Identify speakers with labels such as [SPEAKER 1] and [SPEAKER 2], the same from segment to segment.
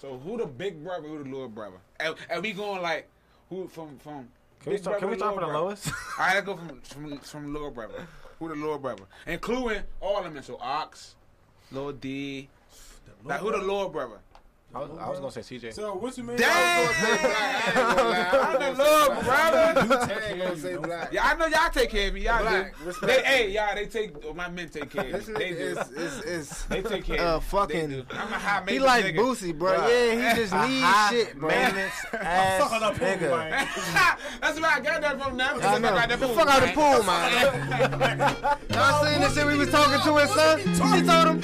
[SPEAKER 1] So who the big brother? Who the little brother? And, and we going like who from from?
[SPEAKER 2] Can we
[SPEAKER 1] big
[SPEAKER 2] start,
[SPEAKER 1] brother
[SPEAKER 2] can we
[SPEAKER 1] to
[SPEAKER 2] start from the
[SPEAKER 1] brother?
[SPEAKER 2] lowest?
[SPEAKER 1] All right, let's go from from from little brother. Who the little brother? Including all of them. So Ox, Lil D. Like who the little brother?
[SPEAKER 2] I was, I was gonna say CJ.
[SPEAKER 3] So what you mean?
[SPEAKER 1] Dang! I'm the little brother.
[SPEAKER 4] I ain't gonna say black.
[SPEAKER 1] Yeah, I know y'all take care of me. Y'all
[SPEAKER 4] Black,
[SPEAKER 1] do. They,
[SPEAKER 4] respect.
[SPEAKER 1] hey, y'all, they take oh, my men take care
[SPEAKER 4] This
[SPEAKER 1] of me. They
[SPEAKER 4] nigga
[SPEAKER 1] do.
[SPEAKER 4] is, is, is,
[SPEAKER 1] They take care.
[SPEAKER 4] uh,
[SPEAKER 1] of me.
[SPEAKER 4] fucking.
[SPEAKER 1] They do. I'm a high
[SPEAKER 4] He
[SPEAKER 1] maintenance
[SPEAKER 4] like
[SPEAKER 1] nigga.
[SPEAKER 4] Boosie, bro.
[SPEAKER 1] Bruh.
[SPEAKER 4] Yeah, he just
[SPEAKER 2] A
[SPEAKER 4] needs
[SPEAKER 2] high
[SPEAKER 4] shit, bro.
[SPEAKER 2] maintenance ass
[SPEAKER 3] Fucking up here,
[SPEAKER 2] nigga.
[SPEAKER 3] man.
[SPEAKER 1] That's where I got that from. Now
[SPEAKER 4] I
[SPEAKER 1] Got
[SPEAKER 4] know.
[SPEAKER 1] that
[SPEAKER 4] Get the
[SPEAKER 1] from,
[SPEAKER 4] fuck out of the
[SPEAKER 1] man.
[SPEAKER 4] pool, man. Y'all seen this shit we was talking to his son? He told him,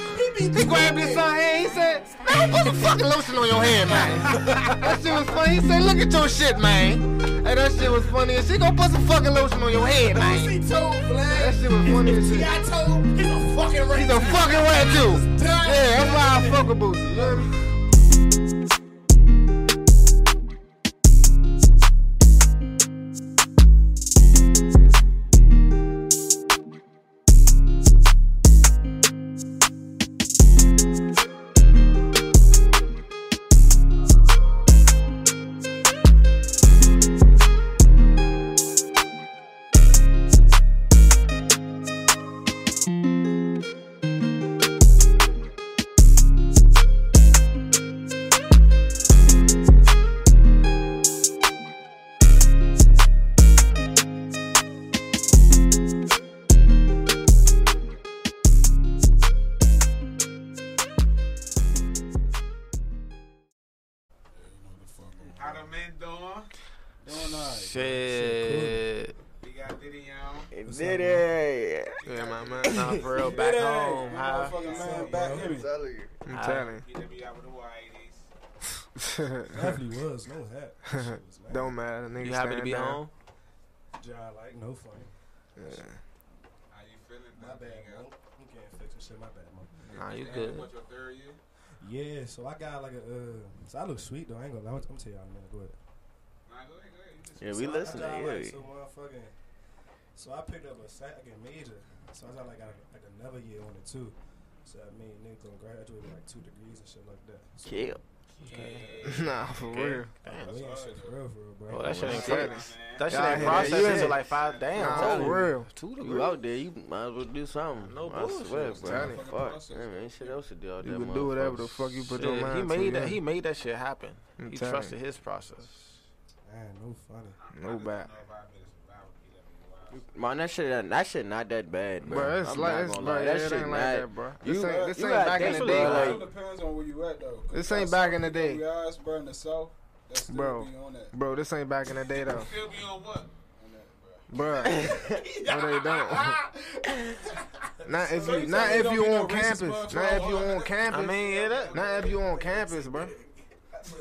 [SPEAKER 4] he grabbed his son hand. He said, man, put some fucking lotion on your head, man. that shit was funny. He said, look at your shit, man. Hey, that shit was funny. And she gonna put some fucking lotion on your head, man. That shit was funny as shit.
[SPEAKER 5] I told him he's a fucking
[SPEAKER 4] He's a fucking rat, too. Yeah, that's why I fuck with Boosie. You know what I mean?
[SPEAKER 1] How the men doing?
[SPEAKER 4] Shit.
[SPEAKER 1] We got Diddy on.
[SPEAKER 4] Did it. Yeah, my man. Nah, for real. Back
[SPEAKER 3] Hey,
[SPEAKER 4] home.
[SPEAKER 3] my
[SPEAKER 4] Huh?
[SPEAKER 3] motherfucking man back in it.
[SPEAKER 4] I'm telling.
[SPEAKER 1] He done be out with the whiteys.
[SPEAKER 3] Definitely was. No hat. Shit was mad.
[SPEAKER 4] Don't matter. Nigga,
[SPEAKER 5] You happy to
[SPEAKER 4] stand
[SPEAKER 5] be
[SPEAKER 4] down.
[SPEAKER 5] home?
[SPEAKER 3] John, like, no funny.
[SPEAKER 1] How you feeling?
[SPEAKER 3] My bad, man. You can't fix this shit. My bad, man.
[SPEAKER 5] Nah, you good.
[SPEAKER 1] What's your third year?
[SPEAKER 3] Yeah, so I got like a. Uh, so I look sweet though. I ain't gonna. lie. I'm gonna tell y'all in a minute. Go ahead.
[SPEAKER 1] Nah, go ahead, go ahead. You just-
[SPEAKER 5] Yeah, we
[SPEAKER 3] so
[SPEAKER 5] listening.
[SPEAKER 3] I, I got,
[SPEAKER 5] Yeah.
[SPEAKER 3] like, so motherfucking. So I picked up a second major. So I got like, got like another year on it too. So I mean, nigga gonna graduate with like two degrees and shit like that. So,
[SPEAKER 5] Kill.
[SPEAKER 4] Nah, for real.
[SPEAKER 3] Nah, we ain't shit for real, for real, bro.
[SPEAKER 5] Well, that shit ain't
[SPEAKER 4] Shit.
[SPEAKER 5] crazy.
[SPEAKER 4] That
[SPEAKER 5] That
[SPEAKER 4] shit
[SPEAKER 5] shit
[SPEAKER 4] Y'all
[SPEAKER 5] ain't
[SPEAKER 4] ain't hear that? You processed
[SPEAKER 5] processed
[SPEAKER 4] ain't- until,
[SPEAKER 5] until
[SPEAKER 4] like,
[SPEAKER 5] like five down.
[SPEAKER 4] Nah, for real.
[SPEAKER 5] You out there, you might as well do something.
[SPEAKER 4] No
[SPEAKER 5] I
[SPEAKER 4] bullshit,
[SPEAKER 5] swear,
[SPEAKER 4] I'm
[SPEAKER 5] bro.
[SPEAKER 4] telling you.
[SPEAKER 5] Fuck, man, ain't shit else to do out
[SPEAKER 4] You
[SPEAKER 5] there.
[SPEAKER 4] can do whatever the
[SPEAKER 5] motherfucker.
[SPEAKER 4] fuck you put
[SPEAKER 5] Shit,
[SPEAKER 4] your mind
[SPEAKER 5] He
[SPEAKER 4] to,
[SPEAKER 5] made
[SPEAKER 4] yeah.
[SPEAKER 5] that. He made that shit happen.
[SPEAKER 4] I'm
[SPEAKER 5] He
[SPEAKER 4] telling
[SPEAKER 5] trusted
[SPEAKER 4] you.
[SPEAKER 5] his process.
[SPEAKER 3] Man, no funny.
[SPEAKER 4] No bad.
[SPEAKER 5] Man, that shit, that shit not that bad, bro.
[SPEAKER 4] Bro, it's
[SPEAKER 5] I'm
[SPEAKER 4] like,
[SPEAKER 5] not
[SPEAKER 4] it's
[SPEAKER 5] gonna
[SPEAKER 4] like,
[SPEAKER 5] lie. That
[SPEAKER 4] it
[SPEAKER 5] shit
[SPEAKER 4] ain't like
[SPEAKER 5] not-
[SPEAKER 4] that, bro.
[SPEAKER 5] you-
[SPEAKER 4] This ain't, this
[SPEAKER 5] you
[SPEAKER 4] ain't
[SPEAKER 5] got
[SPEAKER 4] back in the
[SPEAKER 5] definitely
[SPEAKER 4] day,
[SPEAKER 5] like-
[SPEAKER 4] like,
[SPEAKER 6] It depends on where you at though. 'cause
[SPEAKER 4] This ain't
[SPEAKER 6] some
[SPEAKER 4] back in the
[SPEAKER 6] people
[SPEAKER 4] day.
[SPEAKER 6] be honest, bro, in the south, that still
[SPEAKER 4] Bro.
[SPEAKER 6] be on that.
[SPEAKER 4] bro, this ain't back in the day, though.
[SPEAKER 1] Still be on what?
[SPEAKER 4] Bro, no, they don't. not if you, not if you on campus. Not if you on campus.
[SPEAKER 5] I mean, it. is.
[SPEAKER 4] not if you on campus, bro.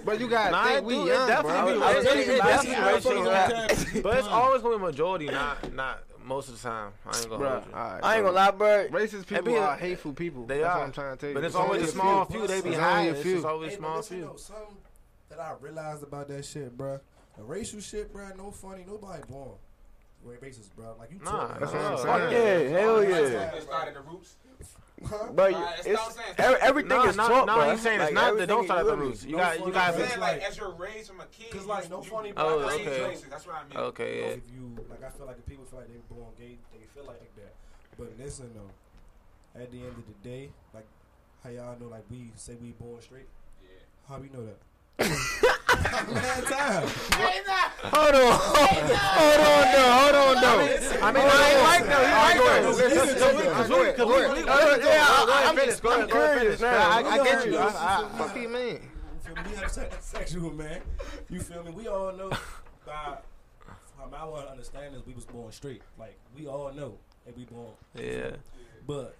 [SPEAKER 4] But you gotta
[SPEAKER 5] Nah, it
[SPEAKER 4] think we
[SPEAKER 5] do- it
[SPEAKER 4] young, bro.
[SPEAKER 5] definitely be like-
[SPEAKER 4] I was- I was-
[SPEAKER 5] it- it definitely
[SPEAKER 6] Motherfuckers
[SPEAKER 5] be
[SPEAKER 6] on
[SPEAKER 5] like-
[SPEAKER 6] campus.
[SPEAKER 2] But it's always gonna be majority, not not most of the time. I ain't gonna
[SPEAKER 4] Bro,
[SPEAKER 2] hold you.
[SPEAKER 4] alright,
[SPEAKER 5] I ain't
[SPEAKER 4] bro.
[SPEAKER 5] gonna lie, bro.
[SPEAKER 4] Racist people
[SPEAKER 5] be a-
[SPEAKER 4] are hateful people.
[SPEAKER 2] They
[SPEAKER 4] That's
[SPEAKER 2] are.
[SPEAKER 4] what I'm trying to tell you.
[SPEAKER 2] But it's, always a small few. They be
[SPEAKER 4] It's
[SPEAKER 2] high.
[SPEAKER 4] only a
[SPEAKER 2] It's
[SPEAKER 4] few.
[SPEAKER 2] just always
[SPEAKER 3] Hey,
[SPEAKER 2] a
[SPEAKER 3] but
[SPEAKER 2] small
[SPEAKER 3] listen,
[SPEAKER 2] few.
[SPEAKER 3] though, something that I realized about that shit, bruh. The racial shit, bruh. No funny. Nobody born ra- racist, bruh. Like you.
[SPEAKER 2] Nah,
[SPEAKER 3] talking
[SPEAKER 2] that's
[SPEAKER 3] about-
[SPEAKER 2] what
[SPEAKER 4] I'm
[SPEAKER 5] Fuck yeah,
[SPEAKER 4] saying.
[SPEAKER 5] hell yeah.
[SPEAKER 1] They started the roots.
[SPEAKER 3] Huh?
[SPEAKER 5] Bro,
[SPEAKER 1] Nah,
[SPEAKER 5] you-
[SPEAKER 1] it's
[SPEAKER 5] it's,
[SPEAKER 1] not saying-
[SPEAKER 5] every- everything
[SPEAKER 2] No,
[SPEAKER 5] is
[SPEAKER 2] no,
[SPEAKER 5] taught,
[SPEAKER 2] no,
[SPEAKER 5] bro.
[SPEAKER 2] he's saying it's
[SPEAKER 5] Like,
[SPEAKER 2] not that.
[SPEAKER 5] everything
[SPEAKER 2] Don't
[SPEAKER 5] is
[SPEAKER 2] start at the
[SPEAKER 5] literally-
[SPEAKER 2] roots. You got, you
[SPEAKER 3] funny
[SPEAKER 2] got.
[SPEAKER 3] shit.
[SPEAKER 1] saying like as you're raised from a kid,
[SPEAKER 3] 'Cause, like, no
[SPEAKER 1] you-
[SPEAKER 3] funny
[SPEAKER 1] you-
[SPEAKER 3] black
[SPEAKER 2] Oh,
[SPEAKER 1] raised
[SPEAKER 2] okay.
[SPEAKER 1] racist, That's what I mean.
[SPEAKER 2] Okay, yeah.
[SPEAKER 3] If you like, I feel like if people feel like they were born gay, they feel like that. But listen though, at the end of the day, like how y'all know, like we say we born straight.
[SPEAKER 1] Yeah.
[SPEAKER 3] How we know that? Man, time.
[SPEAKER 4] Hold on, hold on, though, hold on, though.
[SPEAKER 2] I mean, I ain't like though. He
[SPEAKER 4] Alright,
[SPEAKER 2] like
[SPEAKER 4] go ahead.
[SPEAKER 2] though.
[SPEAKER 4] Listen,
[SPEAKER 2] Listen,
[SPEAKER 4] go ahead,
[SPEAKER 2] cause
[SPEAKER 4] go
[SPEAKER 2] we-
[SPEAKER 4] ahead,
[SPEAKER 2] cause
[SPEAKER 4] go
[SPEAKER 2] we-
[SPEAKER 4] ahead.
[SPEAKER 2] we-
[SPEAKER 4] Go ahead,
[SPEAKER 2] yeah, I-
[SPEAKER 4] go ahead,
[SPEAKER 2] I'm
[SPEAKER 4] finish,
[SPEAKER 2] just-
[SPEAKER 4] go ahead,
[SPEAKER 2] I'm
[SPEAKER 4] go ahead,
[SPEAKER 2] curious
[SPEAKER 4] finish.
[SPEAKER 2] now.
[SPEAKER 4] I-
[SPEAKER 2] I-
[SPEAKER 4] I get you. I- I-
[SPEAKER 3] Listen,
[SPEAKER 4] Fuck you, man.
[SPEAKER 3] You feel me? I'm se- sexual, man. You feel me? We all know by from our understanding, we was born straight. Like we all know that we born.
[SPEAKER 2] Yeah.
[SPEAKER 3] But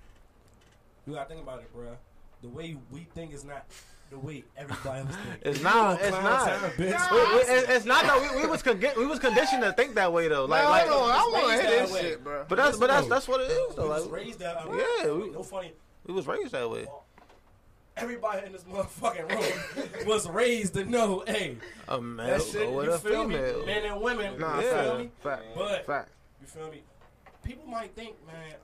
[SPEAKER 3] you gotta think about it, bruh. The way we think is not the way everybody else thinks.
[SPEAKER 2] It's
[SPEAKER 3] You
[SPEAKER 2] not-
[SPEAKER 3] a
[SPEAKER 2] it's
[SPEAKER 3] clown
[SPEAKER 2] not.
[SPEAKER 3] town, bitch.
[SPEAKER 2] We- we- it's it's not that we, we was con- we was conditioned to think that way though. Like,
[SPEAKER 4] Nah,
[SPEAKER 2] like
[SPEAKER 4] hold on, I wanna
[SPEAKER 3] raised
[SPEAKER 4] hear
[SPEAKER 3] that
[SPEAKER 4] this
[SPEAKER 3] way.
[SPEAKER 4] shit, bro.
[SPEAKER 2] but that's but that's that's what it is though.
[SPEAKER 3] We was
[SPEAKER 2] Like,
[SPEAKER 3] raised that. way.
[SPEAKER 2] Yeah, we-
[SPEAKER 3] no funny.
[SPEAKER 2] we was raised that way.
[SPEAKER 3] Everybody in this motherfucking room was raised to know, hey,
[SPEAKER 2] A male
[SPEAKER 3] that shit.
[SPEAKER 2] with
[SPEAKER 3] you
[SPEAKER 2] a
[SPEAKER 3] feel
[SPEAKER 2] female.
[SPEAKER 3] me? Men and women.
[SPEAKER 4] Nah,
[SPEAKER 3] you feel
[SPEAKER 2] Yeah.
[SPEAKER 3] me?
[SPEAKER 4] fact, fact,
[SPEAKER 3] But
[SPEAKER 4] fact.
[SPEAKER 3] You feel me? People might think, man,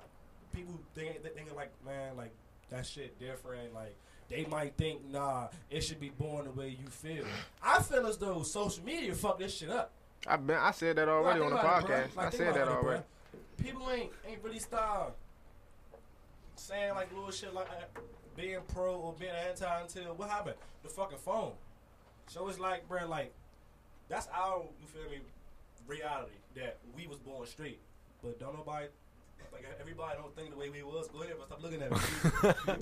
[SPEAKER 3] people think they think like, man, like that shit different. Like they might think, nah, it should be born the way you feel. I feel as though social media fucked this shit up.
[SPEAKER 4] I've been. I said that already
[SPEAKER 3] Like,
[SPEAKER 4] on the
[SPEAKER 3] think about it,
[SPEAKER 4] podcast.
[SPEAKER 3] bruh. Like,
[SPEAKER 4] I
[SPEAKER 3] think
[SPEAKER 4] said
[SPEAKER 3] about
[SPEAKER 4] that
[SPEAKER 3] it, bruh.
[SPEAKER 4] already.
[SPEAKER 3] People ain't ain't really style saying like little shit like that, being pro or being anti until what happened? The fucking phone. So it's like, bruh, like that's our you feel me reality that we was born straight, but don't nobody. Like everybody don't think the way we was. Go ahead, but stop looking at me.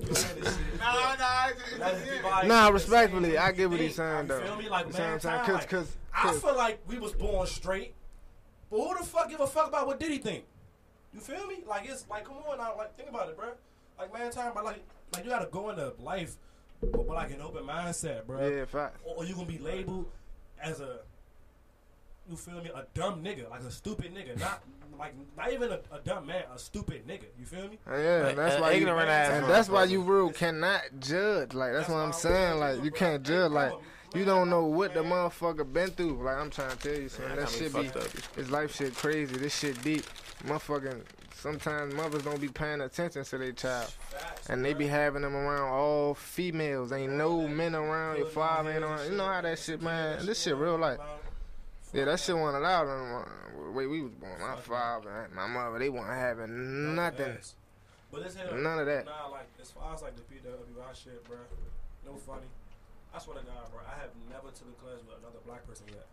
[SPEAKER 3] nah, nah,
[SPEAKER 4] Nah, respectfully, I get what he's saying though.
[SPEAKER 3] Feel me? Like
[SPEAKER 4] You see what
[SPEAKER 3] man,
[SPEAKER 4] I'm saying?
[SPEAKER 3] time,
[SPEAKER 4] Cause,
[SPEAKER 3] like,
[SPEAKER 4] cause,
[SPEAKER 3] I
[SPEAKER 4] 'cause-
[SPEAKER 3] feel like we was born straight, but who the fuck give a fuck about what Diddy think? You feel me? Like it's like come on, now, like think about it, bro. Like man, time, but like like you gotta go into life with, with like an open mindset, bro.
[SPEAKER 4] yeah, fact.
[SPEAKER 3] Or, or you gonna be labeled as a you feel me a dumb nigga, like a stupid nigga, not like not even a, a dumb man, a stupid nigga. You feel me?
[SPEAKER 4] Yeah, and that's why you,
[SPEAKER 5] ignorant ass
[SPEAKER 4] and that's why you real cannot judge. Like that's what I'm saying. Like you can't judge. Like you don't know what the motherfucker been through. Like I'm trying to tell you, son. That shit be This life shit crazy. This shit deep. Motherfucking. Sometimes mothers don't be paying attention to their child, and they be having them around all females. Ain't no men around. Your father ain't around. You know how that shit, man. This shit real life. Yeah, that shit wasn't allowed. on- The way we was born, my father, and my mother, they wasn't having nothing.
[SPEAKER 3] Yes. But it's him.
[SPEAKER 4] None of that.
[SPEAKER 3] Nah, like as far as like the PWI shit, bro. No funny. I swear to God, bro. I have never took a class with another black person yet.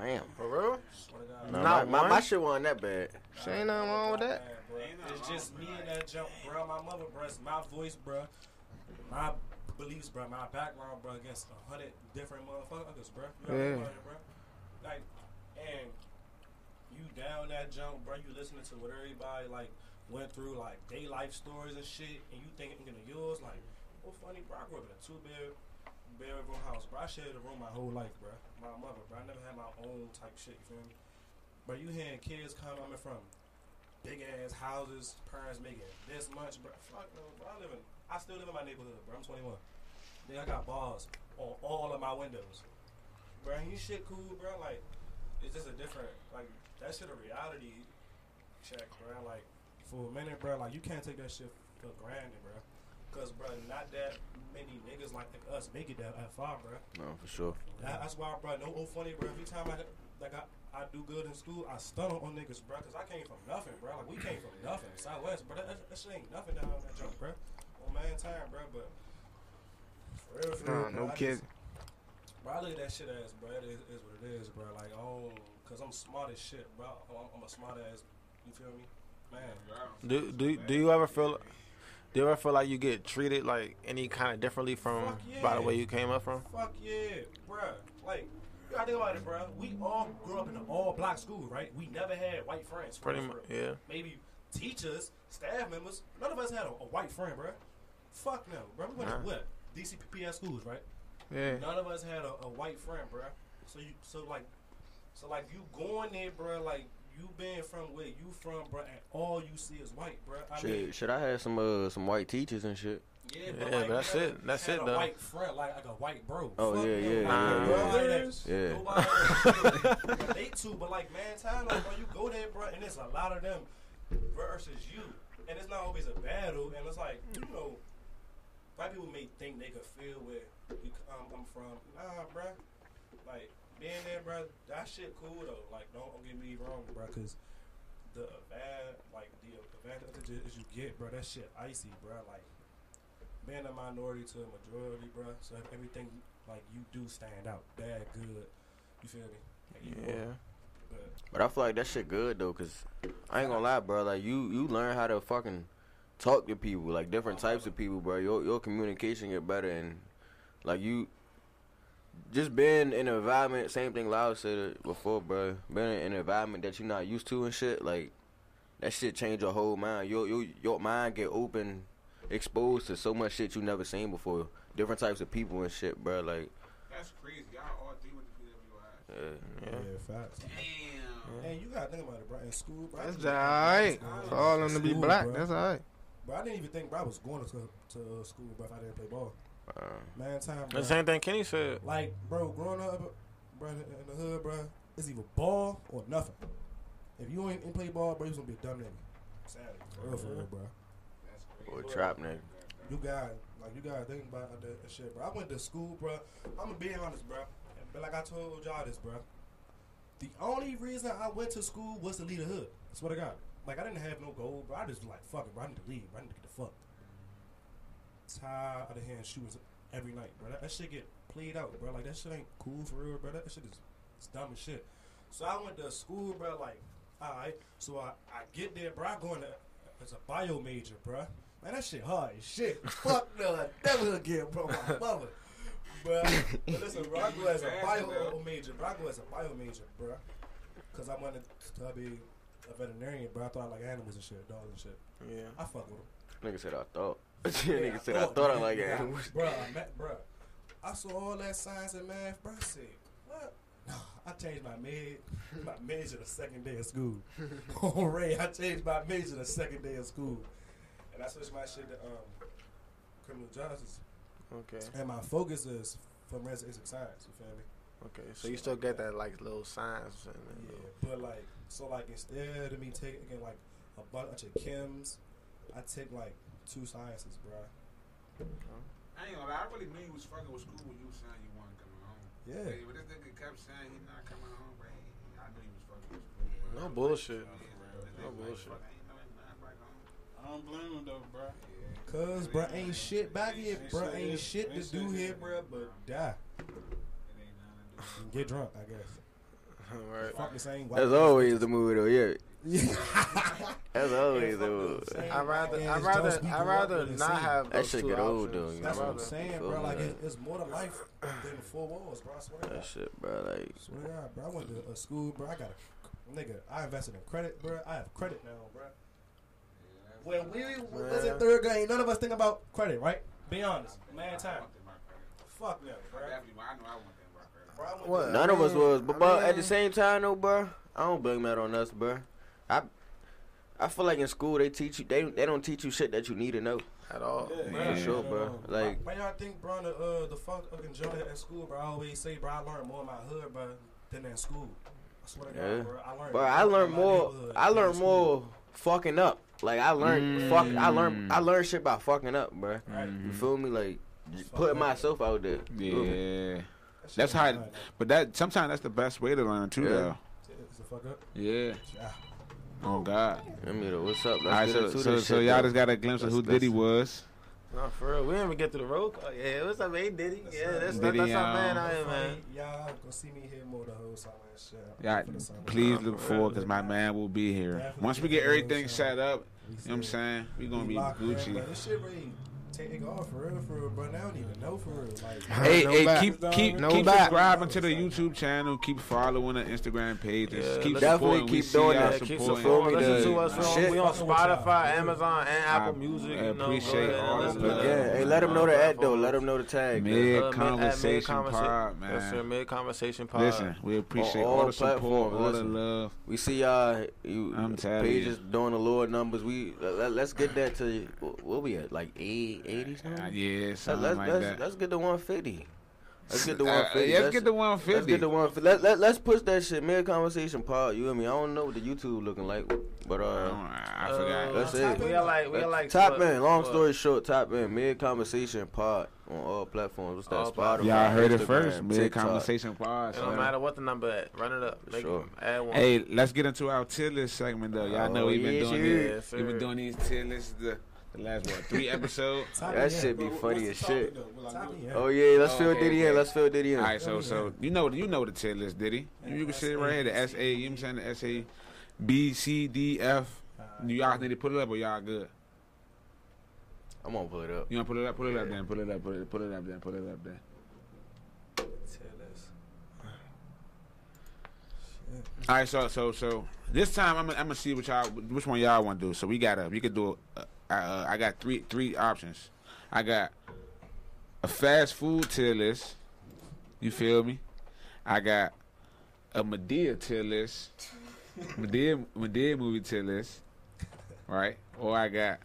[SPEAKER 5] Damn.
[SPEAKER 2] For real?
[SPEAKER 3] Swear to God.
[SPEAKER 5] No,
[SPEAKER 2] Not
[SPEAKER 5] my, my, my
[SPEAKER 2] one?
[SPEAKER 5] shit wasn't that bad.
[SPEAKER 4] She ain't nothing wrong with that.
[SPEAKER 3] Man, bro. It's just me and that jump, bro. My mother, bro. It's my voice, bro. My beliefs, bro. My background, bro. Against a hundred different motherfuckers, bro. You know
[SPEAKER 4] Yeah.
[SPEAKER 3] what I'm saying, bro? Like, and you down that jump, bro. You listening to what everybody like went through, like day life stories and shit, and you thinking of yours, like, oh, funny, bro. I grew up in a two bed. Bedroom house, bro. I shared a room my whole life, bro. My mother, bro. I never had my own type shit, you feel me? But you hearing kids coming from big ass houses, parents making this much, bro. Fuck no, bro. I live in, I still live in my neighborhood, bro. I'm 21. Then I got bars on all of my windows, bro. You shit cool, bro. Like it's just a different, like that shit a reality check, bro. Like for a minute, bro. Like you can't take that shit for granted, bro. Cause, bro, not that many niggas like us make it that, that far, bro.
[SPEAKER 5] No, for sure.
[SPEAKER 3] That, that's why, bro. No old funny, bro. Every time I like I, I do good in school, I stutter on niggas, bro, because I came from nothing, bro. Like we came from nothing, Southwest, bro. That, that, that shit ain't nothing down that jump, bro. On man time, bro. But for real, for real,
[SPEAKER 4] Nah,
[SPEAKER 3] bro,
[SPEAKER 4] no
[SPEAKER 3] I
[SPEAKER 4] kidding.
[SPEAKER 3] just- Bro, I look at that shit as, bro. It is, is what it is, bro. Like oh, cause I'm smart as shit, bro. I'm, I'm a smart ass. You feel me, man?
[SPEAKER 2] Do do do you ever feel? Do you ever feel like you get treated like any kind of differently from
[SPEAKER 3] Fuck yeah.
[SPEAKER 2] by the way you came up from?
[SPEAKER 3] Fuck yeah, bruh. Like, you gotta think about it, bruh. We all grew up in an all black school, right? We never had white friends. for
[SPEAKER 2] Pretty
[SPEAKER 3] real,
[SPEAKER 2] mu-
[SPEAKER 3] for real.
[SPEAKER 2] yeah.
[SPEAKER 3] Maybe teachers, staff members. None of us had a, a white friend, bruh. Fuck no, bruh. We went
[SPEAKER 2] Nah.
[SPEAKER 3] to what? DCPS schools, right?
[SPEAKER 4] Yeah.
[SPEAKER 3] None of us had a, a white friend, bruh. So you, so like, so like you going there, bruh. Like you been from where you from, bruh, and all you see is white, bruh. I mean,
[SPEAKER 5] Shit, shit, I had some uh, some white teachers and shit.
[SPEAKER 3] yeah, but,
[SPEAKER 2] Yeah,
[SPEAKER 3] like,
[SPEAKER 2] but that's
[SPEAKER 3] you
[SPEAKER 2] it.
[SPEAKER 3] never
[SPEAKER 2] That's
[SPEAKER 3] had
[SPEAKER 2] it,
[SPEAKER 3] a
[SPEAKER 2] though.
[SPEAKER 3] White friend, like, like a white bro.
[SPEAKER 5] Oh,
[SPEAKER 3] Fuck
[SPEAKER 5] yeah,
[SPEAKER 3] no,
[SPEAKER 5] yeah,
[SPEAKER 2] yeah,
[SPEAKER 3] like,
[SPEAKER 2] yeah.
[SPEAKER 3] nobody that-
[SPEAKER 5] Yeah.
[SPEAKER 3] nobody that relate to, but like man, time though, bro. You go there, bro, and it's a lot of them versus you, and it's not always a battle. And it's like you know, white people may think they could feel where you come, come from. Nah, bro. Like being there, bro. That shit cool though. Like don't get me wrong, bro, because the advan like the advantage is you get, bro. That shit icy, bro. Like being a minority to a majority, bro. So if everything like you do stand out, bad, good. You feel me? Like, you
[SPEAKER 2] Yeah.
[SPEAKER 3] But
[SPEAKER 5] But I feel like that shit good though, cause I ain't gonna lie, bro. Like you, you learn how to fucking talk to people, like different types of people, bro. Your your communication get better, and like you, just being in an environment. Same thing Lyle said it before, bro. Being in an environment that you're not used to and shit, like that shit change your whole mind. Your your your mind get open, exposed to so much shit you never seen before. Different types of people and shit, bro. Like,
[SPEAKER 1] That's crazy. Y'all all three with the PWI.
[SPEAKER 5] uh,
[SPEAKER 3] yeah, facts.
[SPEAKER 1] Damn.
[SPEAKER 3] And you gotta think about it, bro. In school, bro. I
[SPEAKER 4] That's
[SPEAKER 3] didn't even
[SPEAKER 4] alright.
[SPEAKER 3] think I was
[SPEAKER 4] For
[SPEAKER 3] going
[SPEAKER 4] all them to be
[SPEAKER 3] school,
[SPEAKER 4] black,
[SPEAKER 3] bro.
[SPEAKER 4] that's alright.
[SPEAKER 3] Bro, I didn't even think bro, I was going to to uh, school, bro. If I didn't play ball,
[SPEAKER 5] uh,
[SPEAKER 3] man, time. Bro.
[SPEAKER 2] The same thing Kenny said.
[SPEAKER 3] Like, bro, growing up, bro, in the hood, bro, it's either ball or nothing. If you ain't, ain't play ball, bro, you was gonna be a dumb nigga. Sadly, for real, for real, bro.
[SPEAKER 5] or trap nigga.
[SPEAKER 3] You got Like you gotta think about that shit, bro. I went to school, bro. I'm gonna be honest, bro. But like I told y'all this, bro. The only reason I went to school was to leave the hood. I swear to God. Like I didn't have no goal, bro. I just was like fuck it, bro. I need to leave. Bro. I need to get the fuck. Tired of the hand shootings every night, bro. That, that shit get played out, bro. Like that shit ain't cool for real, bro. That shit is it's dumb as shit. So I went to school, bro. Like, all right. So I, I get there, bro. I go into as a bio major, bro. Man, that shit hard as shit. Fuck no, I never again, bro. My mother. But, but listen, bro, I go as a bio major, bro. I go as a bio major, bro. Cause I wanted to be a veterinarian, bro. I thought I like animals and shit, dogs and shit.
[SPEAKER 2] Yeah.
[SPEAKER 3] I fuck with them.
[SPEAKER 5] Nigga said I thought. Nigga said
[SPEAKER 3] Oh,
[SPEAKER 5] I thought I like
[SPEAKER 3] bro,
[SPEAKER 5] animals.
[SPEAKER 3] Bro, I met, bro. I saw all that science and math, bro. I said, what? Nah, I changed my mid, my major the second day of school. oh, Ray, I changed my major the second day of school, and I switched my shit to um, criminal justice.
[SPEAKER 2] Okay.
[SPEAKER 3] And my focus is from residential science. You feel me?
[SPEAKER 2] Okay. So you still get that like little signs and then
[SPEAKER 5] Oh.
[SPEAKER 3] Yeah,
[SPEAKER 2] little-
[SPEAKER 3] but like, so like instead of me taking like a bunch of chems, I take like two sciences, bro.
[SPEAKER 1] I ain't gonna lie, I really knew you was fucking with school when you was saying you wasn't coming home.
[SPEAKER 3] Yeah.
[SPEAKER 1] Hey, but this nigga kept saying he not coming home, but he, I knew he was fucking with school. bro.
[SPEAKER 2] No bullshit.
[SPEAKER 1] Yeah, this
[SPEAKER 2] No
[SPEAKER 1] nigga like,
[SPEAKER 2] bullshit.
[SPEAKER 1] fuck, I ain't know he not back
[SPEAKER 7] I
[SPEAKER 1] home.
[SPEAKER 7] don't blame him though, bro.
[SPEAKER 3] Cause bro ain't shit back here, bro ain't shit to do here, bro. But
[SPEAKER 1] It
[SPEAKER 3] die
[SPEAKER 1] ain't nothing to do.
[SPEAKER 3] and get drunk, I guess.
[SPEAKER 2] right.
[SPEAKER 3] Fuck the same. white-
[SPEAKER 5] That's always the movie though. Yeah,
[SPEAKER 3] Yeah.
[SPEAKER 5] that's always the
[SPEAKER 3] Fuck
[SPEAKER 5] movie.
[SPEAKER 3] the same
[SPEAKER 2] I rather
[SPEAKER 3] white
[SPEAKER 2] I
[SPEAKER 3] ass jokes
[SPEAKER 2] rather
[SPEAKER 3] we
[SPEAKER 2] I
[SPEAKER 3] grew up
[SPEAKER 2] rather
[SPEAKER 3] in and
[SPEAKER 2] not
[SPEAKER 3] seen.
[SPEAKER 2] have
[SPEAKER 5] That
[SPEAKER 2] those
[SPEAKER 5] shit
[SPEAKER 2] two
[SPEAKER 5] get old,
[SPEAKER 2] options.
[SPEAKER 5] though,
[SPEAKER 3] That's
[SPEAKER 5] you know?
[SPEAKER 2] I
[SPEAKER 3] what I'm
[SPEAKER 2] rather-
[SPEAKER 3] saying,
[SPEAKER 5] Feel
[SPEAKER 3] bro. Like
[SPEAKER 5] that.
[SPEAKER 3] it, it's more to life than four walls, bro. I swear to
[SPEAKER 5] That
[SPEAKER 3] God.
[SPEAKER 5] shit, bro. Like,
[SPEAKER 3] Swear to God, bro. I went to a school, bro. I got a nigga. I invested in credit, bro. I have credit now, bro. When we was in
[SPEAKER 2] Man.
[SPEAKER 3] third grade, none of us think about credit, right? Be honest, man. Time. Fuck no, bro. Bro, I went to-
[SPEAKER 2] What?
[SPEAKER 5] none of us
[SPEAKER 2] I mean-
[SPEAKER 5] was, but,
[SPEAKER 2] I
[SPEAKER 5] but at the
[SPEAKER 2] mean-
[SPEAKER 5] same time, though, bro, I don't blame that on us, bro. I, I feel like in school they teach you they they don't teach you shit that you need to know.
[SPEAKER 2] at all.
[SPEAKER 5] For sure, bro. Like,
[SPEAKER 3] Why y'all think, bro, the, uh, the fuck fucking joint at school, bro? I always say, bro, I learned more in my hood, bro, than in school. I swear to
[SPEAKER 5] Yeah.
[SPEAKER 3] God, bro. I learned,
[SPEAKER 5] bro, I
[SPEAKER 3] in my
[SPEAKER 5] learned more.
[SPEAKER 3] neighborhood
[SPEAKER 5] I
[SPEAKER 3] than in
[SPEAKER 5] learned
[SPEAKER 3] school.
[SPEAKER 5] more fucking up. Like I learned fuck. I
[SPEAKER 1] Mm.
[SPEAKER 5] learned I learned shit by fucking up, bro.
[SPEAKER 3] Right.
[SPEAKER 1] Mm-hmm.
[SPEAKER 5] You feel me? Like j- putting myself out there. You feel me?
[SPEAKER 1] Yeah,
[SPEAKER 3] That shit
[SPEAKER 1] that's how.
[SPEAKER 3] ain't
[SPEAKER 1] It,
[SPEAKER 3] nothing.
[SPEAKER 1] but that sometimes that's the best way to learn too,
[SPEAKER 5] Yeah.
[SPEAKER 1] though.
[SPEAKER 3] Is the fuck up?
[SPEAKER 1] Yeah.
[SPEAKER 3] Yeah.
[SPEAKER 1] Oh God.
[SPEAKER 5] I mean, what's up? Let's
[SPEAKER 1] All right,
[SPEAKER 5] get
[SPEAKER 1] so
[SPEAKER 5] into
[SPEAKER 1] so,
[SPEAKER 5] this
[SPEAKER 1] so
[SPEAKER 5] shit,
[SPEAKER 1] y'all
[SPEAKER 5] though.
[SPEAKER 1] just got a glimpse of
[SPEAKER 5] Let's-
[SPEAKER 1] who
[SPEAKER 5] let's-
[SPEAKER 1] Diddy was.
[SPEAKER 2] No, for real. We didn't even get to the road. Oh, yeah, what's up, hey Diddy?
[SPEAKER 3] That's
[SPEAKER 2] Yeah,
[SPEAKER 3] right.
[SPEAKER 2] that's
[SPEAKER 1] Diddy,
[SPEAKER 2] that's our
[SPEAKER 1] um,
[SPEAKER 2] man out here, man.
[SPEAKER 3] Y'all gonna see me here more the whole summer and shit. I'm
[SPEAKER 1] Y'all,
[SPEAKER 3] for the summer.
[SPEAKER 1] please look forward because my man will be here.
[SPEAKER 3] Definitely
[SPEAKER 1] Once we get
[SPEAKER 3] get the
[SPEAKER 1] everything
[SPEAKER 3] wheels
[SPEAKER 1] set up,
[SPEAKER 3] We
[SPEAKER 1] you know what I'm
[SPEAKER 3] said,
[SPEAKER 1] saying? We're gonna
[SPEAKER 3] we
[SPEAKER 1] be
[SPEAKER 3] locked in, bro.
[SPEAKER 1] Gucci.
[SPEAKER 3] This shit really take off for real, for real, bro. Now I don't even know for real. Like,
[SPEAKER 1] Hey,
[SPEAKER 2] No
[SPEAKER 1] hey,
[SPEAKER 2] back.
[SPEAKER 1] keep keep
[SPEAKER 2] No
[SPEAKER 1] keep
[SPEAKER 2] back.
[SPEAKER 1] subscribing to the YouTube channel. Keep following the Instagram page. and
[SPEAKER 2] Yeah,
[SPEAKER 1] keep
[SPEAKER 2] let's-
[SPEAKER 5] Definitely
[SPEAKER 1] supporting. We
[SPEAKER 5] keep
[SPEAKER 1] see
[SPEAKER 5] doing
[SPEAKER 1] y'all
[SPEAKER 5] that.
[SPEAKER 2] keep
[SPEAKER 1] supporting.
[SPEAKER 2] supporting.
[SPEAKER 5] me,
[SPEAKER 2] Listen to
[SPEAKER 5] dude.
[SPEAKER 2] us.
[SPEAKER 3] Shit.
[SPEAKER 2] On, we on
[SPEAKER 3] Fucking with y'all.
[SPEAKER 2] Spotify, Amazon, and Apple Music.
[SPEAKER 1] I
[SPEAKER 2] you know,
[SPEAKER 1] appreciate
[SPEAKER 2] go ahead and
[SPEAKER 1] all the
[SPEAKER 2] listen to
[SPEAKER 1] love.
[SPEAKER 2] us.
[SPEAKER 5] Yeah, hey, let him know the ad though. Let him know the tag. though.
[SPEAKER 1] Mid
[SPEAKER 2] Uh, mid-
[SPEAKER 1] conversation
[SPEAKER 2] at mid-conversa-
[SPEAKER 1] pod,
[SPEAKER 2] Yes, sir.
[SPEAKER 1] man.
[SPEAKER 2] Mid conversation pod.
[SPEAKER 1] Listen, we appreciate
[SPEAKER 5] On
[SPEAKER 1] all,
[SPEAKER 5] all
[SPEAKER 1] the support,
[SPEAKER 5] platforms,
[SPEAKER 1] all the
[SPEAKER 5] listen.
[SPEAKER 1] love.
[SPEAKER 5] We see y'all. You,
[SPEAKER 1] I'm tired of
[SPEAKER 5] pages doing the lower numbers. We let, us get that to wh- what we at like eight, 80
[SPEAKER 1] Uh,
[SPEAKER 5] something.
[SPEAKER 1] yeah,
[SPEAKER 5] Let,
[SPEAKER 1] something
[SPEAKER 5] let's,
[SPEAKER 1] like
[SPEAKER 5] let's,
[SPEAKER 1] that.
[SPEAKER 5] let's get to one fifty. Let's get to
[SPEAKER 1] Uh,
[SPEAKER 5] one fifty.
[SPEAKER 1] let's get to one
[SPEAKER 5] Let's
[SPEAKER 1] fifty.
[SPEAKER 5] get to one fifty. Let, let, let's push that shit. Mid conversation pod. You and me. I don't know what the YouTube looking like, but
[SPEAKER 1] I,
[SPEAKER 5] uh,
[SPEAKER 1] don't- Oh, I
[SPEAKER 2] Uh,
[SPEAKER 1] forgot.
[SPEAKER 5] That's it.
[SPEAKER 2] We got like we got like
[SPEAKER 5] top
[SPEAKER 2] what-
[SPEAKER 5] end. Long
[SPEAKER 2] what?
[SPEAKER 5] story short, top end. Mid conversation pod on all platforms. What's that?
[SPEAKER 2] All
[SPEAKER 5] Spotify.
[SPEAKER 2] platforms.
[SPEAKER 1] Y'all heard it
[SPEAKER 5] Instagram,
[SPEAKER 1] first. Mid
[SPEAKER 5] TikTok.
[SPEAKER 1] conversation pod.
[SPEAKER 2] It don't
[SPEAKER 1] son.
[SPEAKER 2] matter what the number at. Run it up.
[SPEAKER 5] For
[SPEAKER 2] Make it-
[SPEAKER 5] sure.
[SPEAKER 2] Add one.
[SPEAKER 1] Hey, let's get into our tier list segment though. Y'all know
[SPEAKER 5] Oh,
[SPEAKER 1] we've been
[SPEAKER 5] yes,
[SPEAKER 1] doing
[SPEAKER 5] sir.
[SPEAKER 1] these.
[SPEAKER 2] Yes,
[SPEAKER 1] We've been
[SPEAKER 2] sir.
[SPEAKER 1] doing these tier lists the, the last what three episodes.
[SPEAKER 3] top
[SPEAKER 5] That
[SPEAKER 3] me
[SPEAKER 5] shit
[SPEAKER 3] in,
[SPEAKER 5] be
[SPEAKER 7] But what-
[SPEAKER 5] funny as
[SPEAKER 7] what's the
[SPEAKER 5] shit.
[SPEAKER 7] topic, though? Will I
[SPEAKER 3] Top
[SPEAKER 7] do
[SPEAKER 3] me
[SPEAKER 7] it?
[SPEAKER 3] in.
[SPEAKER 5] Oh yeah, let's
[SPEAKER 1] Oh,
[SPEAKER 5] fill
[SPEAKER 1] okay,
[SPEAKER 5] Diddy in.
[SPEAKER 1] okay.
[SPEAKER 5] Let's fill Diddy in.
[SPEAKER 1] All right, so so you know you know the tier list, Diddy. You, you can see it right here. The S A. You know what I'm saying the S A, B C D F. Do y'all need to put it up or y'all good?
[SPEAKER 5] I'm gonna pull it up.
[SPEAKER 1] You want to put it up? Put it up then. Put it up. Put it. Put it up then. Put it up then. All right, so so so this time I'm gonna- I'm gonna see what y'all which one y'all want to do. So we gotta we could do. Uh, uh, I got three three options. I got a fast food tier list. You feel me? I got a Medea tier list. Medea Medea movie tier list, right? Or I got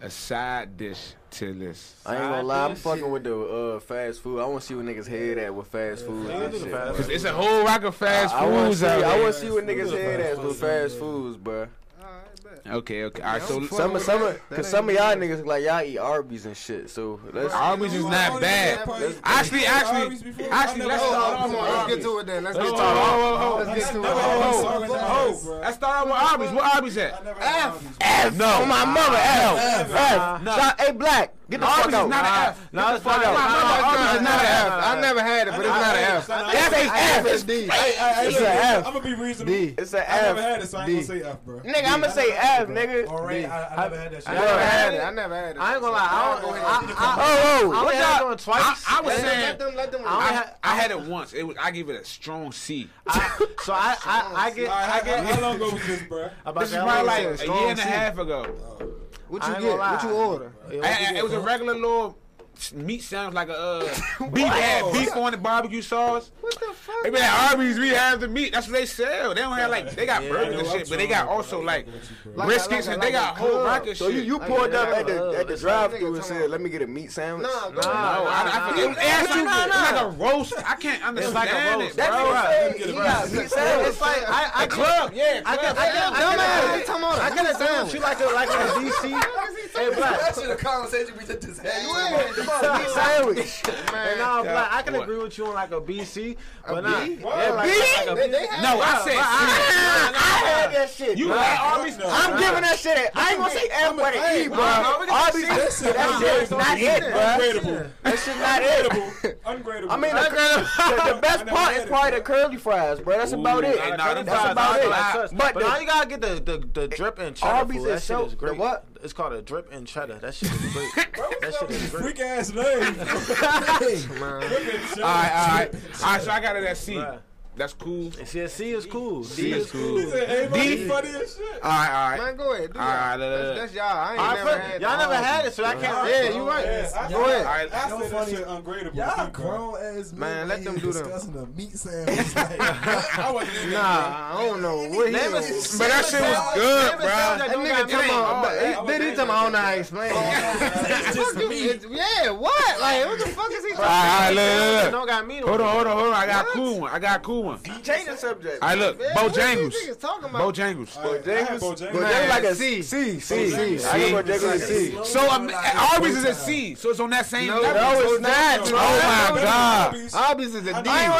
[SPEAKER 1] a side dish tier list.
[SPEAKER 5] I ain't
[SPEAKER 2] Side
[SPEAKER 5] gonna lie, I'm
[SPEAKER 2] dish
[SPEAKER 5] fucking with the uh, fast food. I want to see what niggas head at with fast food.
[SPEAKER 2] Yeah,
[SPEAKER 5] and
[SPEAKER 2] do the
[SPEAKER 5] shit,
[SPEAKER 2] fast
[SPEAKER 5] bro.
[SPEAKER 2] food.
[SPEAKER 1] Cause it's a whole rock of fast
[SPEAKER 5] I, I want to
[SPEAKER 1] foods
[SPEAKER 5] see.
[SPEAKER 1] out
[SPEAKER 5] I
[SPEAKER 1] there.
[SPEAKER 5] want to see what niggas head at with fast foods, bro.
[SPEAKER 4] that.
[SPEAKER 1] Okay, okay. All right, so
[SPEAKER 4] I'm
[SPEAKER 5] Some of some
[SPEAKER 4] That
[SPEAKER 5] of,
[SPEAKER 4] ain't
[SPEAKER 5] cause some of y'all
[SPEAKER 4] good.
[SPEAKER 5] niggas like y'all eat Arby's and shit. So let's.
[SPEAKER 1] Arby's is not bad. Actually,
[SPEAKER 8] Arby's
[SPEAKER 1] actually,
[SPEAKER 8] before?
[SPEAKER 1] actually,
[SPEAKER 8] I
[SPEAKER 1] let's
[SPEAKER 8] never-
[SPEAKER 1] start
[SPEAKER 8] Oh,
[SPEAKER 1] off
[SPEAKER 4] Come
[SPEAKER 1] with
[SPEAKER 4] on, let's get
[SPEAKER 1] Arby's.
[SPEAKER 4] to it then. Let's
[SPEAKER 1] Oh,
[SPEAKER 4] get to
[SPEAKER 1] oh,
[SPEAKER 4] it.
[SPEAKER 1] oh, oh, oh.
[SPEAKER 4] Let's get to it.
[SPEAKER 1] Oh,
[SPEAKER 8] Sorry,
[SPEAKER 1] oh, oh.
[SPEAKER 8] bro.
[SPEAKER 1] Let's start off with Arby's. What Arby's at?
[SPEAKER 4] F.
[SPEAKER 5] F no, my mother F F.
[SPEAKER 1] No.
[SPEAKER 5] Shout- Hey black, get the
[SPEAKER 1] Arby's
[SPEAKER 5] fuck
[SPEAKER 1] is
[SPEAKER 5] out.
[SPEAKER 1] not an F.
[SPEAKER 2] No, it's fuck
[SPEAKER 1] Nah,
[SPEAKER 2] out.
[SPEAKER 1] nah, nah,
[SPEAKER 4] Arby's is not an F.
[SPEAKER 2] nah,
[SPEAKER 4] I never had it, but it's not an F.
[SPEAKER 5] F is F is D.
[SPEAKER 4] D.
[SPEAKER 5] It's a F.
[SPEAKER 8] I'm gonna be reasonable.
[SPEAKER 4] D.
[SPEAKER 5] It's a
[SPEAKER 8] I never
[SPEAKER 5] F.
[SPEAKER 8] had it, so I ain't gonna say F, bro.
[SPEAKER 5] Nigga, I'ma say F, nigga.
[SPEAKER 9] Already, I, I never had that shit.
[SPEAKER 4] I never had it. I never had it.
[SPEAKER 2] I ain't gonna lie. I don't. I, I,
[SPEAKER 5] Oh,
[SPEAKER 2] I
[SPEAKER 5] oh,
[SPEAKER 2] only
[SPEAKER 5] what
[SPEAKER 2] had it
[SPEAKER 5] y'all?
[SPEAKER 2] on twice.
[SPEAKER 1] I, I was
[SPEAKER 4] Let them-
[SPEAKER 1] saying,
[SPEAKER 4] let them, let them.
[SPEAKER 2] I-
[SPEAKER 1] I, I had it once. It was, I give it a strong C.
[SPEAKER 2] I- so I, I, I get, I
[SPEAKER 8] How,
[SPEAKER 2] get.
[SPEAKER 8] how long ago was this, bro?
[SPEAKER 2] About
[SPEAKER 1] This is
[SPEAKER 2] that
[SPEAKER 1] probably
[SPEAKER 2] long
[SPEAKER 1] like
[SPEAKER 2] ago.
[SPEAKER 1] a
[SPEAKER 2] Strong
[SPEAKER 1] year and a
[SPEAKER 2] C.
[SPEAKER 1] half ago.
[SPEAKER 4] what
[SPEAKER 2] I
[SPEAKER 4] you
[SPEAKER 2] ain't
[SPEAKER 4] get?
[SPEAKER 2] gonna
[SPEAKER 4] What you
[SPEAKER 2] lie.
[SPEAKER 4] order?
[SPEAKER 2] Yeah,
[SPEAKER 1] I-
[SPEAKER 2] what you
[SPEAKER 1] I-
[SPEAKER 2] get,
[SPEAKER 1] it was a
[SPEAKER 2] bro?
[SPEAKER 1] regular little meat sandwich, like a uh, beef had beef on the barbecue sauce.
[SPEAKER 4] What the fuck?
[SPEAKER 1] They be like Arby's, we have the meat. That's what they sell. They don't have like they got burgers and shit, but they got also like
[SPEAKER 4] Like a-
[SPEAKER 1] briskets
[SPEAKER 4] like a-
[SPEAKER 1] and
[SPEAKER 4] like
[SPEAKER 1] they got
[SPEAKER 4] a
[SPEAKER 1] whole
[SPEAKER 4] club.
[SPEAKER 1] rocket
[SPEAKER 5] So you,
[SPEAKER 1] shit.
[SPEAKER 5] you
[SPEAKER 4] Like,
[SPEAKER 5] pulled up
[SPEAKER 4] yeah,
[SPEAKER 5] at the
[SPEAKER 4] uh,
[SPEAKER 5] at the
[SPEAKER 4] it's like,
[SPEAKER 5] drive through
[SPEAKER 4] nigga,
[SPEAKER 5] and
[SPEAKER 4] come
[SPEAKER 5] said,
[SPEAKER 4] on.
[SPEAKER 5] "Let me get a meat sandwich."
[SPEAKER 4] Nah,
[SPEAKER 1] no, I,
[SPEAKER 4] nah.
[SPEAKER 1] I
[SPEAKER 2] nah,
[SPEAKER 1] forget. It was ass
[SPEAKER 5] nah,
[SPEAKER 1] like,
[SPEAKER 5] nah.
[SPEAKER 1] like a roast. I can't understand
[SPEAKER 2] like a
[SPEAKER 1] it.
[SPEAKER 2] roast,
[SPEAKER 1] Bro.
[SPEAKER 5] That
[SPEAKER 2] Bro, right.
[SPEAKER 5] nigga
[SPEAKER 8] Let me
[SPEAKER 5] said
[SPEAKER 8] get
[SPEAKER 5] he
[SPEAKER 8] a
[SPEAKER 5] got
[SPEAKER 8] roast.
[SPEAKER 5] meat sandwich.
[SPEAKER 2] It's like I, I
[SPEAKER 1] A club, yeah, club.
[SPEAKER 2] I get, I get, I
[SPEAKER 4] Dumbass,
[SPEAKER 2] get,
[SPEAKER 4] you talking about? I get a sandwich.
[SPEAKER 2] She like a like a DC. hey, black.
[SPEAKER 3] should have conversation we just had. You
[SPEAKER 5] Meat sandwich.
[SPEAKER 2] And now,
[SPEAKER 1] Yeah.
[SPEAKER 2] black. I can
[SPEAKER 1] What?
[SPEAKER 2] agree with you on like a BC, but not.
[SPEAKER 4] B?
[SPEAKER 2] Yeah, like, like a
[SPEAKER 4] They, they had
[SPEAKER 1] No,
[SPEAKER 4] it.
[SPEAKER 1] I said
[SPEAKER 5] I had that shit.
[SPEAKER 1] you
[SPEAKER 5] bro.
[SPEAKER 1] had Arby's.
[SPEAKER 5] I'm giving that shit. A, I ain't gonna say F but an E, bro.
[SPEAKER 1] nah, we can
[SPEAKER 5] Arby's,
[SPEAKER 1] just
[SPEAKER 8] say-
[SPEAKER 5] that shit is not it, bro.
[SPEAKER 8] Ungradable.
[SPEAKER 5] That shit not it.
[SPEAKER 8] Ungradable.
[SPEAKER 5] I mean, the, the, the best
[SPEAKER 8] I never
[SPEAKER 5] part
[SPEAKER 8] had
[SPEAKER 5] is
[SPEAKER 8] it,
[SPEAKER 5] probably the curly fries, bro. That's about it.
[SPEAKER 1] nah, them
[SPEAKER 5] That's
[SPEAKER 1] fries
[SPEAKER 5] about
[SPEAKER 1] are
[SPEAKER 5] it.
[SPEAKER 1] like
[SPEAKER 2] But,
[SPEAKER 5] But
[SPEAKER 2] but
[SPEAKER 5] the-
[SPEAKER 2] now you gotta get the, the, the drip and cheddar.
[SPEAKER 5] Arby's
[SPEAKER 2] fool. That
[SPEAKER 5] is
[SPEAKER 2] shit
[SPEAKER 5] so-
[SPEAKER 2] is great.
[SPEAKER 5] the what?
[SPEAKER 2] It's called a drip and cheddar. That shit is great. that shit is great.
[SPEAKER 8] freak ass name.
[SPEAKER 1] All right, all right, all right. So I got it at C.
[SPEAKER 2] Bruh.
[SPEAKER 1] That's cool.
[SPEAKER 2] And see, a C is cool.
[SPEAKER 1] C is cool. All
[SPEAKER 8] Everybody funny as shit.
[SPEAKER 1] right, all right.
[SPEAKER 4] Man, go ahead. Do
[SPEAKER 1] All right,
[SPEAKER 4] that.
[SPEAKER 1] look, look,
[SPEAKER 4] That's,
[SPEAKER 1] look.
[SPEAKER 4] that's y'all. I ain't
[SPEAKER 2] I
[SPEAKER 4] never
[SPEAKER 2] put-
[SPEAKER 4] had.
[SPEAKER 2] y'all
[SPEAKER 4] the
[SPEAKER 2] never
[SPEAKER 4] Arby's.
[SPEAKER 2] had it, so I can't.
[SPEAKER 4] Yeah, you right.
[SPEAKER 8] I,
[SPEAKER 4] Go ahead.
[SPEAKER 1] All right.
[SPEAKER 8] I
[SPEAKER 3] Y'all
[SPEAKER 8] said that
[SPEAKER 3] funny.
[SPEAKER 8] shit ungradable.
[SPEAKER 3] Y'all
[SPEAKER 8] Freak, bro.
[SPEAKER 3] grown ass men.
[SPEAKER 4] Man, let them
[SPEAKER 3] in
[SPEAKER 4] do them.
[SPEAKER 3] Discussing a meat sandwich. Like,
[SPEAKER 8] I wasn't even
[SPEAKER 4] Nah, I don't know what he
[SPEAKER 2] Name
[SPEAKER 4] was.
[SPEAKER 2] is-
[SPEAKER 1] But that shit was good,
[SPEAKER 2] Name is something
[SPEAKER 1] bro.
[SPEAKER 4] That
[SPEAKER 2] don't
[SPEAKER 4] nigga
[SPEAKER 2] got
[SPEAKER 4] talking
[SPEAKER 2] name.
[SPEAKER 1] all
[SPEAKER 4] about.
[SPEAKER 1] that.
[SPEAKER 4] Then he talking about. I don't know how to explain.
[SPEAKER 3] it's just
[SPEAKER 4] Fuck you,
[SPEAKER 3] meat.
[SPEAKER 4] it's- Yeah, what? Like, what the fuck is he
[SPEAKER 1] All
[SPEAKER 4] talking
[SPEAKER 1] right, all
[SPEAKER 4] about?
[SPEAKER 1] right,
[SPEAKER 2] That
[SPEAKER 1] look, look,
[SPEAKER 2] Don't got meat
[SPEAKER 1] look. Hold
[SPEAKER 2] on.
[SPEAKER 1] on,
[SPEAKER 2] it.
[SPEAKER 1] hold on, hold on. I got a cool one. I got a cool one.
[SPEAKER 5] Change the subject.
[SPEAKER 1] All right, look.
[SPEAKER 4] Man, what
[SPEAKER 1] Bojangles.
[SPEAKER 4] these niggas talking about?
[SPEAKER 1] Bojangles.
[SPEAKER 5] Bojangles.
[SPEAKER 8] Bojangles.
[SPEAKER 5] Bojangles like a
[SPEAKER 4] C.
[SPEAKER 5] C. C.
[SPEAKER 4] C.
[SPEAKER 5] C. I give Bojangles a C.
[SPEAKER 1] So um, Arby's is a C. So it's on that same
[SPEAKER 4] No,
[SPEAKER 1] level.
[SPEAKER 4] no, it's not.
[SPEAKER 1] Oh my god.
[SPEAKER 4] Arby's is a D.
[SPEAKER 5] I ain't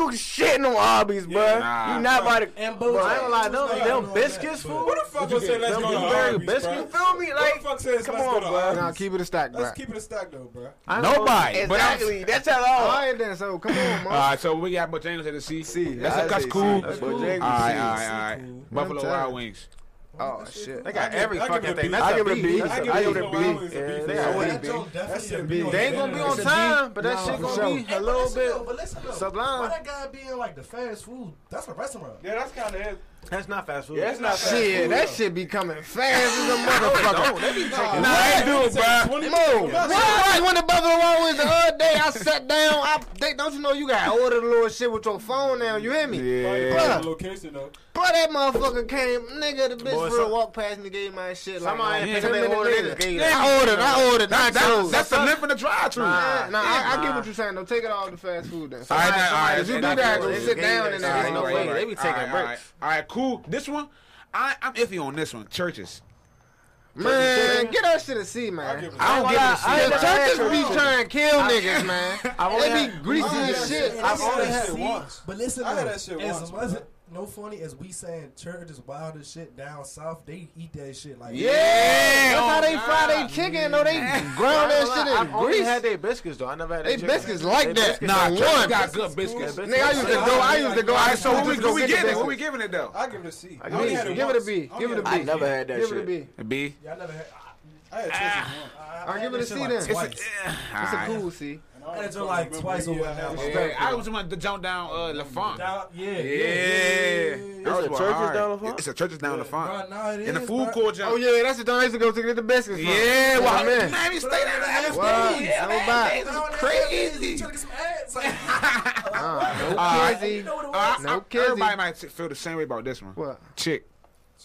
[SPEAKER 5] gonna lie, Bojangles shitting on Arby's, bro.
[SPEAKER 1] nah.
[SPEAKER 5] You not about to.
[SPEAKER 3] And
[SPEAKER 2] Bro,
[SPEAKER 3] booze.
[SPEAKER 2] I ain't gonna lie, them, them biscuits, fool.
[SPEAKER 8] Who the fuck would say let's
[SPEAKER 2] Them
[SPEAKER 8] go to
[SPEAKER 2] blueberry
[SPEAKER 8] Arby's,
[SPEAKER 2] biscuit?
[SPEAKER 8] bro?
[SPEAKER 5] You feel me?
[SPEAKER 8] Who the
[SPEAKER 5] Like,
[SPEAKER 8] fuck says
[SPEAKER 5] come
[SPEAKER 8] let's
[SPEAKER 5] on,
[SPEAKER 8] go to
[SPEAKER 5] bro.
[SPEAKER 8] Arby's?
[SPEAKER 4] Nah, keep it a stack, bro.
[SPEAKER 8] Let's keep it a stack though, bro.
[SPEAKER 2] I ain't gonna lie.
[SPEAKER 1] Nobody. But I'm-
[SPEAKER 5] exactly. That's how.
[SPEAKER 4] All
[SPEAKER 5] all.
[SPEAKER 4] right, then. So come on,
[SPEAKER 1] all
[SPEAKER 4] man.
[SPEAKER 1] right, so we got Bojangles at the C.
[SPEAKER 5] C.
[SPEAKER 1] That's,
[SPEAKER 5] I
[SPEAKER 1] that's
[SPEAKER 5] say
[SPEAKER 1] cool.
[SPEAKER 5] C.
[SPEAKER 1] All right, all right,
[SPEAKER 5] Bojangles.
[SPEAKER 1] all right. Buffalo
[SPEAKER 4] telling
[SPEAKER 1] Wild
[SPEAKER 4] you.
[SPEAKER 1] Wings.
[SPEAKER 4] Oh shit.
[SPEAKER 2] They got
[SPEAKER 8] I give-
[SPEAKER 2] every
[SPEAKER 8] I give
[SPEAKER 2] fucking
[SPEAKER 8] it a
[SPEAKER 2] thing.
[SPEAKER 8] B.
[SPEAKER 2] That's
[SPEAKER 5] I give it a B.
[SPEAKER 2] That's
[SPEAKER 5] I give it a B.
[SPEAKER 2] Yeah,
[SPEAKER 8] That's
[SPEAKER 2] they
[SPEAKER 8] a
[SPEAKER 2] got it.
[SPEAKER 8] B.
[SPEAKER 3] That joint
[SPEAKER 8] That's a
[SPEAKER 3] definitely
[SPEAKER 8] B.
[SPEAKER 3] a
[SPEAKER 2] They ain't gonna be on
[SPEAKER 3] It's a
[SPEAKER 2] time, but that
[SPEAKER 4] Nah,
[SPEAKER 2] shit
[SPEAKER 4] for
[SPEAKER 2] gonna
[SPEAKER 4] sure.
[SPEAKER 2] be
[SPEAKER 3] Hey,
[SPEAKER 2] a
[SPEAKER 3] but
[SPEAKER 2] little
[SPEAKER 3] listen though,
[SPEAKER 2] bit
[SPEAKER 3] But listen though,
[SPEAKER 2] sublime.
[SPEAKER 3] Why that guy being like the fast food? That's a restaurant.
[SPEAKER 8] Yeah, that's kind of it.
[SPEAKER 2] That's not fast food.
[SPEAKER 5] That's not fast
[SPEAKER 4] Shit,
[SPEAKER 5] food.
[SPEAKER 4] that shit be coming fast as a motherfucker.
[SPEAKER 1] Nah, they do it, bro.
[SPEAKER 4] Mo, when I went to Buffalo Wild Wings the other day, I sat down. I, they, don't you know you got to order the little shit with your phone now? You hear me?
[SPEAKER 8] Yeah. Location though.
[SPEAKER 4] Bro, that motherfucker came. Nigga, the bitch
[SPEAKER 2] Boy,
[SPEAKER 4] for
[SPEAKER 2] some-
[SPEAKER 4] walk past me, gave my shit. Like,
[SPEAKER 2] Somebody
[SPEAKER 4] ten
[SPEAKER 2] picked up their
[SPEAKER 4] minutes
[SPEAKER 2] order, they
[SPEAKER 4] later.
[SPEAKER 2] just gave you
[SPEAKER 4] Yeah,
[SPEAKER 2] that.
[SPEAKER 4] I ordered. I ordered.
[SPEAKER 1] Nah,
[SPEAKER 4] Nah,
[SPEAKER 1] that's, that's the lip in the drive-thru.
[SPEAKER 2] Nah.
[SPEAKER 4] Nah, I, I get
[SPEAKER 2] Nah.
[SPEAKER 4] what you're saying. though. take it off the fast food then. So,
[SPEAKER 1] All right, all
[SPEAKER 2] Somebody-
[SPEAKER 1] right.
[SPEAKER 2] somebody-
[SPEAKER 1] all right,
[SPEAKER 4] you do that,
[SPEAKER 1] all
[SPEAKER 4] go
[SPEAKER 1] right,
[SPEAKER 4] sit down in
[SPEAKER 1] all
[SPEAKER 4] that
[SPEAKER 1] right,
[SPEAKER 4] bitch. No
[SPEAKER 1] all right,
[SPEAKER 4] way.
[SPEAKER 1] all
[SPEAKER 2] They be taking
[SPEAKER 1] all right, all right.
[SPEAKER 2] breaks.
[SPEAKER 1] All right, cool. This one, I, I'm iffy on this one. Churches.
[SPEAKER 4] man, get that shit a C,
[SPEAKER 8] I
[SPEAKER 4] man.
[SPEAKER 8] give it
[SPEAKER 1] I don't
[SPEAKER 2] Why
[SPEAKER 1] give
[SPEAKER 2] not?
[SPEAKER 1] a
[SPEAKER 2] I
[SPEAKER 1] shit.
[SPEAKER 2] ain't never
[SPEAKER 4] The
[SPEAKER 2] had
[SPEAKER 4] churches be
[SPEAKER 2] Churches.
[SPEAKER 4] trying to kill niggas, man.
[SPEAKER 2] I only
[SPEAKER 4] They
[SPEAKER 2] had-
[SPEAKER 4] be greasy
[SPEAKER 3] I
[SPEAKER 4] as
[SPEAKER 3] had-
[SPEAKER 4] shit.
[SPEAKER 3] I
[SPEAKER 8] I've
[SPEAKER 3] only
[SPEAKER 8] only had
[SPEAKER 3] had
[SPEAKER 8] it
[SPEAKER 3] C.
[SPEAKER 8] once.
[SPEAKER 3] But listen,
[SPEAKER 8] I had
[SPEAKER 3] though,
[SPEAKER 8] that shit
[SPEAKER 3] as
[SPEAKER 8] once,
[SPEAKER 3] much-
[SPEAKER 8] bro.
[SPEAKER 3] no funny as we saying church is wild as shit down south. They eat that shit like
[SPEAKER 1] Yeah.
[SPEAKER 4] That's how
[SPEAKER 1] oh,
[SPEAKER 4] they fry
[SPEAKER 1] God.
[SPEAKER 4] their chicken, though. They ground
[SPEAKER 2] I ain't
[SPEAKER 4] that
[SPEAKER 2] gonna
[SPEAKER 4] shit
[SPEAKER 2] lie,
[SPEAKER 4] in
[SPEAKER 2] I've only
[SPEAKER 4] grease.
[SPEAKER 2] had their biscuits though. I never had their
[SPEAKER 4] They
[SPEAKER 2] chicken.
[SPEAKER 4] biscuits like
[SPEAKER 2] They
[SPEAKER 4] that.
[SPEAKER 2] biscuits-
[SPEAKER 1] Nah,
[SPEAKER 4] the
[SPEAKER 1] churches
[SPEAKER 4] one.
[SPEAKER 1] got good
[SPEAKER 2] Their
[SPEAKER 1] biscuits.
[SPEAKER 2] biscuits-
[SPEAKER 4] Nigga, I used to go. I used to go.
[SPEAKER 1] All
[SPEAKER 4] I
[SPEAKER 1] right,
[SPEAKER 4] used
[SPEAKER 1] so who we,
[SPEAKER 4] to
[SPEAKER 1] who
[SPEAKER 4] go
[SPEAKER 1] we
[SPEAKER 4] get
[SPEAKER 1] giving it?
[SPEAKER 4] the
[SPEAKER 1] Who we
[SPEAKER 4] biscuits.
[SPEAKER 1] giving it though?
[SPEAKER 8] I give it a C. I
[SPEAKER 2] give
[SPEAKER 8] only
[SPEAKER 2] it a
[SPEAKER 8] had
[SPEAKER 2] C.
[SPEAKER 8] it
[SPEAKER 4] Give it a
[SPEAKER 8] once.
[SPEAKER 4] B.
[SPEAKER 8] I
[SPEAKER 4] Give it a
[SPEAKER 8] only
[SPEAKER 4] B.
[SPEAKER 5] I never had that
[SPEAKER 4] Give it a
[SPEAKER 5] shit.
[SPEAKER 4] B.
[SPEAKER 1] A B.
[SPEAKER 3] I never had.
[SPEAKER 8] I had churches once.
[SPEAKER 3] I,
[SPEAKER 4] I'll give it a
[SPEAKER 3] that
[SPEAKER 4] C
[SPEAKER 3] shit like
[SPEAKER 4] then. It's a-
[SPEAKER 3] twice.
[SPEAKER 1] It's
[SPEAKER 4] It's a cool C.
[SPEAKER 8] And I
[SPEAKER 3] I had it
[SPEAKER 8] fucking
[SPEAKER 3] like
[SPEAKER 8] remember
[SPEAKER 3] twice
[SPEAKER 8] the
[SPEAKER 3] over
[SPEAKER 8] year
[SPEAKER 3] an
[SPEAKER 8] I had
[SPEAKER 3] hour.
[SPEAKER 8] it.
[SPEAKER 1] Yeah, I was about to jump down uh, Lafont. Yeah.
[SPEAKER 3] Down- yeah, yeah,
[SPEAKER 1] That was
[SPEAKER 5] a
[SPEAKER 1] about
[SPEAKER 5] Churches
[SPEAKER 1] hard.
[SPEAKER 5] down Lafont?
[SPEAKER 1] It's a churches down
[SPEAKER 3] Bro,
[SPEAKER 1] Lafont.
[SPEAKER 3] nah, it
[SPEAKER 1] In the
[SPEAKER 3] is,
[SPEAKER 1] food
[SPEAKER 3] bro.
[SPEAKER 1] court
[SPEAKER 4] Oh
[SPEAKER 1] jump.
[SPEAKER 4] yeah, that's the dog I used to go to get the biscuits. from.
[SPEAKER 1] Yeah, well,
[SPEAKER 4] man.
[SPEAKER 1] man, you stay there the half
[SPEAKER 4] Wow.
[SPEAKER 1] day.
[SPEAKER 4] Yeah,
[SPEAKER 1] Half
[SPEAKER 4] man.
[SPEAKER 1] day, this is
[SPEAKER 3] Down there,
[SPEAKER 1] crazy.
[SPEAKER 3] trying to get some ads. Like,
[SPEAKER 4] Uh, no
[SPEAKER 1] All right.
[SPEAKER 4] kizzy.
[SPEAKER 3] you know what it was?
[SPEAKER 1] Uh, I-
[SPEAKER 4] No
[SPEAKER 1] I-
[SPEAKER 4] kidding.
[SPEAKER 1] Everybody might feel the same way about this one.
[SPEAKER 4] What?
[SPEAKER 1] Chick.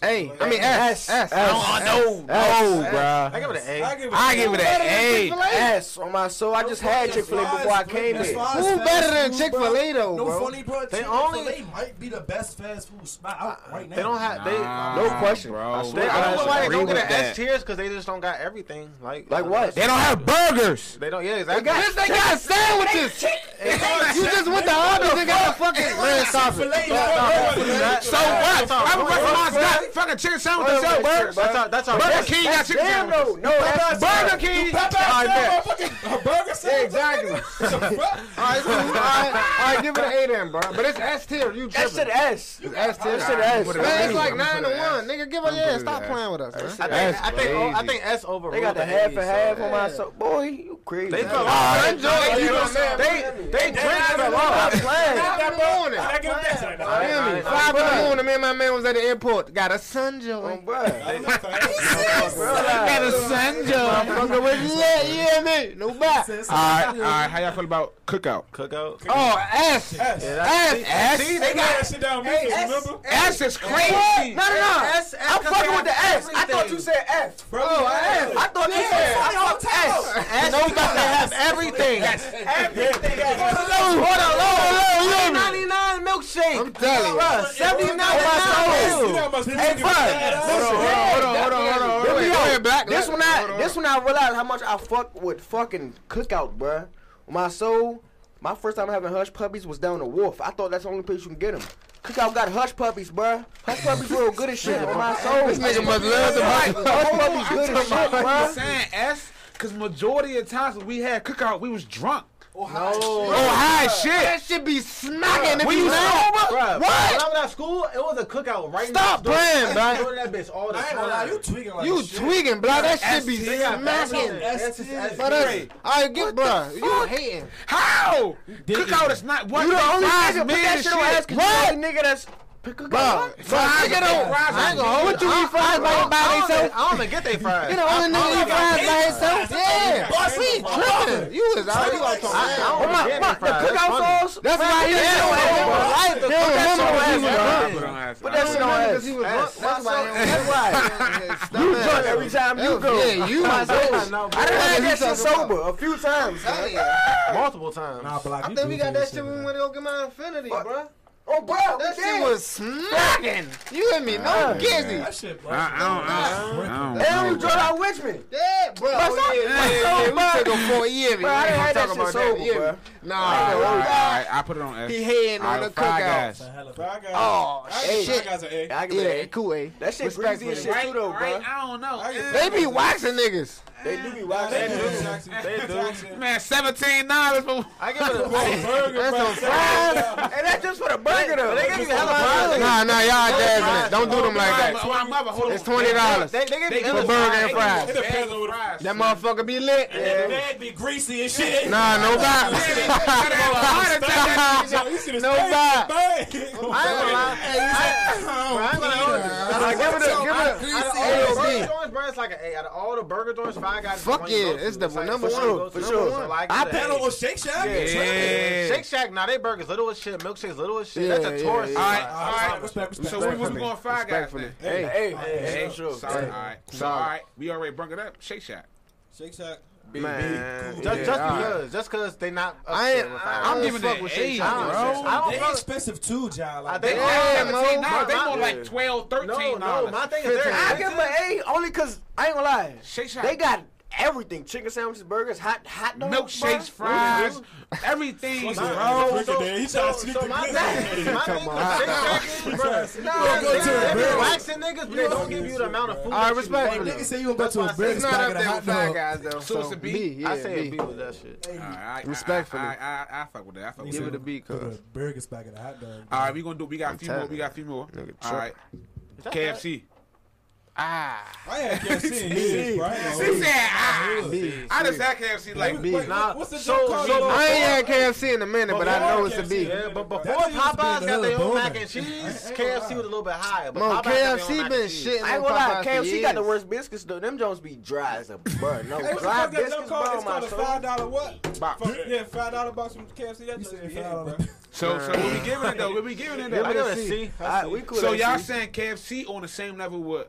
[SPEAKER 4] Hey, I mean S. S. S.
[SPEAKER 5] I don't know.
[SPEAKER 2] S,
[SPEAKER 5] No,
[SPEAKER 2] I
[SPEAKER 5] bro.
[SPEAKER 2] give it an A.
[SPEAKER 8] give
[SPEAKER 5] I give it an A.
[SPEAKER 2] S on my soul. I just had Chick Fil A before I came
[SPEAKER 8] That's
[SPEAKER 2] here.
[SPEAKER 8] fine.
[SPEAKER 4] Who's better than Chick Fil A though,
[SPEAKER 3] No
[SPEAKER 4] bro?
[SPEAKER 3] funny part.
[SPEAKER 2] They
[SPEAKER 3] They
[SPEAKER 2] only-
[SPEAKER 3] only they might be the best fast food spot out right now.
[SPEAKER 2] They don't have they.
[SPEAKER 1] Nah,
[SPEAKER 2] no question.
[SPEAKER 1] bro.
[SPEAKER 2] I,
[SPEAKER 1] They-
[SPEAKER 2] I don't know why they
[SPEAKER 1] agree
[SPEAKER 2] don't get
[SPEAKER 1] with
[SPEAKER 2] an S
[SPEAKER 1] that.
[SPEAKER 2] tiers because they just don't got everything. Like uh,
[SPEAKER 5] Like what?
[SPEAKER 1] They don't have burgers.
[SPEAKER 2] They don't. Yeah, exactly.
[SPEAKER 4] Yes, they got sandwiches. You just went to Arby's and got a fucking man stop it.
[SPEAKER 1] So what? I'm a restaurant got fucking chicken sandwich and sell burgers.
[SPEAKER 2] That's how. That's how.
[SPEAKER 1] Burger King got chicken
[SPEAKER 5] Damn no,
[SPEAKER 1] sandwiches.
[SPEAKER 5] no. That's
[SPEAKER 1] Burger King.
[SPEAKER 5] I bet.
[SPEAKER 4] Exactly. Alright, cool. Alright, alright, give it an A then, bro. But it's S tier. You
[SPEAKER 5] That's an
[SPEAKER 4] tripping.
[SPEAKER 5] S.
[SPEAKER 4] S tier.
[SPEAKER 5] That's an S.
[SPEAKER 4] Man, it's like
[SPEAKER 1] I'm gonna
[SPEAKER 4] nine to
[SPEAKER 1] put it
[SPEAKER 4] one. Nigga, give us yeah.
[SPEAKER 1] put it
[SPEAKER 4] Stop
[SPEAKER 1] as-
[SPEAKER 4] playing with us, man.
[SPEAKER 5] That's
[SPEAKER 2] I
[SPEAKER 5] an
[SPEAKER 2] think.
[SPEAKER 5] S.
[SPEAKER 2] I think. oh, I
[SPEAKER 1] crazy.
[SPEAKER 2] think S over.
[SPEAKER 5] They got the half and half on my soul. Boy, you crazy.
[SPEAKER 2] They
[SPEAKER 5] Nah,
[SPEAKER 2] come
[SPEAKER 5] I
[SPEAKER 2] on.
[SPEAKER 5] enjoy it.
[SPEAKER 2] They
[SPEAKER 5] You
[SPEAKER 2] come
[SPEAKER 5] know,
[SPEAKER 2] on.
[SPEAKER 5] They they drink
[SPEAKER 2] not
[SPEAKER 5] it a
[SPEAKER 2] even
[SPEAKER 5] lot.
[SPEAKER 2] on.
[SPEAKER 5] Playing.
[SPEAKER 4] Five in the morning.
[SPEAKER 9] I give him that.
[SPEAKER 2] All right, all
[SPEAKER 4] Feel me?
[SPEAKER 2] right, all
[SPEAKER 4] Five in the
[SPEAKER 5] bruh. Oh,
[SPEAKER 4] morning. Me and my man was at the airport. Got a sunjoy.
[SPEAKER 5] Bruh.
[SPEAKER 4] Got a sunjoy. Fucker was lit. You hear me? No back.
[SPEAKER 1] All right, all right. How y'all feel about cookout?
[SPEAKER 2] Cookout.
[SPEAKER 4] Oh, S.
[SPEAKER 2] Yeah,
[SPEAKER 4] S.
[SPEAKER 2] that's-
[SPEAKER 4] S.
[SPEAKER 2] See,
[SPEAKER 4] they got
[SPEAKER 8] that shit down Memphis, remember?
[SPEAKER 1] S is
[SPEAKER 4] What?
[SPEAKER 1] crazy.
[SPEAKER 4] No, no, no.
[SPEAKER 5] S, I'm fucking with the S. I thought you said F.
[SPEAKER 8] Bro,
[SPEAKER 4] Oh, S.
[SPEAKER 5] I thought you said I thought S.
[SPEAKER 4] S.
[SPEAKER 5] Nobody have everything.
[SPEAKER 8] everything.
[SPEAKER 5] Hold on,
[SPEAKER 4] Hold on,
[SPEAKER 5] hold
[SPEAKER 4] hold
[SPEAKER 5] on,
[SPEAKER 4] on.
[SPEAKER 5] 99 milkshake.
[SPEAKER 4] I'm telling you.
[SPEAKER 5] Bruh, 79
[SPEAKER 8] You know how much
[SPEAKER 5] Hey,
[SPEAKER 8] chicken
[SPEAKER 5] bro,
[SPEAKER 8] fat ass-
[SPEAKER 5] listen,
[SPEAKER 1] Hold on, hold on, hold on, hold on, hold on.
[SPEAKER 5] Here we
[SPEAKER 1] Go
[SPEAKER 5] go.
[SPEAKER 1] ahead, Black.
[SPEAKER 5] This
[SPEAKER 1] Black.
[SPEAKER 5] one, I
[SPEAKER 1] Hold on.
[SPEAKER 5] this one, I realized how much I fuck with fucking cookout, bruh. My soul, my first time having hush puppies was down the wharf. I thought that's the only place you can get them. Cookout got hush puppies, bruh. Hush puppies real good as shit. on my soul,
[SPEAKER 4] This nigga must love the
[SPEAKER 5] hush
[SPEAKER 4] money.
[SPEAKER 5] puppies good as shit,
[SPEAKER 1] I'm
[SPEAKER 5] bruh.
[SPEAKER 1] saying S because majority of times when we had cookout, we was drunk.
[SPEAKER 4] Oh, high shit. That shit be smacking if
[SPEAKER 1] When you
[SPEAKER 4] you mad.
[SPEAKER 1] sober,
[SPEAKER 2] Bruh,
[SPEAKER 4] What?
[SPEAKER 2] When I was at school, it was a cookout right next
[SPEAKER 4] Stop playing,
[SPEAKER 2] door.
[SPEAKER 4] bro.
[SPEAKER 2] Go to that bitch all the
[SPEAKER 3] I ain't gonna lie, you tweaking like
[SPEAKER 4] You
[SPEAKER 3] shit.
[SPEAKER 4] tweaking, bro. That shit be
[SPEAKER 2] They got
[SPEAKER 4] smacking.
[SPEAKER 2] That's just S.
[SPEAKER 4] But uh, that's, all right, get, bro. You hating.
[SPEAKER 1] How? Cookout is not what
[SPEAKER 5] You the only
[SPEAKER 1] fries,
[SPEAKER 5] nigga put
[SPEAKER 1] man,
[SPEAKER 5] that shit on
[SPEAKER 1] shit.
[SPEAKER 5] ass. 'cause you the only nigga that's
[SPEAKER 4] Bro,
[SPEAKER 5] cookout.
[SPEAKER 4] bro, nigga don't. I ain't gonna hold you. Eat fries by, by
[SPEAKER 2] I don't,
[SPEAKER 4] themselves.
[SPEAKER 2] I don't even get they fries.
[SPEAKER 4] You the only nigga eat fries by himself. Yeah,
[SPEAKER 8] Boss,
[SPEAKER 4] we tripping. You is out.
[SPEAKER 2] I don't
[SPEAKER 5] Oh my,
[SPEAKER 2] get
[SPEAKER 5] my
[SPEAKER 2] they
[SPEAKER 5] the
[SPEAKER 2] fries. That's
[SPEAKER 5] cookout
[SPEAKER 2] funny.
[SPEAKER 5] sauce.
[SPEAKER 4] That's why he
[SPEAKER 5] Yeah,
[SPEAKER 4] don't
[SPEAKER 5] yeah,
[SPEAKER 4] remember.
[SPEAKER 5] yeah.
[SPEAKER 4] They don't
[SPEAKER 5] Put that
[SPEAKER 4] remember
[SPEAKER 5] shit on
[SPEAKER 4] when he
[SPEAKER 5] ass,
[SPEAKER 4] was
[SPEAKER 5] bro.
[SPEAKER 4] drunk.
[SPEAKER 5] Put that shit on ass.
[SPEAKER 4] he was
[SPEAKER 2] That's-
[SPEAKER 5] That's
[SPEAKER 4] drunk. That's why.
[SPEAKER 5] why.
[SPEAKER 4] That's why.
[SPEAKER 5] You drunk every time you go.
[SPEAKER 4] Yeah, you my
[SPEAKER 2] I
[SPEAKER 4] soul.
[SPEAKER 2] know, bro.
[SPEAKER 5] I done had
[SPEAKER 4] Fuck is
[SPEAKER 5] that
[SPEAKER 4] you
[SPEAKER 5] shit
[SPEAKER 4] talking
[SPEAKER 5] sober a few times.
[SPEAKER 4] Hell
[SPEAKER 5] bruh.
[SPEAKER 4] yeah.
[SPEAKER 2] multiple times.
[SPEAKER 3] Nah, Block,
[SPEAKER 4] I
[SPEAKER 3] you
[SPEAKER 4] think we
[SPEAKER 3] goofy
[SPEAKER 4] got
[SPEAKER 3] as
[SPEAKER 4] that shit
[SPEAKER 3] shit,
[SPEAKER 4] when we
[SPEAKER 3] man.
[SPEAKER 4] went to go get my infinity, bro.
[SPEAKER 5] Oh, bro,
[SPEAKER 4] That shit was smacking. You and me, no
[SPEAKER 5] Ah,
[SPEAKER 4] gizzy.
[SPEAKER 3] That shit,
[SPEAKER 1] I,
[SPEAKER 3] bro.
[SPEAKER 1] I don't, I don't, I
[SPEAKER 5] Damn, you
[SPEAKER 1] don't know.
[SPEAKER 5] drove out with me.
[SPEAKER 4] Yeah, bro.
[SPEAKER 5] Bro, so-
[SPEAKER 4] yeah,
[SPEAKER 5] so,
[SPEAKER 4] yeah, we
[SPEAKER 5] bro.
[SPEAKER 4] took him for a year.
[SPEAKER 5] Bro, I done had that shit sober, bro.
[SPEAKER 4] Nah,
[SPEAKER 1] All right, all
[SPEAKER 4] bro.
[SPEAKER 1] right, I put it on S.
[SPEAKER 4] He hating on
[SPEAKER 1] All
[SPEAKER 4] the
[SPEAKER 1] right, Five
[SPEAKER 4] cookout.
[SPEAKER 1] Guys.
[SPEAKER 8] Fry guys.
[SPEAKER 4] Oh,
[SPEAKER 8] I give
[SPEAKER 4] shit.
[SPEAKER 8] fry guys an A.
[SPEAKER 5] I give
[SPEAKER 4] Yeah,
[SPEAKER 5] it a-
[SPEAKER 4] cool, eh?
[SPEAKER 5] That shit greasy
[SPEAKER 4] Respectfully.
[SPEAKER 5] as shit too, though, bro.
[SPEAKER 1] I don't know.
[SPEAKER 8] I give-
[SPEAKER 4] They be waxing niggas.
[SPEAKER 5] They do be wild.
[SPEAKER 8] They do taxi. They do.
[SPEAKER 1] Man, seventeen dollars for
[SPEAKER 2] I give it a
[SPEAKER 8] Burger,
[SPEAKER 4] That's
[SPEAKER 8] bro.
[SPEAKER 4] on fries.
[SPEAKER 5] Hey, that's just for the burger, though.
[SPEAKER 2] They
[SPEAKER 5] They
[SPEAKER 2] give you
[SPEAKER 5] give
[SPEAKER 2] hella fries.
[SPEAKER 4] Nah, nah, y'all jazzing it. Don't do them like
[SPEAKER 1] my,
[SPEAKER 4] that.
[SPEAKER 1] my mother. Hold
[SPEAKER 4] It's
[SPEAKER 1] on.
[SPEAKER 4] twenty dollars
[SPEAKER 2] They,
[SPEAKER 4] for
[SPEAKER 2] they give
[SPEAKER 1] They
[SPEAKER 2] you
[SPEAKER 1] give
[SPEAKER 2] hella
[SPEAKER 1] us
[SPEAKER 4] burger
[SPEAKER 2] fries.
[SPEAKER 4] and
[SPEAKER 8] It
[SPEAKER 4] fries.
[SPEAKER 8] depends on what the fries.
[SPEAKER 4] That motherfucker be lit.
[SPEAKER 8] That bag be greasy and shit.
[SPEAKER 4] Nah, no
[SPEAKER 1] They
[SPEAKER 4] vibe.
[SPEAKER 1] got a heart attack.
[SPEAKER 8] Yo, you see this
[SPEAKER 4] No
[SPEAKER 8] thing?
[SPEAKER 4] vibe.
[SPEAKER 8] Bang.
[SPEAKER 2] I ain't gonna lie. Bro, I ain't gonna hold you.
[SPEAKER 4] Nah, give it a, give it
[SPEAKER 2] Out of
[SPEAKER 4] a.
[SPEAKER 2] all the burger
[SPEAKER 4] AOB.
[SPEAKER 2] joints, bro, it's like an A. Out of all the burger joints, five guys. is
[SPEAKER 4] Fuck
[SPEAKER 2] one you
[SPEAKER 4] yeah,
[SPEAKER 2] go to.
[SPEAKER 4] it's the
[SPEAKER 2] like,
[SPEAKER 4] number
[SPEAKER 2] for
[SPEAKER 4] one,
[SPEAKER 2] sure, go
[SPEAKER 4] for
[SPEAKER 2] to.
[SPEAKER 4] sure.
[SPEAKER 2] So, like,
[SPEAKER 8] I
[SPEAKER 2] it's an
[SPEAKER 8] pedal
[SPEAKER 2] A.
[SPEAKER 8] with Shake Shack.
[SPEAKER 2] Yeah.
[SPEAKER 1] Yeah.
[SPEAKER 2] Shake Shack, now they burgers little as shit, milkshakes little as shit.
[SPEAKER 4] Yeah,
[SPEAKER 2] That's a
[SPEAKER 4] yeah,
[SPEAKER 2] tourist.
[SPEAKER 4] yeah.
[SPEAKER 1] All
[SPEAKER 2] spot.
[SPEAKER 1] right, all right.
[SPEAKER 8] Respect, respect.
[SPEAKER 1] So we was going five guys
[SPEAKER 4] Respectfully.
[SPEAKER 1] then.
[SPEAKER 5] Hey, hey, hey,
[SPEAKER 1] Hey,
[SPEAKER 5] for sure.
[SPEAKER 1] Sorry, all right. So, all right, we already brought it up. Shake Shack.
[SPEAKER 8] Shake Shack.
[SPEAKER 5] Man,
[SPEAKER 2] Just,
[SPEAKER 5] yeah,
[SPEAKER 2] just
[SPEAKER 5] all right.
[SPEAKER 2] because, just because they not. up
[SPEAKER 4] I ain't.
[SPEAKER 2] there with five
[SPEAKER 4] I'm
[SPEAKER 2] guys.
[SPEAKER 1] giving
[SPEAKER 4] giving fuck
[SPEAKER 1] it
[SPEAKER 4] with
[SPEAKER 1] an
[SPEAKER 4] Shake
[SPEAKER 1] eight,
[SPEAKER 4] Shack,
[SPEAKER 2] bro.
[SPEAKER 4] bro.
[SPEAKER 2] I don't
[SPEAKER 3] They
[SPEAKER 2] fuck-
[SPEAKER 3] expensive too, John.
[SPEAKER 2] I
[SPEAKER 3] Like,
[SPEAKER 2] think-
[SPEAKER 3] they,
[SPEAKER 4] Yeah,
[SPEAKER 1] $17.
[SPEAKER 4] Mo.
[SPEAKER 1] They
[SPEAKER 2] My-
[SPEAKER 1] more like
[SPEAKER 5] yeah.
[SPEAKER 1] 12
[SPEAKER 2] No,
[SPEAKER 1] 13
[SPEAKER 2] no, my thing is
[SPEAKER 4] Fifteen.
[SPEAKER 5] I
[SPEAKER 2] there.
[SPEAKER 5] give it an A only because I ain't gonna lie.
[SPEAKER 1] Shake Shack.
[SPEAKER 5] They got everything: chicken sandwiches, burgers, hot hot dogs,
[SPEAKER 1] milkshakes,
[SPEAKER 5] bro.
[SPEAKER 1] fries, everything.
[SPEAKER 8] Bro,
[SPEAKER 2] Bro, so-
[SPEAKER 8] he
[SPEAKER 2] So,
[SPEAKER 8] trying to sneak
[SPEAKER 2] so
[SPEAKER 8] the
[SPEAKER 2] my thing,
[SPEAKER 8] good.
[SPEAKER 2] my thing,
[SPEAKER 8] in.
[SPEAKER 2] for Shake Shack is, bro,
[SPEAKER 5] Nah,
[SPEAKER 2] they,
[SPEAKER 8] to a
[SPEAKER 2] they be
[SPEAKER 8] burger.
[SPEAKER 2] waxing niggas, but they don't give you the amount of food.
[SPEAKER 4] All right,
[SPEAKER 2] that you
[SPEAKER 4] respect.
[SPEAKER 2] want.
[SPEAKER 3] niggas say you don't go
[SPEAKER 2] That's
[SPEAKER 3] to
[SPEAKER 2] why I
[SPEAKER 3] a
[SPEAKER 2] said
[SPEAKER 3] burger
[SPEAKER 4] It's not up
[SPEAKER 3] spot and a
[SPEAKER 4] there
[SPEAKER 3] hot
[SPEAKER 4] with five
[SPEAKER 3] dog.
[SPEAKER 4] guys though.
[SPEAKER 1] So it's a B?
[SPEAKER 4] yeah,
[SPEAKER 2] I say a
[SPEAKER 4] B.
[SPEAKER 2] B with that shit.
[SPEAKER 1] All right,
[SPEAKER 4] Respectfully.
[SPEAKER 1] I, I, I, I, I fuck with that. I fuck with
[SPEAKER 4] Give
[SPEAKER 1] that.
[SPEAKER 4] it a B,
[SPEAKER 3] Go to
[SPEAKER 4] cuz.
[SPEAKER 3] a burger spot and a hot dog.
[SPEAKER 1] All right, we gonna do. We got a few more.
[SPEAKER 4] telling
[SPEAKER 1] We got a few more.
[SPEAKER 4] Nigga
[SPEAKER 1] All right,
[SPEAKER 2] Is that
[SPEAKER 1] KFC. ah.
[SPEAKER 8] I had KFC in years, bro. I ain't
[SPEAKER 1] She
[SPEAKER 8] gonna-
[SPEAKER 1] said ah.
[SPEAKER 4] B.
[SPEAKER 1] I just had KFC like
[SPEAKER 8] Wait, what-
[SPEAKER 2] nah,
[SPEAKER 8] what's the
[SPEAKER 2] so-
[SPEAKER 8] joke called?
[SPEAKER 2] so-
[SPEAKER 8] Like,
[SPEAKER 4] I ain't had KFC in a minute, but I
[SPEAKER 8] Before
[SPEAKER 4] know it's a
[SPEAKER 8] KFC,
[SPEAKER 4] B.
[SPEAKER 8] yeah.
[SPEAKER 2] Yeah, but before
[SPEAKER 3] That shit used to be
[SPEAKER 2] Popeyes
[SPEAKER 3] the
[SPEAKER 2] got their
[SPEAKER 3] hell
[SPEAKER 2] own
[SPEAKER 3] of
[SPEAKER 2] mac
[SPEAKER 3] boner.
[SPEAKER 2] and cheese,
[SPEAKER 3] ain't gonna
[SPEAKER 2] KFC was
[SPEAKER 3] lie.
[SPEAKER 2] a little bit higher. But
[SPEAKER 4] Mo,
[SPEAKER 2] Popeyes got their own
[SPEAKER 4] KFC
[SPEAKER 2] mac
[SPEAKER 4] been
[SPEAKER 2] and cheese.
[SPEAKER 4] shitting
[SPEAKER 5] I
[SPEAKER 4] on
[SPEAKER 5] ain't gonna lie,
[SPEAKER 4] Popeyes for
[SPEAKER 5] KFC got the
[SPEAKER 4] years.
[SPEAKER 5] worst biscuits though. Them Jones be dry as a bird. No,
[SPEAKER 8] Hey, what
[SPEAKER 5] dry
[SPEAKER 8] the fuck that
[SPEAKER 5] biscuits,
[SPEAKER 8] junk called?
[SPEAKER 5] bro.
[SPEAKER 8] It's
[SPEAKER 5] My
[SPEAKER 8] called a
[SPEAKER 5] soul.
[SPEAKER 8] five dollar what?
[SPEAKER 1] Box.
[SPEAKER 8] Fuck, Yeah, five dollar box from KFC. That just
[SPEAKER 3] said
[SPEAKER 8] be it,
[SPEAKER 3] $5.
[SPEAKER 8] bro.
[SPEAKER 1] so. So we be giving it though. We be giving it though.
[SPEAKER 2] Look at
[SPEAKER 4] I
[SPEAKER 2] that
[SPEAKER 4] see.
[SPEAKER 2] C.
[SPEAKER 5] Alright, we cool.
[SPEAKER 1] So
[SPEAKER 5] at
[SPEAKER 1] y'all
[SPEAKER 5] C.
[SPEAKER 1] saying KFC on the same level with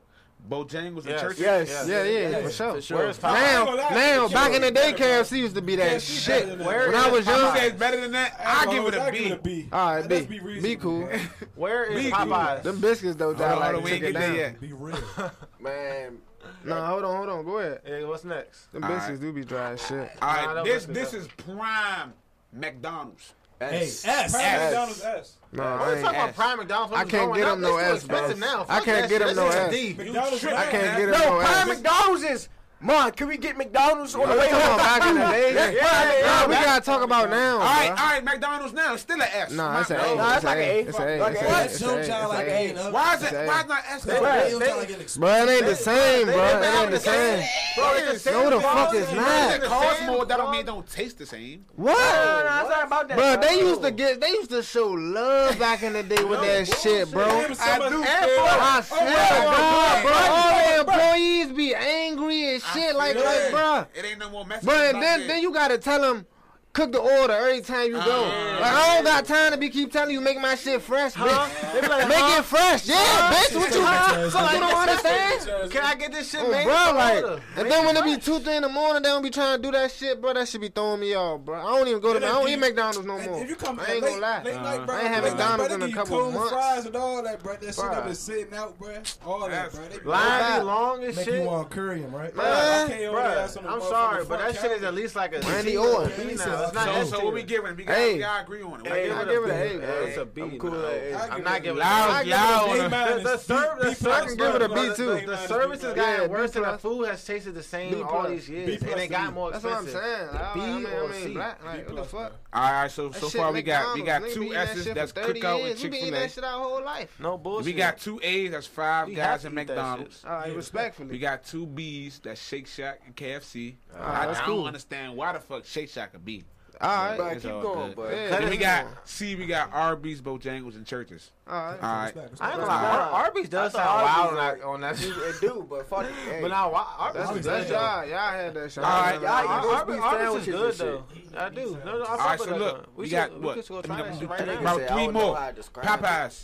[SPEAKER 1] Bojangles and
[SPEAKER 2] Yes.
[SPEAKER 1] churches?
[SPEAKER 5] Yes.
[SPEAKER 4] Yeah, yeah, for sure.
[SPEAKER 2] Where's Popeyes?
[SPEAKER 4] Now,
[SPEAKER 8] gonna lie,
[SPEAKER 4] now,
[SPEAKER 8] it's
[SPEAKER 4] back in the day,
[SPEAKER 8] better, bro.
[SPEAKER 4] KFC used to be that
[SPEAKER 8] KFC
[SPEAKER 4] shit.
[SPEAKER 8] better than that.
[SPEAKER 4] When I was
[SPEAKER 1] You say
[SPEAKER 4] young,
[SPEAKER 1] it's better than that?
[SPEAKER 8] I
[SPEAKER 1] I give it a B.
[SPEAKER 8] B.
[SPEAKER 4] all right,
[SPEAKER 8] Let's
[SPEAKER 4] B,
[SPEAKER 8] be
[SPEAKER 4] be cool.
[SPEAKER 8] reasonable.
[SPEAKER 2] Where is
[SPEAKER 1] Me,
[SPEAKER 2] Popeyes?
[SPEAKER 4] Them biscuits though,
[SPEAKER 1] Hold
[SPEAKER 4] die
[SPEAKER 1] on, hold
[SPEAKER 4] like
[SPEAKER 1] on, we
[SPEAKER 4] took
[SPEAKER 1] ain't
[SPEAKER 4] it
[SPEAKER 1] get there
[SPEAKER 4] down.
[SPEAKER 1] yet.
[SPEAKER 3] Be real.
[SPEAKER 5] Man,
[SPEAKER 4] Nah, hold on, hold on, go ahead.
[SPEAKER 2] Yeah, what's next?
[SPEAKER 4] Them
[SPEAKER 1] All
[SPEAKER 4] biscuits
[SPEAKER 1] right.
[SPEAKER 4] do be dry as shit.
[SPEAKER 1] All
[SPEAKER 2] Nah,
[SPEAKER 1] right,
[SPEAKER 2] that
[SPEAKER 1] this
[SPEAKER 2] was-
[SPEAKER 1] this is prime McDonald's.
[SPEAKER 3] Hey,
[SPEAKER 5] S.
[SPEAKER 3] S.
[SPEAKER 8] Prime
[SPEAKER 1] S.
[SPEAKER 8] McDonald's S.
[SPEAKER 4] Nah,
[SPEAKER 2] What
[SPEAKER 4] I
[SPEAKER 2] you talking
[SPEAKER 4] ain't.
[SPEAKER 2] about
[SPEAKER 1] ass.
[SPEAKER 2] Prime McDonald's? when
[SPEAKER 4] I
[SPEAKER 2] was
[SPEAKER 4] can't
[SPEAKER 2] growing
[SPEAKER 4] get
[SPEAKER 2] up?
[SPEAKER 4] them no
[SPEAKER 2] It's too
[SPEAKER 4] ass, bro.
[SPEAKER 2] expensive Now.
[SPEAKER 4] I
[SPEAKER 2] Fuck
[SPEAKER 4] can't
[SPEAKER 2] that shit.
[SPEAKER 4] get them
[SPEAKER 2] That's
[SPEAKER 4] no
[SPEAKER 2] a
[SPEAKER 4] ass.
[SPEAKER 2] D.
[SPEAKER 8] McDonald's
[SPEAKER 1] tripping,
[SPEAKER 8] Prime.
[SPEAKER 4] I can't get
[SPEAKER 5] No,
[SPEAKER 4] them no
[SPEAKER 5] Prime
[SPEAKER 4] ass.
[SPEAKER 5] McDonald's is. Mom, can we get McDonald's on the way
[SPEAKER 4] Come on,
[SPEAKER 5] home?
[SPEAKER 4] back in the day.
[SPEAKER 5] Yeah, yeah,
[SPEAKER 4] Nah,
[SPEAKER 5] yeah,
[SPEAKER 4] we
[SPEAKER 5] back-
[SPEAKER 4] gotta talk about now.
[SPEAKER 1] All right, all
[SPEAKER 4] bruh.
[SPEAKER 1] right, McDonald's now it's still an S.
[SPEAKER 4] Nah,
[SPEAKER 1] My
[SPEAKER 4] it's an
[SPEAKER 1] bad.
[SPEAKER 5] no,
[SPEAKER 4] A.
[SPEAKER 5] that's
[SPEAKER 4] It's an
[SPEAKER 5] like
[SPEAKER 4] A.
[SPEAKER 5] an A.
[SPEAKER 4] It's an A.
[SPEAKER 5] Like
[SPEAKER 4] It's
[SPEAKER 5] an A.
[SPEAKER 4] an A.
[SPEAKER 3] That
[SPEAKER 4] It's an A.
[SPEAKER 3] joke
[SPEAKER 4] It's
[SPEAKER 3] sound like
[SPEAKER 4] an
[SPEAKER 3] ain't
[SPEAKER 4] A.
[SPEAKER 3] up.
[SPEAKER 1] Why is it?
[SPEAKER 4] Say.
[SPEAKER 1] Why is not S?
[SPEAKER 3] That
[SPEAKER 2] Right.
[SPEAKER 3] deal
[SPEAKER 2] They-
[SPEAKER 3] sound like an excuse.
[SPEAKER 4] Bruh, it ain't the same, bruh. It ain't the same.
[SPEAKER 2] Bro, it's the same
[SPEAKER 4] No, the fuck
[SPEAKER 2] quality.
[SPEAKER 4] it's
[SPEAKER 2] Bro,
[SPEAKER 4] not.
[SPEAKER 2] it's the
[SPEAKER 1] cost
[SPEAKER 2] same
[SPEAKER 1] more. That don't mean it
[SPEAKER 2] quality.
[SPEAKER 1] don't taste the same.
[SPEAKER 5] No,
[SPEAKER 4] What?
[SPEAKER 5] no, it's not about that.
[SPEAKER 4] Bro, they used to get, they used to show love back in the day with that shit, bro.
[SPEAKER 8] Damn,
[SPEAKER 4] I
[SPEAKER 8] somebody-
[SPEAKER 4] I swear to God, bro, all the employees be angry and shit like, like, bro.
[SPEAKER 1] It ain't no more messy.
[SPEAKER 4] Bro, and then, then you gotta tell them, cook the order every time you go.
[SPEAKER 1] yeah.
[SPEAKER 4] Like, I don't got time to be keep telling you, make my shit fresh, bitch.
[SPEAKER 2] They be like,
[SPEAKER 4] Make
[SPEAKER 2] huh?
[SPEAKER 4] it fresh, yeah, bitch. What you,
[SPEAKER 3] Huh?
[SPEAKER 4] what you don't understand?
[SPEAKER 2] Can I get this shit
[SPEAKER 4] Oh,
[SPEAKER 2] made?
[SPEAKER 4] bro,
[SPEAKER 2] It's
[SPEAKER 4] like,
[SPEAKER 2] order.
[SPEAKER 4] and
[SPEAKER 2] Make
[SPEAKER 4] then
[SPEAKER 2] it
[SPEAKER 4] when it be
[SPEAKER 2] fresh.
[SPEAKER 4] two, three in the morning, they don't be trying to do that shit, bro. That should be throwing me off, bro. I don't even go to, I don't eat McDonald's no more.
[SPEAKER 8] If you come
[SPEAKER 4] I ain't gonna
[SPEAKER 8] late,
[SPEAKER 4] lie.
[SPEAKER 8] late night, bro,
[SPEAKER 4] I ain't had
[SPEAKER 8] late night,
[SPEAKER 4] McDonald's in
[SPEAKER 8] bro, they
[SPEAKER 4] a
[SPEAKER 8] give you
[SPEAKER 4] couple
[SPEAKER 8] cold
[SPEAKER 4] months.
[SPEAKER 8] fries and all that, bro. That shit
[SPEAKER 4] Bruh.
[SPEAKER 8] I've been sitting out, bro. All that,
[SPEAKER 1] That's
[SPEAKER 8] bro. They
[SPEAKER 2] Line
[SPEAKER 4] Bruh.
[SPEAKER 2] be long as
[SPEAKER 3] Make you
[SPEAKER 2] shit.
[SPEAKER 3] want curry him, right?
[SPEAKER 4] Man.
[SPEAKER 8] I can't hold their ass on
[SPEAKER 2] Bruh,
[SPEAKER 8] the
[SPEAKER 2] I'm
[SPEAKER 8] motherfucking
[SPEAKER 2] sorry, but that
[SPEAKER 8] front
[SPEAKER 2] shit is
[SPEAKER 8] counter.
[SPEAKER 2] at least like a
[SPEAKER 4] Randy
[SPEAKER 2] C
[SPEAKER 4] Orton.
[SPEAKER 2] or a B now. It's not
[SPEAKER 1] so,
[SPEAKER 2] S
[SPEAKER 1] so
[SPEAKER 2] tier.
[SPEAKER 1] what we giving? We got
[SPEAKER 4] Hey.
[SPEAKER 1] we got agree on it.
[SPEAKER 2] I
[SPEAKER 4] Hey,
[SPEAKER 2] give
[SPEAKER 4] I
[SPEAKER 2] it
[SPEAKER 4] give
[SPEAKER 2] a
[SPEAKER 4] it
[SPEAKER 2] B.
[SPEAKER 4] a A,
[SPEAKER 2] Yeah,
[SPEAKER 4] bro.
[SPEAKER 2] It's a B.
[SPEAKER 5] I'm cool
[SPEAKER 2] now.
[SPEAKER 5] at A.
[SPEAKER 2] I'm not
[SPEAKER 8] I give
[SPEAKER 2] giving it.
[SPEAKER 8] it
[SPEAKER 1] Loud,
[SPEAKER 8] I give it a
[SPEAKER 1] loud.
[SPEAKER 8] B minus,
[SPEAKER 2] The- the
[SPEAKER 8] B-
[SPEAKER 2] serv- the
[SPEAKER 8] B plus,
[SPEAKER 2] serv- I
[SPEAKER 4] can give it a
[SPEAKER 8] bro.
[SPEAKER 4] B
[SPEAKER 8] That's
[SPEAKER 4] too.
[SPEAKER 8] A
[SPEAKER 4] The
[SPEAKER 2] The
[SPEAKER 8] minus,
[SPEAKER 2] service
[SPEAKER 8] B
[SPEAKER 2] has
[SPEAKER 8] plus.
[SPEAKER 4] got-
[SPEAKER 2] gotten
[SPEAKER 4] B
[SPEAKER 2] worse and the
[SPEAKER 4] plus.
[SPEAKER 2] food has tasted the
[SPEAKER 4] B
[SPEAKER 2] same all
[SPEAKER 4] plus.
[SPEAKER 2] these
[SPEAKER 8] B
[SPEAKER 2] years,
[SPEAKER 8] plus
[SPEAKER 2] and it
[SPEAKER 8] to
[SPEAKER 2] got
[SPEAKER 8] me.
[SPEAKER 2] more
[SPEAKER 4] That's what I'm
[SPEAKER 2] expensive.
[SPEAKER 4] saying. I,
[SPEAKER 2] B
[SPEAKER 4] I mean, I
[SPEAKER 2] or
[SPEAKER 4] mean,
[SPEAKER 2] C.
[SPEAKER 4] black, like, what the fuck?
[SPEAKER 1] All right, so so
[SPEAKER 4] That shit
[SPEAKER 1] far we got we got
[SPEAKER 4] McDonald's. Nigga
[SPEAKER 1] two
[SPEAKER 4] been eating that
[SPEAKER 1] S's
[SPEAKER 4] shit
[SPEAKER 1] that's
[SPEAKER 4] for 30
[SPEAKER 1] cookout with
[SPEAKER 4] years. We
[SPEAKER 1] Chick
[SPEAKER 4] been eating
[SPEAKER 1] Fil
[SPEAKER 4] that
[SPEAKER 1] A.
[SPEAKER 4] shit our whole life.
[SPEAKER 2] No bullshit.
[SPEAKER 1] We got two A's that's Five
[SPEAKER 2] We have
[SPEAKER 1] Guys
[SPEAKER 2] to
[SPEAKER 1] and
[SPEAKER 2] eat that
[SPEAKER 1] McDonald's.
[SPEAKER 2] shit.
[SPEAKER 4] All right,
[SPEAKER 1] We
[SPEAKER 4] respectfully.
[SPEAKER 1] got two B's that's Shake Shack and KFC.
[SPEAKER 4] right,
[SPEAKER 1] I,
[SPEAKER 4] Ah, that's
[SPEAKER 1] I
[SPEAKER 4] cool.
[SPEAKER 1] don't understand why the fuck Shake Shack a B.
[SPEAKER 4] All
[SPEAKER 5] Bro,
[SPEAKER 4] right,
[SPEAKER 1] It's
[SPEAKER 5] keep
[SPEAKER 1] all
[SPEAKER 5] going,
[SPEAKER 1] good.
[SPEAKER 5] bro.
[SPEAKER 4] Yeah.
[SPEAKER 1] Then we
[SPEAKER 4] Let's
[SPEAKER 1] got
[SPEAKER 4] move on.
[SPEAKER 1] C. We got Arby's, Bojangles, and churches.
[SPEAKER 4] all
[SPEAKER 1] All
[SPEAKER 3] Uh,
[SPEAKER 4] right.
[SPEAKER 1] right.
[SPEAKER 2] I
[SPEAKER 3] Respect,
[SPEAKER 2] ain't
[SPEAKER 3] respect.
[SPEAKER 2] gonna lie,
[SPEAKER 5] Bruh.
[SPEAKER 2] Arby's does
[SPEAKER 5] I
[SPEAKER 2] sound
[SPEAKER 5] thought
[SPEAKER 2] wild on
[SPEAKER 5] Arby's
[SPEAKER 2] that- on that shit.
[SPEAKER 5] It do, but fuck it. Hey.
[SPEAKER 2] But now, why-
[SPEAKER 4] That's,
[SPEAKER 2] Arby's
[SPEAKER 4] that's
[SPEAKER 2] does though.
[SPEAKER 4] y'all. Y'all had that shit.
[SPEAKER 1] All right,
[SPEAKER 5] y'all eat
[SPEAKER 2] Ar-
[SPEAKER 5] roast
[SPEAKER 2] Arby-
[SPEAKER 5] beef
[SPEAKER 2] Arby's is
[SPEAKER 5] sandwiches
[SPEAKER 2] good
[SPEAKER 5] and
[SPEAKER 2] though. I do. No, no, I
[SPEAKER 1] All
[SPEAKER 2] fuck
[SPEAKER 1] right,
[SPEAKER 2] with
[SPEAKER 1] so
[SPEAKER 2] that.
[SPEAKER 1] look,
[SPEAKER 2] though.
[SPEAKER 1] we,
[SPEAKER 2] should-
[SPEAKER 1] got
[SPEAKER 2] we
[SPEAKER 1] what?
[SPEAKER 2] could go
[SPEAKER 1] Let
[SPEAKER 2] try
[SPEAKER 1] me-
[SPEAKER 2] that
[SPEAKER 1] let
[SPEAKER 2] shit
[SPEAKER 1] me-
[SPEAKER 2] right
[SPEAKER 5] Nigga
[SPEAKER 2] now.
[SPEAKER 5] say,
[SPEAKER 1] about
[SPEAKER 5] I
[SPEAKER 1] three
[SPEAKER 5] don't know
[SPEAKER 1] more.
[SPEAKER 5] how to describe it.
[SPEAKER 1] Popeyes.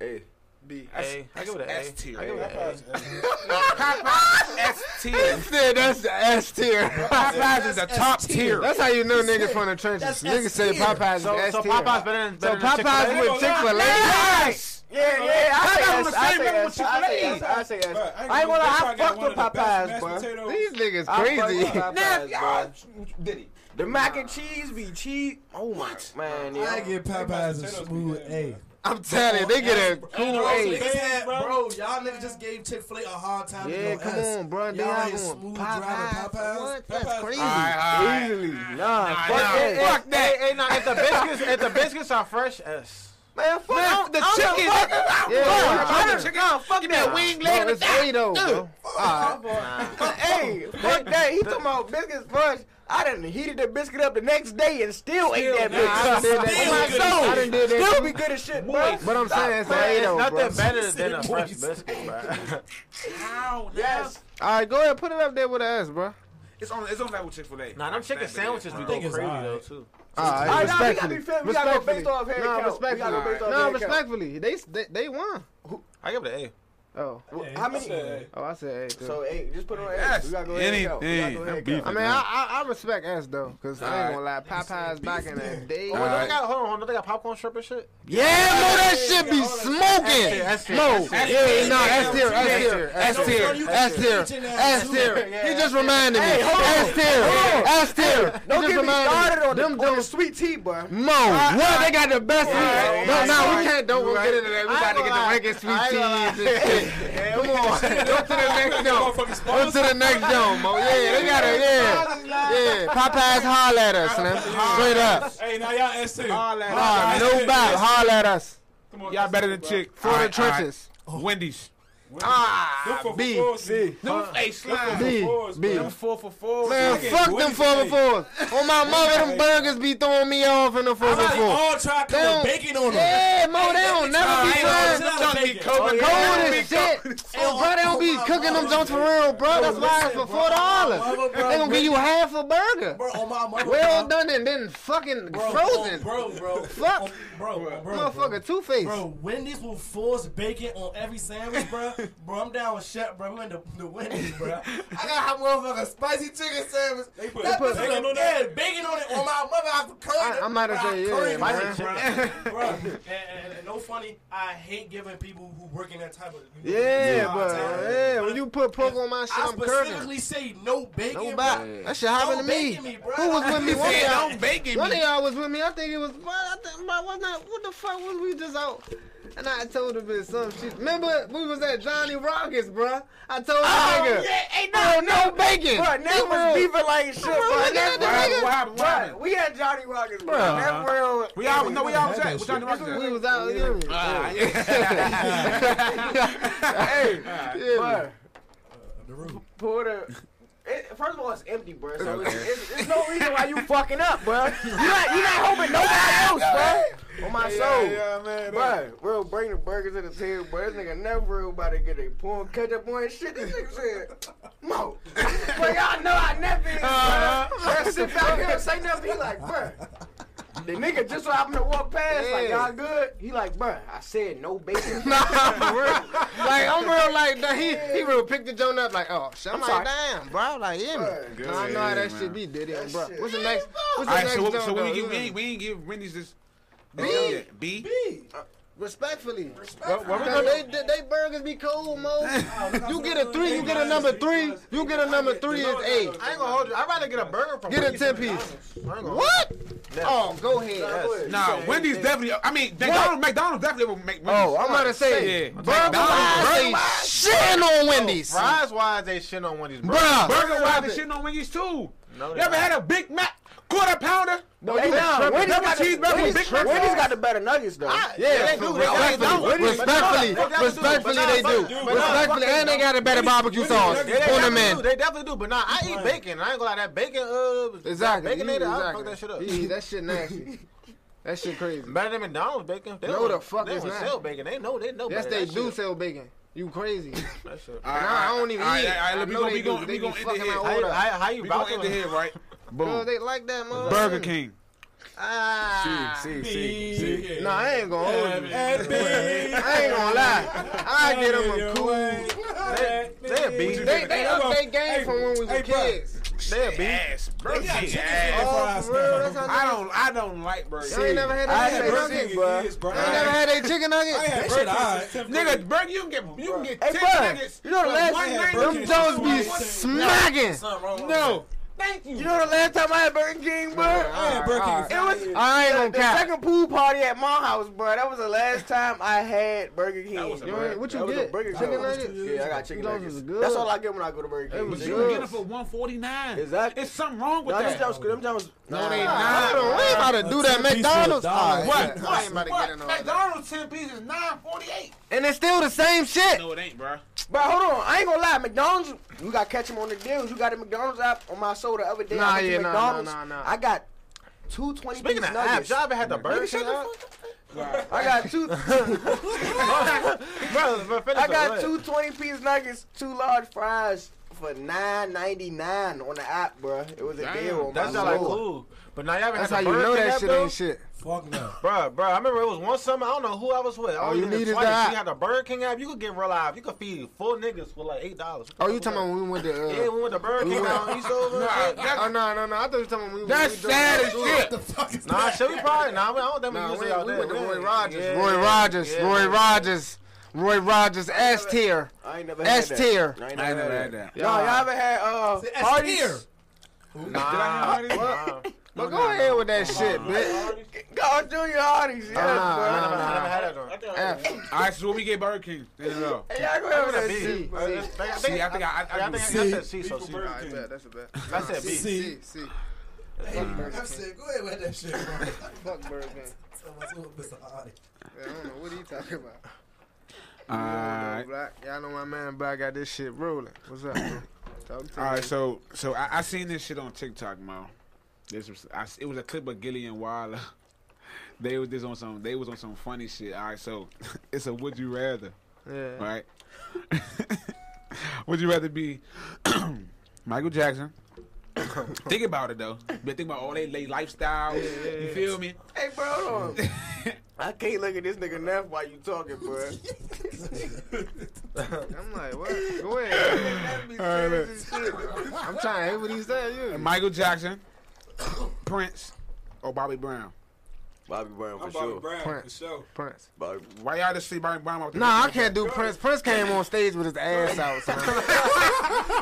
[SPEAKER 5] Hey,
[SPEAKER 1] B.
[SPEAKER 2] Hey, I give it a
[SPEAKER 1] S
[SPEAKER 2] A.
[SPEAKER 1] tier.
[SPEAKER 2] I give it a A.
[SPEAKER 1] Popeyes S tier.
[SPEAKER 4] Said that's the S tier.
[SPEAKER 1] Popeyes is a top tier.
[SPEAKER 4] That's how you know niggas from the trenches.
[SPEAKER 3] That's
[SPEAKER 4] Niggas say
[SPEAKER 3] S tier.
[SPEAKER 4] Popeyes is
[SPEAKER 2] So,
[SPEAKER 4] S
[SPEAKER 2] so
[SPEAKER 4] tier.
[SPEAKER 2] Popeyes better than
[SPEAKER 4] So
[SPEAKER 2] better than
[SPEAKER 4] Popeyes
[SPEAKER 2] Chick-fil-A?
[SPEAKER 4] with Chick Fil A.
[SPEAKER 1] Yes.
[SPEAKER 5] Yeah, yeah, I
[SPEAKER 1] Popeyes
[SPEAKER 5] say
[SPEAKER 1] on the
[SPEAKER 5] S. I
[SPEAKER 1] same
[SPEAKER 5] say
[SPEAKER 1] level
[SPEAKER 5] S. I
[SPEAKER 1] with
[SPEAKER 5] say
[SPEAKER 1] Chick-fil-A.
[SPEAKER 5] S. I say
[SPEAKER 8] Bro,
[SPEAKER 5] S.
[SPEAKER 8] I ain't gonna
[SPEAKER 5] lie, I
[SPEAKER 8] lie, I
[SPEAKER 5] fucked
[SPEAKER 8] fucked with
[SPEAKER 5] with Popeyes,
[SPEAKER 8] Popeyes,
[SPEAKER 5] bro.
[SPEAKER 8] bro.
[SPEAKER 4] These niggas
[SPEAKER 5] I fuck with
[SPEAKER 4] crazy.
[SPEAKER 5] Popeyes,
[SPEAKER 1] y'all-
[SPEAKER 5] bro. The mac and cheese be cheese. Oh my man,
[SPEAKER 3] I
[SPEAKER 5] yeah.
[SPEAKER 3] give Popeyes a
[SPEAKER 8] potatoes
[SPEAKER 3] smooth
[SPEAKER 8] be
[SPEAKER 3] A.
[SPEAKER 8] good,
[SPEAKER 4] I'm telling you, they get a cool
[SPEAKER 3] Niggas
[SPEAKER 4] A.
[SPEAKER 3] had-
[SPEAKER 8] bro.
[SPEAKER 3] Bro, y'all niggas just gave Chick Fil A a hard time. to
[SPEAKER 4] Yeah,
[SPEAKER 3] go
[SPEAKER 4] come
[SPEAKER 3] S.
[SPEAKER 4] on, bro. They
[SPEAKER 3] Y'all
[SPEAKER 4] not
[SPEAKER 3] ain't
[SPEAKER 4] going
[SPEAKER 3] smooth
[SPEAKER 4] Popeyes.
[SPEAKER 3] driving Popeyes.
[SPEAKER 4] What? That's
[SPEAKER 8] Popeyes.
[SPEAKER 4] crazy.
[SPEAKER 1] All right, all right.
[SPEAKER 5] Easily, nah,
[SPEAKER 1] Nah,
[SPEAKER 5] fuck
[SPEAKER 1] nah.
[SPEAKER 5] that.
[SPEAKER 1] Fuck that.
[SPEAKER 2] Hey, hey, now if the biscuits if the biscuits are fresh, eh, S.
[SPEAKER 5] Man, fuck
[SPEAKER 1] Man,
[SPEAKER 5] I'm-
[SPEAKER 1] the
[SPEAKER 5] I'm
[SPEAKER 1] chicken.
[SPEAKER 5] fuck-
[SPEAKER 4] Yeah,
[SPEAKER 5] I'm
[SPEAKER 4] chicken.
[SPEAKER 5] the chicken. Nah, fuck
[SPEAKER 1] Give me a
[SPEAKER 5] that.
[SPEAKER 1] wing
[SPEAKER 4] Bro,
[SPEAKER 1] later.
[SPEAKER 4] it's A though, bro. All right.
[SPEAKER 5] Hey, fuck that. He talking about biscuits first. I done heated the biscuit up the next day and still, ate that
[SPEAKER 4] Nah, I done
[SPEAKER 5] bitch.
[SPEAKER 4] did that.
[SPEAKER 5] Still,
[SPEAKER 4] too. I done did that.
[SPEAKER 5] still
[SPEAKER 4] too.
[SPEAKER 5] be good as shit, bro.
[SPEAKER 4] But I'm saying it's an A
[SPEAKER 2] It's
[SPEAKER 4] though,
[SPEAKER 2] nothing
[SPEAKER 4] bro.
[SPEAKER 2] better than a fresh biscuit, bro.
[SPEAKER 5] Yes.
[SPEAKER 4] All right, go ahead, put it up there with the S, bro.
[SPEAKER 1] It's on. It's on level Chick-fil-A.
[SPEAKER 2] Nah, them chicken sandwiches be going
[SPEAKER 3] is
[SPEAKER 2] crazy
[SPEAKER 3] alright.
[SPEAKER 2] though too.
[SPEAKER 4] All right,
[SPEAKER 5] All right, nah, we gotta
[SPEAKER 4] respectfully.
[SPEAKER 5] be fair. We gotta go based
[SPEAKER 4] Respectfully.
[SPEAKER 5] off head
[SPEAKER 4] Nah,
[SPEAKER 5] count. We gotta go
[SPEAKER 4] respectfully.
[SPEAKER 5] based off
[SPEAKER 4] No,
[SPEAKER 5] head count.
[SPEAKER 4] respectfully. They, they they won.
[SPEAKER 2] I give it
[SPEAKER 4] Oh,
[SPEAKER 5] Well, How many?
[SPEAKER 4] oh, I said A. Too.
[SPEAKER 5] So hey, just put it on eight.
[SPEAKER 1] Yes,
[SPEAKER 5] We gotta go ahead and count. We gotta go
[SPEAKER 1] anything.
[SPEAKER 5] ahead and
[SPEAKER 1] I'm
[SPEAKER 5] count.
[SPEAKER 4] I mean, I, I I respect S though, cause I ain't gonna lie, Popeyes back in the day.
[SPEAKER 2] A. Oh, wait, don't they got hold on, hold on, they got popcorn shrimp and shit.
[SPEAKER 4] Yeah, no, that shit be
[SPEAKER 2] S
[SPEAKER 4] smoking.
[SPEAKER 2] tier,
[SPEAKER 4] No,
[SPEAKER 2] S tier, S tier.
[SPEAKER 4] yeah, no, S tier, S tier, S
[SPEAKER 2] S
[SPEAKER 4] tier, S tier, S tier.
[SPEAKER 5] Yeah,
[SPEAKER 4] He
[SPEAKER 5] S
[SPEAKER 4] just reminded me.
[SPEAKER 5] Hey, hold on.
[SPEAKER 4] S tier,
[SPEAKER 5] Hold on.
[SPEAKER 4] S tier. He
[SPEAKER 5] Don't get
[SPEAKER 4] just
[SPEAKER 5] me
[SPEAKER 4] reminded
[SPEAKER 5] started
[SPEAKER 4] me.
[SPEAKER 5] on
[SPEAKER 4] Them
[SPEAKER 5] them on the
[SPEAKER 4] don't.
[SPEAKER 5] sweet tea, bro.
[SPEAKER 4] Mo, what? They got the best.
[SPEAKER 5] Yeah, yeah,
[SPEAKER 4] No, no,
[SPEAKER 5] yeah.
[SPEAKER 4] we can't. Don't go get into that. We
[SPEAKER 2] I
[SPEAKER 4] about to
[SPEAKER 2] ain't
[SPEAKER 4] get
[SPEAKER 2] gonna
[SPEAKER 4] the ranking sweet
[SPEAKER 2] I ain't gonna
[SPEAKER 4] cheese and shit. Come on, go to the next dome. Go to the next dome, Mo. Yeah, they got it. Yeah, yeah. Popeyes, holler at us, man. Straight up.
[SPEAKER 8] Hey, now y'all S tier.
[SPEAKER 1] All that.
[SPEAKER 4] Ah, no bop, holler at us
[SPEAKER 8] Come on,
[SPEAKER 1] Y'all
[SPEAKER 8] S
[SPEAKER 1] better
[SPEAKER 8] tier,
[SPEAKER 1] than
[SPEAKER 8] bro.
[SPEAKER 1] Chick.
[SPEAKER 4] for the trenches.
[SPEAKER 1] Wendy's.
[SPEAKER 3] Ah, them for
[SPEAKER 4] B,
[SPEAKER 3] fours,
[SPEAKER 10] See,
[SPEAKER 1] Them hey, slime.
[SPEAKER 4] B,
[SPEAKER 3] fours,
[SPEAKER 4] B.
[SPEAKER 1] Them four for four.
[SPEAKER 4] Man,
[SPEAKER 3] Nigga,
[SPEAKER 4] fuck
[SPEAKER 3] what
[SPEAKER 4] them
[SPEAKER 3] you
[SPEAKER 4] four
[SPEAKER 3] think?
[SPEAKER 4] before. On my mother, them burgers be throwing me off in the four
[SPEAKER 3] I'm like,
[SPEAKER 4] before.
[SPEAKER 3] all try to
[SPEAKER 4] They
[SPEAKER 3] come
[SPEAKER 4] don't-
[SPEAKER 3] with bacon on them.
[SPEAKER 4] Yeah, mo, they
[SPEAKER 3] Hey, they
[SPEAKER 4] don't never be
[SPEAKER 3] try.
[SPEAKER 4] trying.
[SPEAKER 3] They
[SPEAKER 1] Don't be
[SPEAKER 4] Cold
[SPEAKER 1] cooking.
[SPEAKER 4] as shit. And bro, they don't be
[SPEAKER 3] Oh, my
[SPEAKER 4] cooking them
[SPEAKER 3] mama,
[SPEAKER 4] joints for real, bro. That's why it's
[SPEAKER 3] bro,
[SPEAKER 4] for four dollars.
[SPEAKER 3] mama, bro,
[SPEAKER 4] They gonna give you half a burger.
[SPEAKER 3] Bro, on my mother.
[SPEAKER 4] Well
[SPEAKER 3] bro.
[SPEAKER 4] done and then fucking
[SPEAKER 3] Bro,
[SPEAKER 4] frozen.
[SPEAKER 3] Bro, bro.
[SPEAKER 4] Fuck.
[SPEAKER 3] Oh, Bro, oh, bro. bro.
[SPEAKER 4] Motherfucker, Two Face.
[SPEAKER 3] Bro, Wendy's will force bacon on every sandwich, bro. bro, I'm down with Shep, bro. We went to, to Wendy's, bro.
[SPEAKER 11] I got how motherfucking spicy chicken sandwich.
[SPEAKER 3] They put
[SPEAKER 11] That bitch
[SPEAKER 3] bacon
[SPEAKER 11] look
[SPEAKER 3] on that.
[SPEAKER 11] good. Bacon on it on my mother. I'm
[SPEAKER 4] I-
[SPEAKER 11] curry.
[SPEAKER 4] I'm not a
[SPEAKER 11] Bro, I
[SPEAKER 4] J,
[SPEAKER 11] curry
[SPEAKER 4] yeah,
[SPEAKER 11] my
[SPEAKER 4] man.
[SPEAKER 11] shit.
[SPEAKER 3] bro, and, and, and no funny, I hate giving people who work in that type of you know,
[SPEAKER 4] Yeah,
[SPEAKER 3] job
[SPEAKER 4] bro.
[SPEAKER 3] time.
[SPEAKER 4] Yeah, when you put pork on my shit,
[SPEAKER 3] I
[SPEAKER 4] I'm curving.
[SPEAKER 3] specifically say no bacon.
[SPEAKER 4] No
[SPEAKER 3] bro.
[SPEAKER 4] bop. That shit
[SPEAKER 3] Don't
[SPEAKER 4] happened to me.
[SPEAKER 3] bacon me, bro.
[SPEAKER 4] Who was with me? One of
[SPEAKER 1] Man,
[SPEAKER 4] y'all.
[SPEAKER 1] don't bake it.
[SPEAKER 4] One of y'all was with me. I think it was. What, I think, bro, what, not, what the fuck was we just out? And I told her bitch some shit. Remember we was at Johnny Rockets, bro. I told the nigga,
[SPEAKER 5] ain't
[SPEAKER 4] bro, no bacon.
[SPEAKER 5] Bro,
[SPEAKER 4] Be
[SPEAKER 5] that was
[SPEAKER 4] real.
[SPEAKER 5] beefing like shit, bro.
[SPEAKER 4] Bro, look at
[SPEAKER 5] That
[SPEAKER 4] the
[SPEAKER 5] bro.
[SPEAKER 4] nigga.
[SPEAKER 1] What happened? What
[SPEAKER 5] Bro,
[SPEAKER 1] happened?
[SPEAKER 5] we had Johnny Rockets, bro.
[SPEAKER 4] Bro.
[SPEAKER 5] That world.
[SPEAKER 1] We all no, we all was at. What y'all
[SPEAKER 4] We
[SPEAKER 1] doing?
[SPEAKER 4] was out. Yeah.
[SPEAKER 1] Ah, yeah.
[SPEAKER 5] Hey,
[SPEAKER 4] Yeah.
[SPEAKER 5] bro.
[SPEAKER 11] The root.
[SPEAKER 5] Porter. It, first of all, it's empty, bro. So it's, it's, it's no reason why you fucking up, bro. You not you not hoping nobody else, bro. On my soul, bro. Real bring the burgers to the table, bro. This nigga never real about to get a porn ketchup on his shit. This nigga said, "Mo, bro, y'all know I never is, bro. Bro, sit back here and say nothing." He like, bro. The nigga just so happened to walk past, like,
[SPEAKER 4] Yeah.
[SPEAKER 5] y'all good? He like, bro, I said no bacon.
[SPEAKER 4] Nah, for real. Like I'm real like that. He he real picked the joint up like oh shit. I'm,
[SPEAKER 5] I'm sorry.
[SPEAKER 4] like damn bro. I'm like yeah man.
[SPEAKER 5] Good.
[SPEAKER 4] Nah, I know how that
[SPEAKER 1] Yeah,
[SPEAKER 4] shit
[SPEAKER 1] man.
[SPEAKER 4] be did it, bro.
[SPEAKER 5] shit.
[SPEAKER 4] What's the next? What's the
[SPEAKER 1] All right,
[SPEAKER 4] next
[SPEAKER 1] so
[SPEAKER 4] joint?
[SPEAKER 1] so
[SPEAKER 4] though?
[SPEAKER 1] we give we
[SPEAKER 4] Yeah.
[SPEAKER 1] ain't, we ain't give Wendy's this.
[SPEAKER 4] B.
[SPEAKER 1] B.
[SPEAKER 4] respectfully.
[SPEAKER 2] What, what we
[SPEAKER 4] Cause
[SPEAKER 2] gonna
[SPEAKER 4] they, they they burgers be cold, mo. You get a three, you get a number three, you get a number three is eight.
[SPEAKER 2] I ain't gonna hold you. I'd rather get a burger from
[SPEAKER 4] Get a
[SPEAKER 2] Wendy's
[SPEAKER 4] ten
[SPEAKER 2] than McDonald's.
[SPEAKER 4] piece. What? Oh, go ahead.
[SPEAKER 5] Yes.
[SPEAKER 1] Nah, Wendy's definitely. I mean, McDonald's, McDonald's definitely would make. Wendy's
[SPEAKER 4] Oh, I'm about to say,
[SPEAKER 1] Yeah.
[SPEAKER 4] burger
[SPEAKER 1] McDonald's,
[SPEAKER 4] wise, they shitting on Wendy's,
[SPEAKER 2] Fries wise, they shit on Wendy's. Bro.
[SPEAKER 4] bruh.
[SPEAKER 1] burger wise and shit on Wendy's too.
[SPEAKER 2] No,
[SPEAKER 1] you
[SPEAKER 2] they
[SPEAKER 1] ever
[SPEAKER 2] not.
[SPEAKER 1] had a Big Mac quarter pounder?
[SPEAKER 4] No,
[SPEAKER 5] Hey, nah, Wendy's
[SPEAKER 1] Double
[SPEAKER 5] got the-
[SPEAKER 1] cheeseburger with Big
[SPEAKER 5] Wendy's
[SPEAKER 1] Mac
[SPEAKER 5] Wendy's
[SPEAKER 1] sauce?
[SPEAKER 5] got the better nuggets though.
[SPEAKER 2] Yeah, they do. They got- they
[SPEAKER 1] Respectfully.
[SPEAKER 2] don't- Wendy's-
[SPEAKER 4] Respectfully,
[SPEAKER 2] But nah, they
[SPEAKER 4] respectfully,
[SPEAKER 2] definitely
[SPEAKER 4] they
[SPEAKER 2] do. But nah,
[SPEAKER 4] do.
[SPEAKER 2] fuck
[SPEAKER 4] Respectfully,
[SPEAKER 2] them,
[SPEAKER 4] and they
[SPEAKER 2] though.
[SPEAKER 4] got a better barbecue sauce
[SPEAKER 2] They, they
[SPEAKER 4] on them,
[SPEAKER 2] definitely do.
[SPEAKER 4] man.
[SPEAKER 2] They definitely do. But nah, I eat bacon. I ain't gonna lie. That bacon, uh,
[SPEAKER 4] Exactly.
[SPEAKER 2] That bacon, exactly. I
[SPEAKER 4] you- exactly.
[SPEAKER 2] fuck that shit up.
[SPEAKER 4] Yeah, that shit nasty. That shit crazy.
[SPEAKER 2] Better than McDonald's bacon. They
[SPEAKER 4] No,
[SPEAKER 2] don't-
[SPEAKER 4] the fuck
[SPEAKER 2] they
[SPEAKER 4] it's
[SPEAKER 2] don't
[SPEAKER 4] not.
[SPEAKER 2] sell bacon. They know. They know.
[SPEAKER 4] Yes,
[SPEAKER 2] better.
[SPEAKER 4] they
[SPEAKER 2] That
[SPEAKER 4] do
[SPEAKER 2] shit-
[SPEAKER 4] sell bacon. You crazy?
[SPEAKER 2] that shit.
[SPEAKER 1] All right,
[SPEAKER 4] Nah,
[SPEAKER 1] all right,
[SPEAKER 4] I don't even
[SPEAKER 1] all
[SPEAKER 4] eat it.
[SPEAKER 1] right, All right,
[SPEAKER 4] I
[SPEAKER 1] look, we
[SPEAKER 4] know
[SPEAKER 1] gonna
[SPEAKER 4] they
[SPEAKER 1] we
[SPEAKER 4] do.
[SPEAKER 1] gonna
[SPEAKER 4] They
[SPEAKER 1] we
[SPEAKER 4] be
[SPEAKER 1] gonna end
[SPEAKER 4] fucking
[SPEAKER 1] it here.
[SPEAKER 4] my
[SPEAKER 2] How you,
[SPEAKER 4] Hold up.
[SPEAKER 2] how, how you
[SPEAKER 1] We
[SPEAKER 2] rock
[SPEAKER 1] gonna end it here, right?
[SPEAKER 4] Girl,
[SPEAKER 1] Boom.
[SPEAKER 4] they like that, man.
[SPEAKER 1] Burger King.
[SPEAKER 4] Ah.
[SPEAKER 12] See, see, see.
[SPEAKER 4] Nah, I ain't gonna hold you. I ain't gonna lie. I get them a cool.
[SPEAKER 2] They a beast.
[SPEAKER 4] They they up their game from when we
[SPEAKER 10] hey,
[SPEAKER 4] was
[SPEAKER 10] bro.
[SPEAKER 4] kids.
[SPEAKER 2] They a beast.
[SPEAKER 1] Ass, Burger
[SPEAKER 10] got
[SPEAKER 1] King.
[SPEAKER 10] chicken
[SPEAKER 1] ass.
[SPEAKER 4] Oh, for real, that's how
[SPEAKER 1] I don't I don't like Burger
[SPEAKER 4] Y'all ain't
[SPEAKER 1] King.
[SPEAKER 4] never had
[SPEAKER 10] I
[SPEAKER 4] that
[SPEAKER 10] had
[SPEAKER 4] chicken
[SPEAKER 10] burger
[SPEAKER 4] nugget.
[SPEAKER 10] in years, bro.
[SPEAKER 4] Y'all ain't never had that chicken nugget.
[SPEAKER 10] I had burger since tenth
[SPEAKER 1] Nigga, burger you can get you can get
[SPEAKER 4] Hey,
[SPEAKER 1] ten
[SPEAKER 4] bruh,
[SPEAKER 1] nuggets.
[SPEAKER 4] you know the
[SPEAKER 1] for
[SPEAKER 4] last-
[SPEAKER 1] one
[SPEAKER 10] I had
[SPEAKER 1] ninety.
[SPEAKER 10] Burger
[SPEAKER 4] Them
[SPEAKER 10] King.
[SPEAKER 4] dogs
[SPEAKER 10] Why
[SPEAKER 4] be
[SPEAKER 10] you say-
[SPEAKER 4] smacking.
[SPEAKER 3] Something wrong with
[SPEAKER 4] No.
[SPEAKER 1] Thank you.
[SPEAKER 5] You know the last time I had Burger King, bro?
[SPEAKER 10] I had burger
[SPEAKER 4] Alright,
[SPEAKER 10] King.
[SPEAKER 5] It was
[SPEAKER 4] I ain't gonna
[SPEAKER 5] the, the
[SPEAKER 4] cap.
[SPEAKER 5] second pool party at my house, bro. That was the last time I had Burger King.
[SPEAKER 12] was a
[SPEAKER 4] You ain't- What you
[SPEAKER 5] That was a
[SPEAKER 4] get?
[SPEAKER 5] burger
[SPEAKER 4] Chicken
[SPEAKER 5] joint.
[SPEAKER 4] nuggets.
[SPEAKER 5] yeah, I got chicken
[SPEAKER 4] Those
[SPEAKER 5] nuggets.
[SPEAKER 4] was good.
[SPEAKER 5] That's all I get when I go to Burger
[SPEAKER 4] They
[SPEAKER 5] King.
[SPEAKER 4] was
[SPEAKER 5] Chicken
[SPEAKER 1] You can
[SPEAKER 4] good.
[SPEAKER 1] get it
[SPEAKER 5] nuggets.
[SPEAKER 1] for one forty nine.
[SPEAKER 5] Exactly.
[SPEAKER 1] It's something wrong with
[SPEAKER 5] Nah, them
[SPEAKER 1] that.
[SPEAKER 5] times, them times.
[SPEAKER 4] No, they
[SPEAKER 5] Nah.
[SPEAKER 4] not. We ain't about to do that
[SPEAKER 11] Ten piece
[SPEAKER 4] McDonald's.
[SPEAKER 11] for a dollar.
[SPEAKER 4] Alright,
[SPEAKER 1] What?
[SPEAKER 4] I ain't about to get in all that.
[SPEAKER 1] McDonald's ten pieces nine forty eight.
[SPEAKER 4] And it's still the same shit.
[SPEAKER 1] No, it ain't, bro.
[SPEAKER 5] But hold on, I ain't gonna lie. McDonald's, you gotta catch them on the deals. You got a McDonald's app on my soda the other day.
[SPEAKER 4] Nah,
[SPEAKER 5] I went
[SPEAKER 4] yeah,
[SPEAKER 5] to
[SPEAKER 4] nah,
[SPEAKER 5] McDonald's.
[SPEAKER 4] nah, nah, nah.
[SPEAKER 5] I got two twenty
[SPEAKER 2] Speaking
[SPEAKER 5] piece
[SPEAKER 2] of apps,
[SPEAKER 5] nuggets.
[SPEAKER 2] y'all ever had the Burger
[SPEAKER 5] Nigga, shut
[SPEAKER 2] King
[SPEAKER 5] the
[SPEAKER 2] app?
[SPEAKER 5] fuck up. I got two.
[SPEAKER 2] Bro, bro, finish
[SPEAKER 5] I
[SPEAKER 2] the
[SPEAKER 5] got
[SPEAKER 2] list.
[SPEAKER 5] two 20 piece nuggets, two large fries for nine ninety nine on the app, bruh. It was a
[SPEAKER 1] Damn,
[SPEAKER 5] deal. On
[SPEAKER 2] That's
[SPEAKER 5] my
[SPEAKER 2] not like
[SPEAKER 5] soul.
[SPEAKER 2] cool. But now y'all ever
[SPEAKER 4] That's how
[SPEAKER 2] had
[SPEAKER 4] you
[SPEAKER 2] the Burger
[SPEAKER 4] know
[SPEAKER 2] King
[SPEAKER 4] that
[SPEAKER 2] app,
[SPEAKER 4] shit
[SPEAKER 2] though?
[SPEAKER 4] ain't shit.
[SPEAKER 11] Fuck no.
[SPEAKER 2] Bro, bro, I remember it was one summer. I don't know who I was with. I
[SPEAKER 4] All
[SPEAKER 2] was
[SPEAKER 4] Oh, you
[SPEAKER 2] in it
[SPEAKER 4] need is
[SPEAKER 2] twice.
[SPEAKER 4] the app.
[SPEAKER 2] She had a Burger King app. You could get real live. You could feed four niggas with like eight dollars.
[SPEAKER 4] Oh, you talking about when we went to?
[SPEAKER 2] Yeah,
[SPEAKER 4] Uh,
[SPEAKER 2] we went to Burger
[SPEAKER 4] we
[SPEAKER 2] King
[SPEAKER 4] went-
[SPEAKER 2] down East over. and
[SPEAKER 1] Nah,
[SPEAKER 2] shit.
[SPEAKER 1] that-
[SPEAKER 4] oh no, no, no! I thought you were talking about when we.
[SPEAKER 1] That's
[SPEAKER 4] when we
[SPEAKER 1] sad as shit.
[SPEAKER 2] Nah, shit, we probably nah. I don't think we
[SPEAKER 4] Nah,
[SPEAKER 2] used
[SPEAKER 4] we-
[SPEAKER 2] it out
[SPEAKER 4] we
[SPEAKER 2] there.
[SPEAKER 4] went to
[SPEAKER 2] We
[SPEAKER 4] Roy
[SPEAKER 2] ain't-
[SPEAKER 4] Rogers.
[SPEAKER 2] yeah,
[SPEAKER 4] Roy
[SPEAKER 2] yeah,
[SPEAKER 4] Rogers.
[SPEAKER 2] yeah.
[SPEAKER 4] Roy Rogers. Roy Rogers. S tier.
[SPEAKER 12] I ain't never had
[SPEAKER 4] S
[SPEAKER 12] that.
[SPEAKER 4] tier.
[SPEAKER 12] I ain't
[SPEAKER 1] I ain't
[SPEAKER 12] never
[SPEAKER 1] never
[SPEAKER 12] had
[SPEAKER 1] had
[SPEAKER 12] that.
[SPEAKER 1] that.
[SPEAKER 5] Y'all, y'all ever had uh, parties?
[SPEAKER 2] Nah, nah.
[SPEAKER 4] But go ahead with that shit, bitch.
[SPEAKER 5] Go Junior Hardee's, yes,
[SPEAKER 4] Nah,
[SPEAKER 5] bro.
[SPEAKER 2] I
[SPEAKER 4] nah,
[SPEAKER 2] never, I never
[SPEAKER 4] nah.
[SPEAKER 2] had that joint.
[SPEAKER 4] F.
[SPEAKER 1] All right, so what we get Burger King? I don't know.
[SPEAKER 5] Hey, y'all go ahead with that
[SPEAKER 2] B.
[SPEAKER 5] shit.
[SPEAKER 2] I think- I
[SPEAKER 1] See,
[SPEAKER 2] think
[SPEAKER 1] I think I, I, I,
[SPEAKER 2] I think I
[SPEAKER 1] see.
[SPEAKER 2] said C, so C.
[SPEAKER 4] That's a bet.
[SPEAKER 2] I said B.
[SPEAKER 4] C. C.
[SPEAKER 11] I said, go ahead with that shit, bro.
[SPEAKER 4] Fuck Burger King.
[SPEAKER 11] So I was with Mr. Hardy.
[SPEAKER 4] Yeah, I don't know what are you talking about.
[SPEAKER 1] All right.
[SPEAKER 4] Black. Y'all know my man Black got this shit rolling. What's up, bro? Talk to
[SPEAKER 1] All
[SPEAKER 4] me.
[SPEAKER 1] right, so so I, I seen this shit on TikTok, Mo. This was I, it was a clip of Gilly and Wilder. They was this on some they was on some funny shit. All right, so it's a would you rather,
[SPEAKER 4] Yeah.
[SPEAKER 1] right? would you rather be Michael Jackson? think about it though. But think about all they late lifestyle. You feel me?
[SPEAKER 4] Hey, bro, hold on. I can't look at this nigga Neff while you talking, bro. I'm like, what? Go ahead. bro. That be serious as shit. I'm trying to hear what he said. Yeah.
[SPEAKER 1] Michael Jackson, Prince, or Bobby Brown?
[SPEAKER 5] Bobby Brown for
[SPEAKER 3] I'm Bobby
[SPEAKER 5] sure.
[SPEAKER 3] Brown for
[SPEAKER 4] Prince.
[SPEAKER 3] sure.
[SPEAKER 4] Prince.
[SPEAKER 5] Bobby,
[SPEAKER 1] Why y'all just see Bobby Brown? off the-
[SPEAKER 4] Nah, I can't do Prince. Prince came on stage with his ass out. Son.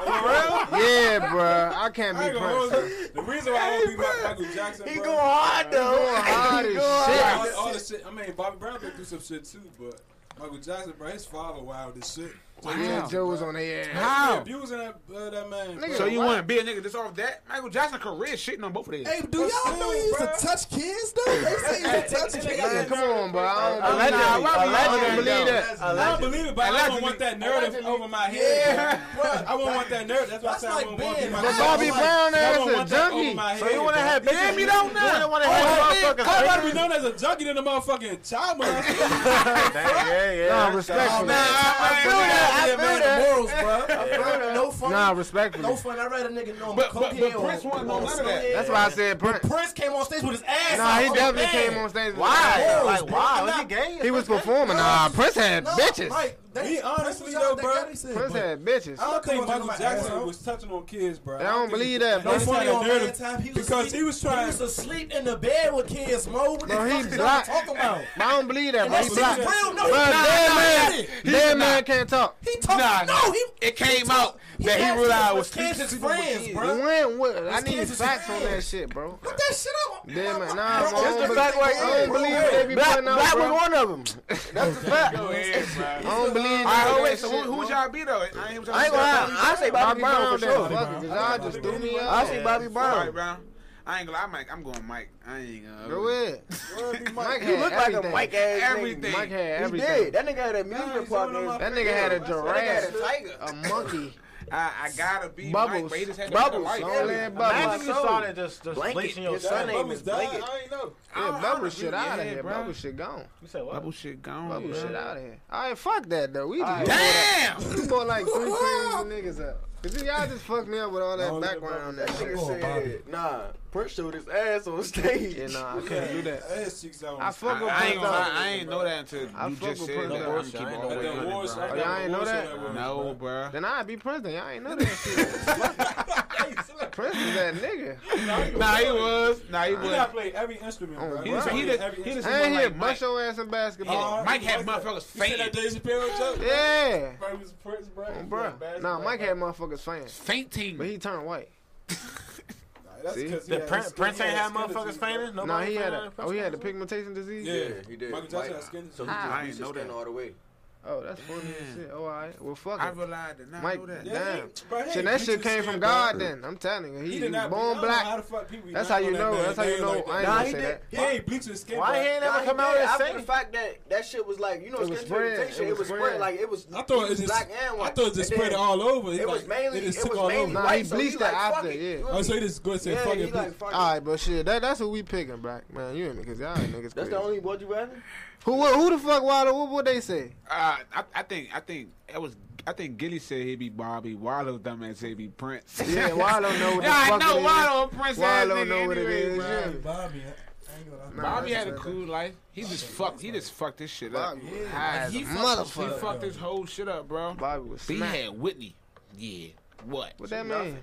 [SPEAKER 4] Yeah, bro. I can't
[SPEAKER 3] I
[SPEAKER 4] be
[SPEAKER 3] ain't gonna hold
[SPEAKER 4] Prince.
[SPEAKER 3] you. The reason why I won't be my Michael Jackson,
[SPEAKER 4] He
[SPEAKER 3] bro,
[SPEAKER 4] going hard though.
[SPEAKER 3] going
[SPEAKER 4] hard as
[SPEAKER 3] all,
[SPEAKER 4] shit.
[SPEAKER 3] all the shit. I mean, Bobby Brown been through some shit too, but Michael Jackson, bro, his father wild as shit.
[SPEAKER 4] Yeah, Joe was on their ass.
[SPEAKER 3] He
[SPEAKER 1] How?
[SPEAKER 3] abusing that uh, that man.
[SPEAKER 4] Nigga,
[SPEAKER 1] So you
[SPEAKER 4] what?
[SPEAKER 1] want to be a nigga just off that? Michael Jackson career shitting on both of these.
[SPEAKER 13] Hey, do y'all know he used to touch kids though? They say he used to touch
[SPEAKER 4] Man,
[SPEAKER 13] kids.
[SPEAKER 4] come on, bro. I don't
[SPEAKER 1] Allegedly.
[SPEAKER 4] believe that.
[SPEAKER 1] Allegedly.
[SPEAKER 4] I don't believe that.
[SPEAKER 3] I don't believe it, but I
[SPEAKER 1] Allegedly.
[SPEAKER 3] don't want that narrative over my head. bro. I won't want that narrative. That's why I
[SPEAKER 13] That's
[SPEAKER 3] said I
[SPEAKER 13] like
[SPEAKER 3] won't want to be
[SPEAKER 13] being
[SPEAKER 3] my
[SPEAKER 13] But
[SPEAKER 4] Bobby Brown
[SPEAKER 3] I
[SPEAKER 4] ass
[SPEAKER 3] won't
[SPEAKER 4] a
[SPEAKER 3] want that
[SPEAKER 4] junkie.
[SPEAKER 3] over my
[SPEAKER 2] So
[SPEAKER 3] head,
[SPEAKER 2] you want to
[SPEAKER 3] bro.
[SPEAKER 2] have
[SPEAKER 1] Damn, you don't know.
[SPEAKER 2] You want to
[SPEAKER 1] Oh,
[SPEAKER 2] have
[SPEAKER 1] man,
[SPEAKER 2] motherfuckers.
[SPEAKER 3] I'd rather be known as a junkie than a motherfucking child molester.
[SPEAKER 2] Dang, yeah, yeah.
[SPEAKER 4] Nah, respectful.
[SPEAKER 13] Nah,
[SPEAKER 4] I feel
[SPEAKER 13] I
[SPEAKER 4] that. I feel that.
[SPEAKER 13] morals, bro. No fun.
[SPEAKER 4] Nah, respectfully.
[SPEAKER 13] No fun. I rather nigga know I'm
[SPEAKER 1] But- but-
[SPEAKER 13] cokehead
[SPEAKER 1] but
[SPEAKER 13] or-
[SPEAKER 1] Prince wasn't
[SPEAKER 13] or
[SPEAKER 1] on none of that.
[SPEAKER 4] That's why I said Prince.
[SPEAKER 13] Prince came on stage with his ass
[SPEAKER 4] Nah,
[SPEAKER 13] out.
[SPEAKER 4] he
[SPEAKER 13] Oh,
[SPEAKER 4] definitely
[SPEAKER 13] man.
[SPEAKER 4] came on stage.
[SPEAKER 2] Why?
[SPEAKER 13] Morals,
[SPEAKER 2] Like,
[SPEAKER 13] bro.
[SPEAKER 2] why?
[SPEAKER 13] I'm
[SPEAKER 2] Was he
[SPEAKER 13] not-
[SPEAKER 2] gay?
[SPEAKER 4] He was performing. Nah, Prince had
[SPEAKER 13] Nah,
[SPEAKER 4] bitches.
[SPEAKER 13] Like, that-
[SPEAKER 3] Me, honestly,
[SPEAKER 13] that's what y'all-
[SPEAKER 3] though,
[SPEAKER 13] that
[SPEAKER 3] bro,
[SPEAKER 13] gotta be said,
[SPEAKER 4] Prince
[SPEAKER 13] but
[SPEAKER 4] had bitches.
[SPEAKER 3] I don't think
[SPEAKER 13] Come on,
[SPEAKER 3] Michael
[SPEAKER 13] my
[SPEAKER 3] Jackson
[SPEAKER 13] ass.
[SPEAKER 3] was touching on kids, bro.
[SPEAKER 4] I don't
[SPEAKER 3] think-
[SPEAKER 4] believe that,
[SPEAKER 13] No
[SPEAKER 4] bro.
[SPEAKER 3] That's
[SPEAKER 13] funny
[SPEAKER 3] not a
[SPEAKER 13] on
[SPEAKER 3] narrative.
[SPEAKER 13] man time. He was
[SPEAKER 3] Because
[SPEAKER 13] asleep-
[SPEAKER 3] he was trying-
[SPEAKER 13] He was asleep in the bed with kids, Mo. What the
[SPEAKER 4] Bro,
[SPEAKER 13] fuck
[SPEAKER 4] he
[SPEAKER 13] is y'all
[SPEAKER 4] black.
[SPEAKER 13] talking about?
[SPEAKER 4] I don't believe that,
[SPEAKER 13] And
[SPEAKER 4] bro.
[SPEAKER 13] that
[SPEAKER 4] He
[SPEAKER 13] shit's
[SPEAKER 4] black.
[SPEAKER 13] real. No,
[SPEAKER 4] Bro,
[SPEAKER 13] he not.
[SPEAKER 4] dead
[SPEAKER 13] Nah,
[SPEAKER 4] man, dead man can't talk.
[SPEAKER 13] He talking.
[SPEAKER 1] Nah.
[SPEAKER 13] no, he.
[SPEAKER 1] It came
[SPEAKER 13] talk-
[SPEAKER 1] out that he
[SPEAKER 13] had kids
[SPEAKER 1] realized was
[SPEAKER 13] with kids
[SPEAKER 1] sleep-
[SPEAKER 13] as
[SPEAKER 1] sleeping with
[SPEAKER 13] friends,
[SPEAKER 1] kids.
[SPEAKER 13] bro.
[SPEAKER 4] When? What? I
[SPEAKER 13] These
[SPEAKER 4] need
[SPEAKER 13] kids is
[SPEAKER 4] facts on
[SPEAKER 13] bad.
[SPEAKER 4] that shit, bro.
[SPEAKER 13] Put that shit up.
[SPEAKER 4] Damn
[SPEAKER 13] Bro,
[SPEAKER 4] it, nah,
[SPEAKER 13] bro,
[SPEAKER 4] bro.
[SPEAKER 13] I
[SPEAKER 4] Just
[SPEAKER 13] don't
[SPEAKER 4] the
[SPEAKER 13] believe-
[SPEAKER 4] fact like- I don't
[SPEAKER 13] bro,
[SPEAKER 4] believe
[SPEAKER 13] hey,
[SPEAKER 4] what they be
[SPEAKER 5] Black,
[SPEAKER 4] putting out,
[SPEAKER 5] Black was
[SPEAKER 4] bro.
[SPEAKER 5] one of them.
[SPEAKER 4] That's the fact.
[SPEAKER 1] Go ahead, bro.
[SPEAKER 4] I don't believe
[SPEAKER 1] All right,
[SPEAKER 4] that.
[SPEAKER 1] oh, wait, so
[SPEAKER 4] shit,
[SPEAKER 1] who, who's
[SPEAKER 4] bro.
[SPEAKER 1] y'all be though? I ain't, I ain't
[SPEAKER 5] I ain't gonna lie. I say Bobby Brown for
[SPEAKER 4] then,
[SPEAKER 5] sure.
[SPEAKER 4] fuck it, 'cause y'all just threw me
[SPEAKER 5] I
[SPEAKER 4] up.
[SPEAKER 5] say Bobby Brown.
[SPEAKER 1] I ain't gonna lie, Mike. I'm going Mike. I ain't gonna.
[SPEAKER 4] Go ahead. Mike
[SPEAKER 5] You
[SPEAKER 4] had
[SPEAKER 5] look like a
[SPEAKER 4] everything.
[SPEAKER 5] white ass
[SPEAKER 1] Everything.
[SPEAKER 5] nigga.
[SPEAKER 4] Mike had
[SPEAKER 5] He
[SPEAKER 4] everything.
[SPEAKER 5] did. That nigga had an amusement park. in his-
[SPEAKER 4] That nigga had a
[SPEAKER 5] That nigga had a
[SPEAKER 4] giraffe,
[SPEAKER 5] tiger.
[SPEAKER 4] a monkey.
[SPEAKER 1] I, I gotta be Mike.
[SPEAKER 4] Bubbles.
[SPEAKER 1] But he just had to
[SPEAKER 5] Bubbles.
[SPEAKER 1] be Mike.
[SPEAKER 5] Don't
[SPEAKER 1] Yeah.
[SPEAKER 5] let-
[SPEAKER 4] Only
[SPEAKER 2] Imagine
[SPEAKER 4] bubbles.
[SPEAKER 2] you saw that just, just
[SPEAKER 5] Blanket.
[SPEAKER 2] bleaching your
[SPEAKER 5] His
[SPEAKER 2] son.
[SPEAKER 5] son
[SPEAKER 2] name.
[SPEAKER 5] ain't-
[SPEAKER 3] Bubbles
[SPEAKER 5] Blake
[SPEAKER 3] died.
[SPEAKER 5] it.
[SPEAKER 3] I ain't know.
[SPEAKER 1] I
[SPEAKER 4] Yeah,
[SPEAKER 1] don't- I
[SPEAKER 4] bubble
[SPEAKER 1] don't
[SPEAKER 4] shit
[SPEAKER 1] agree.
[SPEAKER 4] out of
[SPEAKER 1] Yeah,
[SPEAKER 4] here.
[SPEAKER 1] bro.
[SPEAKER 4] Bubble shit gone.
[SPEAKER 2] You said what?
[SPEAKER 1] Bubble shit gone.
[SPEAKER 4] Bubble
[SPEAKER 1] bro.
[SPEAKER 4] shit out of here. All right, fuck that though. We just
[SPEAKER 1] Damn.
[SPEAKER 4] we bought like three crazy niggas up. Cause y'all just fucked me up with all that background.
[SPEAKER 5] That
[SPEAKER 4] That shit.
[SPEAKER 5] nigga said, nah, Prince showed his ass on stage.
[SPEAKER 4] Yeah, nah, I couldn't do that.
[SPEAKER 3] Ass cheeks out.
[SPEAKER 4] I fuck with
[SPEAKER 1] I ain't
[SPEAKER 4] Prince
[SPEAKER 1] gonna lie.
[SPEAKER 4] though.
[SPEAKER 1] I ain't know that until
[SPEAKER 4] I
[SPEAKER 1] you
[SPEAKER 4] fuck
[SPEAKER 1] just
[SPEAKER 4] with
[SPEAKER 1] said
[SPEAKER 4] Prince
[SPEAKER 1] that.
[SPEAKER 4] though.
[SPEAKER 1] I'm keep on
[SPEAKER 3] That
[SPEAKER 1] working,
[SPEAKER 3] war
[SPEAKER 1] bro.
[SPEAKER 3] shot.
[SPEAKER 4] Oh, y'all ain't know
[SPEAKER 3] war
[SPEAKER 4] that?
[SPEAKER 3] shot was,
[SPEAKER 1] No, bro.
[SPEAKER 4] Then I'd be Prince. Then y'all ain't know that shit. Prince is that nigga.
[SPEAKER 1] Nah, he was. Nah, he
[SPEAKER 3] He done
[SPEAKER 1] was.
[SPEAKER 3] played every instrument,
[SPEAKER 4] Oh,
[SPEAKER 3] bro.
[SPEAKER 1] He just,
[SPEAKER 4] Right.
[SPEAKER 1] he just, he just
[SPEAKER 4] I ain't here
[SPEAKER 1] like Mike.
[SPEAKER 4] bust your ass in basketball.
[SPEAKER 1] Mike had motherfuckers
[SPEAKER 3] You said
[SPEAKER 1] fainting.
[SPEAKER 3] that Daisy Perry joke? bro?
[SPEAKER 4] Yeah.
[SPEAKER 3] Bro, he was Prince, bro. He was
[SPEAKER 4] Bro,
[SPEAKER 3] bad
[SPEAKER 4] nah,
[SPEAKER 3] as
[SPEAKER 4] Mike
[SPEAKER 3] fuck,
[SPEAKER 4] had motherfuckers fans,
[SPEAKER 1] fainting.
[SPEAKER 4] but he turned white.
[SPEAKER 3] bro. That's
[SPEAKER 4] See?
[SPEAKER 3] 'cause he
[SPEAKER 2] The
[SPEAKER 3] had
[SPEAKER 2] Prince,
[SPEAKER 3] skin-
[SPEAKER 2] Prince
[SPEAKER 3] he
[SPEAKER 2] ain't had
[SPEAKER 3] skin
[SPEAKER 2] motherfuckers
[SPEAKER 3] disease, bro.
[SPEAKER 2] fainting.
[SPEAKER 4] No,
[SPEAKER 2] Nobody
[SPEAKER 4] nah, he had
[SPEAKER 2] fainted
[SPEAKER 4] a
[SPEAKER 2] at Prince
[SPEAKER 4] oh, he had the
[SPEAKER 2] concert?
[SPEAKER 4] pigmentation disease.
[SPEAKER 3] Yeah,
[SPEAKER 5] he did.
[SPEAKER 3] Michael Jackson
[SPEAKER 5] Mike-
[SPEAKER 3] had skin
[SPEAKER 5] So
[SPEAKER 3] disease.
[SPEAKER 5] he just
[SPEAKER 4] Ah.
[SPEAKER 1] I ain't
[SPEAKER 5] reached his
[SPEAKER 1] know
[SPEAKER 5] skin
[SPEAKER 1] that.
[SPEAKER 5] all the way.
[SPEAKER 4] Oh, that's funny as shit. Oh, all right. Well, fuck
[SPEAKER 1] I
[SPEAKER 4] it.
[SPEAKER 1] realized did not
[SPEAKER 4] Mike,
[SPEAKER 1] know that.
[SPEAKER 4] damn.
[SPEAKER 3] he- bro, he
[SPEAKER 4] Shit,
[SPEAKER 3] ain't
[SPEAKER 4] that
[SPEAKER 3] bleach
[SPEAKER 4] shit
[SPEAKER 3] his
[SPEAKER 4] came
[SPEAKER 3] skin,
[SPEAKER 4] from
[SPEAKER 3] bro.
[SPEAKER 4] God. Then I'm telling you, he,
[SPEAKER 3] He
[SPEAKER 4] he
[SPEAKER 3] did
[SPEAKER 4] was
[SPEAKER 3] not
[SPEAKER 4] born
[SPEAKER 3] How
[SPEAKER 4] black.
[SPEAKER 3] the fuck people be
[SPEAKER 4] That's
[SPEAKER 3] not
[SPEAKER 4] how you
[SPEAKER 3] on that
[SPEAKER 4] know.
[SPEAKER 3] man
[SPEAKER 4] That's how you
[SPEAKER 3] name
[SPEAKER 4] know.
[SPEAKER 3] like
[SPEAKER 4] I
[SPEAKER 3] that?
[SPEAKER 4] ain't
[SPEAKER 5] Nah,
[SPEAKER 4] gonna
[SPEAKER 5] he
[SPEAKER 4] say
[SPEAKER 5] did.
[SPEAKER 4] that.
[SPEAKER 3] He ain't bleached his skin.
[SPEAKER 2] Why
[SPEAKER 3] bro.
[SPEAKER 2] he ain't
[SPEAKER 5] Nah,
[SPEAKER 2] ever
[SPEAKER 5] he
[SPEAKER 2] come out
[SPEAKER 5] did.
[SPEAKER 2] and
[SPEAKER 5] After the
[SPEAKER 2] say?
[SPEAKER 5] fact that that shit was like, you know,
[SPEAKER 4] It was
[SPEAKER 5] skin
[SPEAKER 4] spread.
[SPEAKER 5] pigmentation,
[SPEAKER 4] It
[SPEAKER 5] it,
[SPEAKER 4] was
[SPEAKER 5] was spread.
[SPEAKER 4] spread.
[SPEAKER 5] Like it was.
[SPEAKER 3] I thought
[SPEAKER 5] he
[SPEAKER 3] it
[SPEAKER 5] was
[SPEAKER 3] just
[SPEAKER 5] black and white.
[SPEAKER 3] I thought it just
[SPEAKER 5] And
[SPEAKER 3] spread
[SPEAKER 5] then
[SPEAKER 3] all over. He
[SPEAKER 5] It
[SPEAKER 3] like,
[SPEAKER 5] was mainly.
[SPEAKER 3] it just
[SPEAKER 5] It
[SPEAKER 3] took
[SPEAKER 5] was
[SPEAKER 3] all
[SPEAKER 5] mainly
[SPEAKER 3] over.
[SPEAKER 4] Nah,
[SPEAKER 5] white.
[SPEAKER 4] he
[SPEAKER 5] so
[SPEAKER 4] bleached
[SPEAKER 5] like,
[SPEAKER 4] that
[SPEAKER 5] fuck
[SPEAKER 4] after,
[SPEAKER 5] it.
[SPEAKER 4] yeah.
[SPEAKER 5] You-
[SPEAKER 3] Oh, so he just go and say
[SPEAKER 5] yeah,
[SPEAKER 3] fuck
[SPEAKER 5] he
[SPEAKER 3] it.
[SPEAKER 5] like,
[SPEAKER 3] bitch.
[SPEAKER 5] fuck it.
[SPEAKER 4] All right, but shit, that, that's who we picking, black man. You and me, cause y'all niggas.
[SPEAKER 5] That's
[SPEAKER 4] crazy.
[SPEAKER 5] the only word you rather.
[SPEAKER 4] Who what- who the fuck Wilder? What would they say?
[SPEAKER 1] Uh, I, I think I think that was I think Gilly said he'd be Bobby. Wallow dumbass said he'd be Prince.
[SPEAKER 4] Yeah, Wilder know what the
[SPEAKER 1] yeah, I
[SPEAKER 4] fuck
[SPEAKER 1] know
[SPEAKER 4] it is.
[SPEAKER 1] Wallow and Prince. ass
[SPEAKER 4] Waldo
[SPEAKER 1] nigga
[SPEAKER 4] know what it
[SPEAKER 1] anyway,
[SPEAKER 4] is,
[SPEAKER 1] bro.
[SPEAKER 4] yeah.
[SPEAKER 13] Bobby, I ain't gonna lie.
[SPEAKER 4] Nah,
[SPEAKER 1] Bobby
[SPEAKER 4] that's
[SPEAKER 1] had a
[SPEAKER 4] right.
[SPEAKER 1] cool life. He just fucked. He just fucked this shit up.
[SPEAKER 4] Bobby,
[SPEAKER 1] High as
[SPEAKER 13] He
[SPEAKER 1] a-
[SPEAKER 13] fucked
[SPEAKER 1] he
[SPEAKER 13] up,
[SPEAKER 1] fucked
[SPEAKER 13] though.
[SPEAKER 1] this whole shit up, bro.
[SPEAKER 4] Bobby was
[SPEAKER 1] But he
[SPEAKER 4] smacked.
[SPEAKER 1] had Whitney. Yeah. What?
[SPEAKER 4] What that mean?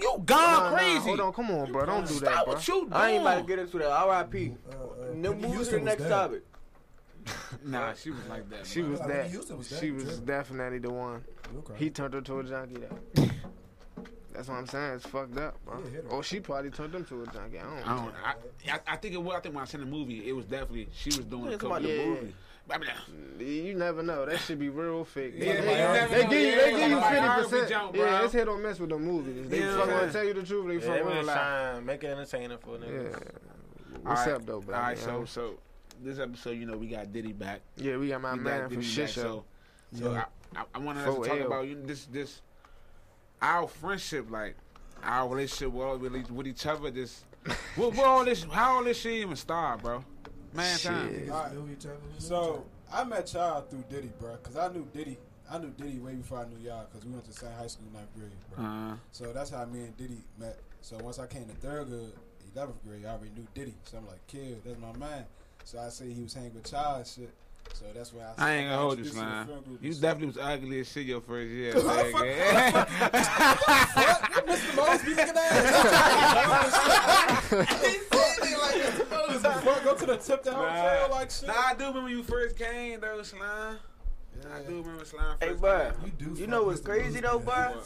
[SPEAKER 1] You gone
[SPEAKER 4] Nah,
[SPEAKER 1] crazy?
[SPEAKER 4] Nah, hold on, come on, bro. Don't do that,
[SPEAKER 1] Stop
[SPEAKER 4] bro.
[SPEAKER 1] what you doing?
[SPEAKER 5] I ain't about to get into that. R.I.P.
[SPEAKER 13] Uh, uh,
[SPEAKER 5] No,
[SPEAKER 13] Whitney
[SPEAKER 5] move to the
[SPEAKER 13] Houston was
[SPEAKER 5] next
[SPEAKER 13] dead.
[SPEAKER 5] topic.
[SPEAKER 1] Nah, she was like that.
[SPEAKER 4] She
[SPEAKER 1] bro.
[SPEAKER 4] was
[SPEAKER 13] Whitney
[SPEAKER 4] that.
[SPEAKER 13] Houston was
[SPEAKER 4] She
[SPEAKER 13] that
[SPEAKER 4] was
[SPEAKER 13] drip.
[SPEAKER 4] definitely the one. He turned her to a junkie though. That's what I'm saying. It's fucked up, bro.
[SPEAKER 13] Yeah, hit her.
[SPEAKER 4] Or she probably turned him to a junkie. I don't
[SPEAKER 1] I
[SPEAKER 4] know.
[SPEAKER 1] don't. I, I, I think it was. I think when I seen the movie, it was definitely she was doing
[SPEAKER 5] Talking
[SPEAKER 1] coke.
[SPEAKER 5] about the
[SPEAKER 4] Yeah.
[SPEAKER 5] movie.
[SPEAKER 1] I mean,
[SPEAKER 4] You never know. That should be real fake.
[SPEAKER 1] Yeah, like,
[SPEAKER 4] they,
[SPEAKER 1] you
[SPEAKER 4] they-
[SPEAKER 1] never
[SPEAKER 4] they give
[SPEAKER 1] know.
[SPEAKER 4] you, they give you
[SPEAKER 1] Yeah,
[SPEAKER 4] fifty
[SPEAKER 1] like, Harvey
[SPEAKER 4] percent.
[SPEAKER 1] Junk, bro.
[SPEAKER 4] Yeah, it's hit or miss with the movies. They
[SPEAKER 1] Yeah.
[SPEAKER 4] fucking gonna tell you the truth. They
[SPEAKER 2] Yeah, they
[SPEAKER 4] fucking
[SPEAKER 2] really
[SPEAKER 4] lie.
[SPEAKER 2] trying to make it entertaining for a
[SPEAKER 4] Yeah.
[SPEAKER 2] nigga.
[SPEAKER 4] What's
[SPEAKER 1] Alright.
[SPEAKER 4] up though, bro?
[SPEAKER 1] all right. So so this episode, you know, we got Diddy back.
[SPEAKER 2] Yeah, we got my
[SPEAKER 1] We got
[SPEAKER 2] man from
[SPEAKER 1] Diddy
[SPEAKER 2] Shit
[SPEAKER 1] back,
[SPEAKER 2] Show.
[SPEAKER 1] So, so
[SPEAKER 3] Yeah.
[SPEAKER 1] I, I, I wanted us
[SPEAKER 2] For
[SPEAKER 1] to talk
[SPEAKER 2] real.
[SPEAKER 1] about you know, this this our friendship, like our relationship with, all- with each- with each other. This what, what all this? How all this shit even start, bro? Man, time.
[SPEAKER 2] Shit.
[SPEAKER 14] All right.
[SPEAKER 3] Knew each other. we knew each
[SPEAKER 14] So I met y'all through Diddy, bro, because I knew Diddy. I knew Diddy way before I knew y'all, because we went to the same high school ninth grade, bro.
[SPEAKER 1] Uh,
[SPEAKER 14] So that's how me and Diddy met. So once I came to third grade, eleventh grade, I already knew Diddy. So I'm like, kid, that's my man. So I say he was hanging with y'all and shit. So that's when I.
[SPEAKER 1] I ain't gonna hold you,
[SPEAKER 14] introduced him to
[SPEAKER 1] slime.
[SPEAKER 14] friend group
[SPEAKER 1] You
[SPEAKER 14] and
[SPEAKER 1] definitely was ugly as shit your first year.
[SPEAKER 14] the fuck-
[SPEAKER 1] nigga.
[SPEAKER 14] What? Mr. Mosby looking at us. Go to the tip down hotel like shit.
[SPEAKER 1] nah, I do remember you first came though, slime. I do remember slime.
[SPEAKER 5] Hey,
[SPEAKER 1] first
[SPEAKER 5] bro.
[SPEAKER 1] came.
[SPEAKER 3] other. do
[SPEAKER 5] You
[SPEAKER 3] fuck
[SPEAKER 5] know what's
[SPEAKER 3] Mr.
[SPEAKER 5] crazy though,
[SPEAKER 3] Boozy, man.
[SPEAKER 5] bro?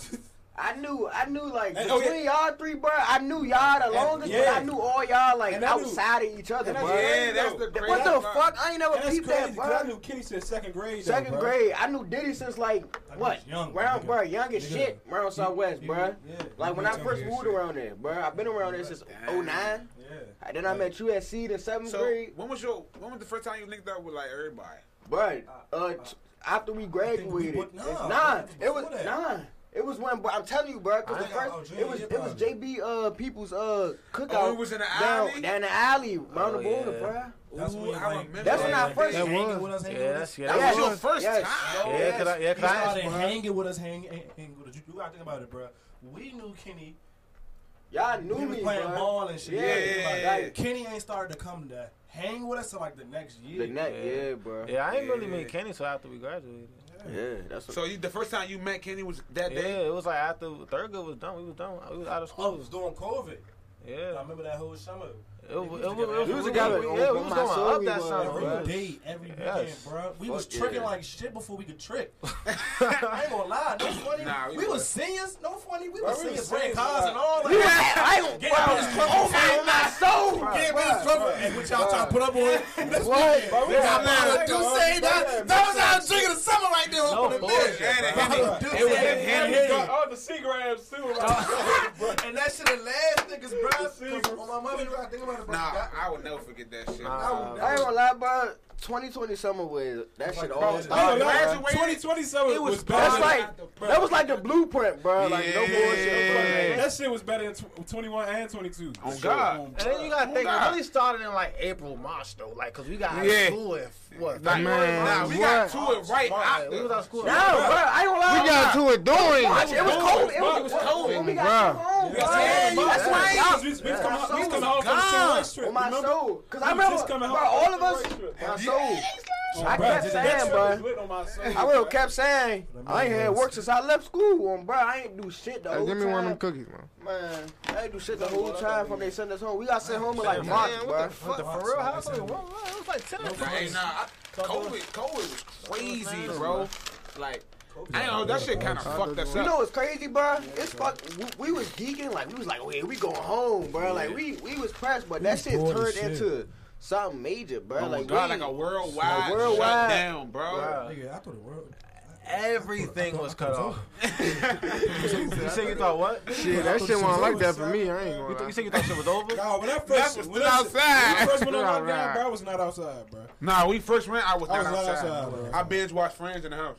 [SPEAKER 5] I knew, I knew like
[SPEAKER 14] Hey,
[SPEAKER 5] between
[SPEAKER 14] oh,
[SPEAKER 5] y'all three, bro. I knew y'all the longest,
[SPEAKER 14] yeah.
[SPEAKER 5] but I knew all y'all like
[SPEAKER 14] And I knew-
[SPEAKER 5] outside of each other,
[SPEAKER 14] and I
[SPEAKER 5] bro.
[SPEAKER 14] knew-
[SPEAKER 1] Yeah, that's the crazy
[SPEAKER 5] what the
[SPEAKER 1] part.
[SPEAKER 5] fuck? I ain't never
[SPEAKER 14] And that's
[SPEAKER 5] peeped
[SPEAKER 14] crazy
[SPEAKER 5] Oh, that,
[SPEAKER 14] because I
[SPEAKER 5] bro.
[SPEAKER 14] knew Kenny since second grade. though,
[SPEAKER 5] Second
[SPEAKER 14] bro.
[SPEAKER 5] grade, I knew Diddy since like
[SPEAKER 3] I knew
[SPEAKER 5] what
[SPEAKER 3] he was young,
[SPEAKER 5] round,
[SPEAKER 3] nigga.
[SPEAKER 5] bro, young as
[SPEAKER 3] Nigga.
[SPEAKER 5] shit, round Southwest, bro.
[SPEAKER 3] Yeah.
[SPEAKER 5] Like when
[SPEAKER 3] Yeah,
[SPEAKER 5] I first
[SPEAKER 1] young as
[SPEAKER 5] moved
[SPEAKER 1] shit.
[SPEAKER 5] around there, bro. I've been around there since
[SPEAKER 1] Damn.
[SPEAKER 5] 09.
[SPEAKER 3] Yeah.
[SPEAKER 5] And Then I met you at Seed in seventh
[SPEAKER 1] So
[SPEAKER 5] grade,
[SPEAKER 1] when was your when was the first time you linked up with like everybody?
[SPEAKER 5] bro. Uh, t- after we
[SPEAKER 3] think we
[SPEAKER 5] graduated,
[SPEAKER 3] would- nah,
[SPEAKER 5] nah,
[SPEAKER 3] I think
[SPEAKER 5] it was
[SPEAKER 3] before that.
[SPEAKER 5] nah. It was when, bro, I'm telling you, bro,
[SPEAKER 3] I
[SPEAKER 5] because the
[SPEAKER 3] ain't got-
[SPEAKER 5] first,
[SPEAKER 3] oh, Junior
[SPEAKER 5] it was
[SPEAKER 3] Year
[SPEAKER 5] it was
[SPEAKER 3] probably.
[SPEAKER 5] JB uh people's uh cookout
[SPEAKER 1] Oh, it was in the
[SPEAKER 5] down,
[SPEAKER 1] alley?
[SPEAKER 5] down the alley around
[SPEAKER 15] Oh,
[SPEAKER 5] the border,
[SPEAKER 15] yeah.
[SPEAKER 5] bro.
[SPEAKER 3] That's
[SPEAKER 1] Ooh,
[SPEAKER 3] when,
[SPEAKER 1] I
[SPEAKER 3] like,
[SPEAKER 1] remember
[SPEAKER 5] That's when I
[SPEAKER 1] that.
[SPEAKER 5] first-
[SPEAKER 3] hanging
[SPEAKER 2] That
[SPEAKER 3] with
[SPEAKER 2] was-
[SPEAKER 3] us, hanging
[SPEAKER 2] yeah,
[SPEAKER 3] with us.
[SPEAKER 2] that's- yeah,
[SPEAKER 1] That
[SPEAKER 5] Yes,
[SPEAKER 1] was your first
[SPEAKER 5] yes.
[SPEAKER 1] time.
[SPEAKER 5] Oh,
[SPEAKER 2] Yeah,
[SPEAKER 5] yes.
[SPEAKER 2] cause I, yeah,
[SPEAKER 3] He
[SPEAKER 2] cause I asked,
[SPEAKER 3] started
[SPEAKER 2] bro.
[SPEAKER 3] hanging with us, hang, hang, hanging with us. You do gotta think about it, bro. We knew Kenny.
[SPEAKER 5] Y'all knew
[SPEAKER 3] We was
[SPEAKER 5] me,
[SPEAKER 3] playing
[SPEAKER 5] bro.
[SPEAKER 3] ball and shit.
[SPEAKER 5] Yeah,
[SPEAKER 1] yeah,
[SPEAKER 3] Like,
[SPEAKER 1] yeah,
[SPEAKER 5] yeah.
[SPEAKER 3] Kenny ain't started to come to hang with us till like the next year.
[SPEAKER 5] The neck, yeah,
[SPEAKER 2] Yeah.
[SPEAKER 5] bro.
[SPEAKER 2] Yeah, I ain't really
[SPEAKER 1] Yeah.
[SPEAKER 2] meet Kenny till after we graduated.
[SPEAKER 15] Yeah, that's what.
[SPEAKER 1] So you, the first time you met Kenny was that
[SPEAKER 2] Yeah,
[SPEAKER 1] day.
[SPEAKER 2] it was like after third grade was done, we was done. We was out of
[SPEAKER 3] Oh,
[SPEAKER 2] school.
[SPEAKER 3] it was during COVID. I
[SPEAKER 2] Yeah,
[SPEAKER 3] remember that whole summer.
[SPEAKER 2] it was.
[SPEAKER 3] was
[SPEAKER 2] It was.
[SPEAKER 3] together.
[SPEAKER 2] it
[SPEAKER 3] We
[SPEAKER 5] was
[SPEAKER 2] we-
[SPEAKER 5] together.
[SPEAKER 2] we- Yeah, we
[SPEAKER 5] Oh,
[SPEAKER 2] was
[SPEAKER 5] my
[SPEAKER 2] going
[SPEAKER 5] soul,
[SPEAKER 2] up
[SPEAKER 5] we
[SPEAKER 2] that
[SPEAKER 5] was,
[SPEAKER 2] summer.
[SPEAKER 3] Every
[SPEAKER 5] bro.
[SPEAKER 3] day, every weekend,
[SPEAKER 2] Yes.
[SPEAKER 3] bro. We was
[SPEAKER 15] Fuck yeah.
[SPEAKER 3] tricking like shit before we could trick. I ain't gonna lie, no funny.
[SPEAKER 1] Nah, we
[SPEAKER 3] we
[SPEAKER 1] was-
[SPEAKER 3] was seniors, no funny. We
[SPEAKER 14] Bro,
[SPEAKER 3] was
[SPEAKER 14] we was
[SPEAKER 3] seniors, ran
[SPEAKER 14] seniors,
[SPEAKER 3] cars
[SPEAKER 14] bro.
[SPEAKER 3] and all
[SPEAKER 5] Yeah,
[SPEAKER 3] that.
[SPEAKER 5] I ain't gonna
[SPEAKER 3] Get out of this club.
[SPEAKER 5] over on my soul.
[SPEAKER 14] Yeah, bro, that's
[SPEAKER 3] And what y'all trying to put up on? That's
[SPEAKER 5] What?
[SPEAKER 14] Bro, we got
[SPEAKER 4] Now, do say that. That was our drink of the summer right there.
[SPEAKER 2] No
[SPEAKER 4] up in the
[SPEAKER 2] bullshit,
[SPEAKER 4] bed.
[SPEAKER 1] And
[SPEAKER 3] bro.
[SPEAKER 1] Henny.
[SPEAKER 3] Dude,
[SPEAKER 1] It was
[SPEAKER 3] yeah,
[SPEAKER 1] him, Henny.
[SPEAKER 3] yeah, yeah.
[SPEAKER 14] Oh, the sea grabs too.
[SPEAKER 3] and that shit the last niggas, bro. 'Cause On my mother, I think about it, bro.
[SPEAKER 1] Nah,
[SPEAKER 3] That-
[SPEAKER 1] I would never forget that shit.
[SPEAKER 2] Nah,
[SPEAKER 5] I ain't gonna lie, bro. 2020 summer was that shit all
[SPEAKER 3] bro,
[SPEAKER 5] started.
[SPEAKER 1] no,
[SPEAKER 5] bro.
[SPEAKER 1] graduated.
[SPEAKER 14] 2020 summer
[SPEAKER 1] It was
[SPEAKER 14] was
[SPEAKER 1] bad.
[SPEAKER 5] That's
[SPEAKER 14] better.
[SPEAKER 1] like-
[SPEAKER 5] right. That was like the blueprint, bro. Like no
[SPEAKER 1] Yeah.
[SPEAKER 5] bullshit. bro.
[SPEAKER 14] That shit was better in tw- 21 and 22.
[SPEAKER 1] On God.
[SPEAKER 14] Um,
[SPEAKER 2] And then you gotta think,
[SPEAKER 1] Nah.
[SPEAKER 2] it really started in like April, March though, like, cause we got out
[SPEAKER 1] Yeah.
[SPEAKER 2] of school in what?
[SPEAKER 1] Nah,
[SPEAKER 4] Man,
[SPEAKER 1] nah, we got
[SPEAKER 4] what?
[SPEAKER 1] to it right
[SPEAKER 2] Like,
[SPEAKER 1] after.
[SPEAKER 2] we was out of school.
[SPEAKER 5] No, bro. I ain't gonna lie.
[SPEAKER 4] We got to it
[SPEAKER 5] Watch,
[SPEAKER 4] doing.
[SPEAKER 5] it was cold. It
[SPEAKER 1] It was
[SPEAKER 5] was
[SPEAKER 1] cold.
[SPEAKER 5] cold. We
[SPEAKER 4] Bruh.
[SPEAKER 5] got home, bro.
[SPEAKER 1] Yeah, you-
[SPEAKER 5] That's
[SPEAKER 1] that's
[SPEAKER 5] why.
[SPEAKER 1] right.
[SPEAKER 14] We was we was coming we was coming home from the
[SPEAKER 1] gone.
[SPEAKER 14] race trip.
[SPEAKER 5] On my
[SPEAKER 14] remember?
[SPEAKER 5] soul, cause I
[SPEAKER 14] We was
[SPEAKER 5] remember,
[SPEAKER 14] just coming
[SPEAKER 5] bro.
[SPEAKER 14] home
[SPEAKER 5] All of
[SPEAKER 14] from
[SPEAKER 5] us,
[SPEAKER 14] the race trip.
[SPEAKER 5] my soul.
[SPEAKER 14] Oh,
[SPEAKER 5] I
[SPEAKER 14] bro,
[SPEAKER 5] kept
[SPEAKER 14] that
[SPEAKER 5] saying,
[SPEAKER 14] trip
[SPEAKER 5] bro.
[SPEAKER 14] was lit on my soul,
[SPEAKER 5] I will
[SPEAKER 14] bro.
[SPEAKER 5] kept saying, I ain't had work since I left school, um, bro. I ain't do shit the
[SPEAKER 4] Hey,
[SPEAKER 5] whole
[SPEAKER 4] Give me
[SPEAKER 5] time.
[SPEAKER 4] one of them cookies, man.
[SPEAKER 5] Man, I ain't do shit the whole time from they send us home. We got sent home in like March,
[SPEAKER 2] Man,
[SPEAKER 5] bro.
[SPEAKER 2] what the fuck? For real, how was it? What- what? It was like 10
[SPEAKER 1] Nah, hey, nah, I- COVID, COVID was crazy, bro. Like, I ain't know that shit kind of fucked us
[SPEAKER 5] You
[SPEAKER 1] up.
[SPEAKER 5] know what's crazy, bro? It's fuck. We, we was geeking, like we was like, oh yeah, we going home, bro. Like we we was pressed, but that
[SPEAKER 3] was
[SPEAKER 5] shit
[SPEAKER 3] bored as
[SPEAKER 5] turned
[SPEAKER 3] shit.
[SPEAKER 5] into something major, bro.
[SPEAKER 1] Oh my
[SPEAKER 5] like
[SPEAKER 1] God,
[SPEAKER 5] we,
[SPEAKER 1] like a worldwide,
[SPEAKER 5] a worldwide-
[SPEAKER 1] shutdown, bro.
[SPEAKER 3] Nigga, I thought the world.
[SPEAKER 2] Everything was cut off. You said you thought what?
[SPEAKER 4] Shit, that shit wasn't like that for me. I
[SPEAKER 2] You,
[SPEAKER 4] ain't gonna
[SPEAKER 2] th-
[SPEAKER 4] lie.
[SPEAKER 2] you said you thought shit was over?
[SPEAKER 14] Nah, when I
[SPEAKER 1] That
[SPEAKER 14] first
[SPEAKER 1] was
[SPEAKER 14] when
[SPEAKER 1] still
[SPEAKER 14] I- When I
[SPEAKER 1] outside.
[SPEAKER 14] first went on
[SPEAKER 4] Right,
[SPEAKER 14] lockdown,
[SPEAKER 4] right.
[SPEAKER 14] bro, I was not outside, bro.
[SPEAKER 1] Nah, we first went. I was
[SPEAKER 14] I
[SPEAKER 1] not
[SPEAKER 14] was not
[SPEAKER 1] outside.
[SPEAKER 14] outside, bro.
[SPEAKER 1] I binge watched Friends in the house.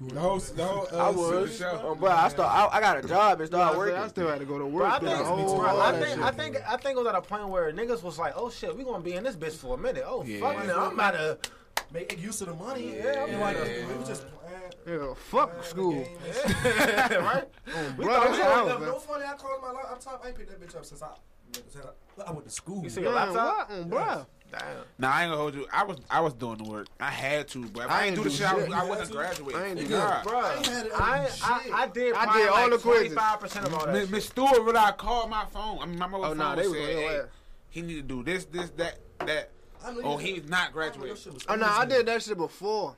[SPEAKER 14] The whole, the whole. Uh,
[SPEAKER 5] I was,
[SPEAKER 14] series,
[SPEAKER 5] oh, bro. I start. I, I got a job and
[SPEAKER 4] I
[SPEAKER 5] started
[SPEAKER 4] said, I
[SPEAKER 5] working.
[SPEAKER 4] still had to go to
[SPEAKER 2] Bro, I
[SPEAKER 4] work.
[SPEAKER 2] think,
[SPEAKER 4] the whole-
[SPEAKER 2] bro,
[SPEAKER 4] all
[SPEAKER 2] I
[SPEAKER 4] that
[SPEAKER 2] think,
[SPEAKER 4] shit.
[SPEAKER 2] I think, I think it was at a point where niggas was like, "Oh shit, we gonna be in this bitch for a minute." Oh fuck, now I'm out of.
[SPEAKER 3] Make use of the money. Yeah, I'm like, we was just playing.
[SPEAKER 4] Yeah, fuck school.
[SPEAKER 3] Game.
[SPEAKER 2] right?
[SPEAKER 4] Bro, that's
[SPEAKER 3] I ain't
[SPEAKER 4] out,
[SPEAKER 3] never- no
[SPEAKER 4] man.
[SPEAKER 3] funny. I called my laptop. I ain't picked that bitch up since I, since I, I went to school.
[SPEAKER 2] You see your
[SPEAKER 4] Man,
[SPEAKER 2] laptop?
[SPEAKER 4] what? Mm, Bruh.
[SPEAKER 2] Damn.
[SPEAKER 1] Nah, I ain't gonna hold you. I was I was doing the work. I had to, but if I, ain't do the shit, I, was- I wouldn't have graduated.
[SPEAKER 4] I ain't do
[SPEAKER 1] God.
[SPEAKER 2] Bro, I,
[SPEAKER 3] ain't had it on
[SPEAKER 2] I,
[SPEAKER 3] shit.
[SPEAKER 2] I, did.
[SPEAKER 4] I
[SPEAKER 2] probably
[SPEAKER 4] did all
[SPEAKER 2] like
[SPEAKER 4] the quizzes.
[SPEAKER 2] 25% of all that.
[SPEAKER 1] Miss-
[SPEAKER 2] shit.
[SPEAKER 1] Miss Stewart really I called my phone. I mean, my mother's
[SPEAKER 4] Oh,
[SPEAKER 1] phone
[SPEAKER 4] nah, they was
[SPEAKER 1] said,
[SPEAKER 4] on your
[SPEAKER 1] hey,
[SPEAKER 4] ass.
[SPEAKER 1] he need to do this, this, that, that.
[SPEAKER 3] I know you
[SPEAKER 1] Oh,
[SPEAKER 3] did.
[SPEAKER 1] he's not
[SPEAKER 3] I know your
[SPEAKER 1] graduating.
[SPEAKER 3] shit was
[SPEAKER 4] Oh no, I
[SPEAKER 3] easy.
[SPEAKER 4] did that shit before.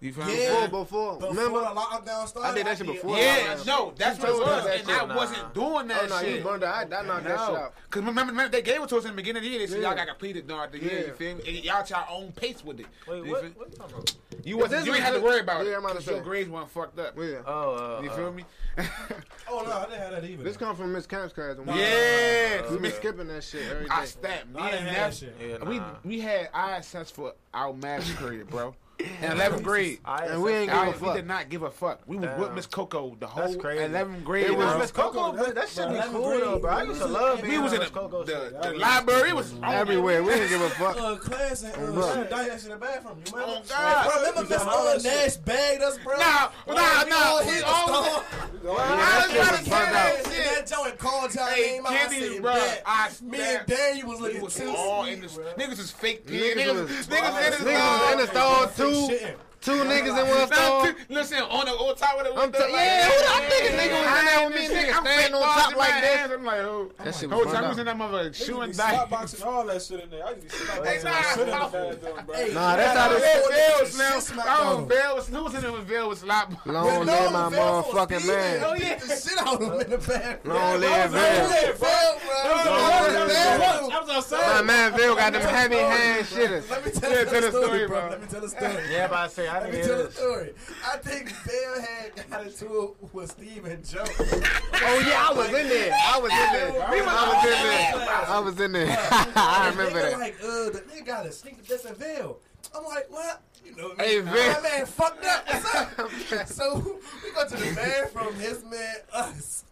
[SPEAKER 1] You feel me?
[SPEAKER 3] Yeah.
[SPEAKER 4] Before, before.
[SPEAKER 3] Before
[SPEAKER 4] Remember?
[SPEAKER 3] the lockdown started,
[SPEAKER 4] I did that shit before.
[SPEAKER 1] Yeah, no, that's what it
[SPEAKER 4] told us
[SPEAKER 1] was,
[SPEAKER 4] that
[SPEAKER 1] and
[SPEAKER 4] shit,
[SPEAKER 1] I
[SPEAKER 4] nah.
[SPEAKER 1] wasn't doing that
[SPEAKER 4] Oh, no, you
[SPEAKER 1] shit.
[SPEAKER 4] burned it. I, I knocked that shit
[SPEAKER 1] No,
[SPEAKER 4] out.
[SPEAKER 1] because remember, remember, they gave it to us in the beginning of the year. They said
[SPEAKER 4] Yeah.
[SPEAKER 1] y'all got completed during the year.
[SPEAKER 4] Yeah.
[SPEAKER 1] You feel me? And y'all to our own pace with it.
[SPEAKER 2] Wait,
[SPEAKER 1] you
[SPEAKER 2] what?
[SPEAKER 1] feel me?
[SPEAKER 2] What you talking about?
[SPEAKER 1] You wasn't.
[SPEAKER 4] this
[SPEAKER 1] You
[SPEAKER 4] was
[SPEAKER 1] ain't had to
[SPEAKER 4] good-
[SPEAKER 1] worry about
[SPEAKER 4] Yeah,
[SPEAKER 1] it.
[SPEAKER 4] I'm about to
[SPEAKER 1] 'cause your
[SPEAKER 4] say.
[SPEAKER 1] grades weren't fucked up.
[SPEAKER 4] Yeah. Uh-uh.
[SPEAKER 2] Oh, uh,
[SPEAKER 1] You
[SPEAKER 2] uh,
[SPEAKER 1] feel me?
[SPEAKER 3] Oh no, I didn't have that either.
[SPEAKER 4] This come from Miss Camp's class. and we-
[SPEAKER 1] yeah,
[SPEAKER 4] we been skipping that shit every
[SPEAKER 1] I
[SPEAKER 4] day.
[SPEAKER 1] stamped. Me
[SPEAKER 3] I didn't
[SPEAKER 1] and
[SPEAKER 3] have that
[SPEAKER 1] Ness,
[SPEAKER 3] shit.
[SPEAKER 2] Yeah, nah.
[SPEAKER 1] we we had ISS for our math period, bro. In 11th grade.
[SPEAKER 2] I-
[SPEAKER 4] And we ain't
[SPEAKER 1] I,
[SPEAKER 4] give a
[SPEAKER 1] we
[SPEAKER 4] fuck.
[SPEAKER 1] did not give a fuck. We was with
[SPEAKER 2] Damn.
[SPEAKER 1] Miss Coco the
[SPEAKER 2] That's
[SPEAKER 1] whole
[SPEAKER 2] crazy.
[SPEAKER 1] 11th grade.
[SPEAKER 4] It was
[SPEAKER 1] bro.
[SPEAKER 4] Miss Coco.
[SPEAKER 3] Coco,
[SPEAKER 4] That, that shit be
[SPEAKER 3] bro,
[SPEAKER 4] cool though, bro. I used to love
[SPEAKER 1] we
[SPEAKER 4] being
[SPEAKER 1] was in
[SPEAKER 2] Miss
[SPEAKER 1] the,
[SPEAKER 2] Coco
[SPEAKER 1] the,
[SPEAKER 2] shit.
[SPEAKER 1] the library. It was
[SPEAKER 4] everywhere. We didn't give a fuck.
[SPEAKER 3] Uh, class and uh,
[SPEAKER 4] Bruh.
[SPEAKER 3] shit, dice in the bathroom. You remember?
[SPEAKER 1] Oh, God.
[SPEAKER 3] Bro, remember Miss uh, Nash bagged us, bro?
[SPEAKER 1] Nah,
[SPEAKER 3] Bro,
[SPEAKER 1] nah,
[SPEAKER 3] we
[SPEAKER 1] nah.
[SPEAKER 3] all
[SPEAKER 1] We
[SPEAKER 3] hit the
[SPEAKER 1] all-
[SPEAKER 3] store.
[SPEAKER 1] I
[SPEAKER 4] shit
[SPEAKER 1] was
[SPEAKER 4] was
[SPEAKER 1] trying
[SPEAKER 4] burned out.
[SPEAKER 1] to
[SPEAKER 3] And
[SPEAKER 1] say that
[SPEAKER 3] that joint called y'all
[SPEAKER 1] Hey,
[SPEAKER 3] name out. I
[SPEAKER 1] Kenny,
[SPEAKER 3] said,
[SPEAKER 1] bruh,
[SPEAKER 3] bet.
[SPEAKER 1] I
[SPEAKER 3] me
[SPEAKER 1] stabbed-
[SPEAKER 3] and Dan, you was
[SPEAKER 1] shit. We
[SPEAKER 3] looking
[SPEAKER 1] was
[SPEAKER 3] too
[SPEAKER 1] all
[SPEAKER 3] sweet,
[SPEAKER 1] in the
[SPEAKER 3] bruh.
[SPEAKER 1] niggas was fake.
[SPEAKER 4] Niggas
[SPEAKER 1] Niggas, niggas,
[SPEAKER 4] was-
[SPEAKER 1] niggas, niggas,
[SPEAKER 4] Niggas was in the store. Two,
[SPEAKER 3] Shit.
[SPEAKER 4] two niggas in one
[SPEAKER 1] Nah,
[SPEAKER 4] store.
[SPEAKER 1] t- listen, on the old top of the
[SPEAKER 4] I'm
[SPEAKER 1] window,
[SPEAKER 4] t-
[SPEAKER 1] like, oh,
[SPEAKER 4] yeah, who the- I'm thinking
[SPEAKER 1] yeah,
[SPEAKER 4] nigga was
[SPEAKER 1] I
[SPEAKER 4] in there
[SPEAKER 1] ain't
[SPEAKER 4] with me,
[SPEAKER 1] this
[SPEAKER 4] nigga
[SPEAKER 1] shit. I'm
[SPEAKER 4] standing
[SPEAKER 1] fake
[SPEAKER 4] on
[SPEAKER 1] balls
[SPEAKER 4] top
[SPEAKER 1] in my
[SPEAKER 4] like that.
[SPEAKER 1] hands. I'm like, oh,
[SPEAKER 4] That shit was
[SPEAKER 1] whole
[SPEAKER 4] burned
[SPEAKER 1] time we was
[SPEAKER 4] out.
[SPEAKER 1] in that motherfucker
[SPEAKER 8] Niggas
[SPEAKER 1] shooting
[SPEAKER 8] be
[SPEAKER 1] dice.
[SPEAKER 8] slotboxing all that shit in there. I used to be slotboxing
[SPEAKER 1] nah,
[SPEAKER 8] that shit in the
[SPEAKER 1] nah.
[SPEAKER 8] bathroom, bro.
[SPEAKER 4] Nah, that's how this.
[SPEAKER 1] Veils
[SPEAKER 3] Shit
[SPEAKER 1] now.
[SPEAKER 3] smacked
[SPEAKER 1] Oh,
[SPEAKER 3] on.
[SPEAKER 1] Veils. Who was in there with Veils? Was Lop.
[SPEAKER 4] Long live my motherfucking
[SPEAKER 1] Oh,
[SPEAKER 4] man.
[SPEAKER 1] yeah.
[SPEAKER 3] Beat the shit out of him in the bathroom.
[SPEAKER 4] Long live Bill. My man Bill got them heavy hand shitters.
[SPEAKER 3] Let me tell
[SPEAKER 1] Yeah,
[SPEAKER 3] you
[SPEAKER 1] tell the
[SPEAKER 3] a
[SPEAKER 1] story,
[SPEAKER 3] story, bro.
[SPEAKER 1] bro.
[SPEAKER 3] Let me tell a story.
[SPEAKER 2] Yeah, but I say I
[SPEAKER 3] Let me
[SPEAKER 2] didn't
[SPEAKER 3] tell
[SPEAKER 2] hear
[SPEAKER 3] the
[SPEAKER 2] this.
[SPEAKER 3] story. I think Bill had got into it with Steve and Joe.
[SPEAKER 4] Oh yeah, I was in there. I was in there. I was in there. I was in there. I remember
[SPEAKER 3] nigga
[SPEAKER 4] that.
[SPEAKER 3] Like, uh, the nigga got a sneak to this and Bill. I'm like, what? You know,
[SPEAKER 4] Hey,
[SPEAKER 3] man,
[SPEAKER 4] Bill.
[SPEAKER 3] my man fucked up. What's up? so we go to the bathroom. His man, us.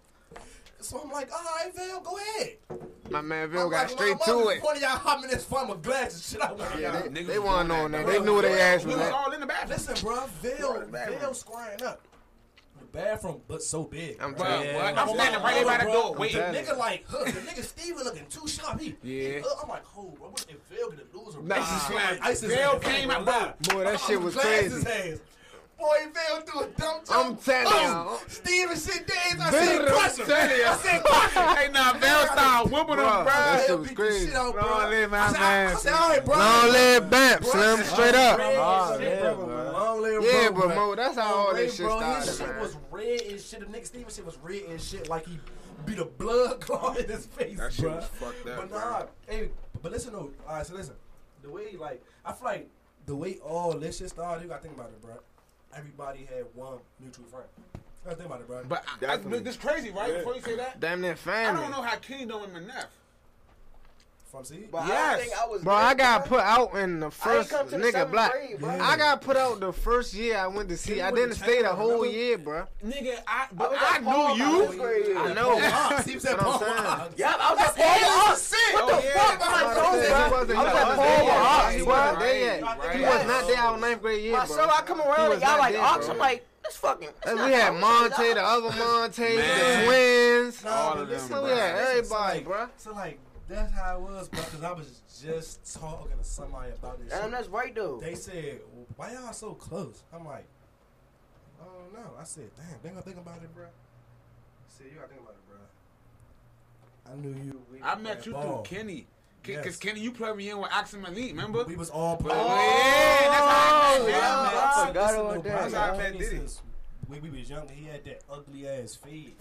[SPEAKER 3] So I'm like, all right, Bill, go ahead.
[SPEAKER 4] My man
[SPEAKER 3] I'm
[SPEAKER 4] Bill got
[SPEAKER 3] like,
[SPEAKER 4] straight
[SPEAKER 3] my
[SPEAKER 4] to
[SPEAKER 3] mother-
[SPEAKER 4] it.
[SPEAKER 3] One of y'all hopping this farm of glass and shit. I'm like,
[SPEAKER 4] Yeah,
[SPEAKER 3] yeah,
[SPEAKER 4] they, they wasn't on that. They knew they ass
[SPEAKER 1] We
[SPEAKER 4] was
[SPEAKER 1] was
[SPEAKER 4] that.
[SPEAKER 1] all in the bathroom.
[SPEAKER 3] Listen, bro, Bill, Bill squaring up. The bathroom, but so big.
[SPEAKER 4] I'm
[SPEAKER 1] Bro,
[SPEAKER 4] telling you.
[SPEAKER 1] what? I'm standing right there by the
[SPEAKER 3] Bro,
[SPEAKER 1] door
[SPEAKER 3] bro,
[SPEAKER 1] waiting.
[SPEAKER 3] The nigga like, huh, the nigga Steven looking too sharp. He,
[SPEAKER 1] Yeah.
[SPEAKER 3] he, uh, I'm like, oh, bro, what if Phil gonna lose or
[SPEAKER 1] Nah,
[SPEAKER 3] ISIS
[SPEAKER 1] Phil came out, bro.
[SPEAKER 4] Boy, that shit was crazy.
[SPEAKER 3] Hands. Boy, Phil do a dumb jump.
[SPEAKER 4] I'm telling
[SPEAKER 3] Boom.
[SPEAKER 4] you.
[SPEAKER 3] Steven shit days. I
[SPEAKER 4] Bill,
[SPEAKER 3] said,
[SPEAKER 4] I'm
[SPEAKER 3] crush him.
[SPEAKER 4] telling you.
[SPEAKER 3] I said, crush him.
[SPEAKER 1] Hey, nah, Veils style whipping them,
[SPEAKER 4] Bruh,
[SPEAKER 1] bro.
[SPEAKER 4] that shit
[SPEAKER 3] Bill
[SPEAKER 4] was
[SPEAKER 3] beat the
[SPEAKER 4] crazy.
[SPEAKER 3] shit out, bro.
[SPEAKER 1] Long live my
[SPEAKER 3] I said, I- I
[SPEAKER 1] man.
[SPEAKER 3] said, all right, bro.
[SPEAKER 4] Long live Bamp, Slim, straight up.
[SPEAKER 1] Ah,
[SPEAKER 2] Oh,
[SPEAKER 3] Shit,
[SPEAKER 2] yeah,
[SPEAKER 3] bro.
[SPEAKER 2] bro.
[SPEAKER 3] Long live
[SPEAKER 4] Yeah,
[SPEAKER 3] bro,
[SPEAKER 4] but Mo, that's how all
[SPEAKER 3] Ray,
[SPEAKER 4] this shit
[SPEAKER 3] bro, his
[SPEAKER 4] started,
[SPEAKER 3] shit
[SPEAKER 4] man.
[SPEAKER 3] was red and shit. The nigga Steven shit was red and shit. Like he beat a blood clot in his face,
[SPEAKER 1] That shit
[SPEAKER 3] bro.
[SPEAKER 1] was fucked up,
[SPEAKER 3] But
[SPEAKER 1] bro.
[SPEAKER 3] nah, hey, but listen though. All right, so listen. The way like I feel like the way all this shit started, you gotta think about it, bro. Everybody had one mutual friend. You gotta think about it, bro.
[SPEAKER 1] But I, I, this crazy, right? Before you say that,
[SPEAKER 4] Damn near
[SPEAKER 1] I
[SPEAKER 4] family.
[SPEAKER 1] don't know how Kenny know him enough.
[SPEAKER 3] From see,
[SPEAKER 16] But I
[SPEAKER 1] Yes.
[SPEAKER 16] don't think I was
[SPEAKER 4] Bro,
[SPEAKER 16] there,
[SPEAKER 4] I got put out in the first
[SPEAKER 16] come to the
[SPEAKER 4] nigga
[SPEAKER 16] seventh
[SPEAKER 4] block.
[SPEAKER 16] grade, bro.
[SPEAKER 4] I got put out the first year I went to see. I didn't stay the whole year, bro.
[SPEAKER 1] Nigga, I but
[SPEAKER 16] was
[SPEAKER 1] I,
[SPEAKER 16] at Paul
[SPEAKER 1] knew
[SPEAKER 16] my
[SPEAKER 1] you.
[SPEAKER 16] fifth grade year.
[SPEAKER 4] I know.
[SPEAKER 3] he was at
[SPEAKER 4] That's what I'm
[SPEAKER 3] Paul
[SPEAKER 4] saying.
[SPEAKER 3] Wiles.
[SPEAKER 16] Yeah, I was at Paul Ox. What
[SPEAKER 1] Oh,
[SPEAKER 16] the
[SPEAKER 1] yeah.
[SPEAKER 16] fuck?
[SPEAKER 1] I'm
[SPEAKER 16] My
[SPEAKER 1] about to
[SPEAKER 16] soul, bro.
[SPEAKER 1] say,
[SPEAKER 16] I
[SPEAKER 1] he
[SPEAKER 4] wasn't-
[SPEAKER 16] was
[SPEAKER 4] he
[SPEAKER 16] at
[SPEAKER 4] wasn't
[SPEAKER 16] Paul
[SPEAKER 4] there.
[SPEAKER 16] Ox,
[SPEAKER 4] He
[SPEAKER 16] bro.
[SPEAKER 4] wasn't there yet.
[SPEAKER 16] Right.
[SPEAKER 4] He
[SPEAKER 16] Yes.
[SPEAKER 4] was not there our ninth grade year,
[SPEAKER 16] My
[SPEAKER 4] bro.
[SPEAKER 16] soul, I come
[SPEAKER 4] He
[SPEAKER 16] around
[SPEAKER 4] was
[SPEAKER 16] and y'all
[SPEAKER 4] not
[SPEAKER 16] like
[SPEAKER 4] there,
[SPEAKER 16] Ox.
[SPEAKER 4] bro.
[SPEAKER 16] I'm like, this fucking.
[SPEAKER 4] Cause we had Monte, the other Monte, the twins.
[SPEAKER 3] Nah,
[SPEAKER 1] All
[SPEAKER 3] but
[SPEAKER 1] of them,
[SPEAKER 3] listen,
[SPEAKER 1] bro.
[SPEAKER 3] bro,
[SPEAKER 4] Yeah, everybody,
[SPEAKER 3] so like,
[SPEAKER 4] bro.
[SPEAKER 3] So like that's how it was, bro. Because I was just talking to somebody about this.
[SPEAKER 16] Damn,
[SPEAKER 3] shit.
[SPEAKER 16] that's right though.
[SPEAKER 3] They said, "Why y'all so close?" I'm like, "I don't know." I said, "Damn, they gonna think about it, bro." I said, "You gotta think about it, bro." I knew you. We
[SPEAKER 1] I
[SPEAKER 3] was
[SPEAKER 1] met
[SPEAKER 3] playing
[SPEAKER 1] you
[SPEAKER 3] ball.
[SPEAKER 1] through Kenny. K-
[SPEAKER 3] Yes.
[SPEAKER 1] Cause Kenny, you plugged me in with Ox and Malik, remember?
[SPEAKER 3] We was all
[SPEAKER 1] But-
[SPEAKER 3] playing.
[SPEAKER 1] Oh, yeah, that's how
[SPEAKER 16] Oh,
[SPEAKER 1] I met Kenny.
[SPEAKER 16] yeah. I forgot
[SPEAKER 3] Listen,
[SPEAKER 16] about that.
[SPEAKER 3] though, bro, I
[SPEAKER 1] That's how I
[SPEAKER 3] Kenny
[SPEAKER 1] met Diddy.
[SPEAKER 3] since When we was young, he had that ugly ass feed.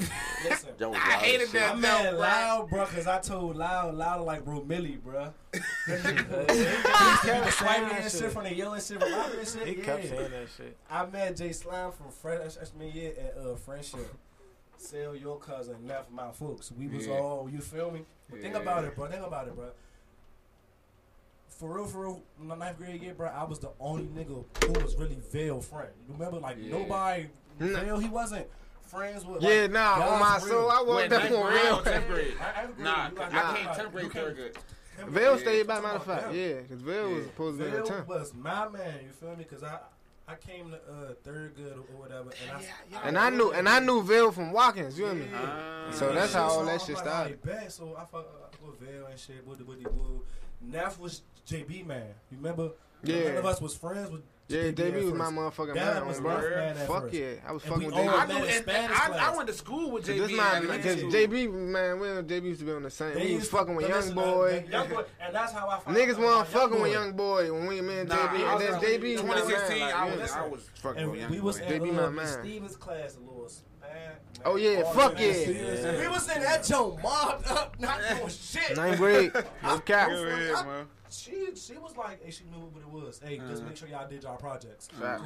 [SPEAKER 3] Listen,
[SPEAKER 5] Don't
[SPEAKER 1] I hated
[SPEAKER 5] shit.
[SPEAKER 1] that
[SPEAKER 3] I met
[SPEAKER 1] melt, bro.
[SPEAKER 3] Loud, bro, because I told Loud, Loud like bro Millie, bro. He used to be swiping and shit from the yelling shit, from Loud and shit.
[SPEAKER 2] He
[SPEAKER 3] yeah.
[SPEAKER 2] kept saying that shit.
[SPEAKER 3] I met Jay Slime from Fre- freshman year at uh, Friendship. Sell your cousin, not for my folks. We was
[SPEAKER 1] Yeah.
[SPEAKER 3] all, you feel me? But Think
[SPEAKER 1] Yeah.
[SPEAKER 3] about it, bro. Think about it, bro. For real, for real, in the ninth grade year, bro, I was the only nigga who was really Veil friend. You remember, like,
[SPEAKER 1] Yeah.
[SPEAKER 3] nobody,
[SPEAKER 4] Nah.
[SPEAKER 3] Veil, he wasn't friends with.
[SPEAKER 4] Yeah,
[SPEAKER 3] like,
[SPEAKER 4] nah, on
[SPEAKER 3] God's
[SPEAKER 4] my
[SPEAKER 3] real.
[SPEAKER 4] soul, I was
[SPEAKER 1] Wait, ninth
[SPEAKER 4] definitely
[SPEAKER 1] grade
[SPEAKER 4] real.
[SPEAKER 1] or tenth grade?
[SPEAKER 3] I- I agree.
[SPEAKER 1] Nah,
[SPEAKER 3] You
[SPEAKER 1] 'cause
[SPEAKER 3] gotta
[SPEAKER 1] I
[SPEAKER 3] think
[SPEAKER 1] came
[SPEAKER 3] about it.
[SPEAKER 1] tenth grade
[SPEAKER 3] You can't-
[SPEAKER 1] third grade.
[SPEAKER 4] Vale
[SPEAKER 1] Yeah.
[SPEAKER 4] stayed by matter of
[SPEAKER 3] Talking about
[SPEAKER 4] fact,
[SPEAKER 3] them.
[SPEAKER 4] yeah, cause Vale was
[SPEAKER 1] Yeah.
[SPEAKER 4] supposed to be in the
[SPEAKER 3] Phil
[SPEAKER 4] town.
[SPEAKER 3] was my man. You feel me? Cause I I came to uh, third good or whatever, and I
[SPEAKER 4] And I knew, and I knew Vale from Watkins. You hear me?
[SPEAKER 1] Ah.
[SPEAKER 4] So that's how all that
[SPEAKER 3] So
[SPEAKER 4] shit
[SPEAKER 3] I'm like,
[SPEAKER 4] started.
[SPEAKER 3] alright, bet. So I fuck uh, with Vale and shit, booty booty boo. Neff was JB man. You remember?
[SPEAKER 4] Yeah.
[SPEAKER 3] None of us was friends with.
[SPEAKER 4] Yeah,
[SPEAKER 3] JB
[SPEAKER 4] JB
[SPEAKER 3] at
[SPEAKER 4] was my
[SPEAKER 3] first.
[SPEAKER 4] motherfucking
[SPEAKER 3] That
[SPEAKER 4] man.
[SPEAKER 3] was
[SPEAKER 4] bro.
[SPEAKER 3] Neff's man at
[SPEAKER 4] Fuck
[SPEAKER 3] first.
[SPEAKER 4] yeah, I was
[SPEAKER 3] And
[SPEAKER 4] fucking
[SPEAKER 3] we
[SPEAKER 4] with
[SPEAKER 3] all
[SPEAKER 4] JB.
[SPEAKER 1] I
[SPEAKER 3] met
[SPEAKER 1] knew,
[SPEAKER 3] in
[SPEAKER 1] and, and
[SPEAKER 3] Spanish
[SPEAKER 1] I,
[SPEAKER 3] class.
[SPEAKER 1] I went to school with JB.
[SPEAKER 4] This my
[SPEAKER 1] in
[SPEAKER 4] because
[SPEAKER 1] elementary.
[SPEAKER 4] JB man, we JB used to be on the same.
[SPEAKER 3] They
[SPEAKER 4] We
[SPEAKER 3] used
[SPEAKER 4] was
[SPEAKER 3] to-
[SPEAKER 4] fucking with
[SPEAKER 3] but
[SPEAKER 4] young
[SPEAKER 3] listen, uh,
[SPEAKER 4] boy.
[SPEAKER 3] Young boy, and that's how I found
[SPEAKER 4] Niggas
[SPEAKER 3] out
[SPEAKER 4] want
[SPEAKER 3] about
[SPEAKER 4] fucking
[SPEAKER 3] Young
[SPEAKER 4] with
[SPEAKER 3] Boy.
[SPEAKER 4] young boy when we me and
[SPEAKER 1] Nah,
[SPEAKER 4] JB
[SPEAKER 1] I
[SPEAKER 4] and
[SPEAKER 1] was
[SPEAKER 4] then
[SPEAKER 1] like,
[SPEAKER 4] JB. man,
[SPEAKER 1] 2016,
[SPEAKER 4] like,
[SPEAKER 1] I
[SPEAKER 4] yeah.
[SPEAKER 1] was I was fucking
[SPEAKER 4] oh,
[SPEAKER 3] And
[SPEAKER 1] with
[SPEAKER 3] we
[SPEAKER 1] young
[SPEAKER 3] was
[SPEAKER 1] boy.
[SPEAKER 4] They
[SPEAKER 3] in
[SPEAKER 4] be my
[SPEAKER 3] uh,
[SPEAKER 4] man.
[SPEAKER 3] Steven's class, a little man.
[SPEAKER 4] Oh yeah,
[SPEAKER 3] All
[SPEAKER 4] fuck
[SPEAKER 3] of
[SPEAKER 4] yeah.
[SPEAKER 3] us. We was in that joint mobbed up, not doing shit.
[SPEAKER 4] Ninth grade, no cap.
[SPEAKER 1] Yeah, yeah, man.
[SPEAKER 3] She she was like, hey, she knew what it was. Hey, just make sure y'all did y'all projects. Y'all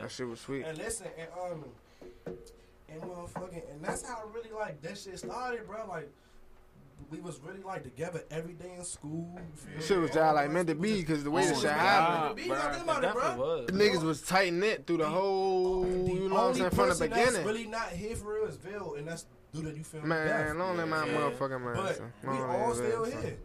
[SPEAKER 4] That shit was sweet.
[SPEAKER 3] And listen, and um, and motherfucking, and that's how really like that shit started, bro. Like we was really like together every day in school.
[SPEAKER 4] That shit was y'all like meant to be because the way the
[SPEAKER 1] Oh,
[SPEAKER 4] shit
[SPEAKER 1] yeah.
[SPEAKER 4] happened.
[SPEAKER 3] Be talking about it,
[SPEAKER 2] Definitely
[SPEAKER 3] bro.
[SPEAKER 2] was.
[SPEAKER 4] The niggas was tight knit through the whole, you know what I'm saying, from the
[SPEAKER 3] That's
[SPEAKER 4] beginning.
[SPEAKER 3] really not here for real is Bill, and that's dude that you feel
[SPEAKER 4] Man,
[SPEAKER 3] death.
[SPEAKER 4] long live my motherfucking man.
[SPEAKER 3] But
[SPEAKER 4] son.
[SPEAKER 3] we
[SPEAKER 4] Long
[SPEAKER 3] all
[SPEAKER 4] live
[SPEAKER 3] still
[SPEAKER 4] that, son.
[SPEAKER 3] here.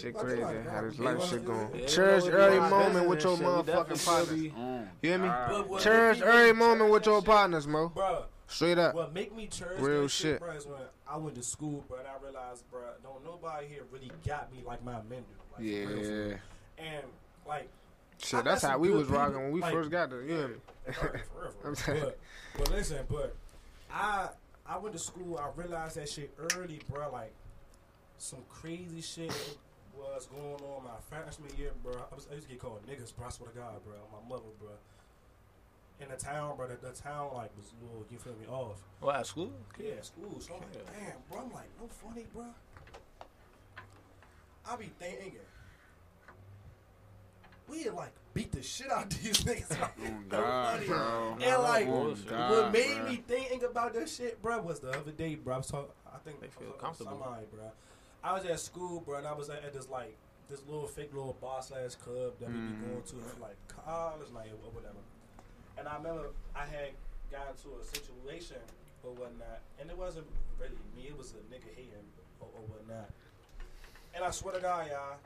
[SPEAKER 4] Shit crazy how this
[SPEAKER 3] Like,
[SPEAKER 4] life
[SPEAKER 3] we
[SPEAKER 4] shit
[SPEAKER 3] all
[SPEAKER 4] going.
[SPEAKER 2] Yeah,
[SPEAKER 4] Cherish
[SPEAKER 2] we know
[SPEAKER 4] every
[SPEAKER 2] we
[SPEAKER 4] moment
[SPEAKER 2] business
[SPEAKER 4] with your
[SPEAKER 2] and shit. We definitely
[SPEAKER 4] motherfucking partners. You
[SPEAKER 2] still
[SPEAKER 1] Mm.
[SPEAKER 4] hear me?
[SPEAKER 3] But what
[SPEAKER 4] Cherish
[SPEAKER 3] make me
[SPEAKER 4] every
[SPEAKER 3] cherish
[SPEAKER 4] moment with
[SPEAKER 3] that
[SPEAKER 4] your
[SPEAKER 3] shit,
[SPEAKER 4] partners, bro.
[SPEAKER 3] bro.
[SPEAKER 4] Straight up.
[SPEAKER 3] What make me cherish
[SPEAKER 4] Real
[SPEAKER 3] that
[SPEAKER 4] shit.
[SPEAKER 3] shit, bro, is when I went to school, bro, and I realized, bro, don't nobody here really got me like my men do. Like, for real, for real.
[SPEAKER 1] Yeah.
[SPEAKER 3] And like, I
[SPEAKER 4] Shit,
[SPEAKER 3] got
[SPEAKER 4] that's
[SPEAKER 3] some
[SPEAKER 4] how we
[SPEAKER 3] good
[SPEAKER 4] was rocking when we
[SPEAKER 3] people,
[SPEAKER 4] first
[SPEAKER 3] like-
[SPEAKER 4] got there. You hear me?
[SPEAKER 3] Alright, for real, for
[SPEAKER 4] I'm
[SPEAKER 3] real.
[SPEAKER 4] sorry.
[SPEAKER 3] But, but listen, but I I went to school. I realized that shit early, bro. Like some crazy shit was going on my freshman year, bro. I, was, I used to get called niggas, bro. I swear to God, bro. My mother, bro. In the town, bro. The, the town like was a little, you feel me, off.
[SPEAKER 2] Well, at school?
[SPEAKER 3] Yeah, school. So I'm like, damn, bro. I'm like, no funny, bro. I be thinking. We had, like beat the shit out of these niggas. Like, no
[SPEAKER 1] Oh, God,
[SPEAKER 3] funny.
[SPEAKER 1] bro.
[SPEAKER 3] And like,
[SPEAKER 1] Oh, God,
[SPEAKER 3] what made
[SPEAKER 1] bro.
[SPEAKER 3] me think about that shit, bro, was the other day, bro. I was talking. I think
[SPEAKER 2] They feel
[SPEAKER 3] I was talking to
[SPEAKER 2] comfortable.
[SPEAKER 3] Somebody, bro. I was at school, bro, and I was at, at this like this little fake little bar slash club that we be
[SPEAKER 2] Mm-hmm.
[SPEAKER 3] going to for like college night or whatever. And I remember I had gotten to a situation or whatnot, and it wasn't really me. It was a nigga hating or, or whatnot. And I swear to God, y'all.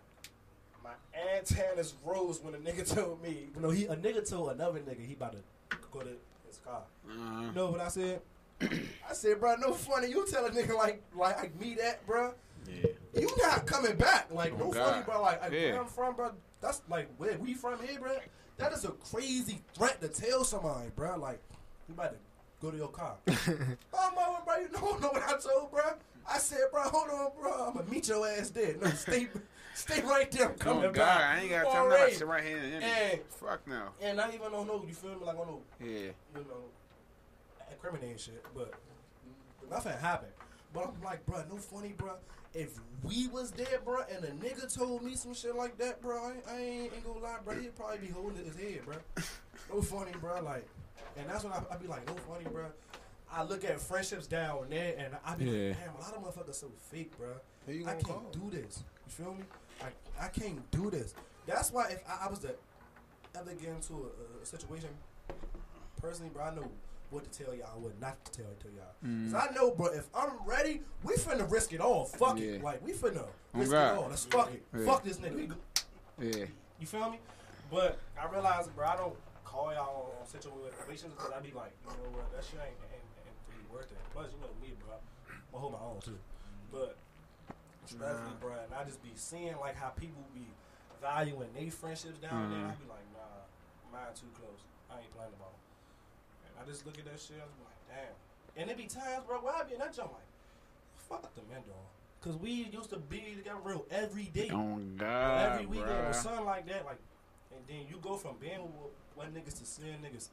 [SPEAKER 3] My antennas rose when a nigga told me. No, he a nigga told another nigga he about to go to his car.
[SPEAKER 1] Uh-huh.
[SPEAKER 3] You know what I said? I said, bro, no funny. You tell a nigga like like, like me that, bro.
[SPEAKER 2] Yeah.
[SPEAKER 3] You not coming back. Like
[SPEAKER 1] Oh,
[SPEAKER 3] no
[SPEAKER 1] God.
[SPEAKER 3] funny, bro. Like, like
[SPEAKER 1] Yeah.
[SPEAKER 3] where I'm from, bro. That's like where we from here, bro. That is a crazy threat to tell somebody, bro. Like you about to go to your car. oh mama, bro. You don't know what I told, bro. I said, bro, hold on, bro. I'm gonna meet your ass there. No, stay, stay right there. I'm
[SPEAKER 1] Oh,
[SPEAKER 3] coming
[SPEAKER 1] God,
[SPEAKER 3] back.
[SPEAKER 1] I ain't got time
[SPEAKER 3] Already.
[SPEAKER 1] to sit right here and
[SPEAKER 3] And
[SPEAKER 1] fuck now.
[SPEAKER 3] and not even on no, you feel me? Like on no
[SPEAKER 1] Yeah.
[SPEAKER 3] you know, incriminating shit, but nothing happened. But I'm like, bruh, no funny, bruh. If we was there, bruh, and a nigga told me some shit like that, bruh, I, ain't- I ain't, ain't gonna lie, bruh, he'd probably be holding his head, bruh. No funny, bruh, like, and that's when I, I be like, no funny, bruh. I look at friendships down there, and I be
[SPEAKER 1] Yeah.
[SPEAKER 3] like, damn, a lot of motherfuckers so fake, bruh.
[SPEAKER 17] Who you
[SPEAKER 3] I
[SPEAKER 17] gonna
[SPEAKER 3] can't
[SPEAKER 17] call?
[SPEAKER 3] do this. You feel me? I, I can't do this. That's why if I, I was to ever get into a, a situation, personally, bro, I know what to tell y'all, what not to tell to y'all.
[SPEAKER 1] Mm.
[SPEAKER 3] Cause I know, bro, if I'm ready, we finna risk it all. Fuck it,
[SPEAKER 1] Yeah.
[SPEAKER 3] like we finna risk
[SPEAKER 1] God.
[SPEAKER 3] it all. Let's fuck it.
[SPEAKER 1] Yeah.
[SPEAKER 3] Fuck this nigga. We go-
[SPEAKER 1] Yeah.
[SPEAKER 3] You feel me? But I realize, bro, I don't call y'all on, on situations because I be like, you know what, that shit ain't, ain't, ain't really worth it. Plus, you know me, bro, I'm gonna hold my own too. But especially, bro, and I just be seeing like how people be valuing their friendships down there. I be like, nah, mine too close. I ain't playing about 'em. And I just look at that shit. I be like, damn. And it be times, bro, where I be in that jump like, fuck the men, dog. Cause we used to be together real every day
[SPEAKER 1] Oh
[SPEAKER 3] every
[SPEAKER 1] God,
[SPEAKER 3] weekend or
[SPEAKER 1] bro.
[SPEAKER 3] something like that. Like, and then you go from being with one niggas to seeing niggas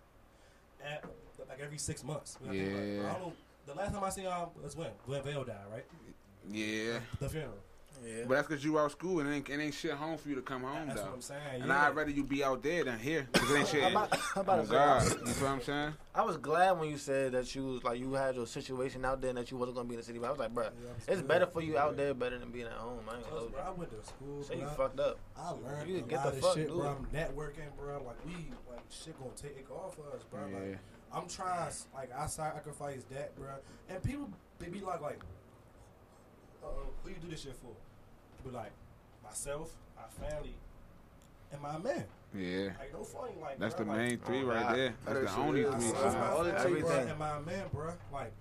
[SPEAKER 3] at like every six months. You know what I mean? Like,
[SPEAKER 1] Yeah.
[SPEAKER 3] I don't, the last time I seen y'all was when when Vale died, right?
[SPEAKER 1] Yeah.
[SPEAKER 3] The funeral.
[SPEAKER 2] Yeah.
[SPEAKER 1] But that's because you out of school and it ain't, it ain't shit home for you to come home
[SPEAKER 3] That's
[SPEAKER 1] though.
[SPEAKER 3] what I'm saying.
[SPEAKER 1] and
[SPEAKER 3] yeah.
[SPEAKER 1] I'd rather you be out there than here because it ain't shit.
[SPEAKER 2] I'm about, I'm about
[SPEAKER 1] oh
[SPEAKER 2] to say, I
[SPEAKER 1] God,
[SPEAKER 2] was-
[SPEAKER 1] you feel what I'm saying?
[SPEAKER 2] I was glad when you said that you was like you had your situation out there and that you wasn't gonna be in the city. But I was like, bruh,
[SPEAKER 3] Yeah, I'm
[SPEAKER 2] it's
[SPEAKER 3] good.
[SPEAKER 2] better for you out there better than being at home. I ain't gonna
[SPEAKER 3] Cause,
[SPEAKER 2] hold
[SPEAKER 3] bro, I
[SPEAKER 2] you.
[SPEAKER 3] went to school.
[SPEAKER 2] So
[SPEAKER 3] bro.
[SPEAKER 2] you
[SPEAKER 3] I-
[SPEAKER 2] fucked up.
[SPEAKER 3] I learned
[SPEAKER 2] You
[SPEAKER 3] a
[SPEAKER 2] get
[SPEAKER 3] lot
[SPEAKER 2] the
[SPEAKER 3] of
[SPEAKER 2] fuck
[SPEAKER 3] shit,
[SPEAKER 2] doing
[SPEAKER 3] bro.
[SPEAKER 2] it.
[SPEAKER 3] I'm networking, bro. Like we, like shit gonna take off of us, bro.
[SPEAKER 1] Yeah.
[SPEAKER 3] Like I'm trying, s- like I sacrifice that, bro. And people they be like, like, uh, who you do this shit for? Be like, myself, my family, and my man.
[SPEAKER 1] Yeah,
[SPEAKER 3] Like no funny, like
[SPEAKER 1] that's
[SPEAKER 3] bro,
[SPEAKER 1] the
[SPEAKER 3] like,
[SPEAKER 1] main three right
[SPEAKER 5] God.
[SPEAKER 1] there.
[SPEAKER 5] That
[SPEAKER 1] That's
[SPEAKER 5] is
[SPEAKER 1] the only
[SPEAKER 5] serious.
[SPEAKER 1] three.
[SPEAKER 5] Wow.
[SPEAKER 3] Myself,
[SPEAKER 1] son.
[SPEAKER 3] my
[SPEAKER 5] All the
[SPEAKER 3] family, bro,
[SPEAKER 5] everything.
[SPEAKER 3] and my man, bro. Like.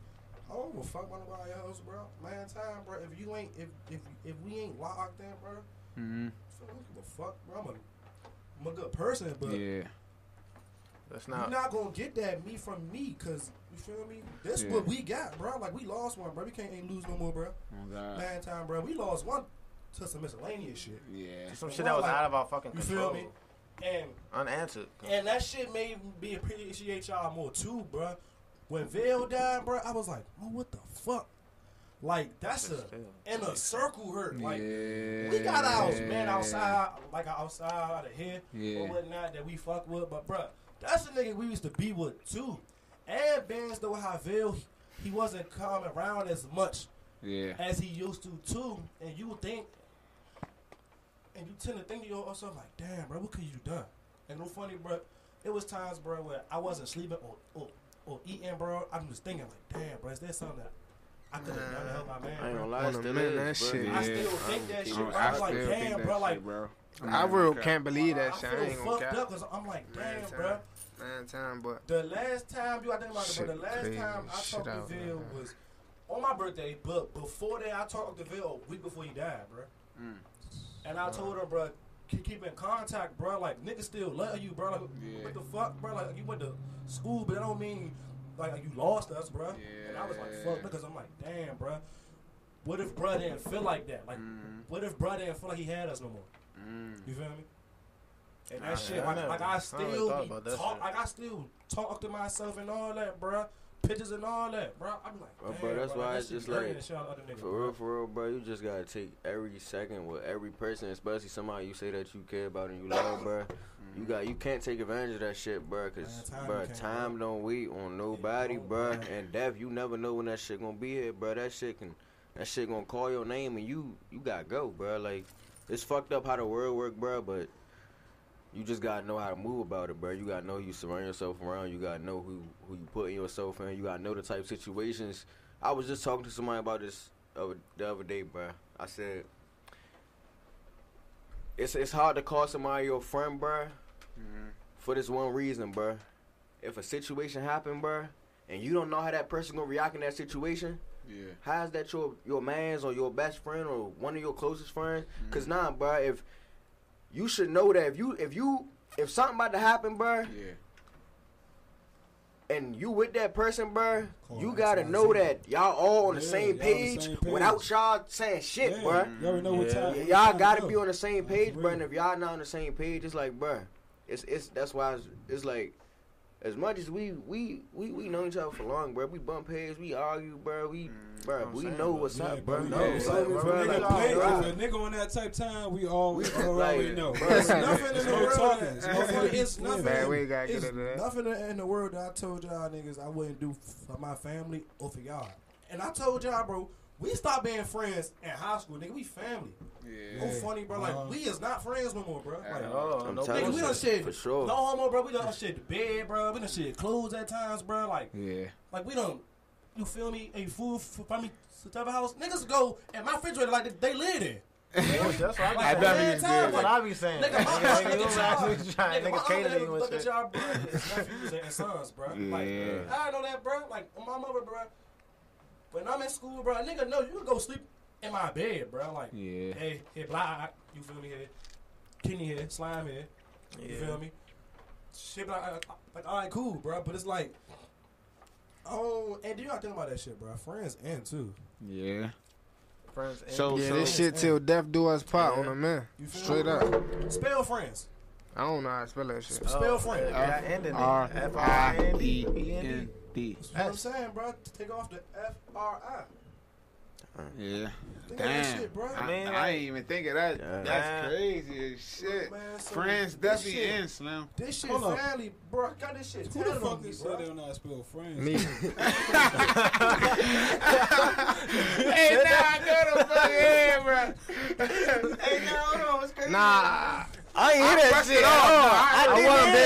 [SPEAKER 3] I don't give a fuck about nobody else, bro. Man, time, bro. If you ain't, if if if we ain't locked in, bro,
[SPEAKER 1] Mm-hmm.
[SPEAKER 3] Fuck, I don't give a fuck, bro. I'm a, I'm a good person, but
[SPEAKER 1] yeah.
[SPEAKER 2] That's
[SPEAKER 3] you're
[SPEAKER 2] not.
[SPEAKER 3] not gonna get that me from me, cause you feel me. This
[SPEAKER 1] Yeah.
[SPEAKER 3] what we got, bro. Like we lost one, bro. We can't ain't lose no more, bro.
[SPEAKER 1] Oh God.
[SPEAKER 3] Nine time, bro. We lost one to some miscellaneous shit.
[SPEAKER 1] Yeah.
[SPEAKER 2] Some shit that was out of our fucking
[SPEAKER 3] You feel
[SPEAKER 2] control.
[SPEAKER 3] me? And
[SPEAKER 2] Unanswered.
[SPEAKER 3] and that shit made me appreciate y'all more too, bro. When Vail died, bro, I was like, oh, what the fuck? Like that's a inner circle hurt. Like
[SPEAKER 1] yeah.
[SPEAKER 3] we got ours, man, outside, like outside out of here
[SPEAKER 1] Yeah.
[SPEAKER 3] or whatnot that we fuck with. But bruh, that's the nigga we used to be with too. And bands though how Vail, he- he wasn't coming around as much
[SPEAKER 1] Yeah.
[SPEAKER 3] as he used to too. And you would think, and you tend to think to yourself like, damn, bro, what could you done? And no funny, bro. It was times, bro, where I wasn't sleeping or or, or eating, bro. I'm just thinking like, damn, bro, is there something that I could have done to help my man?
[SPEAKER 5] I ain't
[SPEAKER 3] bro?
[SPEAKER 5] gonna lie,
[SPEAKER 2] On a
[SPEAKER 5] still
[SPEAKER 2] minute,
[SPEAKER 5] is,
[SPEAKER 2] that
[SPEAKER 5] bro.
[SPEAKER 2] shit-
[SPEAKER 3] I
[SPEAKER 1] Yeah.
[SPEAKER 3] still think that
[SPEAKER 1] Oh,
[SPEAKER 3] shit. Bro. I'm like,
[SPEAKER 1] still think
[SPEAKER 3] damn,
[SPEAKER 1] that
[SPEAKER 3] bro,
[SPEAKER 1] shit,
[SPEAKER 3] like
[SPEAKER 1] bro.
[SPEAKER 2] I real
[SPEAKER 1] Okay.
[SPEAKER 2] can't believe that
[SPEAKER 3] I
[SPEAKER 2] shit.
[SPEAKER 3] feel
[SPEAKER 2] I ain't gonna
[SPEAKER 3] fucked
[SPEAKER 2] cap.
[SPEAKER 3] up because I'm like,
[SPEAKER 2] Man,
[SPEAKER 3] damn,
[SPEAKER 2] time.
[SPEAKER 3] bro.
[SPEAKER 2] Man, time, but
[SPEAKER 3] The last time you identified,
[SPEAKER 2] Shit
[SPEAKER 3] but the last
[SPEAKER 2] crazy.
[SPEAKER 3] time I
[SPEAKER 2] Shit
[SPEAKER 3] talked
[SPEAKER 2] out,
[SPEAKER 3] to Ville
[SPEAKER 2] man.
[SPEAKER 3] was on my birthday, but before that, I talked to Ville a week before he died, bro.
[SPEAKER 1] Mm.
[SPEAKER 3] And I told her, bro, keep, keep in contact, bro. Like niggas still love you, bro. Like
[SPEAKER 1] Yeah.
[SPEAKER 3] what the fuck, bro? Like you went to school, but that don't mean like, you lost us, bro. And I was like, fuck,
[SPEAKER 1] Yeah.
[SPEAKER 3] because I'm like, damn, bro. What if bro didn't feel like that? Like,
[SPEAKER 1] Mm.
[SPEAKER 3] what if bro didn't feel like he had us no more?
[SPEAKER 1] Mm.
[SPEAKER 3] You feel me? And
[SPEAKER 2] Nah, yeah,
[SPEAKER 3] that shit,
[SPEAKER 2] I
[SPEAKER 3] like,
[SPEAKER 2] never-
[SPEAKER 3] like
[SPEAKER 2] I
[SPEAKER 3] I
[SPEAKER 2] never
[SPEAKER 3] still
[SPEAKER 2] thought
[SPEAKER 3] be
[SPEAKER 2] about that
[SPEAKER 3] talk,
[SPEAKER 2] shit.
[SPEAKER 3] like I still talk to myself and all that, bruh. Pictures and all that, bruh. I'm like,
[SPEAKER 5] Well,
[SPEAKER 3] damn,
[SPEAKER 5] bro, that's
[SPEAKER 3] bruh,
[SPEAKER 5] why
[SPEAKER 3] that
[SPEAKER 5] it's
[SPEAKER 3] shit
[SPEAKER 5] just
[SPEAKER 3] dirty
[SPEAKER 5] like,
[SPEAKER 3] than shit out of other niggas,
[SPEAKER 5] For
[SPEAKER 3] bruh.
[SPEAKER 5] real, for real, bro. You just gotta take every second with every person, especially somebody you say that you care about and you love, bro. You got you can't take advantage of that shit, bro. Cause
[SPEAKER 3] Mm-hmm. Man, time
[SPEAKER 5] bro,
[SPEAKER 3] you can't,
[SPEAKER 5] time don't wait on nobody,
[SPEAKER 3] don't,
[SPEAKER 5] bro.
[SPEAKER 3] bruh.
[SPEAKER 5] And death, you never know when that shit gonna be here, bro. That shit can, that shit gonna call your name and you you gotta go, bro. Like it's fucked up how the world work, bro. But you just gotta know how to move about it, bro. You gotta know who you surround yourself around. You gotta know who who you putting yourself in. You gotta know the type of situations. I was just talking to somebody about this other, the other day, bro. I said it's it's hard to call somebody your friend, bro, for this one reason, bro. If a situation happened, bro, and you don't know how that person gonna react in that situation,
[SPEAKER 1] Yeah.
[SPEAKER 5] how is that your your man's or your best friend or one of your closest friends? Cause nah, bro, if you should know that if you if you if something about to happen, bro,
[SPEAKER 1] Yeah.
[SPEAKER 5] and you with that person, bro,
[SPEAKER 8] Call
[SPEAKER 5] you
[SPEAKER 8] that
[SPEAKER 5] gotta
[SPEAKER 8] time
[SPEAKER 5] know
[SPEAKER 8] zero.
[SPEAKER 5] that y'all all on the
[SPEAKER 8] Yeah,
[SPEAKER 5] same
[SPEAKER 8] y'all on the
[SPEAKER 5] page,
[SPEAKER 8] same page.
[SPEAKER 5] without y'all saying shit,
[SPEAKER 8] Yeah,
[SPEAKER 5] bro.
[SPEAKER 8] You already know what
[SPEAKER 2] Yeah.
[SPEAKER 8] time.
[SPEAKER 5] Y-
[SPEAKER 8] what time
[SPEAKER 5] y'all
[SPEAKER 8] to
[SPEAKER 5] gotta
[SPEAKER 8] go.
[SPEAKER 5] be on the same
[SPEAKER 8] That's
[SPEAKER 5] page, bro. And
[SPEAKER 8] real.
[SPEAKER 5] if y'all not on the same page, it's like, bro, it's it's that's why it's, it's like, as much as we we we we know each other for long, bro. We bump heads, we argue, bro. We bro,
[SPEAKER 2] Mm, I'm
[SPEAKER 5] we
[SPEAKER 2] saying,
[SPEAKER 5] know
[SPEAKER 2] bro.
[SPEAKER 5] what's
[SPEAKER 8] Yeah,
[SPEAKER 5] up, bro.
[SPEAKER 8] bro,
[SPEAKER 5] No,
[SPEAKER 1] yeah,
[SPEAKER 5] what's
[SPEAKER 1] bro,
[SPEAKER 5] up,
[SPEAKER 2] bro,
[SPEAKER 5] bro.
[SPEAKER 2] we
[SPEAKER 5] Like,
[SPEAKER 8] Nigga,
[SPEAKER 2] got
[SPEAKER 8] play,
[SPEAKER 5] bro.
[SPEAKER 8] if a nigga on that type time, we all we already
[SPEAKER 5] Like,
[SPEAKER 8] know.
[SPEAKER 5] bro.
[SPEAKER 8] There's
[SPEAKER 3] nothing in the
[SPEAKER 8] no
[SPEAKER 3] world.
[SPEAKER 8] talking. It's
[SPEAKER 3] It's
[SPEAKER 8] nothing to be-
[SPEAKER 3] it's nothing.
[SPEAKER 2] Man, we gotta get
[SPEAKER 3] it's
[SPEAKER 2] into that.
[SPEAKER 3] nothing in the world that I told y'all niggas I wouldn't do for my family or for y'all. And I told y'all, bro, we stopped being friends in high school, nigga. We family.
[SPEAKER 1] Yeah.
[SPEAKER 3] Oh, funny, bro. Like
[SPEAKER 8] Uh-huh.
[SPEAKER 3] we is not friends no more, bro. Like,
[SPEAKER 1] Uh-huh.
[SPEAKER 2] Oh,
[SPEAKER 5] I'm
[SPEAKER 2] no
[SPEAKER 5] telling
[SPEAKER 2] bullshit.
[SPEAKER 3] Nigga, we
[SPEAKER 5] you.
[SPEAKER 3] done shit.
[SPEAKER 5] For sure.
[SPEAKER 3] No homo, bro. We done shit the bed, bro. We done shit clothes at times, bro. Like,
[SPEAKER 1] Yeah.
[SPEAKER 3] like we done. You feel me? A fool f- from me to the house. Niggas go and my refrigerator like they- they live there.
[SPEAKER 2] That's what
[SPEAKER 3] Like,
[SPEAKER 2] I be
[SPEAKER 1] bet you
[SPEAKER 2] saying.
[SPEAKER 3] every
[SPEAKER 1] did.
[SPEAKER 3] time,
[SPEAKER 2] That's what
[SPEAKER 3] like,
[SPEAKER 2] I be saying.
[SPEAKER 3] Nigga, my
[SPEAKER 2] Nigga, you
[SPEAKER 3] uncle look at
[SPEAKER 2] laugh
[SPEAKER 3] y'all.
[SPEAKER 2] what you trying-
[SPEAKER 3] Nigga, my
[SPEAKER 2] Nigga,
[SPEAKER 3] uncle
[SPEAKER 2] cater to you
[SPEAKER 3] look
[SPEAKER 2] and
[SPEAKER 3] at
[SPEAKER 2] shit.
[SPEAKER 3] y'all brothers, nephews, and sons, bro. Like,
[SPEAKER 1] Yeah.
[SPEAKER 3] I know that, bro. Like, on my mother, bro. When I'm in school, bro, nigga, no, you can go sleep in my bed, bro. Like,
[SPEAKER 1] Yeah.
[SPEAKER 3] hey, hey, blah, you feel me here? Kenny here, slime here. You
[SPEAKER 2] Yeah.
[SPEAKER 3] feel me? Shit, like, uh, like, all right, cool, bro. But it's like, oh, and do y'all think about that shit, bro? Friends and too.
[SPEAKER 1] Yeah.
[SPEAKER 2] Friends and-
[SPEAKER 1] So-
[SPEAKER 2] Yeah,
[SPEAKER 1] Yeah,
[SPEAKER 2] yeah,
[SPEAKER 1] this
[SPEAKER 2] this
[SPEAKER 1] so-
[SPEAKER 2] shit.
[SPEAKER 3] shit till
[SPEAKER 4] death do us
[SPEAKER 2] part on a
[SPEAKER 4] man.
[SPEAKER 3] You feel
[SPEAKER 4] Straight
[SPEAKER 3] me?
[SPEAKER 4] up.
[SPEAKER 3] Spell friends.
[SPEAKER 4] I don't know how to spell that shit.
[SPEAKER 3] Spell friend.
[SPEAKER 2] That ended
[SPEAKER 1] R
[SPEAKER 2] it. F
[SPEAKER 1] I
[SPEAKER 2] I N D E N
[SPEAKER 1] N
[SPEAKER 2] D.
[SPEAKER 1] D.
[SPEAKER 3] That's what I'm saying, bro. Take off the F R I.
[SPEAKER 1] Yeah.
[SPEAKER 3] Think of that
[SPEAKER 1] Damn.
[SPEAKER 3] shit, bro.
[SPEAKER 1] I,
[SPEAKER 2] Man,
[SPEAKER 1] I ain't even think of that.
[SPEAKER 5] Yeah.
[SPEAKER 1] That's
[SPEAKER 2] Nah.
[SPEAKER 1] crazy as shit.
[SPEAKER 3] Man, so
[SPEAKER 1] Friends
[SPEAKER 3] this
[SPEAKER 1] definitely
[SPEAKER 3] shit-
[SPEAKER 1] in, Slim.
[SPEAKER 3] This shit
[SPEAKER 8] Hold up.
[SPEAKER 3] family, bro. I got this shit
[SPEAKER 8] Who the
[SPEAKER 3] tatted on
[SPEAKER 8] fuck
[SPEAKER 3] me,
[SPEAKER 8] is said they
[SPEAKER 3] bro.
[SPEAKER 8] don't know how to spell friends?
[SPEAKER 4] Me.
[SPEAKER 1] hey, now I go to fucking head, bro.
[SPEAKER 5] Hey, no, hold on, what's crazy?
[SPEAKER 4] Nah,
[SPEAKER 5] I ain't hear that shit.
[SPEAKER 4] Oh, I
[SPEAKER 5] I
[SPEAKER 4] wasn't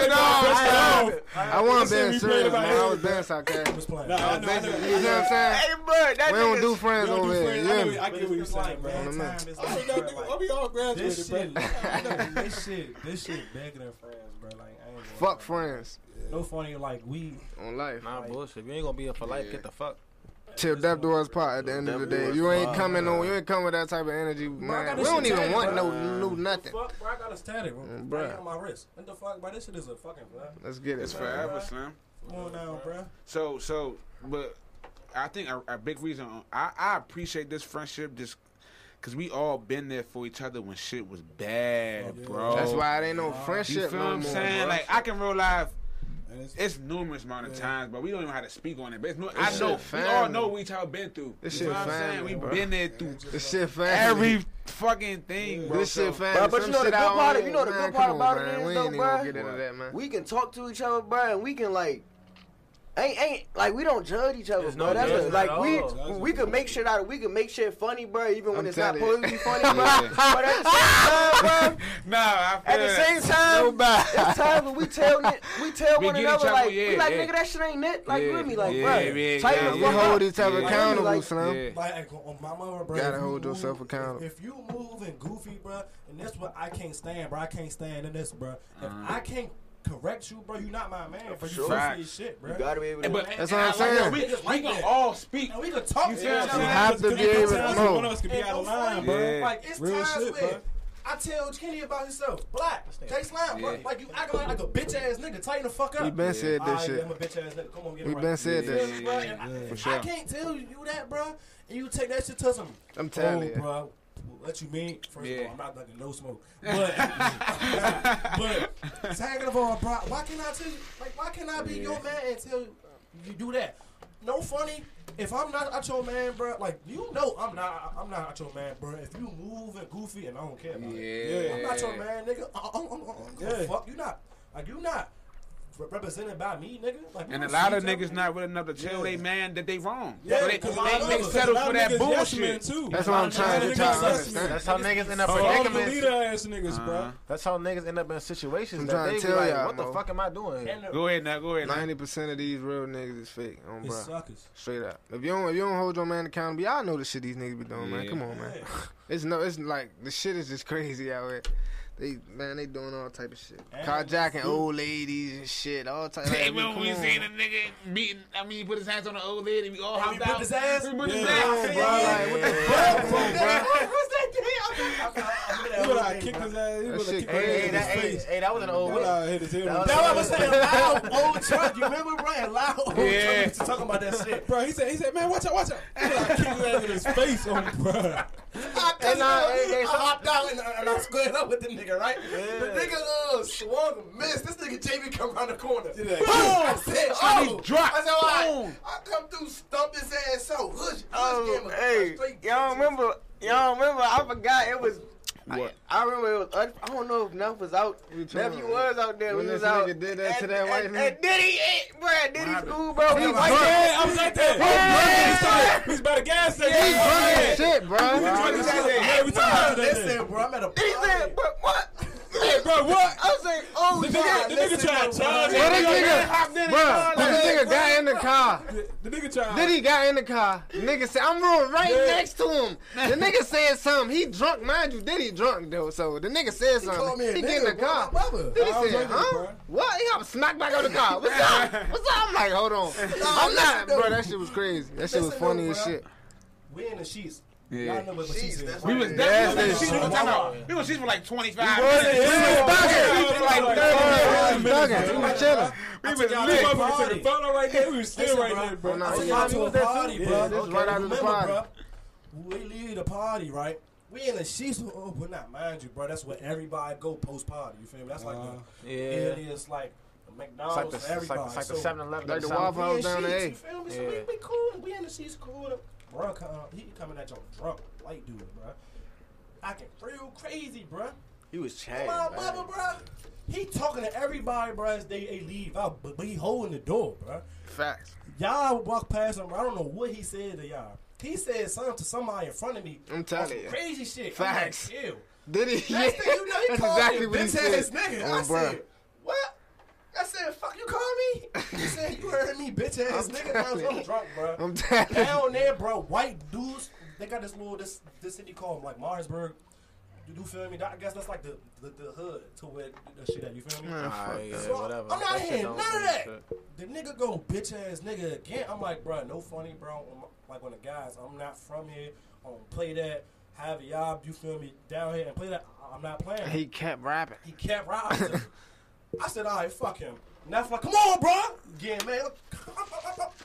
[SPEAKER 4] being serious.
[SPEAKER 1] I
[SPEAKER 4] I- I wasn't being
[SPEAKER 8] replay
[SPEAKER 4] serious,
[SPEAKER 8] about
[SPEAKER 4] man. I was
[SPEAKER 8] everything.
[SPEAKER 4] being sarcastic.
[SPEAKER 3] Just playing.
[SPEAKER 8] Nah, I know, I know.
[SPEAKER 4] Basically, you know what I'm saying?
[SPEAKER 5] Hey, bro, that
[SPEAKER 4] We don't
[SPEAKER 5] nigga's-
[SPEAKER 4] do
[SPEAKER 8] We
[SPEAKER 4] friends
[SPEAKER 8] don't do
[SPEAKER 4] over here.
[SPEAKER 8] friends.
[SPEAKER 4] You
[SPEAKER 8] I
[SPEAKER 4] hear
[SPEAKER 8] know-
[SPEAKER 4] me?
[SPEAKER 8] I
[SPEAKER 3] But
[SPEAKER 8] get what you're
[SPEAKER 3] it's just like,
[SPEAKER 8] saying, bro.
[SPEAKER 3] man,
[SPEAKER 4] On the
[SPEAKER 3] time is
[SPEAKER 8] I
[SPEAKER 3] like,
[SPEAKER 8] don't know,
[SPEAKER 3] bro,
[SPEAKER 8] nigga.
[SPEAKER 3] like,
[SPEAKER 8] We all
[SPEAKER 3] This
[SPEAKER 8] graduated,
[SPEAKER 3] shit,
[SPEAKER 8] bro.
[SPEAKER 3] this shit, this shit bigger than friends, bro. Like, I ain't gonna
[SPEAKER 4] Fuck
[SPEAKER 3] lie.
[SPEAKER 4] friends
[SPEAKER 3] No funny, like we.
[SPEAKER 4] on life.
[SPEAKER 2] Nah, bullshit. If you ain't gonna be here for life, get the fuck.
[SPEAKER 4] Till death do us part at the end of the day. You ain't coming on. You ain't coming with that type of energy, man. We don't even want no new nothing.
[SPEAKER 3] Fuck, bro, I got a static, bro.
[SPEAKER 4] Mm, bruh.
[SPEAKER 3] Right on my wrist. What the fuck, bro? This shit is a fucking, bro.
[SPEAKER 4] Let's get it.
[SPEAKER 1] It's
[SPEAKER 4] man.
[SPEAKER 1] forever, Slim.
[SPEAKER 3] Come on now, bro.
[SPEAKER 1] So, so, but I think a, a big reason I, I appreciate this friendship just because we all been there for each other when shit was bad, bro.
[SPEAKER 4] That's why it ain't no
[SPEAKER 1] You
[SPEAKER 4] friendship
[SPEAKER 1] feel
[SPEAKER 4] no
[SPEAKER 1] what I'm
[SPEAKER 4] more,
[SPEAKER 1] saying?
[SPEAKER 4] bro.
[SPEAKER 1] Like I can roll live.
[SPEAKER 8] And it's,
[SPEAKER 1] It's numerous amount of
[SPEAKER 8] Yeah.
[SPEAKER 1] times, but we don't even know how to speak on it. But it's nu- I
[SPEAKER 4] shit
[SPEAKER 1] know we all
[SPEAKER 4] family.
[SPEAKER 1] know what each other been through.
[SPEAKER 4] This
[SPEAKER 1] you know
[SPEAKER 4] shit
[SPEAKER 1] what I'm saying?
[SPEAKER 4] family,
[SPEAKER 1] We've
[SPEAKER 4] bro.
[SPEAKER 1] been there
[SPEAKER 8] and
[SPEAKER 1] through
[SPEAKER 8] it's just
[SPEAKER 4] this
[SPEAKER 8] like-
[SPEAKER 4] shit family.
[SPEAKER 1] every fucking thing, bro.
[SPEAKER 4] This
[SPEAKER 1] so,
[SPEAKER 4] shit family.
[SPEAKER 5] Bruh, but you
[SPEAKER 4] Some
[SPEAKER 5] know the
[SPEAKER 4] shit
[SPEAKER 5] good
[SPEAKER 4] I don't
[SPEAKER 5] part-
[SPEAKER 4] want,
[SPEAKER 5] you know the good
[SPEAKER 4] man.
[SPEAKER 5] part
[SPEAKER 4] Come
[SPEAKER 5] about
[SPEAKER 4] on,
[SPEAKER 5] it
[SPEAKER 4] man.
[SPEAKER 5] is
[SPEAKER 4] We
[SPEAKER 5] though,
[SPEAKER 4] ain't even gonna
[SPEAKER 5] bruh.
[SPEAKER 4] get into that, man.
[SPEAKER 5] We can talk to each other, bro, and we can like. Ain't, ain't like we don't judge each other,
[SPEAKER 2] There's
[SPEAKER 5] bro.
[SPEAKER 2] no
[SPEAKER 5] That's a,
[SPEAKER 2] judgment
[SPEAKER 5] like
[SPEAKER 2] at
[SPEAKER 5] we
[SPEAKER 8] all.
[SPEAKER 5] we could make shit out of we could make shit funny, bro, even when
[SPEAKER 4] I'm
[SPEAKER 5] it's not
[SPEAKER 4] telling you.
[SPEAKER 5] supposed to be funny, bro.
[SPEAKER 1] Yeah.
[SPEAKER 5] But at the same time, bro,
[SPEAKER 1] nah, I feel
[SPEAKER 5] at the
[SPEAKER 1] that.
[SPEAKER 5] same time, it's times when we tell it- we tell
[SPEAKER 1] We
[SPEAKER 5] one
[SPEAKER 1] get each
[SPEAKER 5] another
[SPEAKER 1] other,
[SPEAKER 5] like
[SPEAKER 1] yeah,
[SPEAKER 5] we like
[SPEAKER 1] yeah.
[SPEAKER 5] nigga that shit ain't it. Like
[SPEAKER 1] Yeah,
[SPEAKER 5] you with me, like
[SPEAKER 1] yeah,
[SPEAKER 5] bro,
[SPEAKER 1] yeah,
[SPEAKER 5] tighten
[SPEAKER 1] yeah,
[SPEAKER 5] the
[SPEAKER 4] You
[SPEAKER 1] yeah.
[SPEAKER 5] fuck
[SPEAKER 4] hold
[SPEAKER 5] up.
[SPEAKER 4] each other
[SPEAKER 1] Yeah.
[SPEAKER 4] accountable,
[SPEAKER 5] Like-
[SPEAKER 4] Slim.
[SPEAKER 1] Yeah.
[SPEAKER 3] Like on my mother, bro.
[SPEAKER 4] Gotta
[SPEAKER 3] if you
[SPEAKER 4] hold yourself
[SPEAKER 3] move-
[SPEAKER 4] accountable.
[SPEAKER 3] If, if you moving goofy, bro, and that's what I can't stand, bro. I can't stand in this, bro. If I can't correct you, bro, you not my man. For you
[SPEAKER 5] sure.
[SPEAKER 3] goofy as shit, bro.
[SPEAKER 5] You gotta be able to.
[SPEAKER 1] Hey, but-
[SPEAKER 4] That's what I'm
[SPEAKER 1] and I
[SPEAKER 4] saying.
[SPEAKER 1] Like, yo, we, we
[SPEAKER 3] Like
[SPEAKER 1] can
[SPEAKER 3] that.
[SPEAKER 1] all speak.
[SPEAKER 3] And we could talk
[SPEAKER 1] You
[SPEAKER 3] to
[SPEAKER 1] feel what
[SPEAKER 3] each
[SPEAKER 1] I'm
[SPEAKER 3] other.
[SPEAKER 1] saying?
[SPEAKER 4] You have to
[SPEAKER 3] Because
[SPEAKER 4] be
[SPEAKER 3] there's
[SPEAKER 4] able
[SPEAKER 3] times
[SPEAKER 4] to-
[SPEAKER 3] when
[SPEAKER 4] no.
[SPEAKER 3] One Oh, of us could be
[SPEAKER 9] And
[SPEAKER 3] out of
[SPEAKER 9] no
[SPEAKER 3] line,
[SPEAKER 9] funny,
[SPEAKER 3] bro.
[SPEAKER 1] bro.
[SPEAKER 3] Like it's
[SPEAKER 8] Real
[SPEAKER 3] times
[SPEAKER 8] shit,
[SPEAKER 3] where
[SPEAKER 8] bro.
[SPEAKER 3] I tell Kenny about himself. Black, Jay Slime, bro.
[SPEAKER 1] Yeah.
[SPEAKER 3] Like you acting like, like a bitch ass nigga. Tighten the fuck up.
[SPEAKER 4] We been said
[SPEAKER 3] All
[SPEAKER 4] this
[SPEAKER 3] right,
[SPEAKER 4] shit.
[SPEAKER 3] I'm a bitch ass nigga. Come on, get it
[SPEAKER 4] We
[SPEAKER 3] right.
[SPEAKER 4] been said
[SPEAKER 3] You
[SPEAKER 4] that
[SPEAKER 3] feel me,
[SPEAKER 1] shit.
[SPEAKER 3] bro?
[SPEAKER 1] Yeah,
[SPEAKER 3] And I-
[SPEAKER 1] yeah. For
[SPEAKER 3] I
[SPEAKER 1] sure.
[SPEAKER 3] can't tell you you that, bro. And you take that shit to some.
[SPEAKER 4] I'm telling
[SPEAKER 3] oh,
[SPEAKER 4] you.
[SPEAKER 3] bro. What you mean? First
[SPEAKER 1] Yeah.
[SPEAKER 3] of all, I'm not like no smoke, but but second of all, bro, why can't I tell you? Like, why can't I be your man and tell you you do that? No funny. If I'm not out your man, bro, like you know, I'm not. I'm not out your man, bro. If you move and goofy, and I don't care about it.
[SPEAKER 1] Yeah.
[SPEAKER 3] I'm not your man, nigga. Uh, I, I, I, I, I, I, Fuck you not. Like you not re- represented by me, nigga. Like, we
[SPEAKER 1] And a
[SPEAKER 3] don't
[SPEAKER 1] lot
[SPEAKER 3] see
[SPEAKER 1] of
[SPEAKER 3] each other.
[SPEAKER 1] niggas not willing enough to tell they man that they wrong.
[SPEAKER 3] Yeah,
[SPEAKER 1] so they,
[SPEAKER 3] because
[SPEAKER 1] they,
[SPEAKER 3] a lot
[SPEAKER 1] they
[SPEAKER 3] of us-
[SPEAKER 1] settle
[SPEAKER 8] a lot
[SPEAKER 1] for
[SPEAKER 8] of
[SPEAKER 1] that
[SPEAKER 8] niggas yes men,
[SPEAKER 1] bullshit.
[SPEAKER 8] too.
[SPEAKER 4] That's what I'm trying to
[SPEAKER 8] niggas
[SPEAKER 4] try to
[SPEAKER 8] yes
[SPEAKER 4] understand.
[SPEAKER 8] men.
[SPEAKER 2] That's how niggas end up in
[SPEAKER 8] So all the
[SPEAKER 2] predicaments.
[SPEAKER 8] leader ass niggas,
[SPEAKER 1] Uh-huh.
[SPEAKER 8] bro.
[SPEAKER 2] That's how niggas end up in situations
[SPEAKER 4] I'm
[SPEAKER 2] that
[SPEAKER 4] trying
[SPEAKER 2] they
[SPEAKER 4] to
[SPEAKER 2] be
[SPEAKER 4] tell
[SPEAKER 2] like,
[SPEAKER 4] y'all,
[SPEAKER 2] "What the
[SPEAKER 4] bro.
[SPEAKER 2] fuck am I doing here?"
[SPEAKER 3] And the-
[SPEAKER 1] Go ahead now, go ahead now.
[SPEAKER 4] Ninety percent of these real niggas is fake, on
[SPEAKER 3] It's
[SPEAKER 4] bro.
[SPEAKER 3] suckers.
[SPEAKER 4] Straight up. If you don't, if you don't hold your man accountable, y'all know the shit these niggas be doing, man.
[SPEAKER 1] Yeah.
[SPEAKER 4] Come on, man. It's no, it's like the shit is just crazy out here. They man, they doing all type of shit,
[SPEAKER 3] And-
[SPEAKER 4] carjacking old ladies and shit, all type. Like,
[SPEAKER 1] Hey,
[SPEAKER 4] come
[SPEAKER 1] when we
[SPEAKER 4] on.
[SPEAKER 1] seen a nigga beating, I mean, he put his hands on an old lady, we all
[SPEAKER 3] And
[SPEAKER 1] hopped
[SPEAKER 3] we put
[SPEAKER 1] out.
[SPEAKER 3] his ass-
[SPEAKER 1] We put his
[SPEAKER 8] Yeah.
[SPEAKER 1] ass.
[SPEAKER 4] Come on, bro, like, what the fuck? Come on, bro.
[SPEAKER 8] He would have kicked his ass.
[SPEAKER 4] That
[SPEAKER 8] He
[SPEAKER 4] shit
[SPEAKER 8] would have kicked
[SPEAKER 4] crazy.
[SPEAKER 2] Hey,
[SPEAKER 8] his
[SPEAKER 2] that,
[SPEAKER 8] ass in
[SPEAKER 2] hey,
[SPEAKER 8] his face.
[SPEAKER 2] hey, that was an
[SPEAKER 8] He
[SPEAKER 2] old.
[SPEAKER 8] would have hit his head with
[SPEAKER 3] That's why I was
[SPEAKER 8] a
[SPEAKER 3] saying loud old truck. You remember, Brian? Loud old
[SPEAKER 1] Yeah.
[SPEAKER 3] truck. We used to talk about that shit.
[SPEAKER 8] Bro, he said, he said, man, watch out, watch out. He would have kicked his ass in his face oh, on, bro.
[SPEAKER 3] I,
[SPEAKER 5] And, uh, hey, hey,
[SPEAKER 3] I
[SPEAKER 5] so-
[SPEAKER 3] hopped out and, and I squared up with the nigga, right? The nigga uh, swung and missed. This nigga JB come around the corner.
[SPEAKER 8] Did that.
[SPEAKER 3] Boom! I said, oh!
[SPEAKER 1] dropped.
[SPEAKER 3] I said, all right.
[SPEAKER 1] Boom.
[SPEAKER 3] I come through, stump his ass so hush.
[SPEAKER 5] Oh, hey, y'all remember? Y'all remember? I forgot it was. What? I, I remember it was. Unf- I don't know if Nuff was out.
[SPEAKER 4] talking
[SPEAKER 5] Nephew
[SPEAKER 4] about?
[SPEAKER 5] was out there.
[SPEAKER 4] When
[SPEAKER 5] we
[SPEAKER 4] this
[SPEAKER 5] was out.
[SPEAKER 4] nigga did that to
[SPEAKER 5] and,
[SPEAKER 4] that white
[SPEAKER 5] and,
[SPEAKER 4] man?
[SPEAKER 5] And Diddy, eh, bro, Diddy
[SPEAKER 1] happened?
[SPEAKER 5] school, bro. He
[SPEAKER 8] Right
[SPEAKER 5] white
[SPEAKER 8] there,
[SPEAKER 5] there.
[SPEAKER 8] I was right there. He started- He was by the gas station.
[SPEAKER 4] He drunk as shit, bro.
[SPEAKER 8] Yeah, we talked about that day.
[SPEAKER 3] Listen, bro, I'm at a
[SPEAKER 5] He said,
[SPEAKER 3] party.
[SPEAKER 5] but what?
[SPEAKER 8] Hey, bro, what?
[SPEAKER 5] I was like, oh,
[SPEAKER 8] The
[SPEAKER 5] God,
[SPEAKER 8] nigga, the nigga
[SPEAKER 5] listen,
[SPEAKER 8] tried to charge
[SPEAKER 4] Well, this
[SPEAKER 8] him.
[SPEAKER 4] nigga, bro, this nigga got in the car.
[SPEAKER 8] The nigga tried.
[SPEAKER 4] Then he got in the car. Nigga said, I'm rolling right next to him. The nigga said something. He drunk, mind you. Did he drunk though? So the nigga said
[SPEAKER 3] called
[SPEAKER 4] something.
[SPEAKER 3] me a
[SPEAKER 4] He, get in the
[SPEAKER 3] nigga, bro,
[SPEAKER 4] car.
[SPEAKER 3] my brother.
[SPEAKER 4] Then he
[SPEAKER 8] I was
[SPEAKER 4] said,
[SPEAKER 8] drinking,
[SPEAKER 4] huh?
[SPEAKER 8] bro.
[SPEAKER 4] What? He got smacked back out the car. What's up? What's up? I'm like, hold on. I'm not, bro. That shit was crazy. That shit was
[SPEAKER 3] Listen,
[SPEAKER 4] funny
[SPEAKER 3] though,
[SPEAKER 4] as
[SPEAKER 3] bro.
[SPEAKER 4] shit.
[SPEAKER 3] We in the sheets.
[SPEAKER 1] Yeah.
[SPEAKER 3] Y'all know what the sheets is.
[SPEAKER 1] We was
[SPEAKER 4] Yes,
[SPEAKER 1] definitely
[SPEAKER 4] they
[SPEAKER 1] she was
[SPEAKER 4] shoot.
[SPEAKER 1] talking about. We was she's for like 25
[SPEAKER 8] was
[SPEAKER 1] minutes.
[SPEAKER 8] in
[SPEAKER 1] We
[SPEAKER 8] here.
[SPEAKER 1] was bugging. We was like 30
[SPEAKER 8] Bro, bro.
[SPEAKER 1] minutes.
[SPEAKER 4] Thugging. We was chilling.
[SPEAKER 1] We
[SPEAKER 3] took
[SPEAKER 1] was
[SPEAKER 3] y'all to my-
[SPEAKER 1] lit.
[SPEAKER 8] Motherfucker took a photo right there. We was still right there, bro.
[SPEAKER 4] Nah,
[SPEAKER 3] I took
[SPEAKER 4] yeah,
[SPEAKER 3] y'all
[SPEAKER 4] we
[SPEAKER 3] to a
[SPEAKER 4] was there too.
[SPEAKER 3] party,
[SPEAKER 4] Yeah,
[SPEAKER 3] bro.
[SPEAKER 4] this is
[SPEAKER 3] okay,
[SPEAKER 4] right after the
[SPEAKER 3] remember,
[SPEAKER 4] party.
[SPEAKER 3] bro. We leave the party, right? We in the sheets, oh, but not mind you, bro. That's where everybody go post party. You feel me? That's like the earliest, like the
[SPEAKER 2] It's
[SPEAKER 3] McDonald's
[SPEAKER 2] like the,
[SPEAKER 3] for
[SPEAKER 2] it's like,
[SPEAKER 3] everybody.
[SPEAKER 2] it's like the
[SPEAKER 3] so
[SPEAKER 2] 7-Eleven.
[SPEAKER 4] Like the
[SPEAKER 2] South.
[SPEAKER 4] Waffle
[SPEAKER 3] we in
[SPEAKER 4] House down
[SPEAKER 3] sheets,
[SPEAKER 4] there.
[SPEAKER 3] you feel me? So we,
[SPEAKER 2] Yeah.
[SPEAKER 3] we cool. We in the sheets, cool. Bro, come, he coming at your drunk white dude, bro. I can feel crazy, bro.
[SPEAKER 5] He was
[SPEAKER 3] My
[SPEAKER 5] chatting.
[SPEAKER 3] mother, bro. He talking to everybody, bro, as they, they leave out, but, but he holding the door, bro.
[SPEAKER 4] Facts.
[SPEAKER 3] Y'all walk past him. I don't know what he said to y'all. He said something to somebody in front of me.
[SPEAKER 4] I'm telling
[SPEAKER 3] Some
[SPEAKER 4] you.
[SPEAKER 3] Crazy shit.
[SPEAKER 4] Facts.
[SPEAKER 3] I'm like, Ew.
[SPEAKER 4] Did he? Yeah.
[SPEAKER 3] Next thing you know, he
[SPEAKER 4] That's
[SPEAKER 3] called
[SPEAKER 4] exactly
[SPEAKER 3] me
[SPEAKER 4] what he
[SPEAKER 3] bitch ass
[SPEAKER 4] said.
[SPEAKER 3] nigga.
[SPEAKER 4] Oh,
[SPEAKER 3] I
[SPEAKER 4] bruh.
[SPEAKER 3] said, what? I said, fuck you call me? He said, you heard me, bitch ass nigga. I was
[SPEAKER 4] telling you.
[SPEAKER 3] I'm drunk, bro.
[SPEAKER 4] I'm telling you.
[SPEAKER 3] Down there, bro, white dudes. They got this little this this city called like Marsburg. You do feel me? That- I guess that's like the, the, the hood to where the shit at. You feel me?
[SPEAKER 4] Man, fuck
[SPEAKER 2] Alright,
[SPEAKER 4] that.
[SPEAKER 2] yeah, whatever.
[SPEAKER 3] I'm not
[SPEAKER 2] That shit
[SPEAKER 3] hearing
[SPEAKER 2] don't
[SPEAKER 3] none of
[SPEAKER 2] mean
[SPEAKER 3] that.
[SPEAKER 2] shit.
[SPEAKER 3] The nigga go bitch ass nigga again. I'm like, bro, no funny, bro. I'm- like when the guys, I'm not from here. I'm gonna play that. Have a yob, you feel me? Down here and play that. I- I'm not playing.
[SPEAKER 4] He kept rapping.
[SPEAKER 3] He kept robbing. I said, all right, fuck him. And that's like, come on, bro. Yeah, man.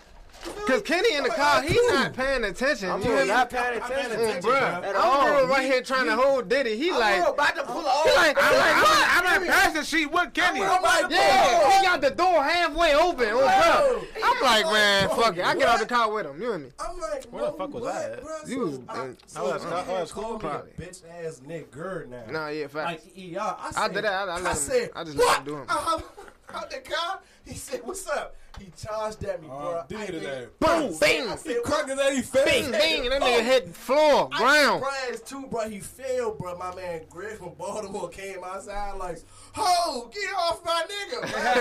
[SPEAKER 4] Cause Kenny in the car, he's not paying attention.
[SPEAKER 5] I'm
[SPEAKER 4] You hear
[SPEAKER 5] really
[SPEAKER 4] me?
[SPEAKER 5] not paying attention.
[SPEAKER 4] Mm, bruh.
[SPEAKER 5] At
[SPEAKER 4] I'm
[SPEAKER 5] all.
[SPEAKER 4] real right here trying to hold Diddy. He like,
[SPEAKER 5] I'm about to pull off.
[SPEAKER 4] he like,
[SPEAKER 1] I'm,
[SPEAKER 4] he like,
[SPEAKER 1] I'm,
[SPEAKER 4] what?
[SPEAKER 1] I'm, I'm at passion sheet with Kenny.
[SPEAKER 5] I'm like,
[SPEAKER 4] Yeah, he got the door halfway open on bro. I'm like, man, fuck it. I get out the car with him. You and me?
[SPEAKER 3] I'm like,
[SPEAKER 2] Where the fuck was I at?
[SPEAKER 3] Bro,
[SPEAKER 4] You-
[SPEAKER 3] I,
[SPEAKER 2] I was- I
[SPEAKER 3] man
[SPEAKER 2] was
[SPEAKER 3] called me
[SPEAKER 4] probably.
[SPEAKER 3] a bitch ass nigga now.
[SPEAKER 4] Nah, yeah, facts.
[SPEAKER 3] Like, yeah, I said,
[SPEAKER 4] After that, I- I let him-
[SPEAKER 3] said,
[SPEAKER 4] I just let
[SPEAKER 3] what?
[SPEAKER 4] him do him.
[SPEAKER 3] I'm out the car. He said, what's up? He charged at me,
[SPEAKER 2] Oh,
[SPEAKER 3] bro.
[SPEAKER 8] Uh, did it today.
[SPEAKER 4] Boom, bing,
[SPEAKER 3] I said, what?
[SPEAKER 8] Crack his head, he
[SPEAKER 4] bing,
[SPEAKER 8] fell.
[SPEAKER 4] bing, and that
[SPEAKER 3] Oh.
[SPEAKER 4] nigga hit floor, ground.
[SPEAKER 3] Brian's too, bro. He failed, bro. My man Greg from Baltimore came outside like, "Ho, get off my nigga!" bruh."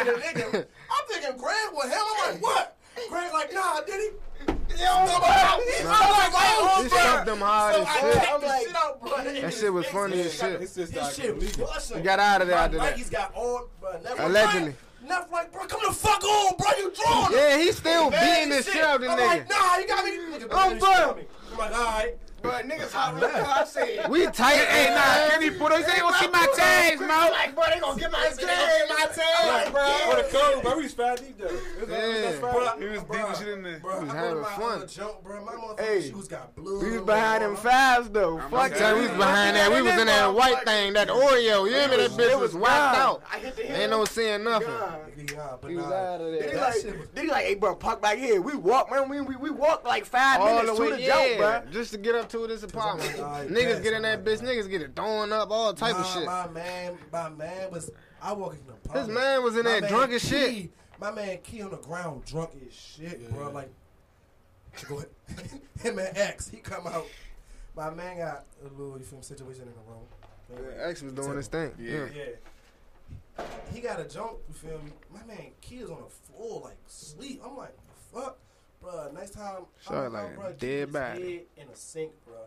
[SPEAKER 3] I'm looking at the nigga. I'm thinking Greg with him. I'm like, "What?" Greg like, "Nah, did he?" I'm like, "Oh,
[SPEAKER 4] He
[SPEAKER 3] bruh."
[SPEAKER 4] stumped them hard
[SPEAKER 3] So
[SPEAKER 4] as
[SPEAKER 3] I
[SPEAKER 4] shit.
[SPEAKER 3] checked the shit out, bruh.
[SPEAKER 4] That shit was funny as shit.
[SPEAKER 8] His
[SPEAKER 3] His
[SPEAKER 8] sister out
[SPEAKER 3] shit was
[SPEAKER 8] there.
[SPEAKER 3] busting.
[SPEAKER 4] He got out of there
[SPEAKER 3] My
[SPEAKER 4] after that.
[SPEAKER 3] Nike's got all, bro.
[SPEAKER 4] Allegedly.
[SPEAKER 3] Neff like, bro, come the fuck on, bro. You drawing
[SPEAKER 4] Yeah, he still beating the shit out of the
[SPEAKER 3] I'm
[SPEAKER 4] nigga.
[SPEAKER 3] like, nah, you got me. Nigga,
[SPEAKER 4] I'm
[SPEAKER 3] beating the shit out
[SPEAKER 4] done.
[SPEAKER 3] of me. I'm like, all right.
[SPEAKER 16] But niggas hollering at I said.
[SPEAKER 4] We tight.
[SPEAKER 1] Hey, nah, Kenny, put those ain't gonna see my tags, man.
[SPEAKER 16] Like, bro, they gonna get my game, my
[SPEAKER 8] Like,
[SPEAKER 16] tag,
[SPEAKER 8] bro,
[SPEAKER 16] bro.
[SPEAKER 8] the code, bro, we was five deep though. It was- it was
[SPEAKER 4] Yeah.
[SPEAKER 8] five.
[SPEAKER 3] Bro,
[SPEAKER 1] He was deep as shit in there.
[SPEAKER 3] Bro,
[SPEAKER 4] was
[SPEAKER 3] I go to
[SPEAKER 4] having
[SPEAKER 3] my
[SPEAKER 4] fun.
[SPEAKER 3] other jump, bro. My motherfucking
[SPEAKER 16] Hey,
[SPEAKER 3] shoes got blue.
[SPEAKER 16] We was behind them fives though.
[SPEAKER 1] I'm
[SPEAKER 16] Fuck
[SPEAKER 1] okay.
[SPEAKER 4] So we was behind that. We was in that white thing, that Oreo. You hear me? That bitch was wiped out.
[SPEAKER 16] I hit the
[SPEAKER 4] Ain't no seeing nothing.
[SPEAKER 3] Yeah, but
[SPEAKER 16] He was
[SPEAKER 3] nah.
[SPEAKER 16] out of there. They
[SPEAKER 3] That
[SPEAKER 16] like,
[SPEAKER 3] shit was-
[SPEAKER 16] they like, hey, bro, park back here. We walk, man. We we, we walked like five
[SPEAKER 4] All the
[SPEAKER 16] minutes to
[SPEAKER 4] way,
[SPEAKER 16] the jump,
[SPEAKER 4] yeah,
[SPEAKER 16] bro.
[SPEAKER 4] just to get up to this apartment.
[SPEAKER 3] like,
[SPEAKER 4] Niggas get in
[SPEAKER 3] that's
[SPEAKER 4] that bitch, niggas get it thrown up, all type of
[SPEAKER 3] Nah,
[SPEAKER 4] shit.
[SPEAKER 3] My man, my man was. I walk in the apartment.
[SPEAKER 4] man was in
[SPEAKER 3] My
[SPEAKER 4] there
[SPEAKER 3] man
[SPEAKER 4] drunk as shit.
[SPEAKER 3] Key- My man Key on the ground, drunk as shit, bro. Like, go ahead. him and X, he come out. My man got a little, you feel me, situation in the room.
[SPEAKER 4] X was doing his thing. Yeah.
[SPEAKER 3] Yeah. He got a jump, you feel me? My man Key is on the floor, like, sleep. I'm like, fuck, bruh. Next time,
[SPEAKER 4] Shot
[SPEAKER 3] I'm
[SPEAKER 4] like a
[SPEAKER 3] bruh,
[SPEAKER 4] dead
[SPEAKER 3] his
[SPEAKER 4] body.
[SPEAKER 3] head in a sink, bruh.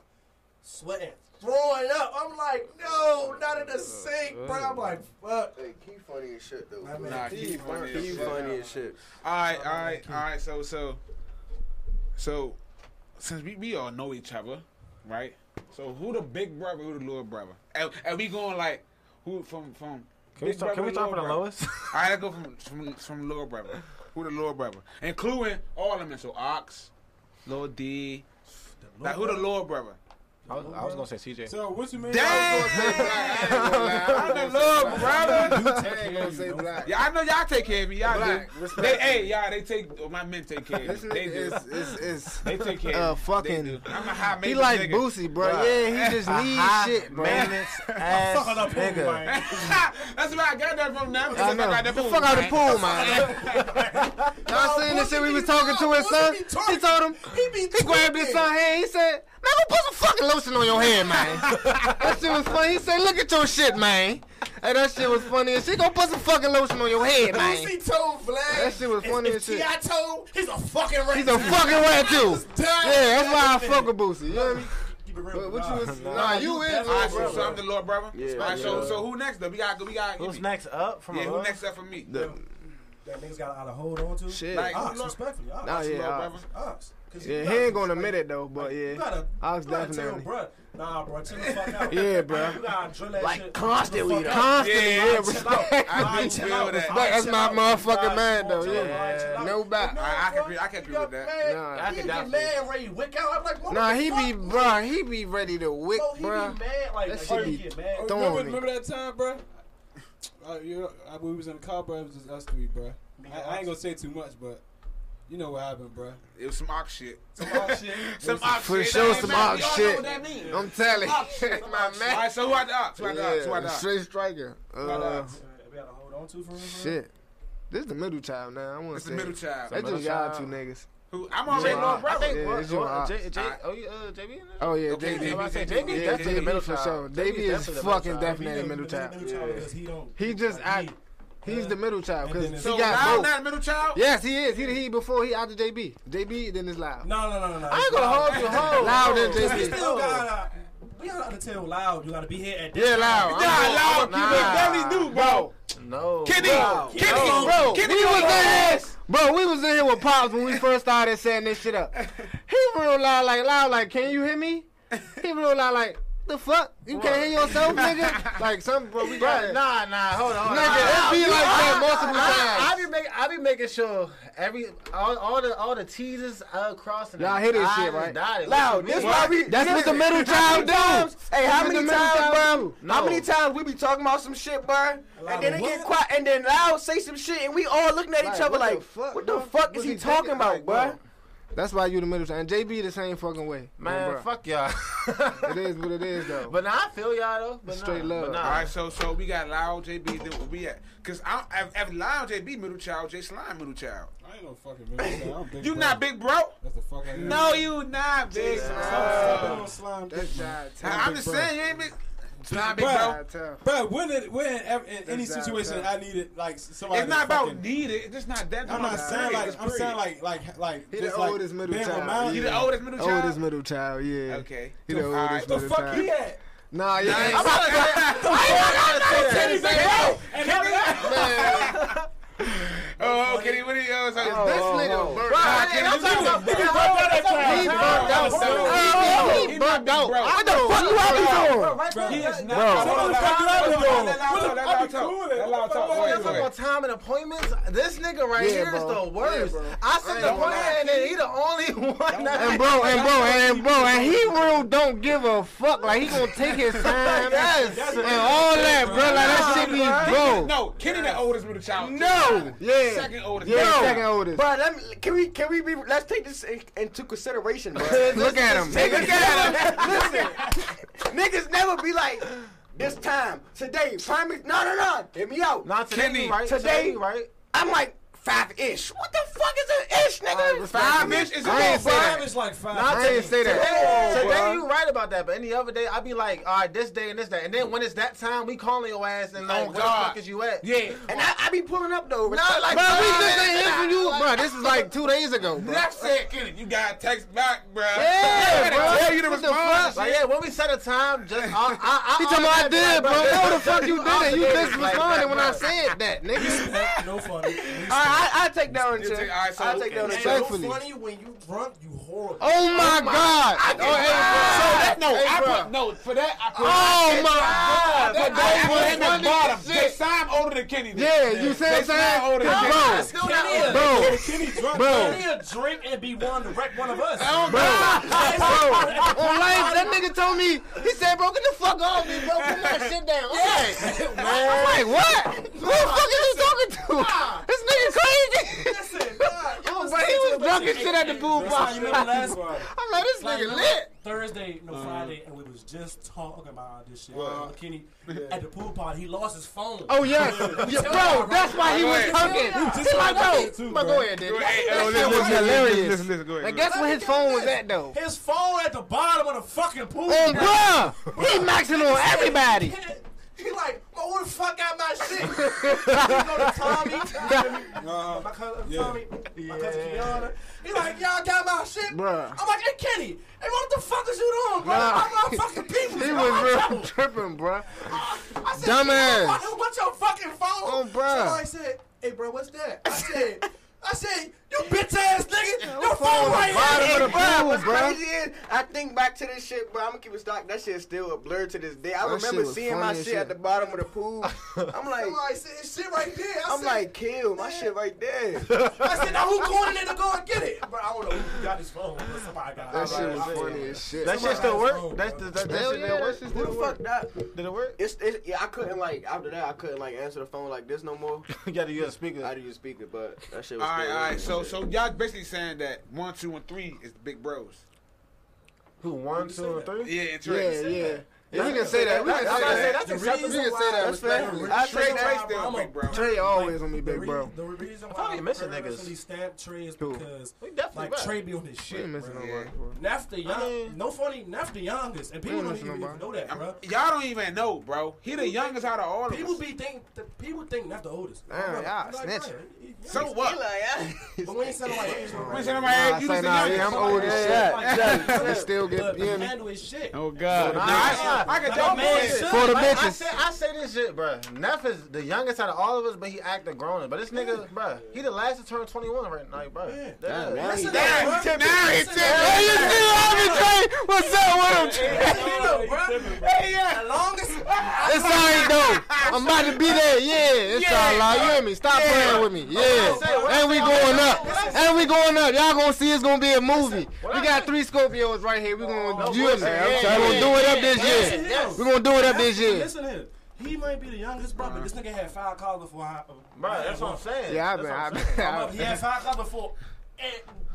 [SPEAKER 3] Sweating, throwing up. I'm like, no, not in the sink, bruh. I'm like, fuck.
[SPEAKER 5] Hey, Key funny as shit, though.
[SPEAKER 3] My man
[SPEAKER 1] Nah,
[SPEAKER 3] Key,
[SPEAKER 1] Key funny as
[SPEAKER 5] Key
[SPEAKER 1] shit.
[SPEAKER 5] funny as shit.
[SPEAKER 1] All right, all right, all right. So, so, so, since we, we all know each other, right? So, who the big brother, who the little brother? And, and we going like who from from?
[SPEAKER 2] Can we
[SPEAKER 1] big
[SPEAKER 2] start? Can
[SPEAKER 1] brother,
[SPEAKER 2] we start from the
[SPEAKER 1] brother?
[SPEAKER 2] lowest?
[SPEAKER 1] All right, let's go from from from little brother. Who the little brother? Including all of them. So, Ox, Lil D. Like who the little brother?
[SPEAKER 2] I was, I was gonna say CJ.
[SPEAKER 8] So what you mean?
[SPEAKER 1] Damn, I'm the little brother.
[SPEAKER 4] I ain't gonna say black.
[SPEAKER 1] Yeah, I know y'all take care of me. Y'all
[SPEAKER 4] Black,
[SPEAKER 1] do. They, hey, y'all, they take oh, my men take care
[SPEAKER 4] This
[SPEAKER 1] of me. They
[SPEAKER 4] nigga
[SPEAKER 1] do.
[SPEAKER 4] is, is, is,
[SPEAKER 1] They take care.
[SPEAKER 4] uh,
[SPEAKER 1] of me. They
[SPEAKER 4] fucking.
[SPEAKER 1] do. I'm a high
[SPEAKER 4] He
[SPEAKER 1] maintenance
[SPEAKER 4] like
[SPEAKER 1] nigga.
[SPEAKER 4] Boosie, bro. Yeah, he just needs shit, bro.
[SPEAKER 2] ass
[SPEAKER 4] nigga.
[SPEAKER 1] That's where I got that from. Now
[SPEAKER 4] I know.
[SPEAKER 1] got that
[SPEAKER 4] the
[SPEAKER 1] from
[SPEAKER 4] fuck out the pool, man. Y'all seen this shit we was talking to his son? He told him, he, grabbed his son hand. He said, man, go put some fucking lotion on your head, man. that shit was funny. He said, look at your shit, man. Hey, that shit was funny as shit. Go put some fucking lotion on your head, man.
[SPEAKER 16] Lucy told Vlad.
[SPEAKER 4] That shit was funny as shit.
[SPEAKER 16] T.I. told, he's a fucking racist.
[SPEAKER 4] He's a fucking rat too.
[SPEAKER 16] dying.
[SPEAKER 4] Yeah, that's why I fuck with Boosie. You know what I mean?
[SPEAKER 3] keep it real.
[SPEAKER 4] But what
[SPEAKER 3] nah.
[SPEAKER 4] you was, nah, you is.
[SPEAKER 1] All right, so, so I'm the Lord brother.
[SPEAKER 5] Yeah,
[SPEAKER 1] All right, so
[SPEAKER 5] yeah.
[SPEAKER 1] so who next? Though we got we got.
[SPEAKER 2] Who's next up from
[SPEAKER 1] Yeah,
[SPEAKER 2] the
[SPEAKER 1] who
[SPEAKER 2] lowest?
[SPEAKER 1] next up for me?
[SPEAKER 3] That niggas got a lot to hold on to.
[SPEAKER 4] Shit.
[SPEAKER 1] Like,
[SPEAKER 3] Ox,
[SPEAKER 1] who Lord-
[SPEAKER 3] respectfully, Ox.
[SPEAKER 4] Nah, yeah,
[SPEAKER 1] Lord
[SPEAKER 4] Ox.
[SPEAKER 1] brother?
[SPEAKER 3] Ox. 'Cause you
[SPEAKER 4] Yeah, he
[SPEAKER 3] gotta-
[SPEAKER 4] ain't gonna admit it though, but
[SPEAKER 3] You
[SPEAKER 4] yeah.
[SPEAKER 3] gotta,
[SPEAKER 4] Ox
[SPEAKER 3] you gotta
[SPEAKER 4] definitely.
[SPEAKER 3] Tell him, bruh, nah, bro, chill the fuck out.
[SPEAKER 4] Yeah, bruh.
[SPEAKER 3] You gotta drill that
[SPEAKER 16] Like,
[SPEAKER 3] shit.
[SPEAKER 16] constantly,
[SPEAKER 3] Chill the fuck out.
[SPEAKER 4] Constantly,
[SPEAKER 1] Yeah,
[SPEAKER 4] yeah,
[SPEAKER 1] I
[SPEAKER 4] respect.
[SPEAKER 1] I do
[SPEAKER 3] chill
[SPEAKER 1] feel
[SPEAKER 3] out.
[SPEAKER 1] that.
[SPEAKER 3] Alright,
[SPEAKER 4] That's
[SPEAKER 3] chill
[SPEAKER 4] my
[SPEAKER 3] out.
[SPEAKER 4] motherfucking
[SPEAKER 3] Alright,
[SPEAKER 4] man
[SPEAKER 3] chill
[SPEAKER 4] though,
[SPEAKER 3] out. Alright,
[SPEAKER 4] yeah.
[SPEAKER 3] chill out.
[SPEAKER 4] No back.
[SPEAKER 1] I- I can agree- I can agree
[SPEAKER 3] Your
[SPEAKER 1] with that.
[SPEAKER 3] man-
[SPEAKER 4] Nah.
[SPEAKER 3] He
[SPEAKER 2] I can
[SPEAKER 3] get
[SPEAKER 2] definitely-
[SPEAKER 3] mad, ready to wick out. I'm like,
[SPEAKER 4] Nah,
[SPEAKER 3] motherfucker,
[SPEAKER 4] he be,
[SPEAKER 3] fuck,
[SPEAKER 4] bro, he be ready to whip,
[SPEAKER 3] bro, he be
[SPEAKER 4] bro.
[SPEAKER 3] mad, like,
[SPEAKER 4] That
[SPEAKER 3] like,
[SPEAKER 4] shit
[SPEAKER 3] he
[SPEAKER 4] be
[SPEAKER 3] get mad.
[SPEAKER 4] throwing
[SPEAKER 8] remember,
[SPEAKER 4] me.
[SPEAKER 8] remember that time, bro? Uh, you know, I, we was in the car, bro. It was just us three, bro. I, I ain't gonna say too much, but you know what happened, bro.
[SPEAKER 1] It was some ox shit. Some
[SPEAKER 3] Talk shit.
[SPEAKER 1] ox
[SPEAKER 4] For
[SPEAKER 1] shit.
[SPEAKER 4] sure,
[SPEAKER 1] That ain't
[SPEAKER 4] some
[SPEAKER 1] bad.
[SPEAKER 4] ox
[SPEAKER 1] We all know
[SPEAKER 4] shit. uh,
[SPEAKER 1] what that means.
[SPEAKER 4] I'm telling you, my
[SPEAKER 1] All
[SPEAKER 4] man.
[SPEAKER 1] right, so who had the ox? Who had the ox? Who had the
[SPEAKER 4] Yeah,
[SPEAKER 1] ox?
[SPEAKER 4] straight striker. Uh,
[SPEAKER 3] We gotta hold on to for real, for real.
[SPEAKER 4] shit. This is the middle child now. I want
[SPEAKER 1] It's
[SPEAKER 4] to
[SPEAKER 1] the
[SPEAKER 4] say.
[SPEAKER 1] middle child.
[SPEAKER 4] They just y'all two niggas.
[SPEAKER 1] Who? I'm already
[SPEAKER 4] Yeah.
[SPEAKER 1] Lord brother.
[SPEAKER 4] Uh, Yeah,
[SPEAKER 2] What-
[SPEAKER 4] it's your
[SPEAKER 2] what-
[SPEAKER 4] ox.
[SPEAKER 2] J- J- oh, you, uh, JB in there?
[SPEAKER 4] Oh yeah,
[SPEAKER 1] Okay,
[SPEAKER 4] JB.
[SPEAKER 1] JB.
[SPEAKER 2] I say,
[SPEAKER 1] JB
[SPEAKER 2] JB
[SPEAKER 4] Yeah,
[SPEAKER 2] definitely the
[SPEAKER 4] JB
[SPEAKER 2] middle
[SPEAKER 4] for
[SPEAKER 2] child.
[SPEAKER 4] sure.
[SPEAKER 2] JB
[SPEAKER 4] Davey is
[SPEAKER 2] definitely the middle
[SPEAKER 4] fucking
[SPEAKER 2] child.
[SPEAKER 4] definitely the
[SPEAKER 3] He
[SPEAKER 4] middle
[SPEAKER 3] the
[SPEAKER 4] child.
[SPEAKER 3] middle child because he don't.
[SPEAKER 4] He just
[SPEAKER 3] like,
[SPEAKER 4] act.
[SPEAKER 3] he-
[SPEAKER 4] He's the middle child
[SPEAKER 3] And
[SPEAKER 4] because
[SPEAKER 3] then it's-
[SPEAKER 4] he
[SPEAKER 1] So
[SPEAKER 4] got
[SPEAKER 1] I'm
[SPEAKER 4] both.
[SPEAKER 1] not the middle child.
[SPEAKER 4] Yes, he is. He he before he out to JB. JB then is loud.
[SPEAKER 3] No, no, no, no, no.
[SPEAKER 4] Oh, I ain't gonna hold you, hold. Loud than
[SPEAKER 3] We
[SPEAKER 4] JB.
[SPEAKER 3] still got. We We on Undertale loud. You gotta be here at this
[SPEAKER 18] Yeah,
[SPEAKER 3] time.
[SPEAKER 18] loud.
[SPEAKER 1] Nah,
[SPEAKER 18] I'm going-
[SPEAKER 1] loud.
[SPEAKER 18] nah.
[SPEAKER 1] You barely knew, bro.
[SPEAKER 18] No.
[SPEAKER 1] Kenny,
[SPEAKER 18] Bro.
[SPEAKER 1] Kenny,
[SPEAKER 18] No.
[SPEAKER 1] bro.
[SPEAKER 4] We
[SPEAKER 1] Kenny,
[SPEAKER 4] was in here,
[SPEAKER 1] ass.
[SPEAKER 4] bro. We was in here with pops when we first started setting this shit up. He real loud, like loud, like, can you hear me? He real loud, like, the fuck, you can't hear yourself, nigga. Like some, bro, we got
[SPEAKER 2] Bruh,
[SPEAKER 4] nigga.
[SPEAKER 2] nah, nah, hold on. Hold on.
[SPEAKER 4] It be like that multiple
[SPEAKER 2] I, I
[SPEAKER 4] times.
[SPEAKER 2] be making, I be making sure every all, all the all the teasers are crossing.
[SPEAKER 4] Y'all
[SPEAKER 2] the
[SPEAKER 4] hear this shit,
[SPEAKER 2] I's
[SPEAKER 4] right?
[SPEAKER 2] and dotted.
[SPEAKER 5] Loud.
[SPEAKER 2] What you
[SPEAKER 5] This
[SPEAKER 2] mean?
[SPEAKER 5] why we.
[SPEAKER 4] That's what the middle child
[SPEAKER 5] times.
[SPEAKER 4] do.
[SPEAKER 5] Hey, how
[SPEAKER 4] That's
[SPEAKER 5] many
[SPEAKER 4] what the middle
[SPEAKER 5] times,
[SPEAKER 4] child do.
[SPEAKER 5] How many times we be talking about some shit, bro? And then it
[SPEAKER 3] What?
[SPEAKER 5] get quiet, and then loud say some shit, and we all looking at each
[SPEAKER 4] Like,
[SPEAKER 5] other
[SPEAKER 4] what the
[SPEAKER 5] like,
[SPEAKER 4] fuck,
[SPEAKER 5] "What the
[SPEAKER 4] bro?
[SPEAKER 5] fuck is
[SPEAKER 4] What
[SPEAKER 5] he
[SPEAKER 4] he
[SPEAKER 5] talking
[SPEAKER 4] thinking?
[SPEAKER 5] about,
[SPEAKER 4] Like,
[SPEAKER 5] bro?"
[SPEAKER 4] That's why you the middle child. And JB the same fucking way.
[SPEAKER 2] Man,
[SPEAKER 4] bro.
[SPEAKER 2] fuck y'all.
[SPEAKER 4] It is what it is though.
[SPEAKER 2] but nah, I feel y'all though. But
[SPEAKER 4] Straight
[SPEAKER 2] nah,
[SPEAKER 4] love.
[SPEAKER 2] But
[SPEAKER 1] All
[SPEAKER 2] nah.
[SPEAKER 1] right, so so we got loud JB. Then where we at? Cause I if, if loud JB middle child, J slime middle child.
[SPEAKER 19] I ain't no fucking middle. I'm big
[SPEAKER 1] You
[SPEAKER 19] bro.
[SPEAKER 1] not big bro?
[SPEAKER 19] That's the fuck I am.
[SPEAKER 1] No, you not big
[SPEAKER 19] Stop
[SPEAKER 1] bro.
[SPEAKER 19] being on slime dick,
[SPEAKER 4] That's
[SPEAKER 19] man.
[SPEAKER 4] jive tough.
[SPEAKER 1] I'm just saying you ain't big. Slime big bro.
[SPEAKER 4] Jive tough.
[SPEAKER 19] Bro, when it, when ev- in any
[SPEAKER 4] That's jive
[SPEAKER 19] situation
[SPEAKER 4] tough.
[SPEAKER 19] I need it, like somebody.
[SPEAKER 1] It's not
[SPEAKER 19] to
[SPEAKER 1] about
[SPEAKER 19] fucking-
[SPEAKER 1] need it. It's just not that.
[SPEAKER 19] I'm not saying like I'm saying like like like
[SPEAKER 4] He the
[SPEAKER 19] just like
[SPEAKER 4] oldest middle
[SPEAKER 19] being
[SPEAKER 4] child.
[SPEAKER 19] reminded-
[SPEAKER 1] You the oldest middle child.
[SPEAKER 4] Oldest middle child, yeah.
[SPEAKER 1] Okay.
[SPEAKER 4] He the
[SPEAKER 1] All right.
[SPEAKER 4] oldest middle child.
[SPEAKER 5] at?
[SPEAKER 4] Nah, yeah. I ain't- Man,
[SPEAKER 1] Oh, Kenny, what are you? Oh, so-
[SPEAKER 4] this nigga burnt
[SPEAKER 1] Nah,
[SPEAKER 4] out.
[SPEAKER 1] Kenny, you-
[SPEAKER 4] He burnt out.
[SPEAKER 1] Bro,
[SPEAKER 4] Oh, He
[SPEAKER 1] he
[SPEAKER 4] burnt
[SPEAKER 1] not
[SPEAKER 4] out.
[SPEAKER 1] big, bro.
[SPEAKER 4] What the fuck you having to him?
[SPEAKER 19] Bro,
[SPEAKER 1] He is not.
[SPEAKER 4] Bro.
[SPEAKER 1] Hold on,
[SPEAKER 19] What the fuck you
[SPEAKER 1] hold on,
[SPEAKER 19] talking
[SPEAKER 1] hold on,
[SPEAKER 19] about?
[SPEAKER 1] hold on,
[SPEAKER 19] I be
[SPEAKER 1] hold
[SPEAKER 19] cool
[SPEAKER 1] on,
[SPEAKER 19] with it.
[SPEAKER 1] hold on, hold on, hold on,
[SPEAKER 2] Y'all
[SPEAKER 1] hold on,
[SPEAKER 2] talking
[SPEAKER 1] hold on.
[SPEAKER 2] about time and appointments? This nigga right
[SPEAKER 4] Yeah,
[SPEAKER 2] here is
[SPEAKER 4] bro.
[SPEAKER 2] the worst.
[SPEAKER 4] Yeah, bro.
[SPEAKER 2] I
[SPEAKER 4] I
[SPEAKER 2] set
[SPEAKER 4] ain't
[SPEAKER 2] the
[SPEAKER 4] gonna
[SPEAKER 2] appointment
[SPEAKER 4] lie.
[SPEAKER 2] and then he the only one.
[SPEAKER 4] And
[SPEAKER 2] that-
[SPEAKER 4] bro, and bro, and bro, and he real don't give a fuck. Like he gonna take his time
[SPEAKER 2] Yes.
[SPEAKER 4] and all that, bro. Like that shit be bro.
[SPEAKER 1] No, Kenny the oldest middle child.
[SPEAKER 4] No. Yeah.
[SPEAKER 1] Second oldest.
[SPEAKER 4] Yeah,
[SPEAKER 1] No.
[SPEAKER 4] second oldest.
[SPEAKER 5] Bro, let me, can we can we be? Let's take this in, into consideration, bro.
[SPEAKER 4] Look at him.
[SPEAKER 5] Niggas look at him. Listen, niggas never be like this time today. Prime, no, no, no. Hit me out.
[SPEAKER 2] Not today,
[SPEAKER 1] Kenny,
[SPEAKER 2] right?
[SPEAKER 5] today-
[SPEAKER 2] right?
[SPEAKER 5] I'm like five ish. What the fuck is an ish, nigga?
[SPEAKER 1] Five inch is
[SPEAKER 4] I ain't
[SPEAKER 1] old,
[SPEAKER 4] say
[SPEAKER 1] bro.
[SPEAKER 4] that.
[SPEAKER 3] Five is like five.
[SPEAKER 4] I ain't say that.
[SPEAKER 2] Today,
[SPEAKER 5] Oh,
[SPEAKER 2] today
[SPEAKER 5] bruh.
[SPEAKER 2] you right about that, but any other day I be like, all right, this day and this day, and then when it's that time, we calling your ass and like,
[SPEAKER 1] Oh,
[SPEAKER 2] where the
[SPEAKER 1] God.
[SPEAKER 2] fuck is you at?
[SPEAKER 1] Yeah.
[SPEAKER 5] And I, I be pulling up
[SPEAKER 2] No,
[SPEAKER 5] though.
[SPEAKER 2] like,
[SPEAKER 4] Bro, we just ain't hear from you, bro. This is like two days ago, bro.
[SPEAKER 1] That's it, Kenny. You got to text back, bro.
[SPEAKER 4] Yeah, bro.
[SPEAKER 1] Tell you to
[SPEAKER 4] What the
[SPEAKER 1] respond.
[SPEAKER 4] fuck?
[SPEAKER 2] Like, yeah, when we set a time, just I, I, I,
[SPEAKER 4] He talking about I did, bro. No, the fuck you
[SPEAKER 2] off
[SPEAKER 4] didn't. You
[SPEAKER 2] today,
[SPEAKER 4] just
[SPEAKER 2] like that,
[SPEAKER 4] responded when I
[SPEAKER 2] bro.
[SPEAKER 4] said that, nigga.
[SPEAKER 3] no funny.
[SPEAKER 5] All right, I, I take that one too.
[SPEAKER 1] take- all right, so-
[SPEAKER 5] I take that one
[SPEAKER 3] Ain't
[SPEAKER 5] too.
[SPEAKER 3] no
[SPEAKER 4] Respectfully.
[SPEAKER 3] funny when you drunk, you horrible.
[SPEAKER 4] Oh my
[SPEAKER 1] So
[SPEAKER 4] god. Oh, hey, bro.
[SPEAKER 1] that, no,
[SPEAKER 4] Hey,
[SPEAKER 1] I
[SPEAKER 4] bro.
[SPEAKER 1] put, no, for that, I put,
[SPEAKER 4] Oh my god.
[SPEAKER 1] but they were in
[SPEAKER 4] funny
[SPEAKER 1] the bottom.
[SPEAKER 4] as
[SPEAKER 1] They
[SPEAKER 4] shit.
[SPEAKER 1] signed older than Kenny. then.
[SPEAKER 4] Yeah, you see what I'm
[SPEAKER 1] They signed
[SPEAKER 4] saying?
[SPEAKER 1] older than Kenny.
[SPEAKER 4] Bro.
[SPEAKER 2] Still not
[SPEAKER 3] Kenny
[SPEAKER 2] over.
[SPEAKER 3] a-
[SPEAKER 4] Bro,
[SPEAKER 19] Kenny drunk.
[SPEAKER 4] bro,
[SPEAKER 3] Kenny a drink and be one to wreck one of us.
[SPEAKER 4] bro, bro. On life, that nigga told me, he said, bro, get the fuck off me, bro. Put my shit down. I'm like, I'm like what? Who the fuck is he talking to? This nigga crazy.
[SPEAKER 3] Listen, God, it
[SPEAKER 4] Bro, he was drunk as shit at the pool
[SPEAKER 3] That's how
[SPEAKER 4] party.
[SPEAKER 3] you remember last
[SPEAKER 4] I'm like, this
[SPEAKER 3] like,
[SPEAKER 4] nigga
[SPEAKER 3] remember
[SPEAKER 4] lit.
[SPEAKER 3] Thursday,
[SPEAKER 4] Uh-huh.
[SPEAKER 3] no Friday, and we was just talking about this shit. Uh, Kenny at the pool party, he lost his phone.
[SPEAKER 4] Oh yes, yeah, bro. That's why he
[SPEAKER 1] Go
[SPEAKER 4] was
[SPEAKER 1] ahead.
[SPEAKER 4] talking. He's like, bro, but go ahead,
[SPEAKER 1] Go
[SPEAKER 4] dude.
[SPEAKER 1] ahead.
[SPEAKER 4] That
[SPEAKER 1] Oh, listen,
[SPEAKER 4] shit was
[SPEAKER 1] listen, listen,
[SPEAKER 4] hilarious.
[SPEAKER 1] Listen, listen, go ahead.
[SPEAKER 4] Like,
[SPEAKER 1] go ahead.
[SPEAKER 4] guess where his phone was at though?
[SPEAKER 3] His phone at the bottom of the fucking pool.
[SPEAKER 4] On
[SPEAKER 3] bro.
[SPEAKER 4] bruh, he maxing on everybody.
[SPEAKER 3] He like, oh, who the fuck got my shit? you go to Tommy,
[SPEAKER 19] Uh,
[SPEAKER 4] Uh-huh.
[SPEAKER 3] my cousin
[SPEAKER 19] Yeah.
[SPEAKER 3] Tommy, my cousin Kiana. He like, y'all got my shit?
[SPEAKER 4] Bruh.
[SPEAKER 3] I'm like, hey, Kenny, hey, what the fuck is you doing, bro?
[SPEAKER 4] Nah.
[SPEAKER 3] I'm not fucking people.
[SPEAKER 4] He
[SPEAKER 3] bro.
[SPEAKER 4] was
[SPEAKER 3] I'm
[SPEAKER 4] real
[SPEAKER 3] trouble.
[SPEAKER 4] tripping, bruh.
[SPEAKER 3] I said,
[SPEAKER 4] Dumbass.
[SPEAKER 3] "What's your- What's your fucking phone?
[SPEAKER 4] Oh, bruh.
[SPEAKER 3] So I said, hey, bro, what's that? I said, I said, you bitch ass nigga, your phone right here.
[SPEAKER 4] Bottom of the
[SPEAKER 5] Bruh,
[SPEAKER 4] pool,
[SPEAKER 5] what's
[SPEAKER 4] bruh.
[SPEAKER 5] crazy is, I think back to this shit, bro. I'm gonna keep it stock. That shit's still a blur to this day. I
[SPEAKER 4] That shit
[SPEAKER 5] remember
[SPEAKER 4] was
[SPEAKER 5] seeing
[SPEAKER 4] funny
[SPEAKER 5] my
[SPEAKER 4] as
[SPEAKER 5] shit,
[SPEAKER 4] shit.
[SPEAKER 5] at the bottom of the pool. I'm like,
[SPEAKER 3] I said, shit right there. I
[SPEAKER 5] I'm
[SPEAKER 3] said,
[SPEAKER 5] like, kill my shit right there.
[SPEAKER 3] I said, now who going in there to go and get it? Bro, I don't know who got his phone, but somebody got
[SPEAKER 4] That
[SPEAKER 3] it.
[SPEAKER 4] shit was funny as shit.
[SPEAKER 2] That shit still work. That's the, that, that
[SPEAKER 4] Hell
[SPEAKER 2] shit
[SPEAKER 4] yeah,
[SPEAKER 2] still work.
[SPEAKER 4] that shit
[SPEAKER 5] Who
[SPEAKER 4] still
[SPEAKER 5] the
[SPEAKER 4] work.
[SPEAKER 5] fuck that?
[SPEAKER 2] Did it work?
[SPEAKER 5] It's, it's yeah. I couldn't like after that. I couldn't like answer the phone like this no more.
[SPEAKER 2] You gotta use a speaker.
[SPEAKER 5] I had to use speaker, but that shit was.
[SPEAKER 1] All right,
[SPEAKER 5] still
[SPEAKER 1] all right.
[SPEAKER 5] working
[SPEAKER 1] So,
[SPEAKER 5] and shit.
[SPEAKER 1] so y'all basically saying that one, two, and three is the big bros.
[SPEAKER 2] Who one, two, and three?
[SPEAKER 1] Yeah, and
[SPEAKER 4] Yeah,
[SPEAKER 1] Trey.
[SPEAKER 4] yeah. We can say that. We can
[SPEAKER 5] That's-
[SPEAKER 4] say
[SPEAKER 5] that's-
[SPEAKER 4] that.
[SPEAKER 5] that's
[SPEAKER 4] We can say
[SPEAKER 5] acceptable.
[SPEAKER 4] that.
[SPEAKER 5] That's fair.
[SPEAKER 4] respectfully.
[SPEAKER 5] I
[SPEAKER 4] Trey-
[SPEAKER 5] think that's-
[SPEAKER 1] still
[SPEAKER 3] I'm a-
[SPEAKER 1] big, bro.
[SPEAKER 4] Trey always on me,
[SPEAKER 3] The,
[SPEAKER 4] big
[SPEAKER 3] re-
[SPEAKER 4] bro.
[SPEAKER 3] the reason
[SPEAKER 2] thought
[SPEAKER 3] why
[SPEAKER 2] we
[SPEAKER 3] I
[SPEAKER 2] missing niggas.
[SPEAKER 3] purposely stamped Trey is
[SPEAKER 4] Who?
[SPEAKER 3] because
[SPEAKER 2] We definitely
[SPEAKER 3] like
[SPEAKER 2] right.
[SPEAKER 3] Trey be on his
[SPEAKER 4] We ain't
[SPEAKER 3] shit.
[SPEAKER 4] missing
[SPEAKER 3] bro.
[SPEAKER 4] nobody.
[SPEAKER 3] Naf the young,
[SPEAKER 2] I mean-
[SPEAKER 3] no funny, Naf the youngest, and people
[SPEAKER 4] ain't
[SPEAKER 3] don't
[SPEAKER 4] missing
[SPEAKER 3] even
[SPEAKER 4] nobody.
[SPEAKER 3] know that,
[SPEAKER 1] I'm-
[SPEAKER 3] bro.
[SPEAKER 1] Y'all don't even know, bro. He the youngest out of all of
[SPEAKER 3] People
[SPEAKER 1] us.
[SPEAKER 3] be think that people think Naf the oldest.
[SPEAKER 4] Damn,
[SPEAKER 3] Bro,
[SPEAKER 4] y'all
[SPEAKER 3] I'm
[SPEAKER 4] snitching.
[SPEAKER 3] bro, he- he-
[SPEAKER 1] So what?
[SPEAKER 3] But we ain't said like age,
[SPEAKER 1] When
[SPEAKER 3] bro.
[SPEAKER 1] somebody
[SPEAKER 4] Nah,
[SPEAKER 1] ask you
[SPEAKER 4] say
[SPEAKER 1] this the
[SPEAKER 4] nah, yeah,
[SPEAKER 1] youngest.
[SPEAKER 4] I'm old as shit.
[SPEAKER 5] exactly.
[SPEAKER 4] We still get
[SPEAKER 3] But
[SPEAKER 4] you hear me?
[SPEAKER 3] handle his shit.
[SPEAKER 1] Oh God. Nah,
[SPEAKER 2] Nah, nah,
[SPEAKER 1] I, I
[SPEAKER 3] nah,
[SPEAKER 1] can
[SPEAKER 3] nah,
[SPEAKER 1] jump
[SPEAKER 3] man,
[SPEAKER 1] on it.
[SPEAKER 3] shit.
[SPEAKER 4] for the
[SPEAKER 2] Like, I
[SPEAKER 4] bitches.
[SPEAKER 2] say, I say this shit, bruh. Neff is the youngest out of all of us, but he act a grown. But this nigga, bruh, he the last to turn 21 right now, bruh. Yeah.
[SPEAKER 5] Damn,
[SPEAKER 3] Listen
[SPEAKER 5] man.
[SPEAKER 1] Now
[SPEAKER 3] up, bro.
[SPEAKER 1] he tipping. Now he
[SPEAKER 3] Listen
[SPEAKER 1] tipping.
[SPEAKER 4] Hey, you
[SPEAKER 3] up.
[SPEAKER 4] still on me, Trey? What's up with him? Trey?
[SPEAKER 3] Yo, bro.
[SPEAKER 1] Hey, yeah.
[SPEAKER 3] The longest.
[SPEAKER 4] It's all right, though. I'm about to be there. Yeah, it's all right. You hear me? Stop playing with me. Yeah. And we going up. And we going up. Y'all gonna see it's gonna be a movie. We got three Scorpios right here. We gonna, you hear me? We gonna do it up this year. We gonna do it up this year.
[SPEAKER 3] Listen here. He might be the youngest, bro, but this nigga had five calls before I.
[SPEAKER 2] Bruh, that's what I'm saying.
[SPEAKER 4] Yeah, I've
[SPEAKER 2] That's
[SPEAKER 4] been,
[SPEAKER 2] what I'm
[SPEAKER 4] I've
[SPEAKER 2] saying.
[SPEAKER 4] been,
[SPEAKER 3] Come up,
[SPEAKER 4] I've
[SPEAKER 3] He had five calls before. eh,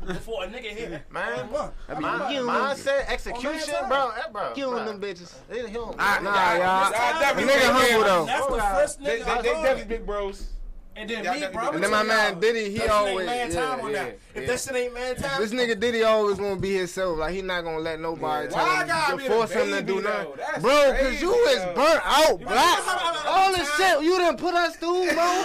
[SPEAKER 3] Before a nigga hit
[SPEAKER 2] Man.
[SPEAKER 3] Look,
[SPEAKER 2] Mind- mindset, execution,
[SPEAKER 3] time.
[SPEAKER 2] bro. That, bro.
[SPEAKER 4] killing
[SPEAKER 2] bruh.
[SPEAKER 4] them bitches.
[SPEAKER 2] They him.
[SPEAKER 4] Nah, y'all.
[SPEAKER 1] definitely
[SPEAKER 4] Nigga humble though.
[SPEAKER 3] That's the
[SPEAKER 2] Wow.
[SPEAKER 3] first
[SPEAKER 1] They,
[SPEAKER 3] nigga
[SPEAKER 1] they,
[SPEAKER 3] I
[SPEAKER 1] they
[SPEAKER 3] heard.
[SPEAKER 1] definitely big bros.
[SPEAKER 3] And then
[SPEAKER 1] Y'all
[SPEAKER 3] me,
[SPEAKER 1] definitely
[SPEAKER 3] bro. I'm
[SPEAKER 1] did.
[SPEAKER 4] And then my
[SPEAKER 3] gonna tell
[SPEAKER 4] man
[SPEAKER 3] y'all,
[SPEAKER 4] Diddy, he
[SPEAKER 3] that shit ain't
[SPEAKER 4] always.
[SPEAKER 3] man
[SPEAKER 4] yeah,
[SPEAKER 3] time on
[SPEAKER 4] yeah,
[SPEAKER 3] that. If
[SPEAKER 4] yeah.
[SPEAKER 3] that shit ain't man time,
[SPEAKER 4] This nigga Diddy always gonna be himself. Like he not gonna let nobody
[SPEAKER 1] Why I
[SPEAKER 4] tell
[SPEAKER 1] gotta
[SPEAKER 4] him
[SPEAKER 1] be
[SPEAKER 4] to
[SPEAKER 1] the
[SPEAKER 4] force him to
[SPEAKER 1] baby,
[SPEAKER 4] do
[SPEAKER 1] though?
[SPEAKER 4] nothing.
[SPEAKER 1] That's
[SPEAKER 4] Bro, cause
[SPEAKER 1] crazy,
[SPEAKER 4] you is
[SPEAKER 1] though.
[SPEAKER 4] burnt out,
[SPEAKER 3] remember how-
[SPEAKER 4] black.
[SPEAKER 3] how-
[SPEAKER 4] All this shit you done put us through, bro.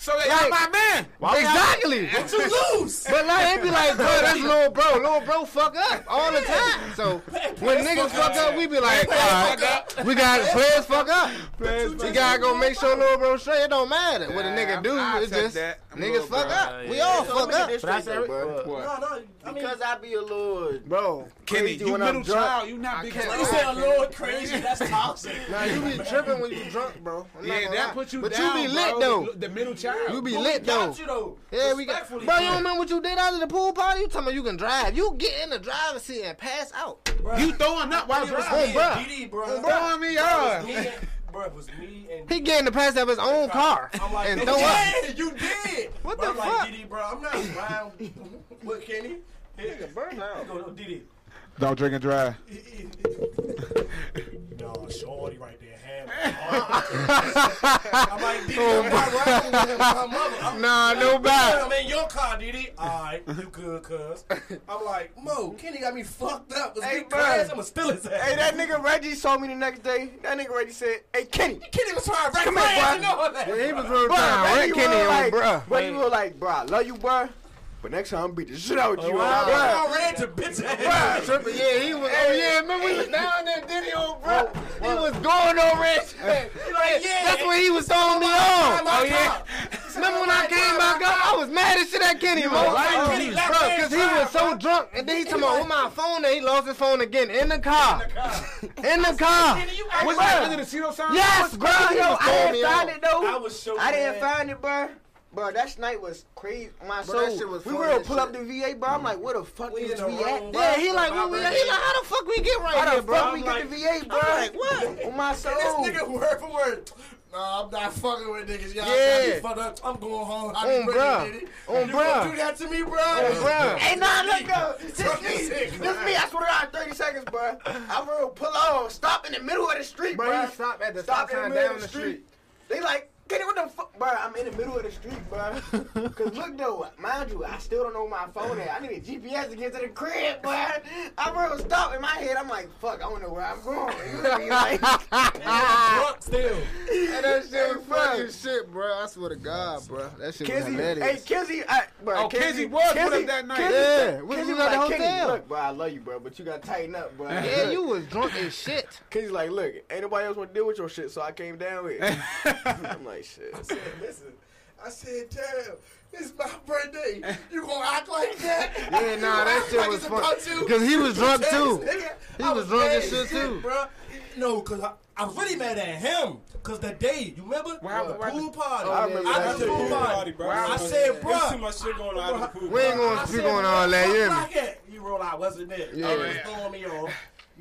[SPEAKER 1] So y'all
[SPEAKER 4] Like-
[SPEAKER 1] my man.
[SPEAKER 4] exactly.
[SPEAKER 3] you lose.
[SPEAKER 4] But like it be like, bro, that's little bro. Little bro fuck up all the time. So when niggas fuck up, we be like, all right, we got players fuck up. We gotta go make sure little bro straight. It don't matter what a nigga do.
[SPEAKER 1] I'll
[SPEAKER 4] It's
[SPEAKER 1] take
[SPEAKER 4] just
[SPEAKER 1] that. I'm
[SPEAKER 4] niggas
[SPEAKER 1] little
[SPEAKER 4] fuck
[SPEAKER 1] bro.
[SPEAKER 4] up. We all
[SPEAKER 5] Let me
[SPEAKER 4] fuck
[SPEAKER 5] get
[SPEAKER 4] up,
[SPEAKER 5] this
[SPEAKER 2] But I
[SPEAKER 5] straight though,
[SPEAKER 2] said,
[SPEAKER 5] bro.
[SPEAKER 1] What?
[SPEAKER 3] No, no. I mean,
[SPEAKER 5] Because I be a little
[SPEAKER 4] bro.
[SPEAKER 1] Kenny,
[SPEAKER 4] crazy
[SPEAKER 1] you
[SPEAKER 4] when
[SPEAKER 1] middle
[SPEAKER 4] I'm drunk.
[SPEAKER 1] child. You not
[SPEAKER 4] I
[SPEAKER 1] big
[SPEAKER 4] can't
[SPEAKER 1] bro.
[SPEAKER 3] you say a little crazy. That's toxic.
[SPEAKER 4] Nah, you be tripping when you drunk, bro. I'm not
[SPEAKER 1] Yeah,
[SPEAKER 4] gonna
[SPEAKER 1] that
[SPEAKER 4] lie.
[SPEAKER 1] put you
[SPEAKER 4] But
[SPEAKER 1] down,
[SPEAKER 4] you be lit
[SPEAKER 1] bro.
[SPEAKER 4] though.
[SPEAKER 1] The middle child.
[SPEAKER 4] You be
[SPEAKER 3] But
[SPEAKER 4] lit
[SPEAKER 3] we got
[SPEAKER 4] though.
[SPEAKER 3] you though.
[SPEAKER 4] Yeah, we got. Bro,
[SPEAKER 3] Respectfully,
[SPEAKER 4] you don't remember what you did out of the pool party? You talking about you can drive? You get in the driver's seat and pass out.
[SPEAKER 1] You throwing up while
[SPEAKER 3] It was
[SPEAKER 1] driving.
[SPEAKER 4] Oh, bruh.
[SPEAKER 3] me and DD, bro.
[SPEAKER 1] Throwing me
[SPEAKER 3] It
[SPEAKER 1] up.
[SPEAKER 3] was me and- Bro, it was me and
[SPEAKER 4] He getting the pass out of his own car
[SPEAKER 3] I'm like,
[SPEAKER 4] and
[SPEAKER 3] you
[SPEAKER 4] throw up.
[SPEAKER 3] did, you did.
[SPEAKER 4] What
[SPEAKER 3] Bro,
[SPEAKER 4] the
[SPEAKER 3] I'm like,
[SPEAKER 4] fuck?
[SPEAKER 3] DD, bro, I'm not around. what, Kenny? Nigga, burn out. Go, DD.
[SPEAKER 1] Don't drink and drive.
[SPEAKER 3] No, shorty right there, hammer. I'm like, DD, I'm not riding with him, my mother. I'm,
[SPEAKER 4] Oh Nah, no bad.
[SPEAKER 3] I'm in your car, DD. All right, you good, cuz. I'm like, Mo, Kenny got me fucked up. Was
[SPEAKER 5] Hey,
[SPEAKER 3] he
[SPEAKER 5] bro.
[SPEAKER 3] class? I'ma steal his ass.
[SPEAKER 5] Hey, that nigga Reggie saw me the next day. That nigga Reggie said, "Hey, Kenny,
[SPEAKER 3] Kenny was trying to break
[SPEAKER 5] Come
[SPEAKER 3] my
[SPEAKER 5] here,
[SPEAKER 3] ass
[SPEAKER 5] bro.
[SPEAKER 3] and all that.
[SPEAKER 4] He was
[SPEAKER 3] bro.
[SPEAKER 4] real
[SPEAKER 5] bruh,
[SPEAKER 4] time. Red
[SPEAKER 5] Reggie
[SPEAKER 4] Kenny
[SPEAKER 5] was
[SPEAKER 4] on,
[SPEAKER 5] like,
[SPEAKER 4] bruh.
[SPEAKER 5] Reggie was like, bruh, I love you, bruh, but next time I'm beat the shit out of you,
[SPEAKER 4] Oh, wow.
[SPEAKER 5] bruh."
[SPEAKER 3] I ran to bitch ass.
[SPEAKER 4] Tripping, yeah, he was. Oh yeah, remember we was down there, Diddy on, bro. He was going over it.
[SPEAKER 3] like, yeah.
[SPEAKER 4] That's when he was throwing me on.
[SPEAKER 3] Oh, yeah.
[SPEAKER 4] Remember when I came back up? I was mad as shit at Kenny, bro.
[SPEAKER 3] lying. Kenny, left hand
[SPEAKER 4] Because he
[SPEAKER 3] drive,
[SPEAKER 4] was so drunk. And then he talking about, oh, my phone. And he lost his phone again in the car. In the car.
[SPEAKER 3] Kenny, you
[SPEAKER 1] Was
[SPEAKER 3] act-
[SPEAKER 1] that under the pseudo sign?
[SPEAKER 4] Yes, bro.
[SPEAKER 5] Bruh,
[SPEAKER 4] He
[SPEAKER 5] yo,
[SPEAKER 4] was
[SPEAKER 5] I
[SPEAKER 4] throwing me
[SPEAKER 5] didn't find
[SPEAKER 4] on.
[SPEAKER 5] it though.
[SPEAKER 3] I was so
[SPEAKER 5] I didn't
[SPEAKER 3] mad.
[SPEAKER 5] find it, bruh. Bro, that night was crazy. My
[SPEAKER 4] Bro, that
[SPEAKER 5] soul.
[SPEAKER 4] shit was
[SPEAKER 5] we
[SPEAKER 4] funny
[SPEAKER 5] were gonna
[SPEAKER 4] as
[SPEAKER 5] pull up the
[SPEAKER 4] shit.
[SPEAKER 5] VA, bro. I'm like, where the fuck
[SPEAKER 3] We
[SPEAKER 5] is
[SPEAKER 3] in the
[SPEAKER 5] we
[SPEAKER 3] wrong
[SPEAKER 5] at?
[SPEAKER 4] Yeah, he like, what we, he like, how the fuck we get right
[SPEAKER 5] How
[SPEAKER 4] here,
[SPEAKER 5] the fuck
[SPEAKER 4] bro?
[SPEAKER 5] we
[SPEAKER 3] I'm like-
[SPEAKER 5] get the VA, bro?
[SPEAKER 4] I'm like, what?
[SPEAKER 5] On Oh, my soul.
[SPEAKER 3] And this nigga word for word. Nah, I'm not fucking with niggas. Y'all got
[SPEAKER 4] Yeah.
[SPEAKER 3] me fucked up. I'm going home. I
[SPEAKER 4] On
[SPEAKER 3] be ready,
[SPEAKER 4] bruh.
[SPEAKER 3] nigga.
[SPEAKER 4] On
[SPEAKER 3] You gonna
[SPEAKER 4] bruh.
[SPEAKER 3] do that to me, bro?
[SPEAKER 4] Bro.
[SPEAKER 5] Hey, nah, look, though. This me.
[SPEAKER 3] Fucking
[SPEAKER 5] This
[SPEAKER 3] sick,
[SPEAKER 5] me. I swear to God, 30 seconds, bro. I'm real pull on. Stop in the middle of the street, bro.
[SPEAKER 4] Bro, he stopped at the stop sign down the street.
[SPEAKER 5] They like, get it, what the fuck? Bro, I'm in the middle of the street, bro. Because look, though, mind you, I still don't know where my phone at. I need a GPS to get to the crib, bro. I'm real stopped in my head. I'm like, fuck, I don't know where I'm going. You know what I mean? Like,
[SPEAKER 3] Drunk still.
[SPEAKER 4] And that shit was
[SPEAKER 5] Hey, bro.
[SPEAKER 4] fucking shit, bro. I swear to God, bro. That shit was
[SPEAKER 5] Kizzy, hey,
[SPEAKER 4] hilarious.
[SPEAKER 5] Kizzy, I, bro,
[SPEAKER 1] Oh, Kizzy was with him that night.
[SPEAKER 4] Yeah, we
[SPEAKER 5] Kizzy
[SPEAKER 4] was
[SPEAKER 5] was
[SPEAKER 4] at the
[SPEAKER 5] like, Kizzy,
[SPEAKER 4] hotel.
[SPEAKER 5] look, bro, I love you, bro, but you got to tighten up, bro.
[SPEAKER 4] Yeah, you was drunk as shit.
[SPEAKER 5] Cause he's like, look, ain't nobody else want to deal with your shit, so I came down with it. I'm like, shit.
[SPEAKER 3] I said, listen. I said, damn, it's my birthday. You gonna act like that?
[SPEAKER 4] Yeah, nah, that shit was funny. Because he was drunk too. He was drunk as shit, too.
[SPEAKER 3] bro. No, cause I, I was really mad at him. Cause that day, you remember?
[SPEAKER 1] What happened? What
[SPEAKER 3] Pool
[SPEAKER 1] happened?
[SPEAKER 3] party.
[SPEAKER 4] yeah,
[SPEAKER 3] I
[SPEAKER 4] yeah,
[SPEAKER 3] remember
[SPEAKER 4] yeah.
[SPEAKER 3] the pool party, bro. I said, bro.
[SPEAKER 20] There's too much shit going on out of the pool.
[SPEAKER 4] We ain't
[SPEAKER 20] party.
[SPEAKER 4] gonna speak on all that,
[SPEAKER 3] "Where
[SPEAKER 4] yeah.
[SPEAKER 3] the
[SPEAKER 4] man.
[SPEAKER 3] fuck at?" You roll out, wasn't it?
[SPEAKER 4] Yeah.
[SPEAKER 3] Yeah. was throwing me off.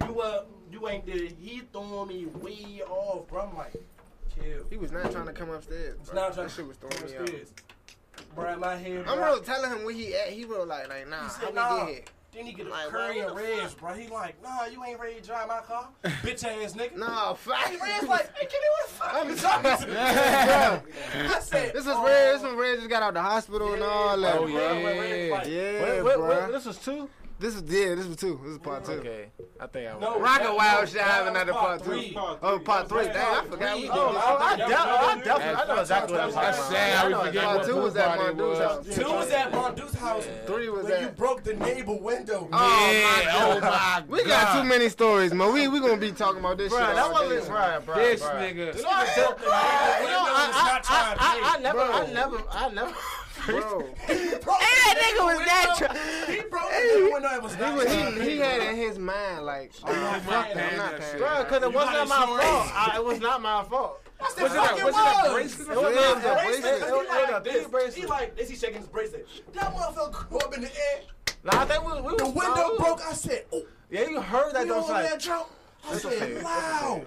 [SPEAKER 3] You uh, you ain't did. He throwing me way off, bro. I'm like, chill.
[SPEAKER 4] He was not trying to come upstairs.
[SPEAKER 3] It's
[SPEAKER 4] bro.
[SPEAKER 3] not trying
[SPEAKER 4] that shit was
[SPEAKER 3] to
[SPEAKER 4] throwing me out.
[SPEAKER 3] Bro, my head.
[SPEAKER 4] I'm
[SPEAKER 3] bro.
[SPEAKER 4] real telling him where he at. He real like, like, nah,
[SPEAKER 3] He
[SPEAKER 4] how
[SPEAKER 3] said,
[SPEAKER 4] we
[SPEAKER 3] nah.
[SPEAKER 4] get
[SPEAKER 3] Then he get a
[SPEAKER 21] Like,
[SPEAKER 3] curry
[SPEAKER 21] what
[SPEAKER 3] and
[SPEAKER 21] the
[SPEAKER 3] ribs, bro. He like, nah, you ain't ready to drive my car, bitch ass nigga.
[SPEAKER 21] Nah, fuck.
[SPEAKER 3] He Red's like, hey, kid, what the fuck? I'm talking to I said,
[SPEAKER 4] This is
[SPEAKER 3] oh.
[SPEAKER 4] Red. This is Red just got out the hospital and all that.
[SPEAKER 3] Oh, yeah.
[SPEAKER 4] Yeah,
[SPEAKER 2] Wait, wait,
[SPEAKER 4] bruh.
[SPEAKER 2] wait, this was two.
[SPEAKER 4] This is yeah. This was two. This is part two.
[SPEAKER 2] Okay, I think I.
[SPEAKER 3] No,
[SPEAKER 4] Rock a
[SPEAKER 3] that-
[SPEAKER 4] wild
[SPEAKER 3] no,
[SPEAKER 4] shit
[SPEAKER 3] that
[SPEAKER 4] having
[SPEAKER 3] was
[SPEAKER 4] another part
[SPEAKER 3] three.
[SPEAKER 4] two. Oh, part three.
[SPEAKER 3] That
[SPEAKER 4] Damn, I
[SPEAKER 3] was
[SPEAKER 4] forgot.
[SPEAKER 3] three.
[SPEAKER 4] We
[SPEAKER 3] That was
[SPEAKER 4] did this.
[SPEAKER 2] Oh, I,
[SPEAKER 3] Yeah,
[SPEAKER 2] doubt- I
[SPEAKER 3] yeah,
[SPEAKER 2] definitely. I know exactly what I'm
[SPEAKER 1] I
[SPEAKER 2] talking about.
[SPEAKER 1] said I
[SPEAKER 2] I
[SPEAKER 1] was
[SPEAKER 2] know
[SPEAKER 1] forgetting
[SPEAKER 4] Part
[SPEAKER 1] what
[SPEAKER 4] two was at
[SPEAKER 1] part it
[SPEAKER 4] Mondu's house.
[SPEAKER 1] was.
[SPEAKER 3] Two was at Mondu's house.
[SPEAKER 4] Three was
[SPEAKER 3] when you
[SPEAKER 4] at.
[SPEAKER 3] broke the neighbor window.
[SPEAKER 1] Yeah, oh my
[SPEAKER 4] We got
[SPEAKER 1] God.
[SPEAKER 4] too many stories, man. We we gonna be talking about this Oh, shit.
[SPEAKER 2] Bruh, that
[SPEAKER 4] all day.
[SPEAKER 2] wasn't bruh, bruh.
[SPEAKER 1] This
[SPEAKER 2] bruh.
[SPEAKER 1] nigga.
[SPEAKER 3] You know, I, not trying to pay.
[SPEAKER 2] I, I never, I never, I never.
[SPEAKER 4] Bro,
[SPEAKER 5] that nigga was that.
[SPEAKER 3] He broke the window. It was
[SPEAKER 4] he,
[SPEAKER 3] not
[SPEAKER 4] was-
[SPEAKER 3] trying to
[SPEAKER 4] he, he
[SPEAKER 3] pay,
[SPEAKER 4] had
[SPEAKER 3] bro.
[SPEAKER 4] in his mind like,
[SPEAKER 1] Oh, my
[SPEAKER 3] paying,
[SPEAKER 1] paying
[SPEAKER 4] I'm not
[SPEAKER 1] that
[SPEAKER 4] paying.
[SPEAKER 1] shit.
[SPEAKER 2] Bruh, cause it wasn't my
[SPEAKER 3] got
[SPEAKER 2] fault.
[SPEAKER 3] insurance.
[SPEAKER 2] I, it was not my fault.
[SPEAKER 3] Yes, it
[SPEAKER 2] Was it a-
[SPEAKER 3] fucking
[SPEAKER 2] was it a
[SPEAKER 3] was.
[SPEAKER 2] bracelet?
[SPEAKER 3] It
[SPEAKER 2] It was
[SPEAKER 3] was
[SPEAKER 2] a bracelet.
[SPEAKER 3] He
[SPEAKER 2] It was- it was a
[SPEAKER 3] like
[SPEAKER 2] big
[SPEAKER 3] this. He
[SPEAKER 2] bracelet.
[SPEAKER 3] like this. He shaking his bracelet. That motherfucker grew up in the air.
[SPEAKER 2] Nah, I think we, we
[SPEAKER 3] The
[SPEAKER 2] was-
[SPEAKER 3] window
[SPEAKER 2] nah, we was-
[SPEAKER 3] broke. I said, "Oh,
[SPEAKER 2] Yeah, you heard that
[SPEAKER 3] you
[SPEAKER 2] though.
[SPEAKER 3] on
[SPEAKER 2] Like,
[SPEAKER 3] that jump?" I
[SPEAKER 2] okay.
[SPEAKER 3] said,
[SPEAKER 2] That's
[SPEAKER 3] "Loud."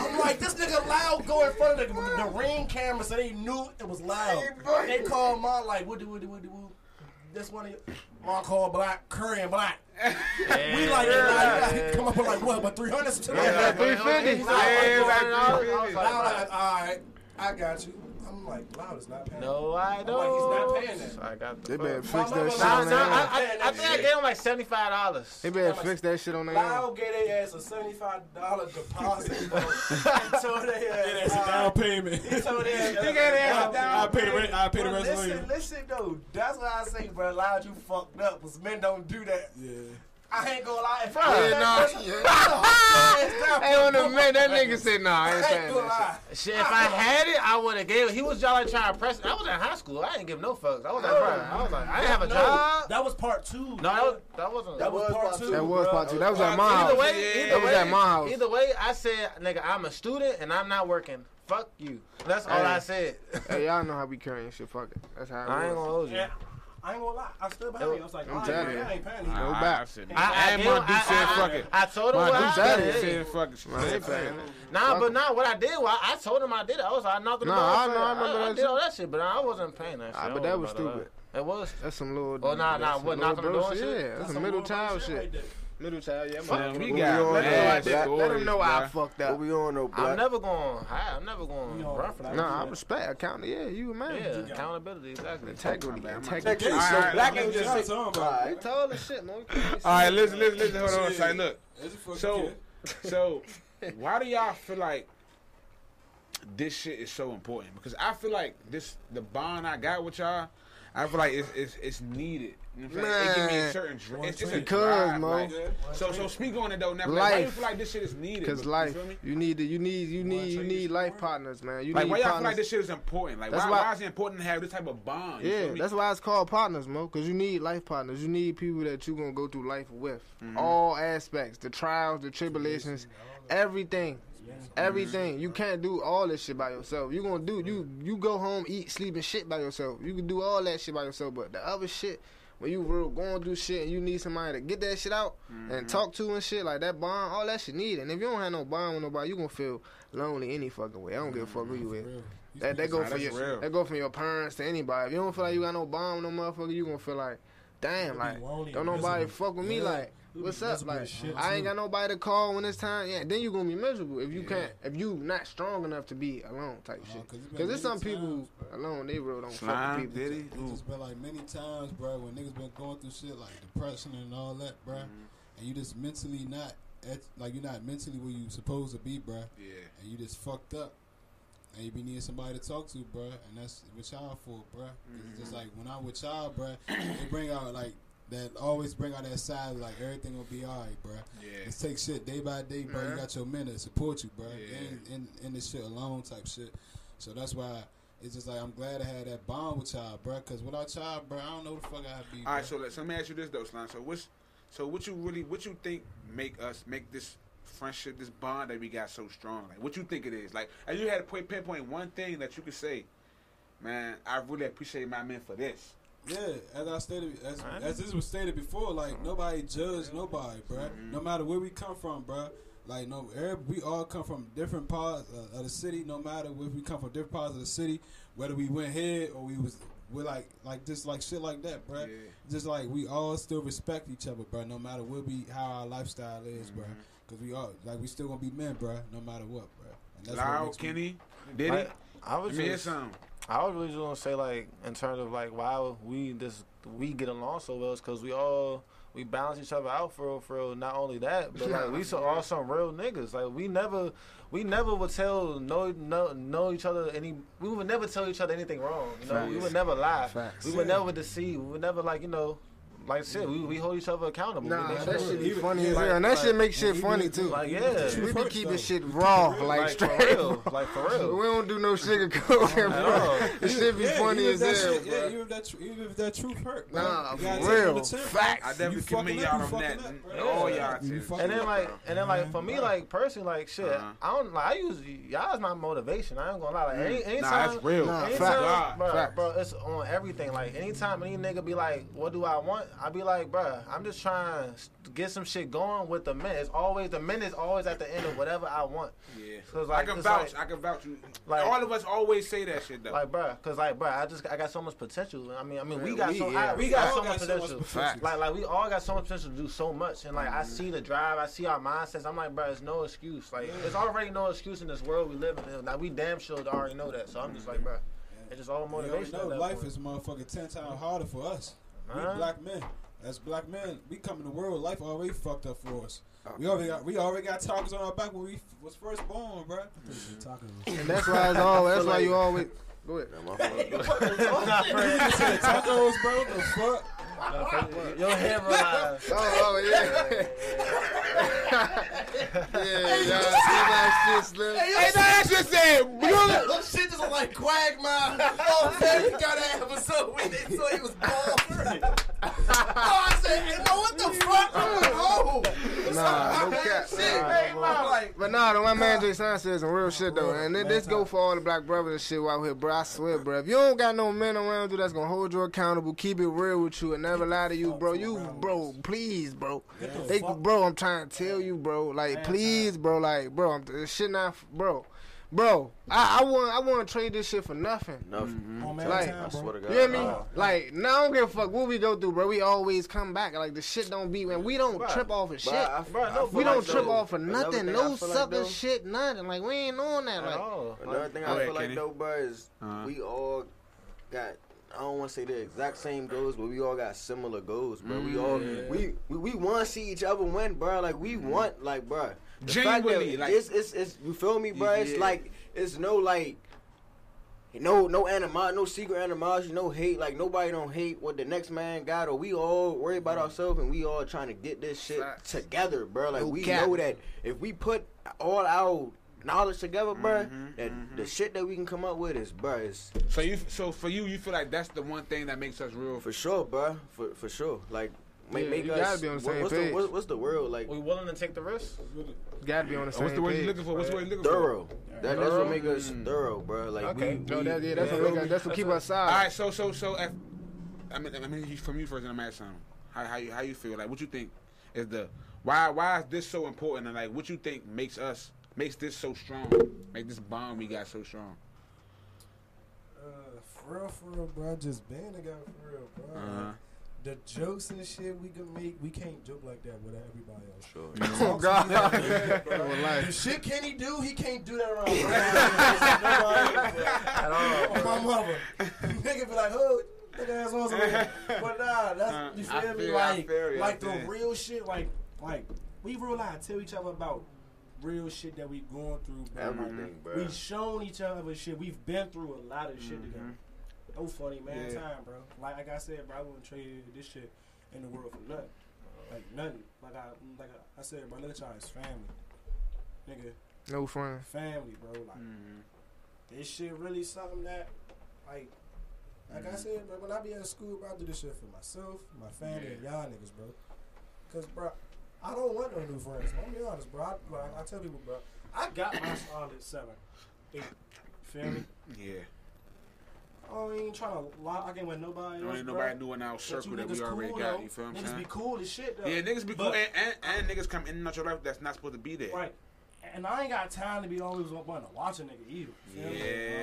[SPEAKER 3] I'm like, this nigga loud go in front of the, the ring camera, so they knew it was loud. They called mom like, "What do what do what do?" what do?" That's one of your mom called black, curry and black. we like, nah, you gotta come up with like what, but 300 something like that.
[SPEAKER 4] that 350.
[SPEAKER 1] Yeah, back to the
[SPEAKER 2] I was
[SPEAKER 1] business.
[SPEAKER 2] like,
[SPEAKER 3] Loud, like, all right, I got you. I'm like, loud is not paying.
[SPEAKER 2] No, I
[SPEAKER 3] I'm like, he's not
[SPEAKER 2] don't.
[SPEAKER 3] paying that.
[SPEAKER 2] I got
[SPEAKER 4] They
[SPEAKER 2] the.
[SPEAKER 4] better
[SPEAKER 2] fuck.
[SPEAKER 4] fix
[SPEAKER 3] My mama
[SPEAKER 4] that shit
[SPEAKER 2] Nah,
[SPEAKER 4] on
[SPEAKER 2] nah,
[SPEAKER 4] their
[SPEAKER 2] I,
[SPEAKER 4] own.
[SPEAKER 2] I, I think I gave him like seventy five dollars.
[SPEAKER 4] They better fix that shit on their own.
[SPEAKER 3] Lyle gave their ass a seventy-five dollar deposit. bro. He told their ass,
[SPEAKER 8] That's a
[SPEAKER 3] uh,
[SPEAKER 8] down payment.
[SPEAKER 3] he told their ass,
[SPEAKER 1] ass a down
[SPEAKER 8] I pay the rent. I pay the
[SPEAKER 3] Bro,
[SPEAKER 8] rest of
[SPEAKER 3] listen,
[SPEAKER 8] it.
[SPEAKER 3] listen though. That's what I say, bro. Loud, you fucked up. Cause men don't do that.
[SPEAKER 8] Yeah.
[SPEAKER 3] I ain't gonna lie. If
[SPEAKER 4] Yeah,
[SPEAKER 3] I was
[SPEAKER 4] nah.
[SPEAKER 3] that person, I'd hold your ass down.
[SPEAKER 4] Hey, on the man, that nigga said, nah, I ain't
[SPEAKER 3] I ain't
[SPEAKER 4] saying
[SPEAKER 3] gonna
[SPEAKER 4] that
[SPEAKER 3] lie.
[SPEAKER 2] Shit, if I had it, I would have gave it. He was y'all like trying to press. I was in high school. I didn't give no fucks. I was like, bro, I was like, I didn't have a
[SPEAKER 3] No,
[SPEAKER 4] Ah.
[SPEAKER 2] job.
[SPEAKER 3] that was part two.
[SPEAKER 2] No, that, was, that wasn't.
[SPEAKER 3] that was part two.
[SPEAKER 4] shit. That was
[SPEAKER 3] bro.
[SPEAKER 4] part two. That was at my
[SPEAKER 2] Either
[SPEAKER 4] house.
[SPEAKER 2] way,
[SPEAKER 1] Yeah.
[SPEAKER 2] either
[SPEAKER 4] It was
[SPEAKER 2] way,
[SPEAKER 4] at my house.
[SPEAKER 2] Either way, I said, nigga, I'm a student and I'm not working. Fuck you. That's all
[SPEAKER 4] Hey.
[SPEAKER 2] I said.
[SPEAKER 4] Hey, y'all know how we carrying shit. Fuck it. That's how
[SPEAKER 2] I
[SPEAKER 4] I
[SPEAKER 2] ain't
[SPEAKER 4] was.
[SPEAKER 2] gonna hold you.
[SPEAKER 3] Yeah, I ain't gonna lie. I stood behind you. I was like,
[SPEAKER 4] I'm
[SPEAKER 3] "Alright,
[SPEAKER 4] telling
[SPEAKER 3] bro,
[SPEAKER 4] you.
[SPEAKER 3] I ain't paying
[SPEAKER 1] Nah,
[SPEAKER 4] Go
[SPEAKER 1] I
[SPEAKER 4] back.
[SPEAKER 1] said-
[SPEAKER 2] I, I,
[SPEAKER 1] And
[SPEAKER 2] gave-
[SPEAKER 1] Mondu
[SPEAKER 2] I,
[SPEAKER 1] said,
[SPEAKER 2] I-
[SPEAKER 1] fuck it.
[SPEAKER 2] I told him what
[SPEAKER 1] Mondu
[SPEAKER 2] I
[SPEAKER 4] said
[SPEAKER 2] did.
[SPEAKER 1] said, fuck it. She
[SPEAKER 4] They
[SPEAKER 1] said,
[SPEAKER 4] paying it.
[SPEAKER 2] Nah, but nah, what I did, well, I told him I did it. I was, I knocked on the
[SPEAKER 4] Nah,
[SPEAKER 2] door.
[SPEAKER 4] I know, I remember
[SPEAKER 2] I,
[SPEAKER 4] that
[SPEAKER 2] did all that shit, but I wasn't paying that shit.
[SPEAKER 4] Ah,
[SPEAKER 2] I
[SPEAKER 4] but
[SPEAKER 2] don't
[SPEAKER 4] that was
[SPEAKER 2] remember
[SPEAKER 4] stupid.
[SPEAKER 2] that. It was.
[SPEAKER 4] That's some little.
[SPEAKER 2] Oh, nah, nah,
[SPEAKER 4] that's some
[SPEAKER 2] what,
[SPEAKER 4] little
[SPEAKER 2] knock on the
[SPEAKER 4] bro
[SPEAKER 2] door and shit?
[SPEAKER 4] Yeah, that's,
[SPEAKER 3] That's
[SPEAKER 4] some
[SPEAKER 3] some
[SPEAKER 4] middle
[SPEAKER 3] bullshit
[SPEAKER 4] child
[SPEAKER 3] right
[SPEAKER 4] shit.
[SPEAKER 3] there.
[SPEAKER 4] Middle child, yeah.
[SPEAKER 1] Man, we
[SPEAKER 4] What
[SPEAKER 1] got
[SPEAKER 4] on?
[SPEAKER 1] mad
[SPEAKER 4] Let them know- let them
[SPEAKER 1] stories,
[SPEAKER 4] know I
[SPEAKER 1] bruh.
[SPEAKER 4] fucked
[SPEAKER 5] What
[SPEAKER 4] up.
[SPEAKER 5] we on though,
[SPEAKER 2] I'm
[SPEAKER 5] black?
[SPEAKER 2] never going high. I'm never going
[SPEAKER 3] You know,
[SPEAKER 2] rough.
[SPEAKER 3] like-
[SPEAKER 4] Nah, I respect accountability. Yeah, you a man.
[SPEAKER 2] Yeah, accountability, exactly.
[SPEAKER 4] Integrity,
[SPEAKER 1] My bad, my
[SPEAKER 4] integrity.
[SPEAKER 1] All right, all right.
[SPEAKER 21] black ain't just say.
[SPEAKER 8] All
[SPEAKER 4] They told us shit, man.
[SPEAKER 1] All right, listen, listen, listen. Hold on a second. Look,
[SPEAKER 8] That's a fucking
[SPEAKER 1] so,
[SPEAKER 8] kid.
[SPEAKER 1] so, why do y'all feel like this shit is so important? Because I feel like this, the bond I got with y'all, I feel like it's it's, it's needed. You know what I'm saying? It give me a
[SPEAKER 4] Man.
[SPEAKER 1] certain dr- it's, it's a
[SPEAKER 4] Because,
[SPEAKER 1] drive,
[SPEAKER 4] Mo.
[SPEAKER 1] like-
[SPEAKER 8] Yeah.
[SPEAKER 1] so, so speak on it though. Now, like, why do you
[SPEAKER 4] Life.
[SPEAKER 1] feel like this shit is needed?
[SPEAKER 4] Cause
[SPEAKER 1] You
[SPEAKER 4] life,
[SPEAKER 1] feel me?
[SPEAKER 4] you need to, you need, you need, you
[SPEAKER 3] change
[SPEAKER 4] need
[SPEAKER 3] the
[SPEAKER 4] life
[SPEAKER 3] word?
[SPEAKER 4] partners, man. You
[SPEAKER 1] Like,
[SPEAKER 4] need
[SPEAKER 1] why y'all feel like
[SPEAKER 4] partners.
[SPEAKER 1] this shit is important? Like,
[SPEAKER 4] That's
[SPEAKER 1] why,
[SPEAKER 4] why-
[SPEAKER 1] why is it important to have this type of bond? You feel
[SPEAKER 4] Yeah,
[SPEAKER 1] me?
[SPEAKER 4] that's why it's called partners, Mo. Because you need life partners. You need people that you gonna go through life with,
[SPEAKER 1] Mm-hmm.
[SPEAKER 4] all aspects, the trials, the tribulations, everything, everything.
[SPEAKER 1] Mm-hmm.
[SPEAKER 4] You can't do all this shit by yourself. You gonna do you you go home, eat, sleep, and shit by yourself. You can do all that shit by yourself, but the other shit. When you real going through shit and you need somebody to get that shit out
[SPEAKER 1] Mm-hmm.
[SPEAKER 4] and talk to and shit like that bond, all that shit need. And if you don't have no bond with nobody, you gonna feel lonely any fucking way. I don't give a fuck who you with.
[SPEAKER 8] Real. You
[SPEAKER 4] That, that
[SPEAKER 8] speak
[SPEAKER 4] go
[SPEAKER 1] Nah,
[SPEAKER 4] from
[SPEAKER 1] that's
[SPEAKER 4] your
[SPEAKER 1] real.
[SPEAKER 4] that go from your parents to anybody. If you don't feel like you got no bomb, no motherfucker, you gonna feel like, damn, like
[SPEAKER 3] lonely
[SPEAKER 4] don't
[SPEAKER 3] and
[SPEAKER 4] nobody
[SPEAKER 3] miserable.
[SPEAKER 4] fuck with me.
[SPEAKER 8] Yeah.
[SPEAKER 4] Like
[SPEAKER 8] You'll
[SPEAKER 4] what's
[SPEAKER 8] be
[SPEAKER 4] up?
[SPEAKER 8] miserable
[SPEAKER 4] Like
[SPEAKER 8] as shit,
[SPEAKER 4] I ain't
[SPEAKER 8] too.
[SPEAKER 4] got nobody to call when it's time. Yeah, then you gonna be miserable if you can't if you not strong enough to be alone type
[SPEAKER 8] Uh-huh,
[SPEAKER 4] shit.
[SPEAKER 8] 'cause it's been
[SPEAKER 4] Cause there's some
[SPEAKER 8] many
[SPEAKER 4] people
[SPEAKER 8] times,
[SPEAKER 4] alone they real don't fuck
[SPEAKER 1] Slime,
[SPEAKER 4] with people.
[SPEAKER 1] did he?
[SPEAKER 8] It's just been like many times, bro, when niggas been going through shit like depression and all that, bro,
[SPEAKER 2] Mm-hmm.
[SPEAKER 8] and you just mentally not at like you're not mentally where you supposed to be, bro,
[SPEAKER 1] Yeah.
[SPEAKER 8] and you just fucked up, and you be needing somebody to talk to, bro, and that's what y'all for, bro. It's
[SPEAKER 2] Mm-hmm.
[SPEAKER 8] just like when I'm with y'all, bro, they bring out like that always bring out that side like everything will be alright, bro.
[SPEAKER 1] Yeah. Uh-huh.
[SPEAKER 8] It's take shit day by day, bro. You got your men that support you, bro.
[SPEAKER 1] Yeah.
[SPEAKER 8] They ain't in, in this shit alone type shit. So that's why it's just like I'm glad I had that bond with y'all, bro. Cause without y'all, bro, I don't know the fuck I'd be.
[SPEAKER 1] All right,
[SPEAKER 8] bruh.
[SPEAKER 1] so let, so let me ask you this though, Slime. So what's so what you really what you think make us make this friendship, this bond that we got so strong? Like what you think it is? Like if you had to point pinpoint one thing that you could say, man, I really appreciate my men for this.
[SPEAKER 8] Yeah, as I stated, as,
[SPEAKER 1] Mm-hmm.
[SPEAKER 8] as this was stated before, like nobody judge nobody, bruh. No matter where we come from, bruh. Like no, every, we all come from different parts of, of the city. No matter if we come from different parts of the city, whether we went here or we was we're like like just like shit like that, bruh. Just like we all still respect each other, bruh. No matter what we how our lifestyle is, bruh.
[SPEAKER 1] Mm-hmm.
[SPEAKER 8] 'Cause we all like we still gonna be men, bruh. No matter what, bruh. And what
[SPEAKER 1] Loud,
[SPEAKER 8] makes me-
[SPEAKER 1] Kenny, Diddy.
[SPEAKER 2] Like, I
[SPEAKER 1] Let
[SPEAKER 2] was
[SPEAKER 1] me hear
[SPEAKER 2] just,
[SPEAKER 1] something.
[SPEAKER 2] I was really just gonna say like in terms of like why we this we get along so well is because we all we balance each other out for real, for real. Not only that, but like we so all some real niggas. Like we never we never would tell no no know each other any. We would never tell each other anything wrong. You know, we would never lie.
[SPEAKER 4] Facts.
[SPEAKER 2] We would never deceive. We would never like you know. Like shit, we, we hold each other accountable.
[SPEAKER 4] Nah,
[SPEAKER 2] We make
[SPEAKER 4] that
[SPEAKER 2] sure-
[SPEAKER 4] shit be
[SPEAKER 8] Even-
[SPEAKER 4] funny as
[SPEAKER 2] like-
[SPEAKER 4] hell. And that
[SPEAKER 2] like-
[SPEAKER 4] shit make shit
[SPEAKER 8] even
[SPEAKER 4] funny
[SPEAKER 8] if-
[SPEAKER 4] too.
[SPEAKER 2] Like yeah,
[SPEAKER 4] we be
[SPEAKER 8] first,
[SPEAKER 4] keeping
[SPEAKER 8] though.
[SPEAKER 4] shit raw, like,
[SPEAKER 2] like for
[SPEAKER 4] straight.
[SPEAKER 2] real, like for real.
[SPEAKER 4] We don't do no sugarcoat, bro.
[SPEAKER 2] all.
[SPEAKER 4] It should be
[SPEAKER 8] Yeah,
[SPEAKER 4] funny
[SPEAKER 8] even
[SPEAKER 4] as
[SPEAKER 8] if that
[SPEAKER 4] hell,
[SPEAKER 8] shit- Yeah,
[SPEAKER 4] bro.
[SPEAKER 8] even if that tr- even if that truth hurt, bruh.
[SPEAKER 4] Nah,
[SPEAKER 8] You gotta
[SPEAKER 4] for
[SPEAKER 8] take it
[SPEAKER 4] real.
[SPEAKER 8] with a ten, bruh.
[SPEAKER 4] Facts.
[SPEAKER 1] I definitely
[SPEAKER 8] fucking
[SPEAKER 1] commend
[SPEAKER 8] up,
[SPEAKER 1] y'all
[SPEAKER 8] you
[SPEAKER 1] on that.
[SPEAKER 8] fucking up,
[SPEAKER 1] and
[SPEAKER 8] bruh.
[SPEAKER 1] All y'all
[SPEAKER 8] You
[SPEAKER 1] too.
[SPEAKER 8] fucking
[SPEAKER 2] And then
[SPEAKER 8] up.
[SPEAKER 2] like, and then like for me, like personally, like shit,
[SPEAKER 1] Uh-huh.
[SPEAKER 2] I don't like. I use y'all is my motivation. I ain't gonna lie. Like any, anytime,
[SPEAKER 1] Mm. Nah, that's real.
[SPEAKER 4] Nah,
[SPEAKER 2] anytime,
[SPEAKER 4] facts.
[SPEAKER 2] bro,
[SPEAKER 4] Facts.
[SPEAKER 2] bro, it's on everything. Like anytime any nigga be like, "What do I want?" I be like, bro, I'm just trying to get some shit going with the men. It's always the men is always at the end of whatever I want.
[SPEAKER 1] Yeah.
[SPEAKER 2] 'Cause, like,
[SPEAKER 1] I can
[SPEAKER 2] it's
[SPEAKER 1] vouch.
[SPEAKER 2] like-
[SPEAKER 1] I can vouch you.
[SPEAKER 2] like-
[SPEAKER 1] all of us always say that shit though.
[SPEAKER 2] Like, bro, cause like, bro, I just I got so much potential. I mean, I mean, we
[SPEAKER 4] Yeah,
[SPEAKER 2] got
[SPEAKER 4] we-
[SPEAKER 2] so
[SPEAKER 4] yeah.
[SPEAKER 2] I, we
[SPEAKER 8] We
[SPEAKER 2] got
[SPEAKER 8] all
[SPEAKER 2] so
[SPEAKER 8] got
[SPEAKER 2] much
[SPEAKER 8] so much
[SPEAKER 2] potential.
[SPEAKER 8] potential.
[SPEAKER 2] Like, like we all got so much potential to do so much, and like I see the drive, I see our mindset. I'm like, bro, it's no excuse. Like, it's already no excuse in this world we live in. Like, we damn sure already know that. So I'm just like, bro, it's just all
[SPEAKER 8] You already
[SPEAKER 2] motivation.
[SPEAKER 8] know
[SPEAKER 2] at that
[SPEAKER 8] life
[SPEAKER 2] point.
[SPEAKER 8] is motherfucking ten times harder for us.
[SPEAKER 2] Huh?
[SPEAKER 8] We black men. As black men, we come in the world. Life already fucked up for us.
[SPEAKER 2] Oh.
[SPEAKER 8] We already got we already got targets on our back when we f- was first born, bruh.
[SPEAKER 4] And that's why it's all. That's why
[SPEAKER 2] like-
[SPEAKER 4] you always. Go ahead.
[SPEAKER 8] Said tacos, bro. The fuck.
[SPEAKER 2] Your head realized.
[SPEAKER 4] Oh, oh yeah. yeah, yeah. See that shit, Slim?
[SPEAKER 1] Hey, no, that shit said. Bueller.
[SPEAKER 22] Those shit just like Quagmire. Oh, man, we got that episode when they saw he was bald. oh, I said, hey, bro, what the fuck?
[SPEAKER 3] Uh,
[SPEAKER 22] Oh,
[SPEAKER 4] Nah, no cap.
[SPEAKER 22] shit. Hey, bro, like,
[SPEAKER 4] But nah, the one man Jay Son says some real shit though, and then this go for all the black brothers and shit out here, bro. I swear, bro, if you don't got no men around you that's gonna hold you accountable, keep it real with you, and never lie to you, bro. You, bro, please, bro. They, bro, I'm trying to tell you, bro. Like, please, bro. Like, bro, I'm this shit not, bro. Bro, I, I want I want to trade this shit for nothing.
[SPEAKER 5] Nothing.
[SPEAKER 1] Oh,
[SPEAKER 3] On man
[SPEAKER 4] Like,
[SPEAKER 3] time,
[SPEAKER 5] I
[SPEAKER 3] bro.
[SPEAKER 5] swear to God.
[SPEAKER 4] Mm-hmm. You hear me?
[SPEAKER 5] Nah.
[SPEAKER 4] Like, now I don't give a fuck what we go through, bro. We always come back. Like, the shit don't be when we don't trip off of shit.
[SPEAKER 5] But I-
[SPEAKER 2] Bro, no,
[SPEAKER 5] I feel
[SPEAKER 4] We
[SPEAKER 5] like
[SPEAKER 4] don't trip
[SPEAKER 5] though-
[SPEAKER 4] off of
[SPEAKER 5] another
[SPEAKER 4] nothing,
[SPEAKER 5] thing I
[SPEAKER 4] no
[SPEAKER 5] feel like
[SPEAKER 4] sucker
[SPEAKER 5] though-
[SPEAKER 4] shit, nothing. Like we ain't on that.
[SPEAKER 2] At
[SPEAKER 4] Like
[SPEAKER 2] all.
[SPEAKER 5] Another thing
[SPEAKER 1] Go
[SPEAKER 5] I feel
[SPEAKER 1] ahead,
[SPEAKER 5] like
[SPEAKER 1] Kenny.
[SPEAKER 5] though, bro, is
[SPEAKER 1] Uh-huh.
[SPEAKER 5] we all got. I don't want to say the exact same goals, but we all got similar goals, bro. We all
[SPEAKER 1] Mm.
[SPEAKER 5] we we, we want to see each other win, bro. Like we want, like, bro. The fact that
[SPEAKER 1] Mm-hmm. Genuinely, like-
[SPEAKER 5] it's, it's it's you feel me, bro. It's
[SPEAKER 1] Yeah.
[SPEAKER 5] like it's no like. No, no animosity, no secret animosity, no hate. Like nobody don't hate what the next man got, or we all worry about ourselves and we all trying to get this shit
[SPEAKER 1] Mm-hmm. Facts.
[SPEAKER 5] together, bro. Like
[SPEAKER 4] No
[SPEAKER 5] we
[SPEAKER 4] cap.
[SPEAKER 5] know that if we put all our knowledge together, bro,
[SPEAKER 1] Mm-hmm,
[SPEAKER 5] that the shit that we can come up with is, bro, is
[SPEAKER 1] So you, so for you, you feel like that's the one thing that makes us real.
[SPEAKER 5] for sure, bro, for for sure. Like, make,
[SPEAKER 4] Yeah,
[SPEAKER 5] make
[SPEAKER 4] you
[SPEAKER 5] us.
[SPEAKER 4] gotta be on the
[SPEAKER 5] what-
[SPEAKER 4] same
[SPEAKER 5] what's,
[SPEAKER 4] page.
[SPEAKER 5] The, what- what's the world like?
[SPEAKER 2] We willing to take the risk?
[SPEAKER 4] gotta be on the same
[SPEAKER 1] Oh, What's the word you
[SPEAKER 4] page.
[SPEAKER 1] looking for? What's the word you looking for?
[SPEAKER 5] Thorough. That, that's what make us
[SPEAKER 4] Mm.
[SPEAKER 5] thorough, bro. Like
[SPEAKER 2] Okay.
[SPEAKER 5] we,
[SPEAKER 4] No,
[SPEAKER 5] we-
[SPEAKER 4] that, yeah, that's what make us, that's what keep us
[SPEAKER 1] All
[SPEAKER 4] solid.
[SPEAKER 1] right, so so so if I mean, I mean you- from you first, and I'm asking something. How how you how you feel? Like what you think is the why why is this so important? And like what you think makes us makes this so strong? Make this bond we got so strong.
[SPEAKER 3] Uh, for real, for real, bro. Just being together, for real, bro.
[SPEAKER 1] Uh-huh.
[SPEAKER 3] The jokes and shit we can make, we can't joke like that with everybody else.
[SPEAKER 5] Sure.
[SPEAKER 4] Oh God.
[SPEAKER 3] The shit can he do? He can't do that around nobody else,
[SPEAKER 2] At all.
[SPEAKER 3] bro. my mother. Nigga be like, oh, nigga ass on some nigga." But nah, that's you
[SPEAKER 1] Uh, I
[SPEAKER 3] feel me?
[SPEAKER 1] feel- I
[SPEAKER 3] like,
[SPEAKER 1] feel you, I
[SPEAKER 3] like the
[SPEAKER 1] feel you.
[SPEAKER 3] real shit. Like, like we real life tell each other about real shit that we going through. Bro.
[SPEAKER 5] Everything,
[SPEAKER 3] Like,
[SPEAKER 5] bro.
[SPEAKER 3] We shown each other shit. We've been through a lot of shit together. No funny man
[SPEAKER 1] Yeah.
[SPEAKER 3] time, bro. Like, like I said, bro, I wouldn't trade this shit in the world for nothing. Like nothing. Like I, like I, I said, bro, look at y'all as family, nigga
[SPEAKER 4] No friend.
[SPEAKER 3] family, bro. Like Mm-hmm. this shit really something that, like, like
[SPEAKER 1] Mm-hmm.
[SPEAKER 3] I said, bro. When I be at school, bro, I do this shit for myself, my family, and y'all niggas, bro. Cause, bro, I don't want no new friends. I'm be honest, bro. I, like, I tell people, bro, I got my solid seven, eight. Feel me?
[SPEAKER 1] Yeah.
[SPEAKER 3] I ain't trying to lie. I can't with nobody.
[SPEAKER 1] Don't
[SPEAKER 3] else,
[SPEAKER 1] ain't
[SPEAKER 3] bruh.
[SPEAKER 1] nobody knew in our
[SPEAKER 3] But
[SPEAKER 1] circle that
[SPEAKER 3] niggas
[SPEAKER 1] we already
[SPEAKER 3] cool,
[SPEAKER 1] got.
[SPEAKER 3] though.
[SPEAKER 1] You feel what I'm
[SPEAKER 3] niggas
[SPEAKER 1] saying?
[SPEAKER 3] be cool as shit though.
[SPEAKER 1] Yeah, niggas be cool, eh,
[SPEAKER 3] But-
[SPEAKER 1] and, and, and niggas come in and out your life that's not supposed to be there.
[SPEAKER 3] right. And I ain't got time to be always wanting to watch a nigga either.
[SPEAKER 1] Yeah.
[SPEAKER 8] Yeah,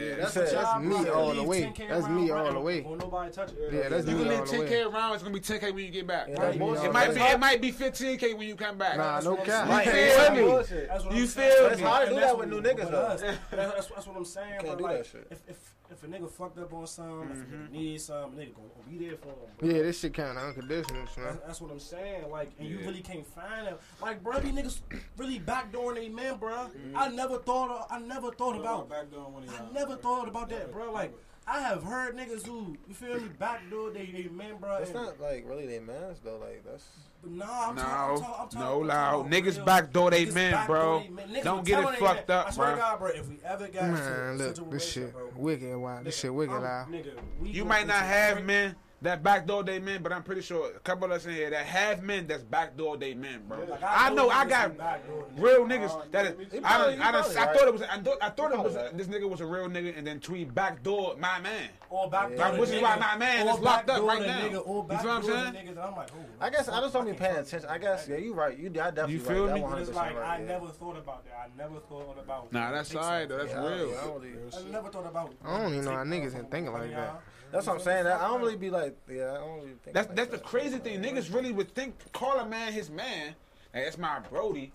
[SPEAKER 1] yeah
[SPEAKER 8] that's,
[SPEAKER 23] said-
[SPEAKER 8] that's,
[SPEAKER 23] that's
[SPEAKER 8] me all the way. That's me all the way.
[SPEAKER 3] Won't nobody touch it.
[SPEAKER 8] Yeah, that's
[SPEAKER 1] you
[SPEAKER 8] me
[SPEAKER 1] can
[SPEAKER 8] all
[SPEAKER 1] live
[SPEAKER 8] the
[SPEAKER 1] 10k
[SPEAKER 8] way.
[SPEAKER 1] around. It's gonna be 10k when you get back.
[SPEAKER 23] That's
[SPEAKER 3] Right.
[SPEAKER 23] bullshit.
[SPEAKER 1] It might be it might be 15k when you come back.
[SPEAKER 8] Nah, no cap.
[SPEAKER 23] Right.
[SPEAKER 1] You
[SPEAKER 23] That's
[SPEAKER 1] feel me?
[SPEAKER 23] bullshit.
[SPEAKER 3] That's what
[SPEAKER 1] You
[SPEAKER 3] I'm
[SPEAKER 1] feel
[SPEAKER 3] saying.
[SPEAKER 1] me? It's
[SPEAKER 23] hard to
[SPEAKER 3] And
[SPEAKER 23] do
[SPEAKER 3] that's
[SPEAKER 23] that with
[SPEAKER 3] what-
[SPEAKER 23] new niggas,
[SPEAKER 3] with
[SPEAKER 23] though.
[SPEAKER 3] us. That's, that's, that's what I'm saying.
[SPEAKER 23] Can't
[SPEAKER 3] but
[SPEAKER 23] do
[SPEAKER 3] like,
[SPEAKER 23] that shit.
[SPEAKER 3] If, if if a nigga fucked up on something, if a nigga needs something, nigga gonna be there for him. bro.
[SPEAKER 8] Mm-hmm. Yeah, this shit kind of unconditional, man.
[SPEAKER 3] That's, that's what I'm saying. Like, and
[SPEAKER 1] Yeah.
[SPEAKER 3] you really can't find them. Like, bro, these niggas really backdooring they men, bro. I
[SPEAKER 8] Mm-hmm.
[SPEAKER 3] never thought. Of, I never thought about.
[SPEAKER 9] back door when he
[SPEAKER 3] I never thought about that, bro. Like, I have heard niggas who you feel me backdoor they, they men, bro.
[SPEAKER 23] That's
[SPEAKER 3] and-
[SPEAKER 23] not like really they man's though. Like that's
[SPEAKER 3] but nah, I'm talking. I'm
[SPEAKER 1] No,
[SPEAKER 3] talking, I'm talking
[SPEAKER 1] no,
[SPEAKER 3] I'm
[SPEAKER 1] loud.
[SPEAKER 3] talking about
[SPEAKER 1] Niggas
[SPEAKER 3] real-
[SPEAKER 1] backdoor they
[SPEAKER 3] niggas
[SPEAKER 1] men,
[SPEAKER 3] backdoor
[SPEAKER 1] bro.
[SPEAKER 3] they men. Niggas
[SPEAKER 1] Don't
[SPEAKER 3] was
[SPEAKER 1] get it
[SPEAKER 3] telling they men.
[SPEAKER 1] fucked up,
[SPEAKER 3] I swear
[SPEAKER 1] bro.
[SPEAKER 3] to God, bro. If we ever got
[SPEAKER 8] Man,
[SPEAKER 3] to a
[SPEAKER 8] look, this
[SPEAKER 3] situation,
[SPEAKER 8] shit
[SPEAKER 3] bro,
[SPEAKER 8] wicked wild. This
[SPEAKER 3] nigga,
[SPEAKER 8] shit wicked
[SPEAKER 3] I'm-
[SPEAKER 8] loud.
[SPEAKER 3] Nigga, we
[SPEAKER 1] You
[SPEAKER 3] gonna
[SPEAKER 1] might
[SPEAKER 3] get
[SPEAKER 1] not
[SPEAKER 3] to
[SPEAKER 1] have
[SPEAKER 3] break-
[SPEAKER 1] men that backdoor they men, but I'm pretty sure a couple of us in here that have men that's backdoor they men, bro.
[SPEAKER 3] Like,
[SPEAKER 1] I know I
[SPEAKER 3] niggas
[SPEAKER 1] got
[SPEAKER 3] who backdoor niggas.
[SPEAKER 1] real
[SPEAKER 3] Uh,
[SPEAKER 1] niggas that
[SPEAKER 23] He
[SPEAKER 1] I
[SPEAKER 23] probably-
[SPEAKER 1] don't,
[SPEAKER 23] he
[SPEAKER 1] I,
[SPEAKER 23] probably
[SPEAKER 1] don't, I
[SPEAKER 23] right.
[SPEAKER 1] thought it was I thought, I thought it
[SPEAKER 23] He
[SPEAKER 1] was
[SPEAKER 23] probably
[SPEAKER 1] this nigga was a real nigga and then Tweet backdoor my man.
[SPEAKER 3] Or back
[SPEAKER 1] Like, which is why my man is locked up right now.
[SPEAKER 3] Nigga, or
[SPEAKER 1] You
[SPEAKER 3] back
[SPEAKER 1] feel what I'm
[SPEAKER 3] door the
[SPEAKER 1] saying?
[SPEAKER 3] Niggas, and I'm like, oh,
[SPEAKER 23] I guess I just don't be
[SPEAKER 3] can't
[SPEAKER 23] paying
[SPEAKER 3] fuck with
[SPEAKER 23] attention.
[SPEAKER 3] you.
[SPEAKER 23] I guess yeah, you right. You I definitely
[SPEAKER 1] You feel
[SPEAKER 23] right.
[SPEAKER 1] me?
[SPEAKER 23] That 100%
[SPEAKER 3] But it's like
[SPEAKER 23] right,
[SPEAKER 3] I
[SPEAKER 23] yeah.
[SPEAKER 3] never thought about that. I never thought about.
[SPEAKER 1] Nah, that's alright though. That's
[SPEAKER 23] Yeah, I don't- e,
[SPEAKER 1] real.
[SPEAKER 23] I don't really-
[SPEAKER 3] I never thought about.
[SPEAKER 8] I don't even know how
[SPEAKER 3] taking
[SPEAKER 8] niggas
[SPEAKER 3] off
[SPEAKER 8] been
[SPEAKER 3] on
[SPEAKER 8] thinking
[SPEAKER 3] one
[SPEAKER 8] like
[SPEAKER 3] of
[SPEAKER 8] that.
[SPEAKER 3] y'all.
[SPEAKER 23] That's what I'm saying. That, I don't really be like, yeah, I don't really think.
[SPEAKER 1] That's
[SPEAKER 23] like
[SPEAKER 1] that's the
[SPEAKER 23] that.
[SPEAKER 1] crazy thing. Niggas really would think call a man his man. Like, that's my Brody,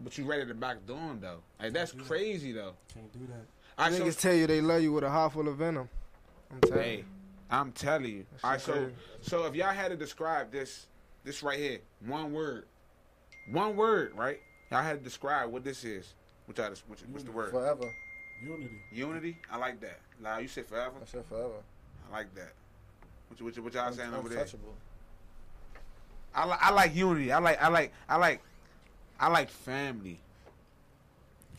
[SPEAKER 1] but you ready to backdoor him though. Like that's crazy though.
[SPEAKER 3] Can't do that.
[SPEAKER 1] I so,
[SPEAKER 8] Niggas tell you they love you with a heart full of venom. I'm telling
[SPEAKER 1] hey,
[SPEAKER 8] you.
[SPEAKER 1] I'm telling you. All right, so
[SPEAKER 8] crazy.
[SPEAKER 1] so if y'all had to describe this this right here, one word, one word, right? Y'all had to describe what this is. What y'all, what, what's the word?
[SPEAKER 23] Forever.
[SPEAKER 8] Unity.
[SPEAKER 1] Unity. I like that. Now you said forever.
[SPEAKER 23] That shit forever.
[SPEAKER 1] I like that. What, you- what, you- what y'all saying over there?
[SPEAKER 23] Untouchable.
[SPEAKER 1] I, li- I like unity. I like I like I like I like family.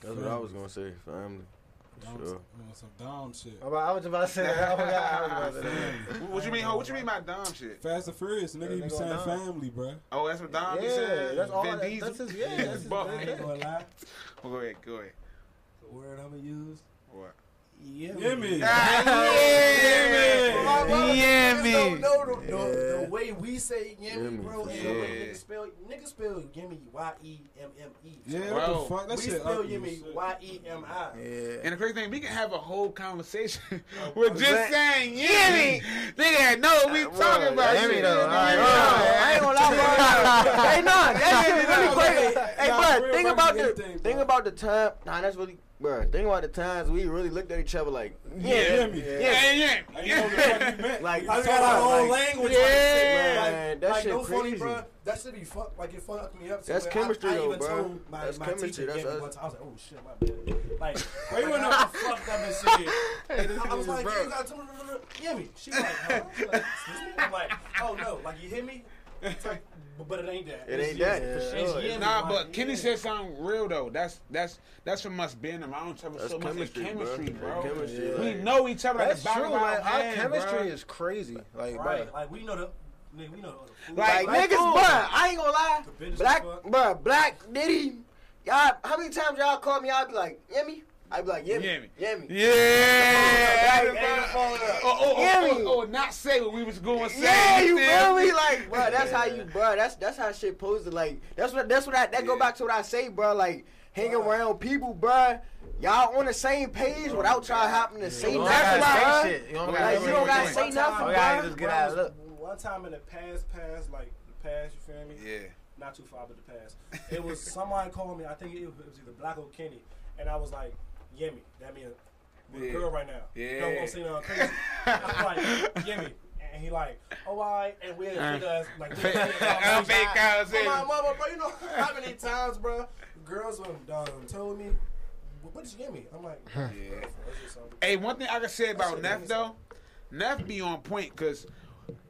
[SPEAKER 5] That's what I was gonna say, family.
[SPEAKER 8] Dom-
[SPEAKER 5] Sure.
[SPEAKER 8] on Some dumb shit.
[SPEAKER 23] I'm about- I was about to say that. I forgot. I was about to say that.
[SPEAKER 1] What, what you mean? ho? What you mean by Dom shit?
[SPEAKER 8] Fast and Furious,
[SPEAKER 23] Yeah,
[SPEAKER 8] nigga, you be
[SPEAKER 23] nigga
[SPEAKER 8] saying
[SPEAKER 23] on Dom.
[SPEAKER 8] family, bruh.
[SPEAKER 1] Oh, that's what Dom be
[SPEAKER 23] Yeah,
[SPEAKER 1] saying.
[SPEAKER 23] that's all.
[SPEAKER 1] Vin
[SPEAKER 23] That,
[SPEAKER 1] Diesel?
[SPEAKER 23] that's his. Yeah, that's his.
[SPEAKER 1] Bro,
[SPEAKER 23] that's
[SPEAKER 3] I ain't
[SPEAKER 23] it.
[SPEAKER 3] gonna lie.
[SPEAKER 1] Go ahead, go ahead.
[SPEAKER 3] The word I'ma use.
[SPEAKER 1] What?
[SPEAKER 3] Yeah.
[SPEAKER 8] Yeah, me.
[SPEAKER 23] Ah,
[SPEAKER 1] yeah,
[SPEAKER 3] man.
[SPEAKER 1] yeah,
[SPEAKER 3] Niggas don't
[SPEAKER 1] man.
[SPEAKER 3] know the, the, the way we say yummy,
[SPEAKER 5] Yummy,
[SPEAKER 3] bro. And the
[SPEAKER 5] yeah.
[SPEAKER 3] way niggas spell niggas spell yummy, y e m m e.
[SPEAKER 8] Yeah,
[SPEAKER 1] Bro,
[SPEAKER 8] what the fuck? That
[SPEAKER 3] we
[SPEAKER 8] shit
[SPEAKER 3] spell
[SPEAKER 8] ugly as
[SPEAKER 3] yummy,
[SPEAKER 8] shit.
[SPEAKER 3] y e m i.
[SPEAKER 23] Yeah.
[SPEAKER 1] And the crazy thing, we can have a whole conversation
[SPEAKER 23] Oh,
[SPEAKER 1] with just saying yummy. Nigga, know what we talking about.
[SPEAKER 23] yummy
[SPEAKER 1] shit.
[SPEAKER 23] though. All right,
[SPEAKER 1] Yeah.
[SPEAKER 23] all right.
[SPEAKER 5] I ain't gonna lie, bro. hey, nah, that shit is really crazy. Hey, bro, think about the think about the time. Nah, that's really, bro. Think about the times we really looked at each other like,
[SPEAKER 1] Yeah, yeah, yeah.
[SPEAKER 5] like,
[SPEAKER 3] I got our own
[SPEAKER 5] like,
[SPEAKER 3] language.
[SPEAKER 5] Yeah,
[SPEAKER 3] like,
[SPEAKER 5] man, that
[SPEAKER 3] like,
[SPEAKER 5] shit
[SPEAKER 3] no funny,
[SPEAKER 5] crazy.
[SPEAKER 3] bro. That should be fuck. Like it fucked me up. to
[SPEAKER 5] That's
[SPEAKER 3] where
[SPEAKER 5] chemistry,
[SPEAKER 3] I, I
[SPEAKER 5] though,
[SPEAKER 3] even
[SPEAKER 5] bro.
[SPEAKER 3] Told my,
[SPEAKER 5] That's
[SPEAKER 3] my
[SPEAKER 5] chemistry,
[SPEAKER 3] Teacher
[SPEAKER 5] that's
[SPEAKER 3] gave me
[SPEAKER 5] us.
[SPEAKER 3] one time, I was like, oh shit, my bad. Like, bro, you know I fucked up and shit. And I was like, yeah, you gotta tell me, hear me. She was like, huh? I was like, excuse me. I'm like, oh no, like you hear me? It's like, but, but it ain't that.
[SPEAKER 5] It
[SPEAKER 3] It's
[SPEAKER 5] ain't
[SPEAKER 3] you.
[SPEAKER 5] that.
[SPEAKER 3] It's
[SPEAKER 5] for
[SPEAKER 3] you.
[SPEAKER 5] sure.
[SPEAKER 3] Yeah.
[SPEAKER 1] Nah,
[SPEAKER 3] Like,
[SPEAKER 1] but Kenny
[SPEAKER 3] yeah.
[SPEAKER 1] said something real though. That's that's that's from us being around each other
[SPEAKER 5] That's
[SPEAKER 1] so much in
[SPEAKER 5] chemistry,
[SPEAKER 1] chemistry, bro.
[SPEAKER 5] bro. That's chemistry,
[SPEAKER 1] We
[SPEAKER 5] like-
[SPEAKER 1] know each other.
[SPEAKER 23] That's
[SPEAKER 1] like,
[SPEAKER 23] true. Like our chemistry is crazy. Like, bro.
[SPEAKER 3] Right, like we know the, nigga, we know the.
[SPEAKER 5] Like,
[SPEAKER 1] Like,
[SPEAKER 5] niggas,
[SPEAKER 1] cool.
[SPEAKER 5] bro, I ain't gonna lie.
[SPEAKER 3] business
[SPEAKER 5] Black,
[SPEAKER 3] fuck.
[SPEAKER 5] bro, Black Diddy, y'all. How many times y'all call me? I'll be like, Yemi. I'd be like, Yemi,
[SPEAKER 1] Yemi.
[SPEAKER 5] Yemi.
[SPEAKER 1] Yeah.
[SPEAKER 5] Like, ain't no phone up.
[SPEAKER 1] Oh, oh,
[SPEAKER 5] Yemi.
[SPEAKER 1] oh, oh, oh, not say what we was going to say.
[SPEAKER 5] Yeah, you feel
[SPEAKER 1] feel
[SPEAKER 5] me? Like, bro, that's how you, bro. That's that's how shit posted. Like, that's what that's what I that go back to what I say, bro. Like, hanging around people, bro. Y'all on the same page without y'all having to say
[SPEAKER 23] You
[SPEAKER 5] nothing,
[SPEAKER 23] don't gotta
[SPEAKER 5] bro.
[SPEAKER 23] say shit. You don't
[SPEAKER 1] Like,
[SPEAKER 23] gotta
[SPEAKER 5] Like, you don't gotta say
[SPEAKER 3] One time-
[SPEAKER 5] nothing,
[SPEAKER 23] Oh, yeah,
[SPEAKER 5] bro.
[SPEAKER 23] just get out of
[SPEAKER 3] Bro,
[SPEAKER 23] look.
[SPEAKER 3] One time in the past, past, like the past, you feel me?
[SPEAKER 1] Yeah.
[SPEAKER 3] Not too far, but the past. It was somebody called me. I think it was, it was either Black or Kenny, and I was like, "Yemi, that means with
[SPEAKER 1] Yeah.
[SPEAKER 3] a girl right now. Don't
[SPEAKER 1] Yeah.
[SPEAKER 3] want to say nothing crazy." I'm like, "Yemi," and he like, "Oh, I," and we had to us like, we had to-
[SPEAKER 1] I'll fake out.
[SPEAKER 3] Bro, my mama, bro, you know how many times, bro, girls done done told me, "What what is Yemi?" I'm like, "Bro, it's just something."
[SPEAKER 1] Hey, one thing I can say about
[SPEAKER 3] shit
[SPEAKER 1] Neff
[SPEAKER 3] nice.
[SPEAKER 1] though, Neff be on point because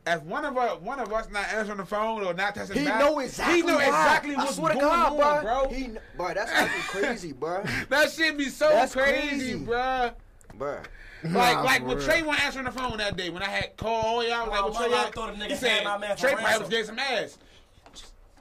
[SPEAKER 1] if one of us, one of us not answering the phone or not texting
[SPEAKER 5] He
[SPEAKER 1] back,
[SPEAKER 5] know exactly.
[SPEAKER 1] he know
[SPEAKER 5] why.
[SPEAKER 1] exactly
[SPEAKER 5] I
[SPEAKER 1] what's
[SPEAKER 5] swear
[SPEAKER 1] going
[SPEAKER 5] to God,
[SPEAKER 1] on,
[SPEAKER 5] bro.
[SPEAKER 1] bro.
[SPEAKER 5] He, kn- bro, that's fucking crazy, bro.
[SPEAKER 1] that shit be so
[SPEAKER 5] That's
[SPEAKER 1] crazy,
[SPEAKER 5] crazy.
[SPEAKER 1] bro.
[SPEAKER 5] Bro,
[SPEAKER 1] Like,
[SPEAKER 8] Nah,
[SPEAKER 1] like
[SPEAKER 8] for
[SPEAKER 1] when
[SPEAKER 8] real.
[SPEAKER 1] Trey wasn't answering the phone that day, when I had called all y'all, like,
[SPEAKER 3] Oh,
[SPEAKER 1] what
[SPEAKER 3] my
[SPEAKER 1] Trey
[SPEAKER 3] God,
[SPEAKER 1] at?
[SPEAKER 3] I thought the nigga
[SPEAKER 1] he
[SPEAKER 3] had my man
[SPEAKER 1] said,
[SPEAKER 3] for
[SPEAKER 1] Trey probably
[SPEAKER 3] ransom.
[SPEAKER 1] was getting some ass.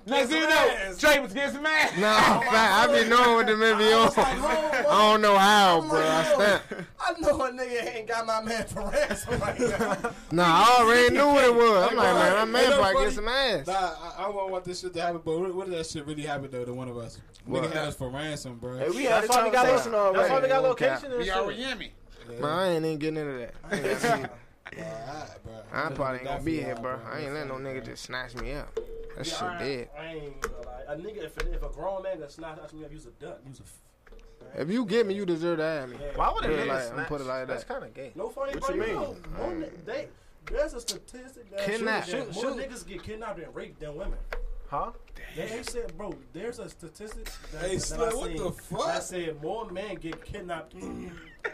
[SPEAKER 1] Next thing you know, Trey was getting some ass.
[SPEAKER 4] Nah, fact, I be knowing what the men be on. I don't know how, bro. I stamp.
[SPEAKER 3] I know a nigga ain't got my man for ransom right now.
[SPEAKER 4] Nah, I already knew what it was. I'm like, man, I'm
[SPEAKER 8] Ain't
[SPEAKER 4] man,
[SPEAKER 8] no
[SPEAKER 4] probably get
[SPEAKER 8] funny-
[SPEAKER 4] some ass.
[SPEAKER 8] Nah, I, I don't want this shit to happen, but what, what if that shit really happened though to one of us?
[SPEAKER 4] What?
[SPEAKER 8] Nigga had us for ransom, bro.
[SPEAKER 24] Hey, we had
[SPEAKER 2] That's
[SPEAKER 24] a
[SPEAKER 2] why we got
[SPEAKER 24] conversation
[SPEAKER 2] location already. That's why we
[SPEAKER 24] already.
[SPEAKER 2] got
[SPEAKER 4] Ain't no cap.
[SPEAKER 2] location and
[SPEAKER 1] He
[SPEAKER 2] shit.
[SPEAKER 1] already yummy.
[SPEAKER 4] Man, I ain't even getting into that. I, ain't got shit.
[SPEAKER 8] Nah, I, bro.
[SPEAKER 4] I probably ain't gonna be
[SPEAKER 8] That's
[SPEAKER 4] here,
[SPEAKER 8] what
[SPEAKER 4] bro.
[SPEAKER 8] I'm
[SPEAKER 4] I ain't let no nigga just snatch me up. That shit dead.
[SPEAKER 3] I ain't gonna lie. A nigga, if, if a grown man got snatched out to me, use a duck. Use a. F-
[SPEAKER 4] If you get me, you deserve to have me.
[SPEAKER 2] Why would a
[SPEAKER 4] Put it
[SPEAKER 2] nigga
[SPEAKER 4] like-
[SPEAKER 2] snatch?
[SPEAKER 4] I'ma put it like
[SPEAKER 2] That's
[SPEAKER 4] that.
[SPEAKER 2] kind of gay.
[SPEAKER 3] no funny,
[SPEAKER 5] What
[SPEAKER 3] bro.
[SPEAKER 5] you
[SPEAKER 3] You
[SPEAKER 5] mean?
[SPEAKER 3] know, more ni- they, there's a statistic that
[SPEAKER 4] Kidnap.
[SPEAKER 3] shoot,
[SPEAKER 2] Shoot,
[SPEAKER 3] more
[SPEAKER 2] shoot.
[SPEAKER 3] niggas get kidnapped and raped than women.
[SPEAKER 2] Huh?
[SPEAKER 3] They, they said, bro, there's a statistic that,
[SPEAKER 8] Hey,
[SPEAKER 3] that
[SPEAKER 8] Slim,
[SPEAKER 3] I
[SPEAKER 8] what
[SPEAKER 3] seen
[SPEAKER 8] the fuck?
[SPEAKER 3] that said more men get kidnapped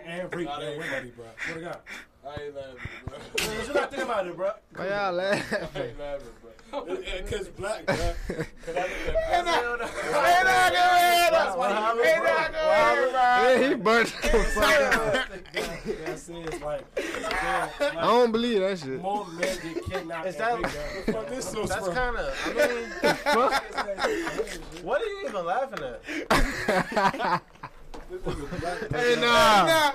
[SPEAKER 3] and raped
[SPEAKER 8] Nah, that
[SPEAKER 3] than
[SPEAKER 8] ain't
[SPEAKER 3] women.
[SPEAKER 8] funny, bro.
[SPEAKER 3] What I got?
[SPEAKER 8] I ain't laughing, bro.
[SPEAKER 3] You're not thinking about it, bro.
[SPEAKER 4] Why y'all laughing?
[SPEAKER 8] ain't laughing, bro. Because black, bro. Because I look like
[SPEAKER 1] Hey, nah, hey, nah, go ahead. Hey, nah, go ahead, bro.
[SPEAKER 4] Yeah, he burst.
[SPEAKER 3] uh,
[SPEAKER 4] I
[SPEAKER 3] That says like, yeah, like
[SPEAKER 4] don't believe that shit.
[SPEAKER 3] more men get kidnapped
[SPEAKER 2] Is
[SPEAKER 3] and
[SPEAKER 2] that-
[SPEAKER 3] raped than
[SPEAKER 8] fuck
[SPEAKER 3] women.
[SPEAKER 8] this so
[SPEAKER 2] That's
[SPEAKER 8] bro.
[SPEAKER 2] kind of. I mean, what are you even laughing at?
[SPEAKER 4] Hey, nah.
[SPEAKER 1] Nah,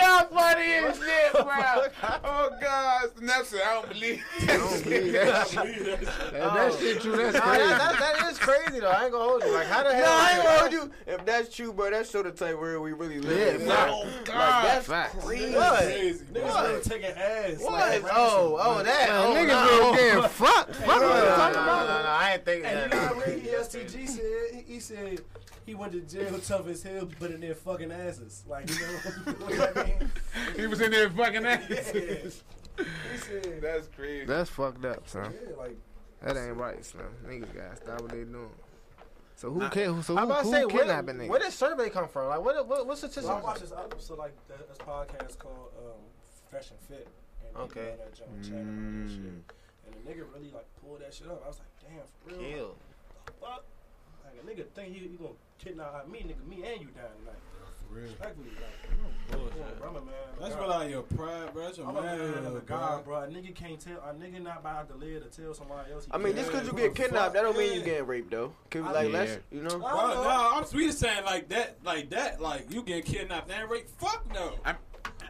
[SPEAKER 1] y'all funny as shit, bro. Oh, God. That's it. I don't believe
[SPEAKER 4] I don't believe that shit. If that shit true, that's
[SPEAKER 2] Oh. Nah, that,
[SPEAKER 4] crazy.
[SPEAKER 2] that, that is crazy though. I ain't gonna hold you. Like, how the hell?
[SPEAKER 5] No, I ain't gonna hold you. If that's true, bro, that show the type where we really live.
[SPEAKER 4] Yeah,
[SPEAKER 5] bro.
[SPEAKER 4] fact.
[SPEAKER 1] Oh,
[SPEAKER 5] Like,
[SPEAKER 1] God.
[SPEAKER 5] that's
[SPEAKER 4] Facts.
[SPEAKER 5] crazy.
[SPEAKER 2] What?
[SPEAKER 8] Crazy, bro.
[SPEAKER 3] Niggas really taking ass.
[SPEAKER 5] What?
[SPEAKER 3] Like,
[SPEAKER 2] Oh, oh, that. oh,
[SPEAKER 4] Man,
[SPEAKER 2] nah,
[SPEAKER 4] niggas
[SPEAKER 2] oh.
[SPEAKER 4] been getting fucked. Fuck what
[SPEAKER 2] No,
[SPEAKER 4] you
[SPEAKER 2] no,
[SPEAKER 4] talking
[SPEAKER 2] no,
[SPEAKER 4] about.
[SPEAKER 2] no, no, I ain't thinking
[SPEAKER 3] And
[SPEAKER 2] that.
[SPEAKER 3] you know what Ricky STG said? He said he went to jail tough as hell, but in their fucking asses. Like, you know what I mean?
[SPEAKER 1] He was in there fucking ass.
[SPEAKER 3] He said,
[SPEAKER 1] That's crazy.
[SPEAKER 4] That's fucked up, son.
[SPEAKER 3] yeah, like,
[SPEAKER 4] That ain't right, son. Niggas gotta stop what they doing. So who can so
[SPEAKER 2] I'm
[SPEAKER 4] who,
[SPEAKER 2] about to
[SPEAKER 4] who
[SPEAKER 2] say, where,
[SPEAKER 4] kidnapping
[SPEAKER 2] where
[SPEAKER 4] niggas?
[SPEAKER 2] did survey come from? Like, what, what, what's the
[SPEAKER 3] well, I
[SPEAKER 2] statistic?
[SPEAKER 3] watched this other, so like, that, this podcast called um, Fresh and Fit. And they
[SPEAKER 2] Okay.
[SPEAKER 3] did That John Chan and all that shit. And the nigga really, like, pulled that shit up. I was like, damn, for real?
[SPEAKER 2] Ew.
[SPEAKER 3] Fuck. Like, a nigga think he, he gonna kidnap me, nigga, me and you down tonight.
[SPEAKER 8] For real.
[SPEAKER 3] Respectfully, like, come on, bro, I'm a man.
[SPEAKER 8] That's
[SPEAKER 3] God.
[SPEAKER 8] what out of your pride, bro. That's your
[SPEAKER 3] I'm a man
[SPEAKER 8] manhood,
[SPEAKER 3] of
[SPEAKER 8] bro.
[SPEAKER 3] God, bro. A nigga can't tell. A nigga not about to live to tell somebody else. he
[SPEAKER 5] I mean,
[SPEAKER 3] can't.
[SPEAKER 5] just because you
[SPEAKER 8] Yeah,
[SPEAKER 5] get kidnapped, that don't mean you
[SPEAKER 8] yeah.
[SPEAKER 5] getting raped though. Cause,
[SPEAKER 3] I-
[SPEAKER 5] like,
[SPEAKER 1] Yeah.
[SPEAKER 5] that's you know.
[SPEAKER 3] I
[SPEAKER 8] Bro,
[SPEAKER 3] don't know.
[SPEAKER 8] no, I'm sweet as saying like that, like that, like you get kidnapped and raped. Fuck no.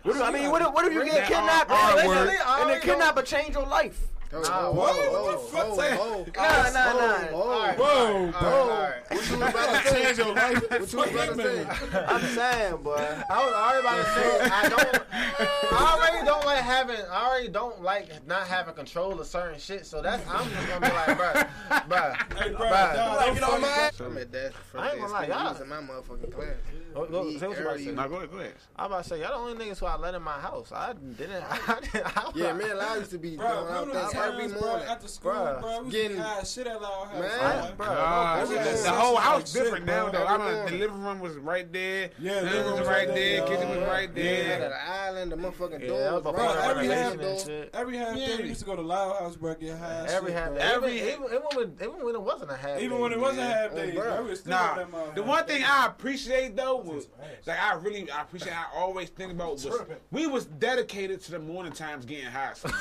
[SPEAKER 5] What if, I mean, what if, what if you
[SPEAKER 1] that
[SPEAKER 5] get kidnapped
[SPEAKER 1] R- R
[SPEAKER 5] man,
[SPEAKER 1] word.
[SPEAKER 5] listen, and the kidnapper change your life?
[SPEAKER 4] Oh,
[SPEAKER 2] Nah,
[SPEAKER 4] oh,
[SPEAKER 2] what?
[SPEAKER 4] oh,
[SPEAKER 8] What the
[SPEAKER 4] oh,
[SPEAKER 8] fuck
[SPEAKER 4] oh,
[SPEAKER 8] say-
[SPEAKER 4] oh,
[SPEAKER 5] Nah, nah,
[SPEAKER 4] oh,
[SPEAKER 5] nah.
[SPEAKER 4] oh.
[SPEAKER 5] Alright,
[SPEAKER 8] Whoa, bro.
[SPEAKER 4] What you about to say?
[SPEAKER 8] your life.
[SPEAKER 4] What you about to say?
[SPEAKER 5] I'm saying, boy.
[SPEAKER 2] I was already about to say I don't. I already don't like having. I already don't like not having control of certain shit. So that's I'm just gonna be like, bruh, bruh.
[SPEAKER 8] Hey, bro,
[SPEAKER 2] Bruh.
[SPEAKER 8] dog,
[SPEAKER 2] Like,
[SPEAKER 8] don't
[SPEAKER 2] get on
[SPEAKER 8] fuck-
[SPEAKER 2] my-
[SPEAKER 4] I'm at that
[SPEAKER 2] I ain't gonna lie, y'all-
[SPEAKER 4] in my motherfucking class.
[SPEAKER 2] Oh, look, say what you about to say.
[SPEAKER 1] Now, go ahead, go ahead.
[SPEAKER 2] I'm about to say y'all the only niggas who I let in my house. I didn't. I didn't. I,
[SPEAKER 4] Yeah, man, I used to be
[SPEAKER 8] Bro,
[SPEAKER 4] going out
[SPEAKER 8] we
[SPEAKER 4] there
[SPEAKER 8] was
[SPEAKER 4] every
[SPEAKER 8] times, bro,
[SPEAKER 4] morning.
[SPEAKER 8] after school,
[SPEAKER 2] Bruh,
[SPEAKER 8] bro, we
[SPEAKER 4] getting-
[SPEAKER 8] getting shit at our house.
[SPEAKER 4] Man.
[SPEAKER 8] bro.
[SPEAKER 2] bruh,
[SPEAKER 1] God,
[SPEAKER 2] no,
[SPEAKER 4] that's
[SPEAKER 2] bruh.
[SPEAKER 4] oh, just-
[SPEAKER 1] the whole
[SPEAKER 4] that's
[SPEAKER 1] house
[SPEAKER 4] shit,
[SPEAKER 1] different
[SPEAKER 4] bro.
[SPEAKER 1] now, though. I don't, the
[SPEAKER 4] Everyone.
[SPEAKER 1] living room was right there.
[SPEAKER 8] Yeah,
[SPEAKER 1] the
[SPEAKER 8] living
[SPEAKER 1] living room
[SPEAKER 8] room
[SPEAKER 1] was
[SPEAKER 8] was
[SPEAKER 1] right
[SPEAKER 8] right
[SPEAKER 1] there.
[SPEAKER 8] there,
[SPEAKER 1] Kitchen was
[SPEAKER 8] yeah.
[SPEAKER 1] right
[SPEAKER 4] Out of
[SPEAKER 1] there.
[SPEAKER 4] the island, the motherfucking
[SPEAKER 2] Yeah,
[SPEAKER 4] door
[SPEAKER 2] that was
[SPEAKER 4] was right
[SPEAKER 2] before
[SPEAKER 4] out
[SPEAKER 8] every
[SPEAKER 4] the
[SPEAKER 8] half
[SPEAKER 4] basement
[SPEAKER 2] door.
[SPEAKER 4] door.
[SPEAKER 8] Every half day
[SPEAKER 1] Yeah.
[SPEAKER 8] we used to go to Loud House, bro, get high. as
[SPEAKER 2] Every
[SPEAKER 8] shit,
[SPEAKER 2] half.
[SPEAKER 8] bro.
[SPEAKER 2] Every even, even when even when it wasn't a half.
[SPEAKER 8] Even
[SPEAKER 2] day,
[SPEAKER 8] when it was a
[SPEAKER 2] man.
[SPEAKER 8] half day,
[SPEAKER 4] bro.
[SPEAKER 8] bro, we was still
[SPEAKER 1] Nah,
[SPEAKER 8] at that motherfucker.
[SPEAKER 1] the one thing I appreciate though was like I really I appreciate I always think about was we was dedicated to the morning times getting high. son.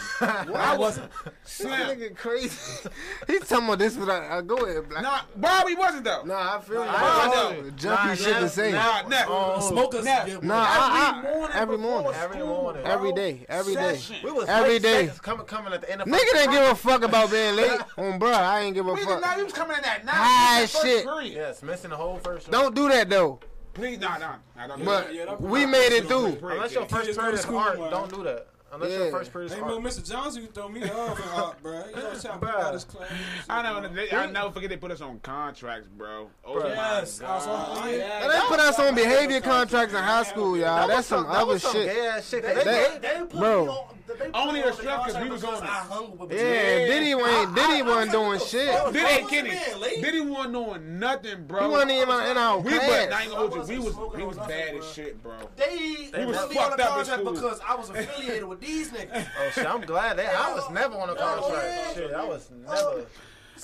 [SPEAKER 1] I wasn't.
[SPEAKER 4] This
[SPEAKER 1] Slim.
[SPEAKER 4] nigga crazy. He's talking about this without. Uh, go ahead, black.
[SPEAKER 1] Nah, Bobby wasn't though.
[SPEAKER 4] Nah, I feel you.
[SPEAKER 1] I
[SPEAKER 4] Nah,
[SPEAKER 1] know.
[SPEAKER 4] Jumpy
[SPEAKER 2] Nah,
[SPEAKER 4] shit
[SPEAKER 2] nah, Oh.
[SPEAKER 4] to say.
[SPEAKER 1] Nah, nah.
[SPEAKER 3] Smokers.
[SPEAKER 1] Nah.
[SPEAKER 3] get-
[SPEAKER 4] Nah, I,
[SPEAKER 1] Every morning
[SPEAKER 4] I, every
[SPEAKER 1] before
[SPEAKER 4] morning.
[SPEAKER 2] Every morning.
[SPEAKER 4] Every day. Every day.
[SPEAKER 1] Session.
[SPEAKER 2] We was
[SPEAKER 4] Every
[SPEAKER 2] late
[SPEAKER 4] day.
[SPEAKER 2] seconds Coming coming at the end of
[SPEAKER 4] Nigga didn't give a fuck about being late. Um, bruh, I ain't give a
[SPEAKER 1] We did not.
[SPEAKER 4] fuck.
[SPEAKER 1] He was coming in at nine.
[SPEAKER 4] High
[SPEAKER 1] This is the
[SPEAKER 4] shit.
[SPEAKER 1] First period.
[SPEAKER 2] Yes, missing the whole first.
[SPEAKER 4] Don't do that though.
[SPEAKER 1] Please, nah, nah, nah, don't do
[SPEAKER 4] But
[SPEAKER 1] that.
[SPEAKER 8] yeah, that-
[SPEAKER 4] we made it through.
[SPEAKER 1] Break
[SPEAKER 2] Unless
[SPEAKER 1] it.
[SPEAKER 2] your first
[SPEAKER 8] Kids go
[SPEAKER 2] period
[SPEAKER 8] to
[SPEAKER 2] is
[SPEAKER 8] school,
[SPEAKER 2] art,
[SPEAKER 8] man.
[SPEAKER 2] don't do that. Unless your
[SPEAKER 4] Yeah.
[SPEAKER 2] first period is
[SPEAKER 8] Hey,
[SPEAKER 2] art.
[SPEAKER 8] man, Mr. Johnson, you throw me off and up, bro. You know, shout me
[SPEAKER 2] Bruh.
[SPEAKER 8] out his class.
[SPEAKER 1] I know. They, I never forget they put us on contracts, bro. Oh my
[SPEAKER 8] Yes, I was
[SPEAKER 1] God.
[SPEAKER 8] on fire.
[SPEAKER 4] Now, They put us on behavior contracts in high school,
[SPEAKER 2] was
[SPEAKER 4] y'all. That's some
[SPEAKER 2] that
[SPEAKER 4] other
[SPEAKER 2] was some
[SPEAKER 4] shit.
[SPEAKER 2] Gay ass shit. 'cause
[SPEAKER 3] They,
[SPEAKER 2] They,
[SPEAKER 3] they, they put
[SPEAKER 4] bro.
[SPEAKER 3] me on, they put
[SPEAKER 1] Only
[SPEAKER 3] me on
[SPEAKER 1] the strap 'cause
[SPEAKER 3] contract
[SPEAKER 1] we was
[SPEAKER 3] because
[SPEAKER 1] on
[SPEAKER 3] I
[SPEAKER 1] it.
[SPEAKER 3] hung with
[SPEAKER 4] Yeah, Diddy ain't Diddy wasn't
[SPEAKER 3] I- I- I-
[SPEAKER 4] doing
[SPEAKER 3] I-
[SPEAKER 4] shit.
[SPEAKER 1] Did
[SPEAKER 3] I
[SPEAKER 1] ain't
[SPEAKER 3] wasn't
[SPEAKER 1] kidding.
[SPEAKER 3] being late.
[SPEAKER 1] Diddy wasn't knowing nothing, bro.
[SPEAKER 4] He wasn't even in our
[SPEAKER 1] We was, I
[SPEAKER 4] class.
[SPEAKER 1] ain't gonna hold you.
[SPEAKER 3] I
[SPEAKER 1] We
[SPEAKER 3] wasn't
[SPEAKER 1] was, we
[SPEAKER 3] smoking
[SPEAKER 1] was
[SPEAKER 3] nothing,
[SPEAKER 1] bad as
[SPEAKER 3] bro.
[SPEAKER 1] shit, bro.
[SPEAKER 3] They,
[SPEAKER 1] was
[SPEAKER 3] put me
[SPEAKER 1] fucked
[SPEAKER 3] on
[SPEAKER 1] up
[SPEAKER 3] the
[SPEAKER 1] in
[SPEAKER 3] contract
[SPEAKER 1] school.
[SPEAKER 3] because I was affiliated with these niggas.
[SPEAKER 2] oh shit, I'm glad that I was never on a
[SPEAKER 3] yeah.
[SPEAKER 2] contract. Shit, I was never.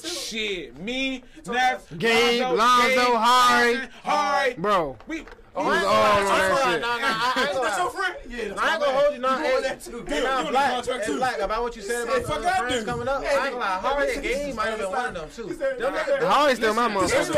[SPEAKER 1] Shit, me, Neff,
[SPEAKER 4] Gabe, Lonzo, Harry.
[SPEAKER 1] Harry.
[SPEAKER 4] Bro,
[SPEAKER 1] We
[SPEAKER 25] Oh,
[SPEAKER 4] was
[SPEAKER 25] I ain't gonna
[SPEAKER 4] all
[SPEAKER 25] lie.
[SPEAKER 4] on that
[SPEAKER 25] I
[SPEAKER 4] shit.
[SPEAKER 25] ain't gonna lie. I ain't gonna
[SPEAKER 3] That's
[SPEAKER 25] lie.
[SPEAKER 3] your friend? Yeah, that's
[SPEAKER 8] I ain't
[SPEAKER 3] my
[SPEAKER 8] gonna
[SPEAKER 3] man.
[SPEAKER 8] hold you. Nah,
[SPEAKER 3] You
[SPEAKER 8] hey,
[SPEAKER 3] on that too.
[SPEAKER 8] hey, nah,
[SPEAKER 3] You on
[SPEAKER 8] black,
[SPEAKER 3] the contract
[SPEAKER 8] hey,
[SPEAKER 3] too.
[SPEAKER 8] black. About what you said
[SPEAKER 3] said,
[SPEAKER 8] about
[SPEAKER 3] "Fuck
[SPEAKER 8] some of
[SPEAKER 3] out
[SPEAKER 8] the
[SPEAKER 3] there."
[SPEAKER 8] friends coming up,
[SPEAKER 3] Hey,
[SPEAKER 8] I ain't gonna lie.
[SPEAKER 3] hey,
[SPEAKER 8] Hard
[SPEAKER 3] listen,
[SPEAKER 8] hit game might have been one of them too. Them niggas,
[SPEAKER 4] I always tell my mom.
[SPEAKER 1] Listen,
[SPEAKER 3] That's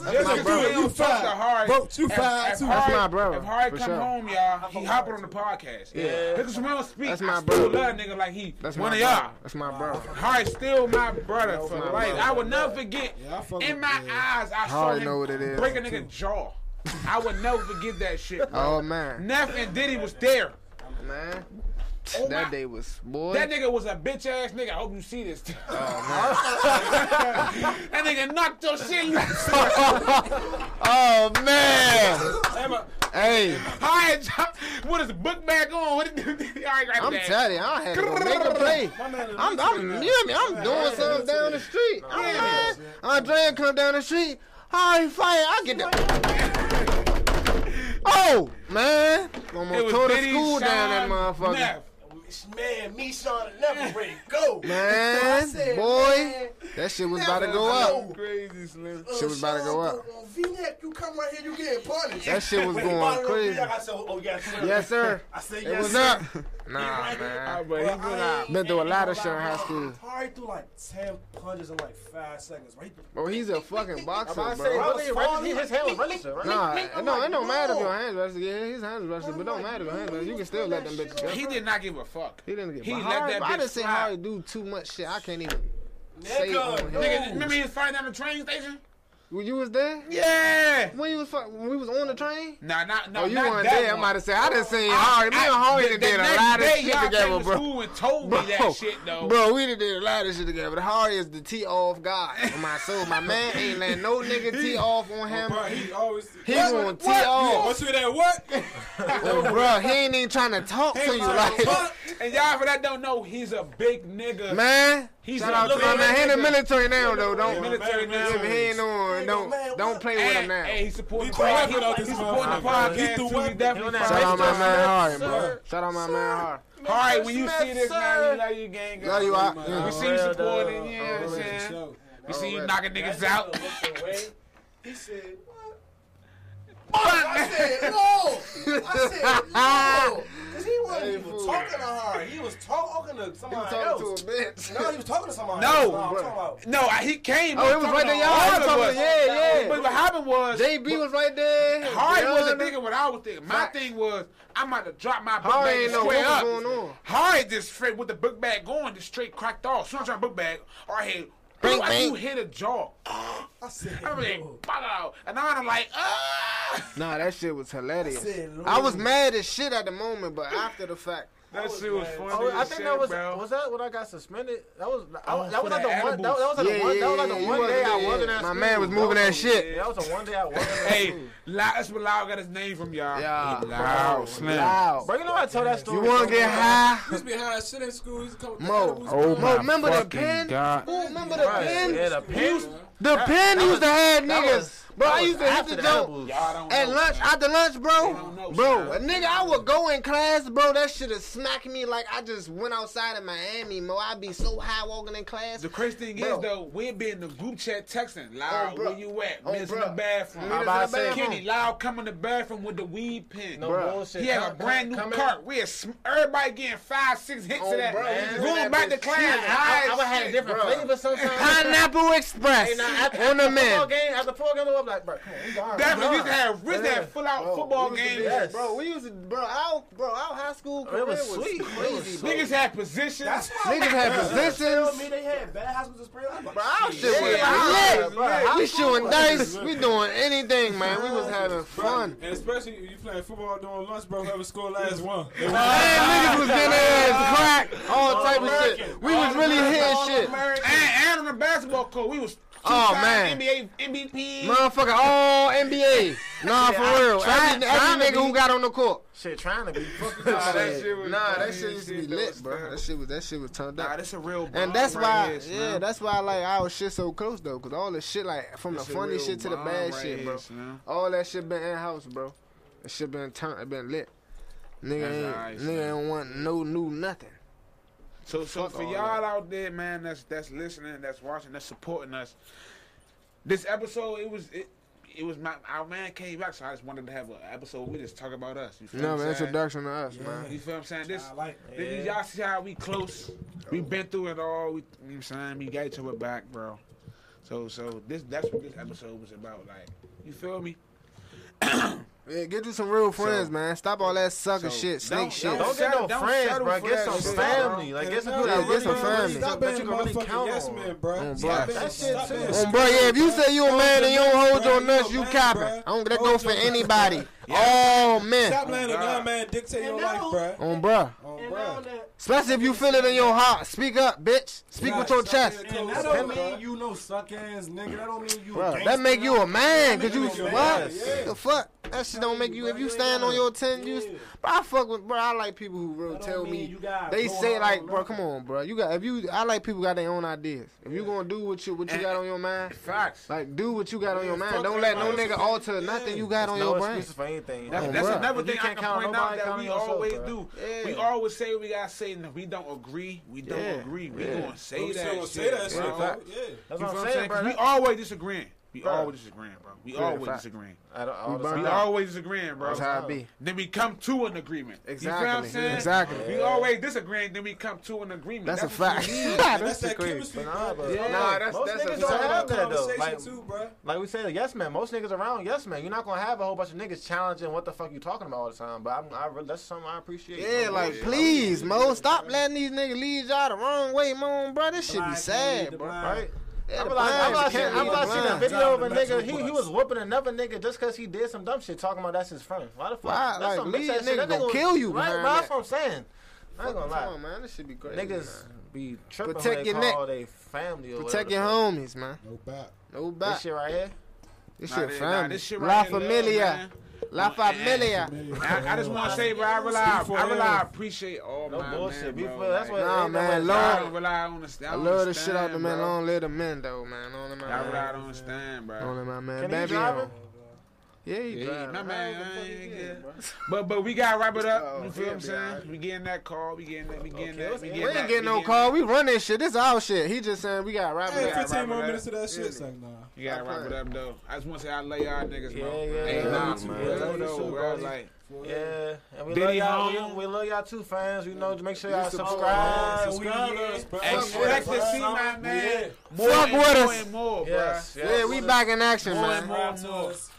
[SPEAKER 1] listen,
[SPEAKER 4] my
[SPEAKER 1] listen,
[SPEAKER 4] brother.
[SPEAKER 1] dude,
[SPEAKER 4] You
[SPEAKER 1] talk
[SPEAKER 4] five.
[SPEAKER 1] to Hard.
[SPEAKER 4] Bro, you
[SPEAKER 1] If-
[SPEAKER 4] five,
[SPEAKER 1] if
[SPEAKER 4] too.
[SPEAKER 1] Hard-
[SPEAKER 4] That's my brother,
[SPEAKER 1] If Hard
[SPEAKER 4] for
[SPEAKER 1] come
[SPEAKER 4] sure.
[SPEAKER 1] home, y'all, he hopping on the podcast. Yeah, because Ramon speak.
[SPEAKER 4] That's my
[SPEAKER 1] I still
[SPEAKER 4] brother.
[SPEAKER 1] love nigga like he
[SPEAKER 4] That's
[SPEAKER 1] one
[SPEAKER 4] my
[SPEAKER 1] of
[SPEAKER 4] brother.
[SPEAKER 1] y'all.
[SPEAKER 4] That's my brother.
[SPEAKER 1] Hard still my brother for
[SPEAKER 4] my
[SPEAKER 1] life.
[SPEAKER 4] brother.
[SPEAKER 1] I will never forget.
[SPEAKER 4] Yeah, I fuck
[SPEAKER 1] In
[SPEAKER 4] with-
[SPEAKER 1] my
[SPEAKER 4] yeah.
[SPEAKER 1] eyes, I saw
[SPEAKER 4] Hard know what it
[SPEAKER 1] him
[SPEAKER 4] is,
[SPEAKER 1] break a
[SPEAKER 4] too.
[SPEAKER 1] nigga jaw. I would never forget that shit. bro.
[SPEAKER 4] Oh man,
[SPEAKER 1] Neff and Diddy was there.
[SPEAKER 4] man,
[SPEAKER 1] Oh, my-
[SPEAKER 4] that day was boy.
[SPEAKER 1] That nigga was a bitch ass nigga. I hope you see this.
[SPEAKER 4] Oh,
[SPEAKER 1] that nigga knocked your shit loose.
[SPEAKER 4] Oh man, hey,
[SPEAKER 1] High and jump with his book bag on. What did All right, right
[SPEAKER 4] I'm
[SPEAKER 1] back.
[SPEAKER 4] telling you, I had to go make a play. I'm, I'm, you hear me? I'm doing something down the street. Yeah, man. Andrea come down the street. All right, fire! I get that. Oh man,
[SPEAKER 1] It
[SPEAKER 4] almost
[SPEAKER 1] was
[SPEAKER 4] tore the
[SPEAKER 1] Diddy,
[SPEAKER 4] school down that
[SPEAKER 1] Sean,
[SPEAKER 4] motherfucker.
[SPEAKER 1] Neff.
[SPEAKER 3] Man, me, Sean, and never ready. Go.
[SPEAKER 4] Man,
[SPEAKER 3] I said,
[SPEAKER 4] boy, that shit was about to go up.
[SPEAKER 1] Crazy slim.
[SPEAKER 3] Uh,
[SPEAKER 4] Shit was about to go
[SPEAKER 3] Sean,
[SPEAKER 4] up.
[SPEAKER 3] on V-neck, you come right here, you getting punished.
[SPEAKER 4] That shit was
[SPEAKER 3] When you
[SPEAKER 4] going
[SPEAKER 3] bought it on
[SPEAKER 4] crazy.
[SPEAKER 3] V-neck, I said, oh, yes, sir.
[SPEAKER 4] Yes, sir.
[SPEAKER 3] I said,
[SPEAKER 4] It
[SPEAKER 3] yes,
[SPEAKER 4] was
[SPEAKER 3] sir.
[SPEAKER 4] up.
[SPEAKER 3] He
[SPEAKER 4] Nah,
[SPEAKER 3] right here.
[SPEAKER 4] man.
[SPEAKER 1] but he
[SPEAKER 3] Well,
[SPEAKER 1] went
[SPEAKER 3] I
[SPEAKER 1] out.
[SPEAKER 4] Been through a
[SPEAKER 3] ain't
[SPEAKER 4] lot
[SPEAKER 3] gonna
[SPEAKER 4] of shit in
[SPEAKER 3] lie,
[SPEAKER 4] high school.
[SPEAKER 3] Tari threw like 10 punches in like 5 seconds. Right there.
[SPEAKER 4] Bro, he's a fucking boxer,
[SPEAKER 8] I
[SPEAKER 4] bro.
[SPEAKER 8] say, really,
[SPEAKER 3] Bro,
[SPEAKER 8] registered- he- his hand was registered, right?
[SPEAKER 4] Nah,
[SPEAKER 3] Nick,
[SPEAKER 4] it
[SPEAKER 3] I'm
[SPEAKER 4] don't,
[SPEAKER 3] like,
[SPEAKER 4] it don't matter if
[SPEAKER 3] no.
[SPEAKER 4] your hands rusted. Yeah, his hands rusted, but it don't
[SPEAKER 3] like,
[SPEAKER 4] matter if your hands
[SPEAKER 3] no,
[SPEAKER 4] rusted. You can still let them bitches go.
[SPEAKER 1] He did not give a fuck.
[SPEAKER 4] He didn't get
[SPEAKER 1] He
[SPEAKER 4] but
[SPEAKER 1] let
[SPEAKER 4] Hardy-
[SPEAKER 1] that
[SPEAKER 4] I
[SPEAKER 1] bitch
[SPEAKER 4] didn't see
[SPEAKER 1] slide.
[SPEAKER 4] Hardy do too much shit. I can't even say it
[SPEAKER 3] Nigga,
[SPEAKER 4] on him.
[SPEAKER 1] Nigga, remember he was fighting at the train station?
[SPEAKER 4] When you was there?
[SPEAKER 1] Yeah.
[SPEAKER 4] When you was fuck, when we was on the train?
[SPEAKER 1] Nah, not not
[SPEAKER 4] Oh, you
[SPEAKER 1] not
[SPEAKER 4] weren't
[SPEAKER 1] that
[SPEAKER 4] there. I'm
[SPEAKER 1] one.
[SPEAKER 4] about to say I didn't see
[SPEAKER 1] I-
[SPEAKER 4] Hardy. Me
[SPEAKER 1] I-
[SPEAKER 4] and Hardy
[SPEAKER 1] the-
[SPEAKER 4] done
[SPEAKER 1] the
[SPEAKER 4] did a
[SPEAKER 1] next
[SPEAKER 4] lot of
[SPEAKER 1] day,
[SPEAKER 4] shit
[SPEAKER 1] y'all
[SPEAKER 4] together,
[SPEAKER 1] came to
[SPEAKER 4] bro.
[SPEAKER 1] School and told
[SPEAKER 4] Bro,
[SPEAKER 1] me that shit though.
[SPEAKER 4] bro, we done did a lot of shit together. But Hardy is the T off guy on my soul. My man ain't letting no nigga T off on him.
[SPEAKER 3] Bro, he always.
[SPEAKER 4] He gonna T off.
[SPEAKER 3] you that what?
[SPEAKER 4] Oh, bro, he ain't even trying to talk to you like.
[SPEAKER 1] And y'all for that don't know, he's a big nigga.
[SPEAKER 4] Man,
[SPEAKER 1] He's
[SPEAKER 4] shout
[SPEAKER 1] a
[SPEAKER 4] out to my
[SPEAKER 1] little
[SPEAKER 4] man. He in the
[SPEAKER 1] nigga.
[SPEAKER 4] military now, though. Don't
[SPEAKER 1] Military now.
[SPEAKER 4] he ain't on. Don't don't play with him
[SPEAKER 1] And, and
[SPEAKER 4] now.
[SPEAKER 1] he supporting the
[SPEAKER 3] threw
[SPEAKER 1] podcast.
[SPEAKER 3] weapon
[SPEAKER 1] He,
[SPEAKER 3] on
[SPEAKER 1] he
[SPEAKER 3] this
[SPEAKER 1] supporting the
[SPEAKER 3] motherfucker. He
[SPEAKER 1] podcast.
[SPEAKER 3] threw
[SPEAKER 1] too. He
[SPEAKER 3] weapon.
[SPEAKER 1] definitely
[SPEAKER 4] Shout out my
[SPEAKER 1] supporting
[SPEAKER 4] man Hardy, bro. Shout out my man Hardy.
[SPEAKER 1] the- All right, when you
[SPEAKER 4] Smith,
[SPEAKER 1] see this,
[SPEAKER 4] sir.
[SPEAKER 1] man, we love you, gang.
[SPEAKER 4] Love you, I.
[SPEAKER 1] We see you supporting, you know what I'm saying? We see you knocking niggas out.
[SPEAKER 3] He said, what?
[SPEAKER 1] Oh, I
[SPEAKER 3] said, no! I said, no! Because he wasn't
[SPEAKER 4] Hey,
[SPEAKER 3] even
[SPEAKER 4] fool.
[SPEAKER 3] talking to her. He was talking to somebody else.
[SPEAKER 4] Talking to a bitch.
[SPEAKER 3] no, he was talking to somebody
[SPEAKER 1] No,
[SPEAKER 3] else. I'm
[SPEAKER 4] bro.
[SPEAKER 3] talking about-
[SPEAKER 1] No, I- he came.
[SPEAKER 4] Oh, it was right there. Y'all
[SPEAKER 1] Hard
[SPEAKER 4] was talking. Yeah,
[SPEAKER 1] But
[SPEAKER 4] yeah.
[SPEAKER 1] what happened was,
[SPEAKER 4] JB was right there.
[SPEAKER 1] Hardy wasn't
[SPEAKER 4] Rihanna.
[SPEAKER 1] thinking what I was thinking. My
[SPEAKER 4] Facts.
[SPEAKER 1] thing was, I'm about to drop my book
[SPEAKER 4] Hardy
[SPEAKER 1] bag
[SPEAKER 4] ain't
[SPEAKER 1] and
[SPEAKER 4] know what
[SPEAKER 1] square
[SPEAKER 4] was
[SPEAKER 1] up.
[SPEAKER 4] going on.
[SPEAKER 1] Hard just straight with the book bag going, just straight cracked off. Soon as I dropped book bag, I hit,
[SPEAKER 4] Bang,
[SPEAKER 1] I
[SPEAKER 4] bang.
[SPEAKER 1] do hit a jaw.
[SPEAKER 3] I said,
[SPEAKER 1] I was like,
[SPEAKER 3] no.
[SPEAKER 1] "Pow!" and I'm like, ah.
[SPEAKER 4] Nah, that shit was hilarious.
[SPEAKER 3] I said,
[SPEAKER 4] I was
[SPEAKER 3] Lord.
[SPEAKER 4] mad as shit at the moment, but after the fact,
[SPEAKER 1] That shit was funny.
[SPEAKER 2] Oh, I
[SPEAKER 1] as
[SPEAKER 2] think
[SPEAKER 1] shit,
[SPEAKER 2] that was
[SPEAKER 1] bro.
[SPEAKER 2] was that when I got suspended. That was I,
[SPEAKER 1] Oh,
[SPEAKER 2] that
[SPEAKER 1] for
[SPEAKER 2] was like the
[SPEAKER 1] that
[SPEAKER 2] one that, was- that was like
[SPEAKER 4] Yeah,
[SPEAKER 2] the one that was
[SPEAKER 4] yeah,
[SPEAKER 2] like
[SPEAKER 4] yeah,
[SPEAKER 2] the
[SPEAKER 4] you
[SPEAKER 2] one
[SPEAKER 4] wasn't
[SPEAKER 2] day I
[SPEAKER 4] there.
[SPEAKER 2] wasn't at
[SPEAKER 4] My
[SPEAKER 2] school.
[SPEAKER 4] man was moving
[SPEAKER 2] that,
[SPEAKER 4] that shit.
[SPEAKER 2] Yeah, that was the one day I wasn't. at
[SPEAKER 1] Hey,
[SPEAKER 2] school.
[SPEAKER 1] Lau- that's where Lau got his name from, y'all.
[SPEAKER 4] Yeah.
[SPEAKER 1] Lau Slim.
[SPEAKER 4] loud.
[SPEAKER 2] bro, you know I told that
[SPEAKER 4] You
[SPEAKER 2] story.
[SPEAKER 4] wanna
[SPEAKER 2] so
[SPEAKER 4] get
[SPEAKER 2] much.
[SPEAKER 4] high?
[SPEAKER 3] He was behind shit in school. He's coming
[SPEAKER 4] Mo,
[SPEAKER 1] Oh
[SPEAKER 4] Mo,
[SPEAKER 1] my
[SPEAKER 4] remember the
[SPEAKER 1] fucking
[SPEAKER 4] pen?
[SPEAKER 1] God.
[SPEAKER 4] Ooh, remember the
[SPEAKER 2] Right,
[SPEAKER 4] pen?
[SPEAKER 2] Yeah, the pen.
[SPEAKER 4] The pen used to have
[SPEAKER 2] that
[SPEAKER 4] niggas.
[SPEAKER 2] was-
[SPEAKER 4] bro,
[SPEAKER 2] that
[SPEAKER 4] I
[SPEAKER 2] was
[SPEAKER 4] used to have
[SPEAKER 2] after
[SPEAKER 4] to
[SPEAKER 2] the
[SPEAKER 4] jump.
[SPEAKER 2] edibles.
[SPEAKER 1] Y'all don't
[SPEAKER 4] At
[SPEAKER 1] know,
[SPEAKER 4] lunch,
[SPEAKER 1] man.
[SPEAKER 4] after lunch, bro,
[SPEAKER 1] don't know,
[SPEAKER 4] bro, a
[SPEAKER 1] son.
[SPEAKER 4] nigga, I would go in class, bro. That shit would smack me like I just went outside in Miami, mo. I'd be so high walking in class.
[SPEAKER 1] The crazy thing
[SPEAKER 4] Bro.
[SPEAKER 1] is though, we be in the group chat texting. Lau,
[SPEAKER 4] Oh, bro.
[SPEAKER 1] where you at?
[SPEAKER 4] Oh,
[SPEAKER 1] Miss in
[SPEAKER 4] bro.
[SPEAKER 1] the bathroom.
[SPEAKER 4] Meet us in
[SPEAKER 2] about
[SPEAKER 4] the
[SPEAKER 2] to say,
[SPEAKER 4] bathroom.
[SPEAKER 1] Kenny, Lau come in the bathroom with the weed pen.
[SPEAKER 2] No
[SPEAKER 4] Bruh.
[SPEAKER 2] bullshit.
[SPEAKER 1] He had a
[SPEAKER 2] Come-
[SPEAKER 1] brand new
[SPEAKER 2] come in.
[SPEAKER 1] cart. We had sm- everybody getting five, six hits
[SPEAKER 4] Oh,
[SPEAKER 1] of that.
[SPEAKER 4] bro, we just in
[SPEAKER 1] Going
[SPEAKER 4] that
[SPEAKER 1] back to
[SPEAKER 4] bitch
[SPEAKER 1] class.
[SPEAKER 4] chilling.
[SPEAKER 1] high
[SPEAKER 2] I, I
[SPEAKER 1] as
[SPEAKER 2] would have
[SPEAKER 1] shit.
[SPEAKER 2] a different
[SPEAKER 4] Bruh.
[SPEAKER 2] flavor sometimes.
[SPEAKER 4] Pineapple Express
[SPEAKER 2] Hey, now, after,
[SPEAKER 4] on the
[SPEAKER 2] after football
[SPEAKER 4] men.
[SPEAKER 2] game, after football game, I'm like, bro, come on, we gone.
[SPEAKER 1] That
[SPEAKER 2] We
[SPEAKER 1] we used to
[SPEAKER 2] gone.
[SPEAKER 1] have we used to have full out football games.
[SPEAKER 2] yes.
[SPEAKER 4] Bro, we used to, bro, our, bro, our high school
[SPEAKER 2] It
[SPEAKER 4] career
[SPEAKER 2] was
[SPEAKER 4] was,
[SPEAKER 2] sweet.
[SPEAKER 4] crazy, bro.
[SPEAKER 1] Niggas had positions.
[SPEAKER 4] Niggas had
[SPEAKER 3] Tell me
[SPEAKER 4] positions.
[SPEAKER 3] they had bad high school experience. I'm like,
[SPEAKER 4] Bro, our shit
[SPEAKER 1] Yeah, yeah,
[SPEAKER 4] was lit.
[SPEAKER 1] bro.
[SPEAKER 4] We shooting dice. We doing anything, man. We was having fun.
[SPEAKER 3] And especially if you playing football during lunch, bro, whoever scored last one.
[SPEAKER 4] Man, niggas was getting their ass cracked, all type of shit. We was really hitting shit.
[SPEAKER 1] And, and on the basketball court, we was two
[SPEAKER 4] Oh,
[SPEAKER 1] time
[SPEAKER 4] man.
[SPEAKER 1] NBA MVP.
[SPEAKER 4] Motherfucker, all NBA. Nah, for real. Every, every nigga who got on the court.
[SPEAKER 2] Shit, trying to be.
[SPEAKER 1] Nah, that shit was
[SPEAKER 4] Nah,
[SPEAKER 1] funny
[SPEAKER 4] that shit
[SPEAKER 1] as
[SPEAKER 4] used to be
[SPEAKER 1] though.
[SPEAKER 4] lit, bro. That shit was that shit was turned
[SPEAKER 1] Nah,
[SPEAKER 4] up.
[SPEAKER 1] that's a real.
[SPEAKER 4] And
[SPEAKER 1] bond
[SPEAKER 4] that's
[SPEAKER 1] right
[SPEAKER 4] why,
[SPEAKER 1] here, son.
[SPEAKER 4] yeah, that's why I like our shit so close though, cause all the shit like from
[SPEAKER 1] That's a
[SPEAKER 4] the funny
[SPEAKER 1] real
[SPEAKER 4] shit to the
[SPEAKER 1] bond
[SPEAKER 4] bad
[SPEAKER 1] right
[SPEAKER 4] shit,
[SPEAKER 1] here,
[SPEAKER 4] bro.
[SPEAKER 1] son.
[SPEAKER 4] All that shit been in house, bro. That shit been turned, it been lit. Nigga
[SPEAKER 1] That's
[SPEAKER 4] ain't,
[SPEAKER 1] alright,
[SPEAKER 4] nigga
[SPEAKER 1] son.
[SPEAKER 4] ain't want no new nothing.
[SPEAKER 1] So, so
[SPEAKER 4] Fuck
[SPEAKER 1] for
[SPEAKER 4] all
[SPEAKER 1] y'all out there, man, that's that's listening, that's watching, that's supporting us. This episode, it was it, it was my our man came back, so I just wanted to have an episode. where We just talk about us. You feel
[SPEAKER 4] No,
[SPEAKER 1] what
[SPEAKER 4] man,
[SPEAKER 1] I'm saying?
[SPEAKER 4] introduction to us, man.
[SPEAKER 1] You feel what I'm saying? This,
[SPEAKER 3] I like that.
[SPEAKER 1] this- y'all see how we close. We been through it all. We, you know what I'm saying? We got each other back, bro. So, so this that's what this episode was about. Like, you feel me?
[SPEAKER 4] Yeah, get you some real friends,
[SPEAKER 1] So-
[SPEAKER 4] man. Stop all that sucker
[SPEAKER 1] so
[SPEAKER 4] shit, snake
[SPEAKER 1] don't-
[SPEAKER 4] shit.
[SPEAKER 1] don't
[SPEAKER 2] Don't get no
[SPEAKER 1] settle- don't
[SPEAKER 2] friends,
[SPEAKER 1] settle
[SPEAKER 2] bro.
[SPEAKER 1] for
[SPEAKER 2] Get
[SPEAKER 1] that
[SPEAKER 2] some
[SPEAKER 1] shit,
[SPEAKER 2] family. Like, get some people that
[SPEAKER 4] Yeah, get some
[SPEAKER 2] really,
[SPEAKER 4] family.
[SPEAKER 2] really,
[SPEAKER 4] Stop
[SPEAKER 2] that you can really count
[SPEAKER 3] yes
[SPEAKER 2] on.
[SPEAKER 3] man, bro.
[SPEAKER 4] On block.
[SPEAKER 1] Yes.
[SPEAKER 3] That shit
[SPEAKER 2] Stop
[SPEAKER 3] too.
[SPEAKER 2] being
[SPEAKER 4] Um, bro, yeah, if you say you a man and you don't hold your nuts, you capping. I don't that go for anybody. All men.
[SPEAKER 3] Stop letting a young man dictate your life, Oh, bro.
[SPEAKER 4] Um, bro.
[SPEAKER 3] And now that,
[SPEAKER 4] Especially if you feel it in your heart. Speak up, bitch. Speak with your chest.
[SPEAKER 3] and that don't mean you no suck ass nigga. That don't mean you.
[SPEAKER 4] Bro,
[SPEAKER 3] gangsta.
[SPEAKER 4] that make you a man, cause you
[SPEAKER 3] you a
[SPEAKER 4] what?
[SPEAKER 3] man.
[SPEAKER 4] The fuck? That shit don't make you. If you stand on your ten, you. Bro, I fuck with. Bro, I like people who real
[SPEAKER 3] That don't
[SPEAKER 4] tell
[SPEAKER 3] mean
[SPEAKER 4] me.
[SPEAKER 3] you got
[SPEAKER 4] They
[SPEAKER 3] going
[SPEAKER 4] say
[SPEAKER 3] on
[SPEAKER 4] like,
[SPEAKER 3] or
[SPEAKER 4] bro,
[SPEAKER 3] nothing.
[SPEAKER 4] come on, bro. You got if you. I like people got their own ideas. If you gonna do what you what you got on your mind,
[SPEAKER 1] Facts.
[SPEAKER 4] like do what you got on your mind.
[SPEAKER 2] fuck
[SPEAKER 4] Don't let no
[SPEAKER 2] everybody
[SPEAKER 4] nigga
[SPEAKER 2] else's
[SPEAKER 4] alter nothing you got on
[SPEAKER 2] no
[SPEAKER 4] your brain.
[SPEAKER 2] excuses for anything.
[SPEAKER 1] That's,
[SPEAKER 4] Oh,
[SPEAKER 1] that's
[SPEAKER 4] bruh.
[SPEAKER 1] another
[SPEAKER 2] If you
[SPEAKER 1] thing I
[SPEAKER 2] can't
[SPEAKER 1] can
[SPEAKER 2] count
[SPEAKER 1] point
[SPEAKER 2] nobody,
[SPEAKER 1] out that
[SPEAKER 2] count
[SPEAKER 1] we
[SPEAKER 2] yourself,
[SPEAKER 1] always
[SPEAKER 2] bruh.
[SPEAKER 1] do.
[SPEAKER 4] Yeah.
[SPEAKER 1] We always say we gotta say, and if we don't agree, we don't
[SPEAKER 4] Yeah.
[SPEAKER 1] agree. We
[SPEAKER 5] Yeah.
[SPEAKER 1] gonna say
[SPEAKER 3] You
[SPEAKER 1] that.
[SPEAKER 3] still gonna
[SPEAKER 1] shit,
[SPEAKER 3] say that shit,
[SPEAKER 1] bro.
[SPEAKER 3] bro. Yeah.
[SPEAKER 2] That's
[SPEAKER 1] You
[SPEAKER 2] what
[SPEAKER 1] feel
[SPEAKER 2] I'm
[SPEAKER 1] what I'm
[SPEAKER 2] saying,
[SPEAKER 1] saying? 'Cause
[SPEAKER 2] bro.
[SPEAKER 1] We always disagreeing. We
[SPEAKER 2] Bruh.
[SPEAKER 1] always disagreeing, bro. We always
[SPEAKER 4] fact.
[SPEAKER 1] disagreeing.
[SPEAKER 2] I don't, all
[SPEAKER 4] We
[SPEAKER 2] the
[SPEAKER 4] burn
[SPEAKER 2] time.
[SPEAKER 1] We
[SPEAKER 4] Yeah.
[SPEAKER 1] always disagreeing, bro.
[SPEAKER 4] That's how it be.
[SPEAKER 1] Then we come to an agreement. You feel what I'm
[SPEAKER 4] Exactly.
[SPEAKER 1] saying?
[SPEAKER 4] Exactly.
[SPEAKER 1] We always disagreeing, then we come to an agreement.
[SPEAKER 4] That's a
[SPEAKER 1] what
[SPEAKER 4] fact.
[SPEAKER 1] you need.
[SPEAKER 3] That's
[SPEAKER 4] That's
[SPEAKER 3] that
[SPEAKER 4] crazy.
[SPEAKER 3] chemistry,
[SPEAKER 2] Nah,
[SPEAKER 3] bro.
[SPEAKER 2] but-
[SPEAKER 4] Yeah. Nah, that's
[SPEAKER 3] Most
[SPEAKER 4] that's
[SPEAKER 3] niggas
[SPEAKER 4] a
[SPEAKER 3] don't
[SPEAKER 4] fact.
[SPEAKER 3] have
[SPEAKER 2] fact.
[SPEAKER 3] that though.
[SPEAKER 2] Like-
[SPEAKER 3] Like, too, bro.
[SPEAKER 2] Like we say, the yes man. Most niggas around yes man. You're not gonna have a whole bunch of niggas challenging what the fuck you talking about all the time. But I'm, I re- that's something I appreciate.
[SPEAKER 4] Yeah,
[SPEAKER 2] I'm
[SPEAKER 4] like
[SPEAKER 2] with it.
[SPEAKER 4] please, Mo, stop letting these niggas lead y'all the wrong way, Mo, bro. This shit be sad, bro.
[SPEAKER 2] Right?
[SPEAKER 4] Yeah,
[SPEAKER 2] I'm
[SPEAKER 4] the
[SPEAKER 2] like, I'm
[SPEAKER 4] blinds
[SPEAKER 2] like,
[SPEAKER 4] can't
[SPEAKER 2] I'm
[SPEAKER 4] lead the
[SPEAKER 2] like, seen a
[SPEAKER 4] blinds.
[SPEAKER 2] video of a
[SPEAKER 3] Driving back to
[SPEAKER 2] nigga.
[SPEAKER 3] the
[SPEAKER 2] He he
[SPEAKER 3] bus.
[SPEAKER 2] was whooping another nigga just because he did some dumb shit, talking about that's his friend. Why the fuck?
[SPEAKER 4] Why?
[SPEAKER 2] That's
[SPEAKER 4] Like,
[SPEAKER 2] some
[SPEAKER 4] leave
[SPEAKER 2] bitch ass shit.
[SPEAKER 4] niggas
[SPEAKER 2] That
[SPEAKER 4] gonna
[SPEAKER 2] nigga-
[SPEAKER 4] kill you
[SPEAKER 2] Right,
[SPEAKER 4] behind
[SPEAKER 2] bro. That's
[SPEAKER 4] that.
[SPEAKER 2] what I'm saying. I ain't gonna
[SPEAKER 4] Come
[SPEAKER 2] lie.
[SPEAKER 4] on, man. This should be crazy.
[SPEAKER 2] Niggas
[SPEAKER 4] man.
[SPEAKER 2] be tripping
[SPEAKER 4] Protect
[SPEAKER 2] when they
[SPEAKER 4] your
[SPEAKER 2] call
[SPEAKER 4] neck.
[SPEAKER 2] all they family or whatever
[SPEAKER 4] protect
[SPEAKER 2] the
[SPEAKER 4] your
[SPEAKER 2] fuck.
[SPEAKER 4] homies, man.
[SPEAKER 8] No back.
[SPEAKER 4] No
[SPEAKER 2] This
[SPEAKER 4] back.
[SPEAKER 2] shit right here.
[SPEAKER 4] This
[SPEAKER 1] Nah,
[SPEAKER 4] shit
[SPEAKER 1] this- nah,
[SPEAKER 4] family.
[SPEAKER 1] this shit
[SPEAKER 4] La
[SPEAKER 1] right here,
[SPEAKER 4] familia.
[SPEAKER 1] man.
[SPEAKER 4] La
[SPEAKER 1] Come on,
[SPEAKER 4] familia.
[SPEAKER 1] I, I just want to say, bro, I rely,
[SPEAKER 8] Speak for
[SPEAKER 1] I rely,
[SPEAKER 8] him.
[SPEAKER 1] appreciate all
[SPEAKER 2] No
[SPEAKER 1] my
[SPEAKER 2] bullshit.
[SPEAKER 1] man,
[SPEAKER 2] We
[SPEAKER 1] bro.
[SPEAKER 2] feel- that's
[SPEAKER 1] Like,
[SPEAKER 2] what.
[SPEAKER 4] Nah,
[SPEAKER 2] ain't
[SPEAKER 4] man,
[SPEAKER 2] nobody-
[SPEAKER 4] Lord.
[SPEAKER 1] I don't rely on the.
[SPEAKER 4] I love the shit out the man.
[SPEAKER 1] man.
[SPEAKER 4] Long live the men, though, man. Long live my
[SPEAKER 1] I rely
[SPEAKER 4] man.
[SPEAKER 1] on the stand,
[SPEAKER 4] Long
[SPEAKER 1] bro.
[SPEAKER 4] live my man.
[SPEAKER 2] Can he
[SPEAKER 4] Baby
[SPEAKER 2] drive
[SPEAKER 4] on.
[SPEAKER 2] it?
[SPEAKER 4] Yeah, he
[SPEAKER 1] Yeah,
[SPEAKER 4] driving.
[SPEAKER 1] my man, I ain't
[SPEAKER 4] Yeah.
[SPEAKER 1] get- But but we gotta wrap it up.
[SPEAKER 4] Oh,
[SPEAKER 1] You feel what I'm
[SPEAKER 4] yeah,
[SPEAKER 1] saying?
[SPEAKER 4] alright.
[SPEAKER 1] We getting that call. We getting that. We getting that. We
[SPEAKER 4] We
[SPEAKER 1] getting that.
[SPEAKER 4] ain't getting
[SPEAKER 1] we
[SPEAKER 4] no call. We run this shit. This our shit. He just saying we got rap.
[SPEAKER 8] Hey,
[SPEAKER 1] Yeah, I
[SPEAKER 8] 15 more
[SPEAKER 1] rock
[SPEAKER 8] minutes
[SPEAKER 1] with
[SPEAKER 8] of that shit. It's like, nah.
[SPEAKER 1] You gotta wrap it up though. I just want to say I love y'all niggas, bro.
[SPEAKER 2] Yeah, yeah,
[SPEAKER 1] Hey,
[SPEAKER 2] yeah.
[SPEAKER 1] nah,
[SPEAKER 5] Yeah,
[SPEAKER 1] for
[SPEAKER 5] man.
[SPEAKER 1] real
[SPEAKER 2] Yeah,
[SPEAKER 1] though,
[SPEAKER 2] you too,
[SPEAKER 1] bro.
[SPEAKER 2] bro.
[SPEAKER 1] Like,
[SPEAKER 2] Yeah, and we
[SPEAKER 1] Did
[SPEAKER 2] love
[SPEAKER 1] he
[SPEAKER 2] y'all.
[SPEAKER 1] home?
[SPEAKER 2] We, we love y'all too, fans. You know, make sure y'all
[SPEAKER 3] Subscribe,
[SPEAKER 2] subscribe.
[SPEAKER 3] subscribe to us, bro.
[SPEAKER 1] expect to see my
[SPEAKER 3] Yeah.
[SPEAKER 1] man more
[SPEAKER 4] Fuck
[SPEAKER 1] and
[SPEAKER 4] with
[SPEAKER 1] more
[SPEAKER 4] us.
[SPEAKER 1] and more, bro.
[SPEAKER 2] Yes, yes.
[SPEAKER 4] Yeah, we back in action,
[SPEAKER 1] More and
[SPEAKER 4] man.
[SPEAKER 1] more and
[SPEAKER 3] Subscribe to
[SPEAKER 1] more.
[SPEAKER 3] us.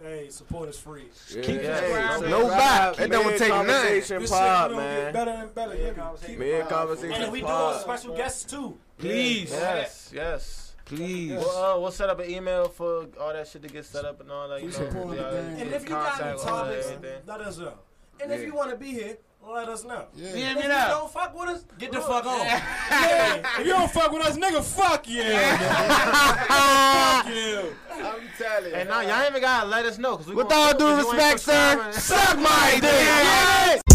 [SPEAKER 3] Hey, support is free.
[SPEAKER 1] Keep
[SPEAKER 5] Yeah.
[SPEAKER 1] subscribing.
[SPEAKER 4] No back. It
[SPEAKER 5] Mid
[SPEAKER 4] don't take nothing.
[SPEAKER 5] conversation
[SPEAKER 3] This shit
[SPEAKER 5] pod,
[SPEAKER 3] gonna get
[SPEAKER 5] man.
[SPEAKER 3] better and better. Yeah, keep it.
[SPEAKER 5] Mid
[SPEAKER 3] And we
[SPEAKER 5] conversation
[SPEAKER 3] do have
[SPEAKER 5] pod.
[SPEAKER 3] special guests too.
[SPEAKER 1] Please,
[SPEAKER 2] Yes, yes.
[SPEAKER 1] please.
[SPEAKER 2] We'll, uh, we'll set up an email for all that shit to get set up and all that. You
[SPEAKER 8] We
[SPEAKER 2] know,
[SPEAKER 8] support
[SPEAKER 2] we
[SPEAKER 8] the
[SPEAKER 2] all-
[SPEAKER 8] game.
[SPEAKER 3] And if you got any
[SPEAKER 2] contact, all that,
[SPEAKER 3] topics,
[SPEAKER 2] everything.
[SPEAKER 3] let us know. And if
[SPEAKER 1] Yeah.
[SPEAKER 3] you want to be here, let us know.
[SPEAKER 8] Yeah.
[SPEAKER 1] Yeah,
[SPEAKER 3] If
[SPEAKER 1] me
[SPEAKER 3] you
[SPEAKER 1] now.
[SPEAKER 3] don't fuck with us, get the fuck on.
[SPEAKER 8] If you don't fuck with us, nigga, fuck you.
[SPEAKER 4] Ah,
[SPEAKER 8] fuck you.
[SPEAKER 2] And now y'all ain't even gotta let us know. Cause we
[SPEAKER 4] With
[SPEAKER 2] gonna-
[SPEAKER 4] all
[SPEAKER 2] if you
[SPEAKER 4] due
[SPEAKER 2] ain't
[SPEAKER 4] respect,
[SPEAKER 2] subscribing-
[SPEAKER 4] sir, suck my dick. Yeah.